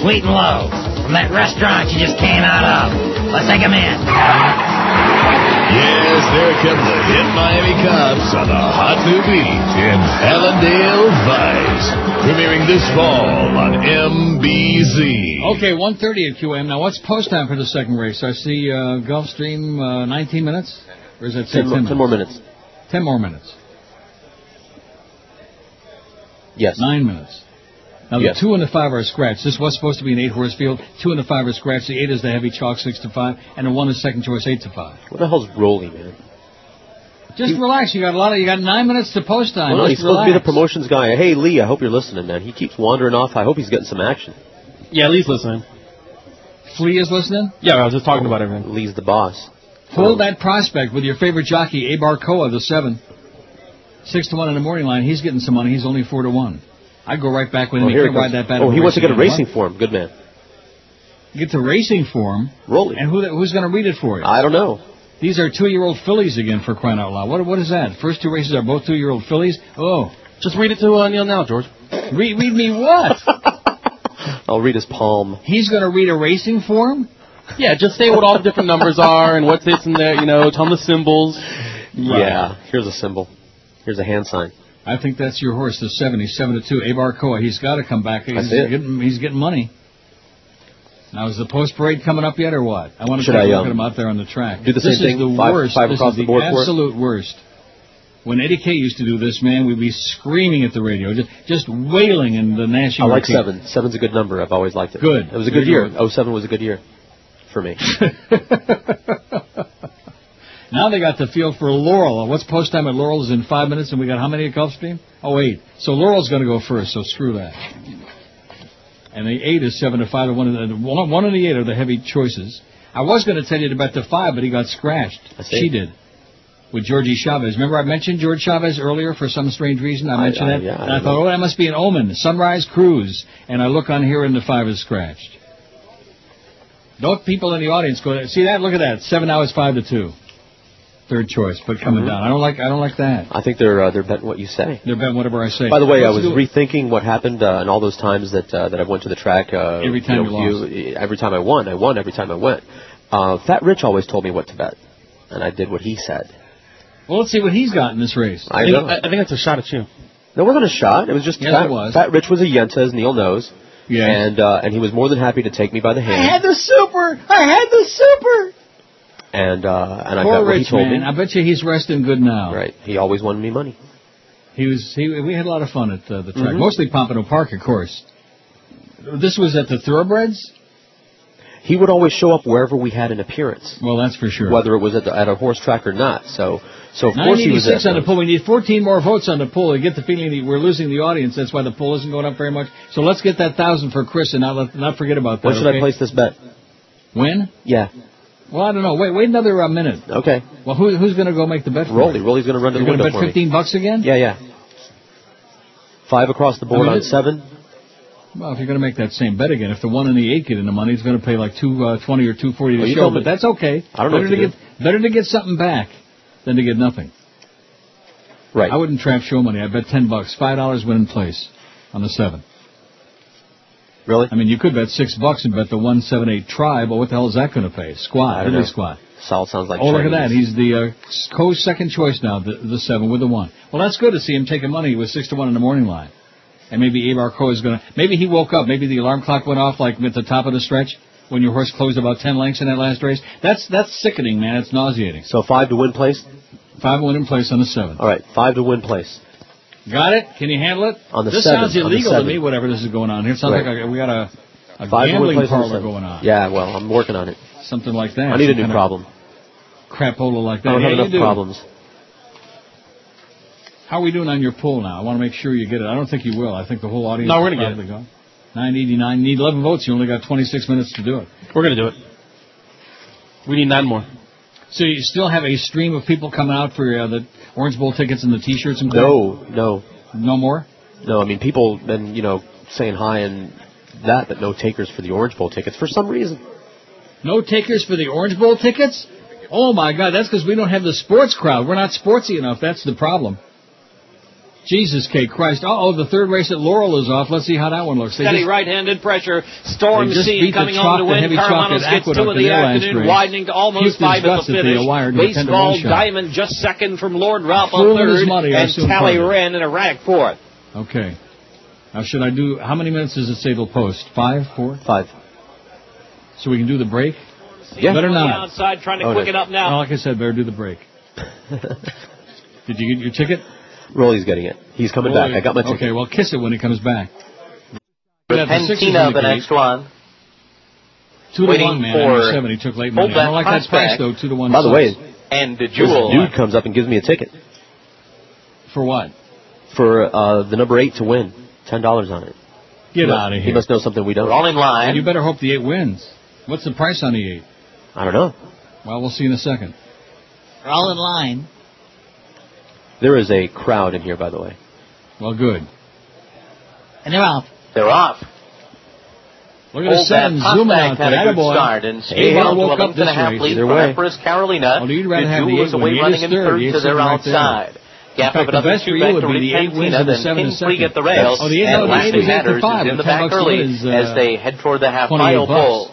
Speaker 3: Sweet and low. From that restaurant you just came out of. Let's take 'em in.
Speaker 6: Yes, they're a couple of hit Miami cops on the hot new beat in Hallandale Vice. Premiering this fall on MBZ.
Speaker 4: Okay, 1.30 at QM. Now, what's post time for the second race? I see uh, Gulfstream uh, 19 minutes? Or is that say
Speaker 5: Ten mo-
Speaker 4: 10
Speaker 5: ten more minutes.
Speaker 4: 10 more minutes.
Speaker 5: Yes.
Speaker 4: Nine minutes. Now, the
Speaker 5: Yes.
Speaker 4: two and the five are scratched. This was supposed to be an eight horse field. Two and the five are scratched. The eight is the heavy chalk, six to five. And the one is second choice, eight to five.
Speaker 5: What the hell's Rolly, man?
Speaker 4: Just relax. You got a lot of, you got nine minutes to post time.
Speaker 5: Well,
Speaker 4: Just
Speaker 5: he's supposed to be the
Speaker 4: relax.
Speaker 5: promotions guy. Hey, Lee, I hope you're listening, man. He keeps wandering off. I hope he's getting some action.
Speaker 53: Yeah, Lee's listening.
Speaker 4: Flea is listening?
Speaker 53: Yeah, I was just talking about everything.
Speaker 5: Lee's the boss.
Speaker 4: Hold that prospect with your favorite jockey, Abar Koa, the seven. Six to one in the morning line. He's getting some money. He's only four to one. I'd go right back with him.
Speaker 5: Oh,
Speaker 4: he
Speaker 5: here
Speaker 4: can't
Speaker 5: it
Speaker 4: ride
Speaker 5: goes.
Speaker 4: that bad.
Speaker 5: oh
Speaker 4: of
Speaker 5: he wants to get a
Speaker 4: again,
Speaker 5: racing
Speaker 4: huh?
Speaker 5: form. Good man.
Speaker 4: Get the racing for him.
Speaker 5: Rolly.
Speaker 4: And who, who's going to read it for you?
Speaker 5: I don't know.
Speaker 4: These are two-year-old fillies again for crying out loud. What, what is that? First two races are both two-year-old fillies. Oh,
Speaker 53: just read it to uh, Neil now, George.
Speaker 4: Read, read me what?
Speaker 5: I'll read his palm.
Speaker 4: He's going to read a racing form.
Speaker 53: Yeah, just say what all the different numbers are and what's this and that. You know, tell him the symbols.
Speaker 5: Yeah. Here's a symbol. Here's a hand sign.
Speaker 4: I think that's your horse, the seven. He's seven to two. Abar Koa. He's got to come back. He's
Speaker 5: That's it.
Speaker 4: getting he's getting money. Now is the post parade coming up yet or what? I want to
Speaker 5: Should
Speaker 4: take
Speaker 5: I,
Speaker 4: a look
Speaker 5: um,
Speaker 4: at him out there on the track.
Speaker 5: do the
Speaker 4: this
Speaker 5: same
Speaker 4: is
Speaker 5: thing?
Speaker 4: the
Speaker 5: Five-
Speaker 4: worst.
Speaker 5: five
Speaker 4: This
Speaker 5: across
Speaker 4: is
Speaker 5: the board for it?
Speaker 4: absolute worst. When Eddie K used to do this, man, we'd be screaming at the radio, just just wailing and the
Speaker 5: I
Speaker 4: gnashing.
Speaker 5: like
Speaker 4: our teeth.
Speaker 5: seven. Seven's a good number. I've always liked it.
Speaker 4: Good.
Speaker 5: It was a good
Speaker 4: Good
Speaker 5: year.
Speaker 4: one.
Speaker 5: Oh, seven was a good year for me.
Speaker 4: Now they got the field for Laurel. Uh, What's post time at Laurel is in five minutes, and we got how many at Gulfstream? Oh, eight. So Laurel's going to go first. So screw that. And the eight is seven to five to one. And the, one, one and the eight are the heavy choices. I was going to tell you to bet the five, but he got scratched.
Speaker 5: see.
Speaker 4: She did. With Georgie Chavez. Remember I mentioned George Chavez earlier for some strange reason? I
Speaker 5: I-
Speaker 4: mentioned
Speaker 5: I-
Speaker 4: that.
Speaker 5: yeah, I
Speaker 4: and I thought, oh, that must be an omen. Sunrise Cruise. And I look on here and the five is scratched. Don't people in the audience go, see that? Look at that. Seven hours, five to two. Third choice, but coming
Speaker 5: Mhm.
Speaker 4: down. I don't like. I don't like that.
Speaker 5: I think they're uh, they're betting what you say.
Speaker 4: They're betting whatever I say.
Speaker 5: By the way, I
Speaker 4: Let's
Speaker 5: was
Speaker 4: do it.
Speaker 5: rethinking what happened uh, and all those times that uh, that I went to the track. Uh,
Speaker 4: Every time
Speaker 5: you, know,
Speaker 4: you lost.
Speaker 5: every time I won, I won. Every time I went. Uh, Fat Rich always told me what to bet, and I did what he said.
Speaker 4: Well, let's see what he's got in this race.
Speaker 5: I know.
Speaker 53: I think that's a shot at you.
Speaker 5: There wasn't a shot. It was just
Speaker 4: Yes,
Speaker 5: Fat,
Speaker 4: it was.
Speaker 5: Fat Rich was a Yenta, as Neil knows.
Speaker 4: Yes.
Speaker 5: And uh, and he was more than happy to take me by the hand.
Speaker 16: I had the super. I had the super.
Speaker 5: And uh, and I
Speaker 4: Poor
Speaker 5: got what he
Speaker 4: Rich
Speaker 5: told
Speaker 4: man.
Speaker 5: me.
Speaker 4: I bet you he's resting good now.
Speaker 5: Right. He always wanted me money.
Speaker 4: He was. He. We had a lot of fun at uh, the track.
Speaker 5: Mhm.
Speaker 4: Mostly Pompano Park, of course. This was at the Thoroughbreds.
Speaker 5: He would always show up wherever we had an appearance.
Speaker 4: Well, that's for sure.
Speaker 5: Whether it was at, the, at a horse track or not. So, so of course he was at
Speaker 4: 986 on the poll. We need 14 more votes on the poll. I get the feeling that we're losing the audience. That's why the poll isn't going up very much. So let's get that thousand for Chris and not let, not forget about that.
Speaker 5: When should
Speaker 4: okay?
Speaker 5: I place this bet?
Speaker 4: When?
Speaker 5: Yeah.
Speaker 4: Well, I don't know. Wait, wait another uh, minute.
Speaker 5: Okay.
Speaker 4: Well, who, who's going to go make the bet? For
Speaker 5: Rolly.
Speaker 4: me?
Speaker 5: Rolly's going to run to
Speaker 4: You're
Speaker 5: the
Speaker 4: going to bet
Speaker 5: window for me.
Speaker 4: 15 bucks again?
Speaker 5: Yeah, yeah. Five across the board
Speaker 4: I mean,
Speaker 5: on
Speaker 4: it-
Speaker 5: seven.
Speaker 4: Well, if you're going to make that same bet again, if the one and the eight get in the money, it's going to pay like two uh, twenty or two forty to
Speaker 5: Well, you
Speaker 4: show.
Speaker 5: told me.
Speaker 4: But that's okay.
Speaker 5: I don't know
Speaker 4: better
Speaker 5: what
Speaker 4: to
Speaker 5: to
Speaker 4: get better to get something back than to get nothing.
Speaker 5: Right.
Speaker 4: I wouldn't trap show money. I bet ten bucks, five dollars win in place on the seven.
Speaker 5: Really?
Speaker 4: I mean, you could bet six bucks and bet the one seven eight try, but what the hell is that going to pay? Squad,
Speaker 5: don't
Speaker 4: really
Speaker 5: know.
Speaker 4: squad.
Speaker 5: Sal sounds like
Speaker 4: oh, look at that.
Speaker 5: Chinese.
Speaker 4: He's the uh, co second choice now, the, the seven with the one. Well, that's good to see him taking money with six to one in the morning line. And maybe Abe Arco is going to. Maybe he woke up. Maybe the alarm clock went off like at the top of the stretch when your horse closed about 10 lengths in that last race. That's that's sickening, man. It's nauseating.
Speaker 5: So five to win place?
Speaker 4: Five to win in place on the seven.
Speaker 5: All right, five to win place.
Speaker 4: Got it? Can you handle it?
Speaker 5: On the
Speaker 4: this
Speaker 5: seven,
Speaker 4: sounds
Speaker 5: on the
Speaker 4: illegal to
Speaker 5: seven.
Speaker 4: me, whatever this is going on here. It sounds
Speaker 5: Right.
Speaker 4: like a, we got a, a
Speaker 5: Five to win
Speaker 4: gambling
Speaker 5: place on the
Speaker 4: parlor
Speaker 5: seven.
Speaker 4: going on.
Speaker 5: Yeah, well, I'm working on it.
Speaker 4: Something like that.
Speaker 5: I need a
Speaker 4: Some
Speaker 5: new
Speaker 4: kind of
Speaker 5: problem.
Speaker 4: Crapola like that.
Speaker 5: I don't
Speaker 4: Yeah,
Speaker 5: have
Speaker 4: you
Speaker 5: enough
Speaker 4: do.
Speaker 5: problems.
Speaker 4: How are we doing on your poll now? I want to make sure you get it. I don't think you will. I think the whole audience.
Speaker 53: No, we're gonna
Speaker 4: probably gone. 989. You Need 11 votes. You only got 26 minutes to do it.
Speaker 53: We're going to do it. We need nine more.
Speaker 4: So you still have a stream of people coming out for uh, the Orange Bowl tickets and the T-shirts and
Speaker 5: No, no,
Speaker 4: no more.
Speaker 5: No, I mean people been you know saying hi and that, but no takers for the Orange Bowl tickets for some reason.
Speaker 4: No takers for the Orange Bowl tickets? Oh my God, that's because we don't have the sports crowd. We're not sportsy enough. That's the problem. Jesus K Christ. Uh oh, the third race at Laurel is off. Let's see how that one looks. They
Speaker 14: Steady
Speaker 4: just-
Speaker 14: right-handed pressure. Storm
Speaker 4: They just
Speaker 14: seed
Speaker 4: beat the
Speaker 14: coming on to
Speaker 4: Trockton
Speaker 14: win.
Speaker 4: heavy
Speaker 14: Carmanos
Speaker 4: Trockton
Speaker 14: gets two
Speaker 4: Aqueduct
Speaker 14: in
Speaker 4: in
Speaker 14: the
Speaker 4: their last
Speaker 14: afternoon,
Speaker 4: race.
Speaker 14: widening to almost
Speaker 4: Puked his
Speaker 14: five at the
Speaker 4: guts at the
Speaker 14: finish.
Speaker 4: wire to a ten to
Speaker 14: Baseball
Speaker 4: one shot.
Speaker 14: Diamond just second from Lord Ralph
Speaker 4: Threw
Speaker 14: on
Speaker 4: him in his
Speaker 14: third,
Speaker 4: money, I
Speaker 14: and
Speaker 4: assume
Speaker 14: Tally
Speaker 4: partly.
Speaker 14: Wren in erratic fourth.
Speaker 4: Okay. Now, should I do? How many minutes does it say till post? Five, four,
Speaker 5: five.
Speaker 4: So we can do the break.
Speaker 14: Seed
Speaker 4: Better
Speaker 14: going
Speaker 4: not.
Speaker 14: Outside trying
Speaker 5: Oh,
Speaker 14: to quicken up now.
Speaker 4: No, like I said, better do the break. Did you get your ticket?
Speaker 5: Rolly's getting it. He's coming
Speaker 4: Well,
Speaker 5: back. I got my ticket.
Speaker 4: Okay, well, kiss it when it comes back. Yeah, the six is
Speaker 18: Repentina,
Speaker 4: in the
Speaker 18: the
Speaker 4: gate.
Speaker 18: next one.
Speaker 4: Two to
Speaker 18: Waiting
Speaker 4: one, Oh, man.
Speaker 18: for
Speaker 4: Under seven, he took late money. I don't
Speaker 18: fullback
Speaker 4: like that price
Speaker 18: contact.
Speaker 4: though. Two to one.
Speaker 5: By the
Speaker 4: sucks.
Speaker 5: way,
Speaker 18: And the
Speaker 5: this
Speaker 18: jewel.
Speaker 5: dude comes up and gives me a ticket
Speaker 4: for what?
Speaker 5: for uh, the number eight to win. Ten dollars on it.
Speaker 4: Get
Speaker 5: He mu-
Speaker 4: out of here.
Speaker 5: He must know something we don't.
Speaker 4: Well, you better hope the eight wins. What's the price on the eight?
Speaker 5: I don't know.
Speaker 4: Well, we'll see in a second.
Speaker 16: We're all in line.
Speaker 5: There is a crowd in here, by the way.
Speaker 4: Well, good.
Speaker 16: And they're off.
Speaker 18: They're off.
Speaker 4: Look at the sun zooming out
Speaker 18: had
Speaker 4: there.
Speaker 18: a good
Speaker 4: Attaboy.
Speaker 18: start, and
Speaker 4: Hey,
Speaker 18: Steve
Speaker 4: I
Speaker 18: Ball
Speaker 4: woke
Speaker 18: to
Speaker 4: up
Speaker 18: 11 and a
Speaker 4: this
Speaker 18: half
Speaker 4: race.
Speaker 18: lead
Speaker 4: Either
Speaker 18: for
Speaker 4: way.
Speaker 18: Empress Carolina.
Speaker 4: Oh, you'd rather
Speaker 18: the
Speaker 4: have the
Speaker 18: Jewel
Speaker 4: eight
Speaker 18: is away
Speaker 4: win. You're
Speaker 18: running in
Speaker 4: disturbed.
Speaker 18: third
Speaker 4: You're
Speaker 18: to their
Speaker 4: sitting right there.
Speaker 18: outside. Gap
Speaker 4: In
Speaker 18: of
Speaker 4: fact, the
Speaker 18: another
Speaker 4: best for
Speaker 18: two
Speaker 4: you
Speaker 18: back
Speaker 4: would
Speaker 18: to
Speaker 4: be the eight wins
Speaker 18: Repentina,
Speaker 4: and the
Speaker 18: then
Speaker 4: seven and
Speaker 18: Pinfrey
Speaker 4: second.
Speaker 18: at the rails,
Speaker 4: Oh, the eight- no,
Speaker 18: and
Speaker 4: the eight
Speaker 18: Lassie
Speaker 4: is after
Speaker 18: Matters
Speaker 4: five.
Speaker 18: is in
Speaker 4: The
Speaker 18: the
Speaker 4: 10
Speaker 18: back
Speaker 4: bucks
Speaker 18: early
Speaker 4: win is, uh,
Speaker 18: as they head toward the half
Speaker 4: 28
Speaker 18: mile
Speaker 4: bucks.
Speaker 18: pole.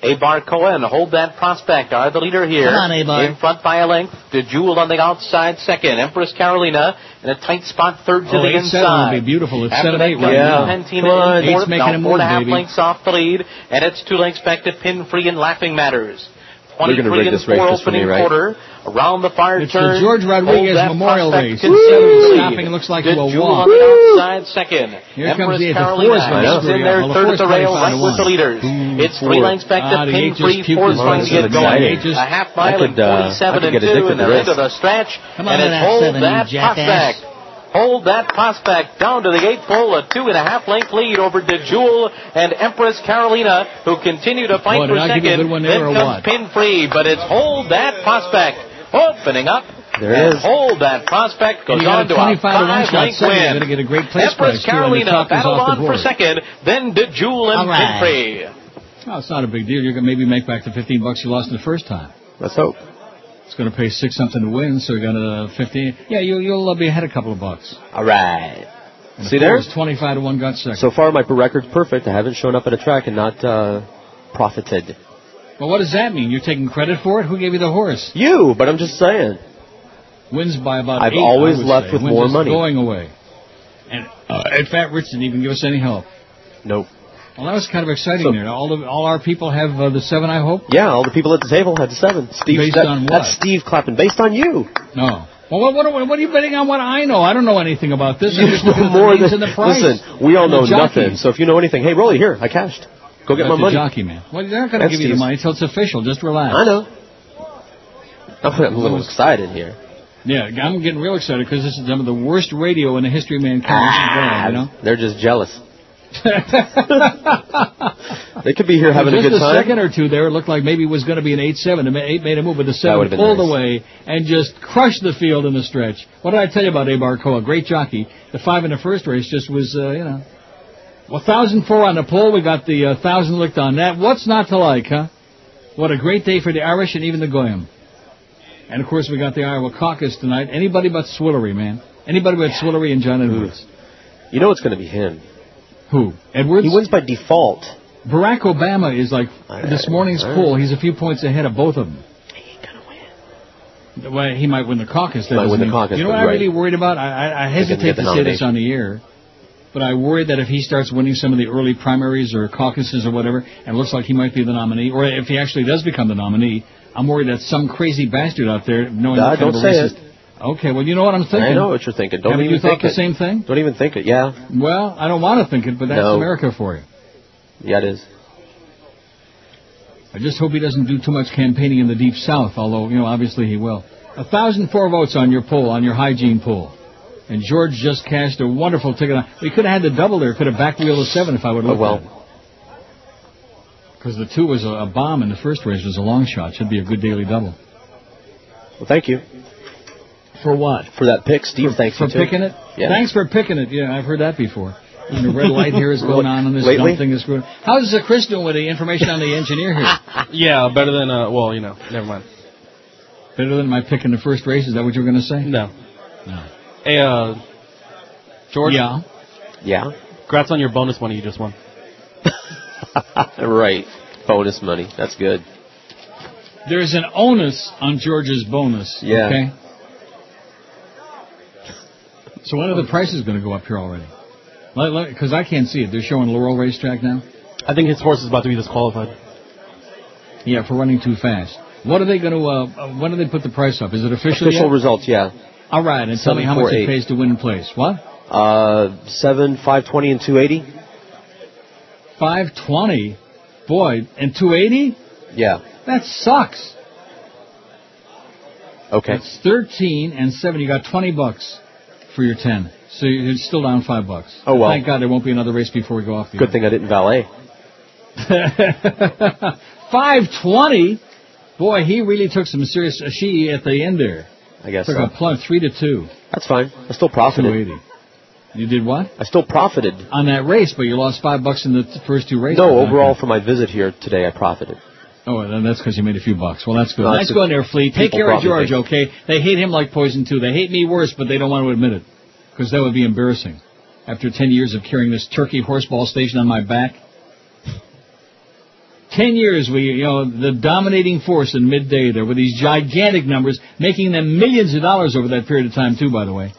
Speaker 18: Abar Cohen, hold that prospect, are the leader here.
Speaker 16: Come on, Abar.
Speaker 18: In front by a length, the Jewel on the outside second, Empress Carolina in a tight spot third to
Speaker 4: Oh,
Speaker 18: the
Speaker 4: eight seven would
Speaker 18: inside.
Speaker 4: be beautiful. It's
Speaker 18: After
Speaker 4: seven
Speaker 18: that,
Speaker 4: eight right
Speaker 18: yeah.
Speaker 4: now. Come on.
Speaker 18: in
Speaker 4: Eight's
Speaker 18: fourth,
Speaker 4: making a
Speaker 18: now four
Speaker 4: move,
Speaker 18: and a half
Speaker 4: baby.
Speaker 18: lengths off the lead, and it's two lengths back to Pinfrey and Laughing Matters.
Speaker 5: They're gonna
Speaker 18: 23
Speaker 5: rig
Speaker 18: and
Speaker 5: this race
Speaker 18: four
Speaker 5: just for me,
Speaker 18: opening
Speaker 5: right?
Speaker 18: quarter, around the far
Speaker 4: It's
Speaker 18: turn.
Speaker 4: the George Rodriguez
Speaker 18: hold that
Speaker 4: Memorial
Speaker 18: prospect
Speaker 4: Race.
Speaker 18: in
Speaker 4: It's
Speaker 18: second
Speaker 4: seven
Speaker 18: lead.
Speaker 4: stopping. It looks like
Speaker 18: The
Speaker 4: to a
Speaker 18: Jewel
Speaker 4: walk.
Speaker 18: on the outside second.
Speaker 4: Here comes
Speaker 18: Empress
Speaker 4: the eight. The
Speaker 18: Carolina
Speaker 4: four's gonna
Speaker 18: is
Speaker 4: screw
Speaker 18: in
Speaker 4: you up.
Speaker 18: there
Speaker 4: Well, the
Speaker 18: third at
Speaker 4: four's
Speaker 18: the rail,
Speaker 4: 25 to
Speaker 18: right with the
Speaker 4: one.
Speaker 18: leaders. It's three
Speaker 5: four.
Speaker 18: lengths back
Speaker 4: Ah,
Speaker 18: to
Speaker 4: the eight
Speaker 18: pin
Speaker 4: just
Speaker 18: three,
Speaker 4: puked
Speaker 18: four's
Speaker 4: his
Speaker 18: trying to
Speaker 4: lungs.
Speaker 18: get going.
Speaker 4: Exciting.
Speaker 18: A half
Speaker 5: I
Speaker 18: mile
Speaker 5: could,
Speaker 18: and
Speaker 5: uh,
Speaker 18: 47
Speaker 5: I could
Speaker 18: and
Speaker 5: get addicted
Speaker 18: 2
Speaker 5: to
Speaker 18: and they're
Speaker 5: this.
Speaker 18: into the stretch.
Speaker 16: Come on
Speaker 18: And
Speaker 16: to
Speaker 18: it's
Speaker 16: that
Speaker 18: hold
Speaker 16: seven,
Speaker 18: that
Speaker 16: you jackass.
Speaker 18: prospect. Hold that prospect down to the eight pole, a two and a half length lead over DeJewel and Empress Carolina, who continue to fight
Speaker 4: Boy,
Speaker 18: for
Speaker 4: did I give you a
Speaker 18: second.
Speaker 4: good one there
Speaker 18: then
Speaker 4: or what?
Speaker 18: comes pin free, but it's hold that prospect opening up.
Speaker 5: There
Speaker 18: and
Speaker 5: is.
Speaker 18: Hold that prospect goes
Speaker 4: And you got
Speaker 18: on
Speaker 4: a
Speaker 18: to a
Speaker 4: 25 to one
Speaker 18: five
Speaker 4: shot
Speaker 18: length
Speaker 4: second. You're
Speaker 18: win.
Speaker 4: gonna get a great place price,
Speaker 18: Empress
Speaker 4: too, and the
Speaker 18: Carolina
Speaker 4: chalk is
Speaker 18: battled
Speaker 4: off the
Speaker 18: on for
Speaker 4: board.
Speaker 18: second, then DeJewel and
Speaker 16: All right.
Speaker 18: Pinfrey.
Speaker 4: Oh, it's not a big deal. You're gonna maybe make back the 15 bucks you lost the first time.
Speaker 5: Let's hope.
Speaker 4: It's gonna pay six something to win, so you're gonna 15. Yeah, you, you'll uh, be ahead a couple of bucks.
Speaker 5: All right.
Speaker 4: And
Speaker 5: See
Speaker 4: the
Speaker 5: there?
Speaker 4: four's 25 to one got second.
Speaker 5: So far, my record's perfect. I haven't shown up at a track and not uh, profited.
Speaker 4: Well, what does that mean? You're taking credit for it? Who gave you the horse?
Speaker 5: You, but I'm just saying.
Speaker 4: Wins by about.
Speaker 5: I've
Speaker 4: eight,
Speaker 5: always
Speaker 4: I would
Speaker 5: left
Speaker 4: say.
Speaker 5: with
Speaker 4: Wins
Speaker 5: more
Speaker 4: is
Speaker 5: money.
Speaker 4: Going away. And uh, and Fat Rich didn't even give us any help.
Speaker 5: Nope.
Speaker 4: Well, that was kind of exciting there. Now, All of, all our people have uh, the seven. I hope.
Speaker 5: Yeah, all the people at the table had seven. Steve,
Speaker 4: Based
Speaker 5: that-
Speaker 4: on what?
Speaker 5: That's Steve clapping based on you.
Speaker 4: No. Well, what, what, are, what are you betting on? What I know? I don't know anything about this. I just look at the
Speaker 5: More
Speaker 4: names
Speaker 5: than
Speaker 4: and the price.
Speaker 5: listen, we all
Speaker 4: And the
Speaker 5: know
Speaker 4: jockey.
Speaker 5: nothing. So if you know anything, hey, Rolly, here, I cashed. Go get
Speaker 4: That's
Speaker 5: my
Speaker 4: the
Speaker 5: money.
Speaker 4: jockey man. Well, they're not going to
Speaker 5: That's
Speaker 4: give you the
Speaker 5: Steve's.
Speaker 4: money until it's official. Just relax.
Speaker 5: I know. I'm a little excited here.
Speaker 4: Yeah, I'm getting real excited because this is some of the worst radio in the history of mankind. you know.
Speaker 5: They're just jealous. They could be here having
Speaker 4: just
Speaker 5: a good time.
Speaker 4: a second or two there, it looked like maybe it was going to be an 8 7. The 8 made a move, but the 7
Speaker 5: would've been
Speaker 4: pulled
Speaker 5: nice.
Speaker 4: away and just crushed the field in the stretch. What did I tell you about Abarcoa? Great jockey. The 5 in the first race just was, uh, you know. Well, 1,004 on the pole. We got the uh, 1,000 licked on that. What's not to like, huh? What a great day for the Irish and even the Goyim. And of course, we got the Iowa caucus tonight. Anybody but Swillery, man. Anybody but Swillery and John Edwards.
Speaker 5: Hmm. You know it's going to be him.
Speaker 4: Who? Edwards?
Speaker 5: He wins by default.
Speaker 4: Barack Obama is like this morning's poll. He's a few points ahead of both of them. Well, he might win the caucus. That
Speaker 5: Might win
Speaker 4: doesn't
Speaker 5: the
Speaker 4: mean-
Speaker 5: caucus,
Speaker 4: You know
Speaker 5: but
Speaker 4: what I'm
Speaker 5: right.
Speaker 4: really worried about? I, I, I
Speaker 5: He doesn't
Speaker 4: hesitate
Speaker 5: get
Speaker 4: to
Speaker 5: the
Speaker 4: say this on the air, but I worry that if he starts winning some of the early primaries or caucuses or whatever, and it looks like he might be the nominee, or if he actually does become the nominee, I'm worried that some crazy bastard out there, knowing
Speaker 5: Nah,
Speaker 4: that kind
Speaker 5: don't
Speaker 4: of a
Speaker 5: say
Speaker 4: racist. Okay, well, you know what I'm thinking.
Speaker 5: I know what you're thinking. Don't
Speaker 4: Haven't
Speaker 5: even
Speaker 4: you thought
Speaker 5: think
Speaker 4: the
Speaker 5: it.
Speaker 4: same thing?
Speaker 5: Don't even think it. Yeah,
Speaker 4: Well, I don't want to think it, but that's
Speaker 5: No.
Speaker 4: America for you.
Speaker 5: yeah, it is.
Speaker 4: I just hope he doesn't do too much campaigning in the deep south, although, you know, obviously he will. A thousand four votes on your poll, on your hygiene poll. And George just cashed a wonderful ticket on. We could have had the double there, could have back wheeled the seven if I
Speaker 5: Oh,
Speaker 4: would have looked well. Because the two was a, a bomb and the first race was a long shot. Should be a good daily double.
Speaker 5: Well, thank you
Speaker 4: for what?
Speaker 5: for that Uh, pick, Steve. thanks
Speaker 4: For
Speaker 5: you too.
Speaker 4: picking it?
Speaker 5: Yeah.
Speaker 4: Thanks for picking it. Yeah, I've heard that before. And the red light here is going on and this
Speaker 53: Lately?
Speaker 4: dumb thing is going How's uh, Chris doing with the information on the engineer here?
Speaker 53: Yeah, better than uh, well, you know, never mind.
Speaker 4: Better than my pick in the first race? Is that what you were going to say?
Speaker 53: No. Hey, uh, George.
Speaker 4: Yeah.
Speaker 5: Yeah.
Speaker 53: Congrats on your bonus money you just won.
Speaker 5: right. Bonus money. That's good.
Speaker 4: There's an onus on George's bonus.
Speaker 5: Yeah.
Speaker 4: Okay. So when are the prices going to go up here already? Because I can't see it. They're showing Laurel Racetrack now.
Speaker 53: I think his horse is about to be disqualified.
Speaker 4: Yeah, for running too fast. What are they going to? Uh, uh, when do they put the price up? Is it official?
Speaker 5: Official
Speaker 4: yet?
Speaker 5: results. Yeah.
Speaker 4: All right, and tell me how much it
Speaker 5: 748.
Speaker 4: pays to win place. What?
Speaker 5: Uh, seven, five twenty, and two eighty.
Speaker 4: Five twenty. Boy, and two eighty.
Speaker 5: Yeah.
Speaker 4: That sucks.
Speaker 5: Okay.
Speaker 4: That's thirteen and seven. You got twenty bucks for your ten. So you're still down five bucks.
Speaker 5: Oh, well.
Speaker 4: Thank God there won't be another race before we go off the
Speaker 5: Good thing I didn't valet.
Speaker 4: Five twenty. Boy, he really took some serious. uh, She at the end there.
Speaker 5: I guess
Speaker 4: took
Speaker 5: so.
Speaker 4: a plunge, three to two.
Speaker 5: That's fine. I still profited.
Speaker 4: Two eighty. You did what?
Speaker 5: I still profited.
Speaker 4: On that race, but you lost five bucks in the t- first two races.
Speaker 5: No, overall for my visit here today, I profited.
Speaker 4: Oh, and that's because you made a few bucks. Well, that's good.
Speaker 5: No,
Speaker 4: nice
Speaker 5: it's-
Speaker 4: going there, Flea. Take
Speaker 5: people
Speaker 4: care of
Speaker 5: probably
Speaker 4: George, okay? They hate him like poison too. They hate me worse, but they don't want to admit it because that would be embarrassing. After ten years of carrying this turkey horseball station on my back. Ten years, we you know the dominating force in midday there with these gigantic numbers, making them millions of dollars over that period of time too. By the way,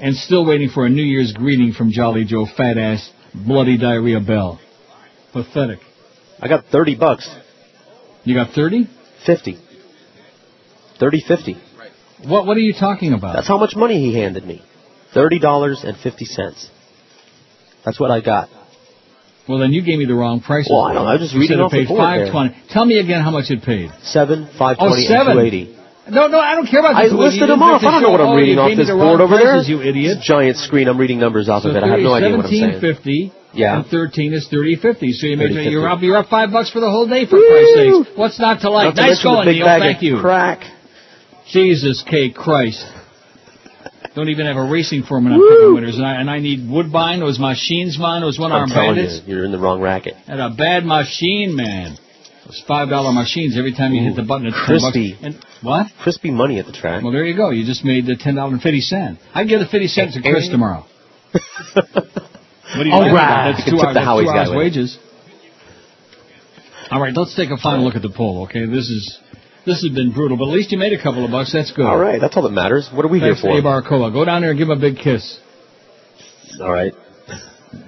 Speaker 4: and still waiting for a New Year's greeting from Jolly Joe Fat Ass Bloody Diarrhea Bell. Pathetic.
Speaker 5: I got thirty bucks.
Speaker 4: You got thirty?
Speaker 5: Fifty. Thirty fifty.
Speaker 4: What What are you talking about?
Speaker 5: That's how much money he handed me. Thirty dollars and fifty cents. That's what I got.
Speaker 4: Well, then you gave me the wrong price.
Speaker 5: Well, I don't know. I was just
Speaker 4: You
Speaker 5: reading
Speaker 4: said it
Speaker 5: off
Speaker 4: paid
Speaker 5: the board there.
Speaker 4: 520. Tell me again how much it paid.
Speaker 5: Seven, five
Speaker 4: Oh,
Speaker 5: twenty,
Speaker 4: seven.
Speaker 5: and two eighty.
Speaker 4: No, no, I don't care about.
Speaker 5: I
Speaker 4: this. You
Speaker 5: listed
Speaker 4: didn't
Speaker 5: them off.
Speaker 4: pick
Speaker 5: I don't know what
Speaker 4: show.
Speaker 5: I'm
Speaker 4: Oh, you
Speaker 5: reading
Speaker 4: gave
Speaker 5: off
Speaker 4: me the
Speaker 5: this
Speaker 4: wrong
Speaker 5: board over there.
Speaker 4: prices, You idiot.
Speaker 5: It's a giant screen. I'm reading numbers off
Speaker 4: So
Speaker 5: of it. I have no idea what I'm saying.
Speaker 4: 1750,
Speaker 5: Yeah.
Speaker 4: and 13 is 3050. So you made
Speaker 5: 30.50.
Speaker 4: you're up you're up five bucks for the whole day for Christ's sakes. What's not to like?
Speaker 5: Not to
Speaker 4: nice
Speaker 5: mention the
Speaker 4: going,
Speaker 5: big
Speaker 4: Neil.
Speaker 5: bag of
Speaker 4: Thank you.
Speaker 5: Crack.
Speaker 4: Jesus K Christ. Don't even have a racing form when I'm picking winners, and I, and I need Woodbine. It was Machinesman. It was one
Speaker 5: I'm
Speaker 4: arm
Speaker 5: telling
Speaker 4: bandits.
Speaker 5: you, you're in the wrong racket.
Speaker 4: And a bad machine, man. Those five dollar machines. Every time you hit the button, it's ten bucks.
Speaker 5: Crispy.
Speaker 4: And what?
Speaker 5: Crispy money at the track.
Speaker 4: Well, there you go. You just made the ten dollar and fifty cent. I can give the fifty cents to Chris tomorrow. What do you
Speaker 5: All
Speaker 4: think about
Speaker 5: right.
Speaker 4: that? That's
Speaker 5: You can
Speaker 4: two hours,
Speaker 5: tip the
Speaker 4: that's
Speaker 5: Howie's
Speaker 4: two
Speaker 5: guy
Speaker 4: hours
Speaker 5: with it.
Speaker 4: wages. All right, let's take a final look at the poll. Okay, this is this has been brutal, but at least you made a couple of bucks. That's good.
Speaker 5: All right, that's all that matters. What are we
Speaker 4: Thanks
Speaker 5: here for?
Speaker 4: to Abe Arcola. Go down there and give him a big kiss.
Speaker 5: All right.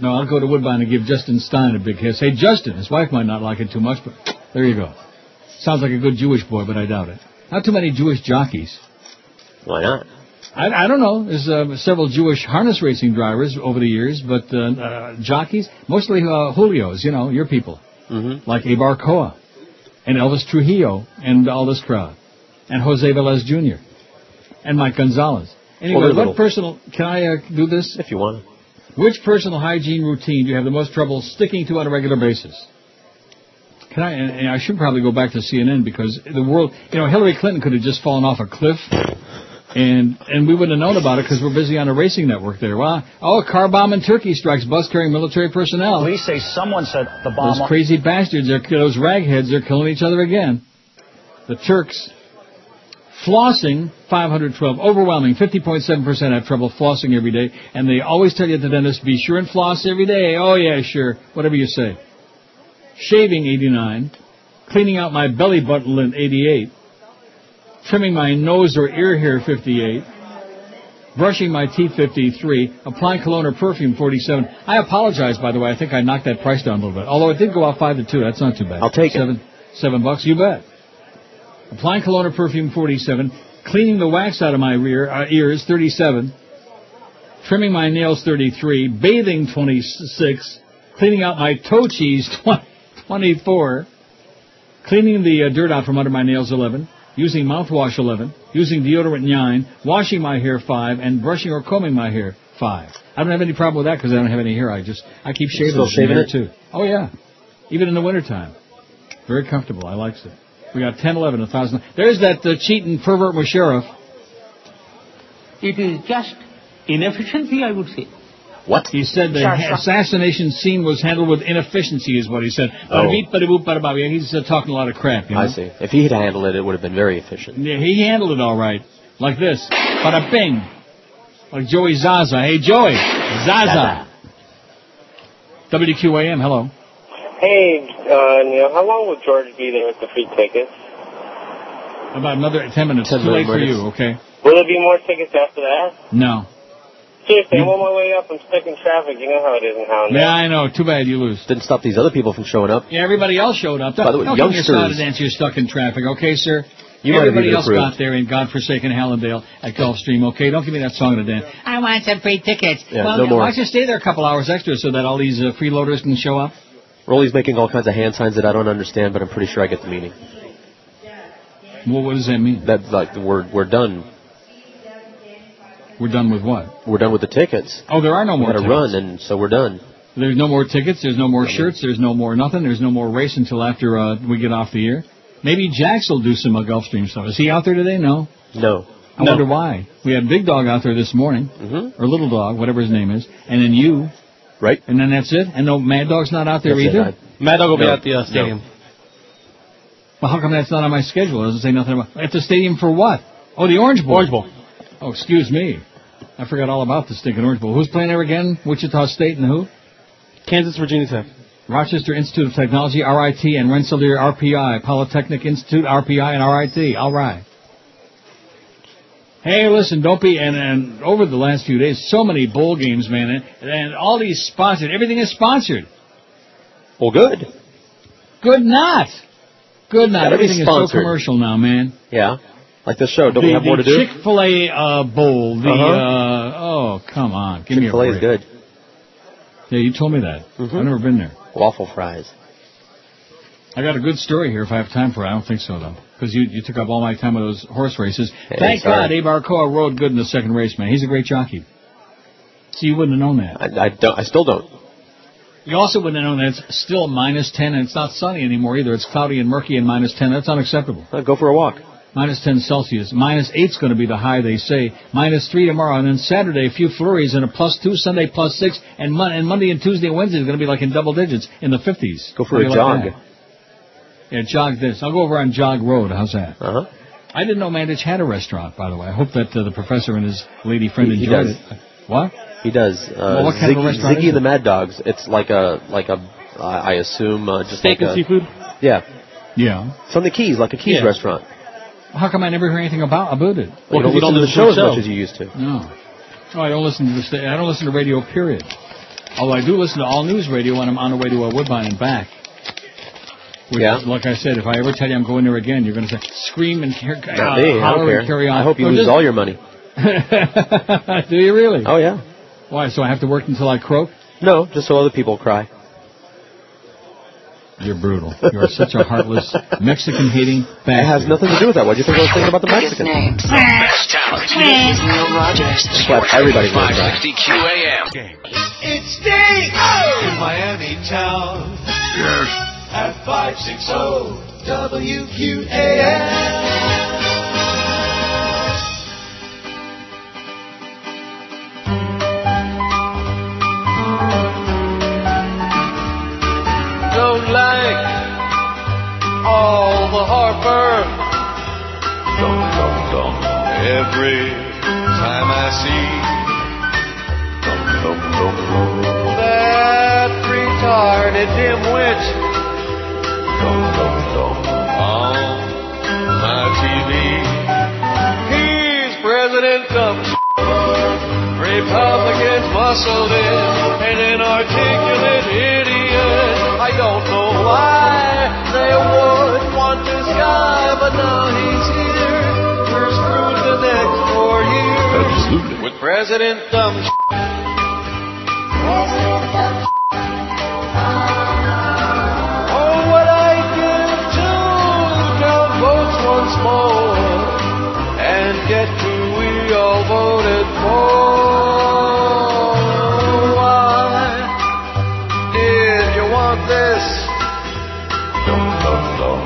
Speaker 4: No, I'll go to Woodbine and give Justin Stein a big kiss. Hey, Justin, his wife might not like it too much, but there you go. Sounds like a good Jewish boy, but I doubt it. Not too many Jewish jockeys.
Speaker 5: Why not?
Speaker 4: I, I don't know. There's uh, several Jewish harness racing drivers over the years, but uh, uh, jockeys, mostly uh, Julio's, you know, your people, mm-hmm. like Abar Coa and Elvis Trujillo and all this crowd, and Jose Velez Jr. and Mike Gonzalez. Anyway,
Speaker 5: Well, there's a
Speaker 4: what
Speaker 5: little-
Speaker 4: personal? Can I uh, do this?
Speaker 5: If you want.
Speaker 4: Which personal hygiene routine do you have the most trouble sticking to on a regular basis? Can I? And and I should probably go back to CNN because the world, you know, Hillary Clinton could have just fallen off a cliff, and and we wouldn't have known about it because we're busy on a racing network there. Well, oh, a car bomb in Turkey strikes bus carrying military personnel.
Speaker 1: Police say someone set the bomb.
Speaker 4: Those crazy bastards, they're, those ragheads, they're killing each other again. The Turks. Flossing, 512, overwhelming, 50.7% have trouble flossing every day, and they always tell you at the dentist, be sure and floss every day. Oh yeah, sure, whatever you say. Shaving, 89. Cleaning out my belly button, lint, 88. Trimming my nose or ear hair, 58. Brushing my teeth, 53. Applying cologne or perfume, 47. I apologize, by the way. I think I knocked that price down a little bit. Although it did go up 5 to 2. That's not too bad. I'll take seven, it. Seven bucks, you bet. Applying cologne or perfume, 47. Cleaning the wax out of my rear, uh, ears, 37. Trimming my nails, 33. Bathing, 26. Cleaning out my toe cheese, 20, 24. Cleaning the uh, dirt out from under my nails, 11. Using mouthwash, 11. Using deodorant, 9. Washing my hair, 5. And brushing or combing my hair, 5. I don't have any problem with that because I don't have any hair. I just, I keep shaving,
Speaker 5: Still
Speaker 4: it in the
Speaker 5: shaving
Speaker 4: hair,
Speaker 5: it?
Speaker 4: too. Oh, yeah. Even in the wintertime. Very comfortable. I likes it. We got 10, 11, 1,000. There's that uh, cheating pervert Musharraf.
Speaker 8: It is just inefficiency, I would say.
Speaker 5: What?
Speaker 4: He said the
Speaker 8: Sure,
Speaker 4: ha-
Speaker 8: sure.
Speaker 4: assassination scene was handled with inefficiency, is what he said.
Speaker 5: Oh.
Speaker 4: Bada-beep, bada-boop, bada-bop. Yeah, He's uh, talking a lot of crap. You know?
Speaker 5: I see. If he had handled it, it would have been very efficient.
Speaker 4: Yeah, he handled it all right. Like this. Bada bing. Like Joey Zaza. Hey, Joey. Zaza. WQAM, hello.
Speaker 51: Hey, uh, Neil, how long will George be there with the free tickets?
Speaker 4: About another 10 minutes.
Speaker 51: 10
Speaker 4: Too late
Speaker 51: minutes.
Speaker 4: for you, okay?
Speaker 51: Will there be more tickets after that?
Speaker 4: No.
Speaker 51: Seriously,
Speaker 4: You-
Speaker 51: I'm on my way up. I'm stuck in traffic. You know how it is in Hound.
Speaker 4: Yeah, I know. Too bad you lose.
Speaker 5: Didn't stop these other people from showing up.
Speaker 4: Yeah, everybody else showed up.
Speaker 5: By the way,
Speaker 4: Don't give me a shot
Speaker 5: youngsters-
Speaker 4: at answer, You're stuck in traffic, okay, sir?
Speaker 5: You might have
Speaker 4: everybody
Speaker 5: even
Speaker 4: else
Speaker 5: approved.
Speaker 4: got there in godforsaken Hallandale at Gulfstream, okay? Don't give me that song to dance. I want some free tickets.
Speaker 5: Yeah,
Speaker 4: well,
Speaker 5: no more.
Speaker 4: why don't you stay there a couple hours extra so that all these uh, freeloaders can show up?
Speaker 5: Rolly's making all kinds of hand signs that I don't understand, but I'm pretty sure I get the meaning.
Speaker 4: Well, what does that mean?
Speaker 5: That's like the word, we're done.
Speaker 4: We're done with what?
Speaker 5: We're done with the tickets.
Speaker 4: Oh, there are no
Speaker 5: we
Speaker 4: more
Speaker 5: gotta
Speaker 4: tickets.
Speaker 5: run, and so we're done.
Speaker 4: There's no more tickets. There's no more shirts. There's no more nothing. There's no more race until after uh, we get off the air. Maybe Jax will do some uh, Gulfstream stuff. Is he out there today? No.
Speaker 5: No.
Speaker 4: I
Speaker 5: Mm-hmm.
Speaker 4: wonder why. We had Big Dog out there this morning, or Little Dog, whatever his name is, and then you.
Speaker 5: Right.
Speaker 4: And then that's it. And no, Mad Dog's not out there
Speaker 5: That's it,
Speaker 4: either.
Speaker 5: I- Mad Dog will be No. at the, uh, stadium.
Speaker 4: Well, how come that's not on my schedule? It doesn't say nothing about at the stadium for what? Oh, the Orange Bowl. Orange Bowl. Oh, excuse me. I forgot all about the stinking Orange Bowl. Who's playing there again? Wichita State and who? Kansas Virginia Tech. Rochester Institute of Technology, RIT, and Rensselaer RPI, Polytechnic Institute, RPI, and RIT. All right. Hey, listen, don't be. And, and over the last few days, so many bowl games, man, and, and all these sponsored. Everything is sponsored.
Speaker 5: Well, good.
Speaker 4: Good not. Good not.
Speaker 5: Gotta be
Speaker 4: Everything is so
Speaker 5: sponsored.
Speaker 4: commercial now, man.
Speaker 5: Yeah. Like this show. Don't
Speaker 4: the,
Speaker 5: we have more to do?
Speaker 4: Chick Fil A uh, bowl. The
Speaker 5: Uh-huh.
Speaker 4: uh, oh, come on, give
Speaker 5: Chick-fil-A
Speaker 4: me
Speaker 5: is
Speaker 4: a break.
Speaker 5: good. Mm-hmm.
Speaker 4: Yeah, you told me that. I've never been there.
Speaker 5: Waffle fries.
Speaker 4: I got a good story here if I have time for it. I don't think so though, because you you took up all my time with those horse races. Thank
Speaker 5: sorry.
Speaker 4: God, Abe Arcoa rode good in the second race, man. He's a great jockey. See, you wouldn't have known that.
Speaker 5: I, I don't. I still don't.
Speaker 4: You also wouldn't have known that it's still minus ten and it's not sunny anymore either. It's cloudy and murky and minus ten. That's unacceptable.
Speaker 5: go for a walk.
Speaker 4: Minus ten Celsius. Minus eight's going to be the high they say. Minus three tomorrow, and then Saturday a few flurries and a plus two. Sunday plus six, and, mon- and Monday and Tuesday and Wednesday is going to be like in double digits in the fifties.
Speaker 5: Go for a jog.
Speaker 4: Yeah, jog this. I'll go over on Jog Road. How's that?
Speaker 5: Uh huh.
Speaker 4: I didn't know Mandich had a restaurant, by the way. I hope that uh, the professor and his lady friend
Speaker 5: He- he
Speaker 4: enjoyed
Speaker 5: does.
Speaker 4: it. What?
Speaker 5: He does. Uh,
Speaker 4: Well, what kind of
Speaker 5: Ziggy,
Speaker 4: restaurant
Speaker 5: Ziggy
Speaker 4: is
Speaker 5: and the
Speaker 4: it?
Speaker 5: Mad Dogs. It's like a like a I I assume uh, just
Speaker 4: Steak and
Speaker 5: like a,
Speaker 4: seafood?
Speaker 5: Yeah.
Speaker 4: Yeah.
Speaker 5: It's on the Keys, like a Keys
Speaker 4: Yeah.
Speaker 5: restaurant.
Speaker 4: How come I never hear anything about about it?
Speaker 5: you don't, you don't listen to the show as much as you used to.
Speaker 4: No. Oh, I don't listen to the sta- I don't listen to radio. Period. Although I do listen to all news radio when I'm on the way to a Woodbine and back. Which,
Speaker 5: Yeah.
Speaker 4: Like I said, if I ever tell you I'm going there again, you're going to say scream and car-
Speaker 5: Not
Speaker 4: uh,
Speaker 5: me. I
Speaker 4: holler
Speaker 5: don't
Speaker 4: and
Speaker 5: care.
Speaker 4: carry on.
Speaker 5: I hope you
Speaker 4: Or
Speaker 5: lose
Speaker 4: just-
Speaker 5: all your money.
Speaker 4: Do you really?
Speaker 5: Oh yeah.
Speaker 4: Why? So I have to work until I croak?
Speaker 5: No, just so other people cry.
Speaker 4: You're brutal. You are such a heartless, Mexican-hating bastard.
Speaker 5: It has nothing to do with that. What do you think I was thinking about the Mexicans?
Speaker 10: Best talent. This is Neil Rogers.
Speaker 5: Slap everybody goes by.
Speaker 10: 560 QAM. It's D.O. in Miami town. Yes. At 560 WQAM.
Speaker 3: Don't like all the Harper. Dum, dum, dum. Every time I see dum, dum, dum, dum. that retarded dimwit. Dum, dum, dum. On my TV. He's President Trump. Republicans muscled in an inarticulate idiot. I don't know why they would want this guy, but now he's here. We're screwed the next four years. Absolutely. With President Dumb. Oh, what I give to count votes once more and get who we all voted for. Why did you want this? Dum dum dum,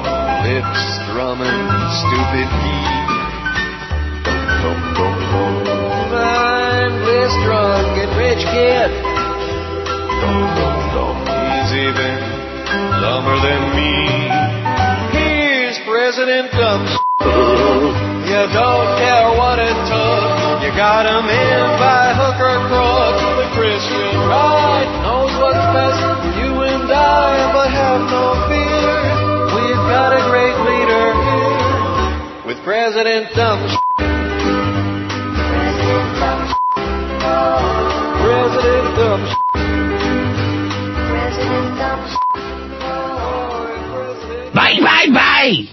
Speaker 3: lip strumming, stupid me. Dum dum dum dum, I'm bliss drunk and rich kid. Dum dum dum, he's even dumber than me. He's President Dumb. You don't care what it took. You got him in by hook or crook. The Christian right knows what's best for you and I, but have no fear. We've got a great leader here with President Dumb. President Dumb. President Dumb. Bye, bye, bye.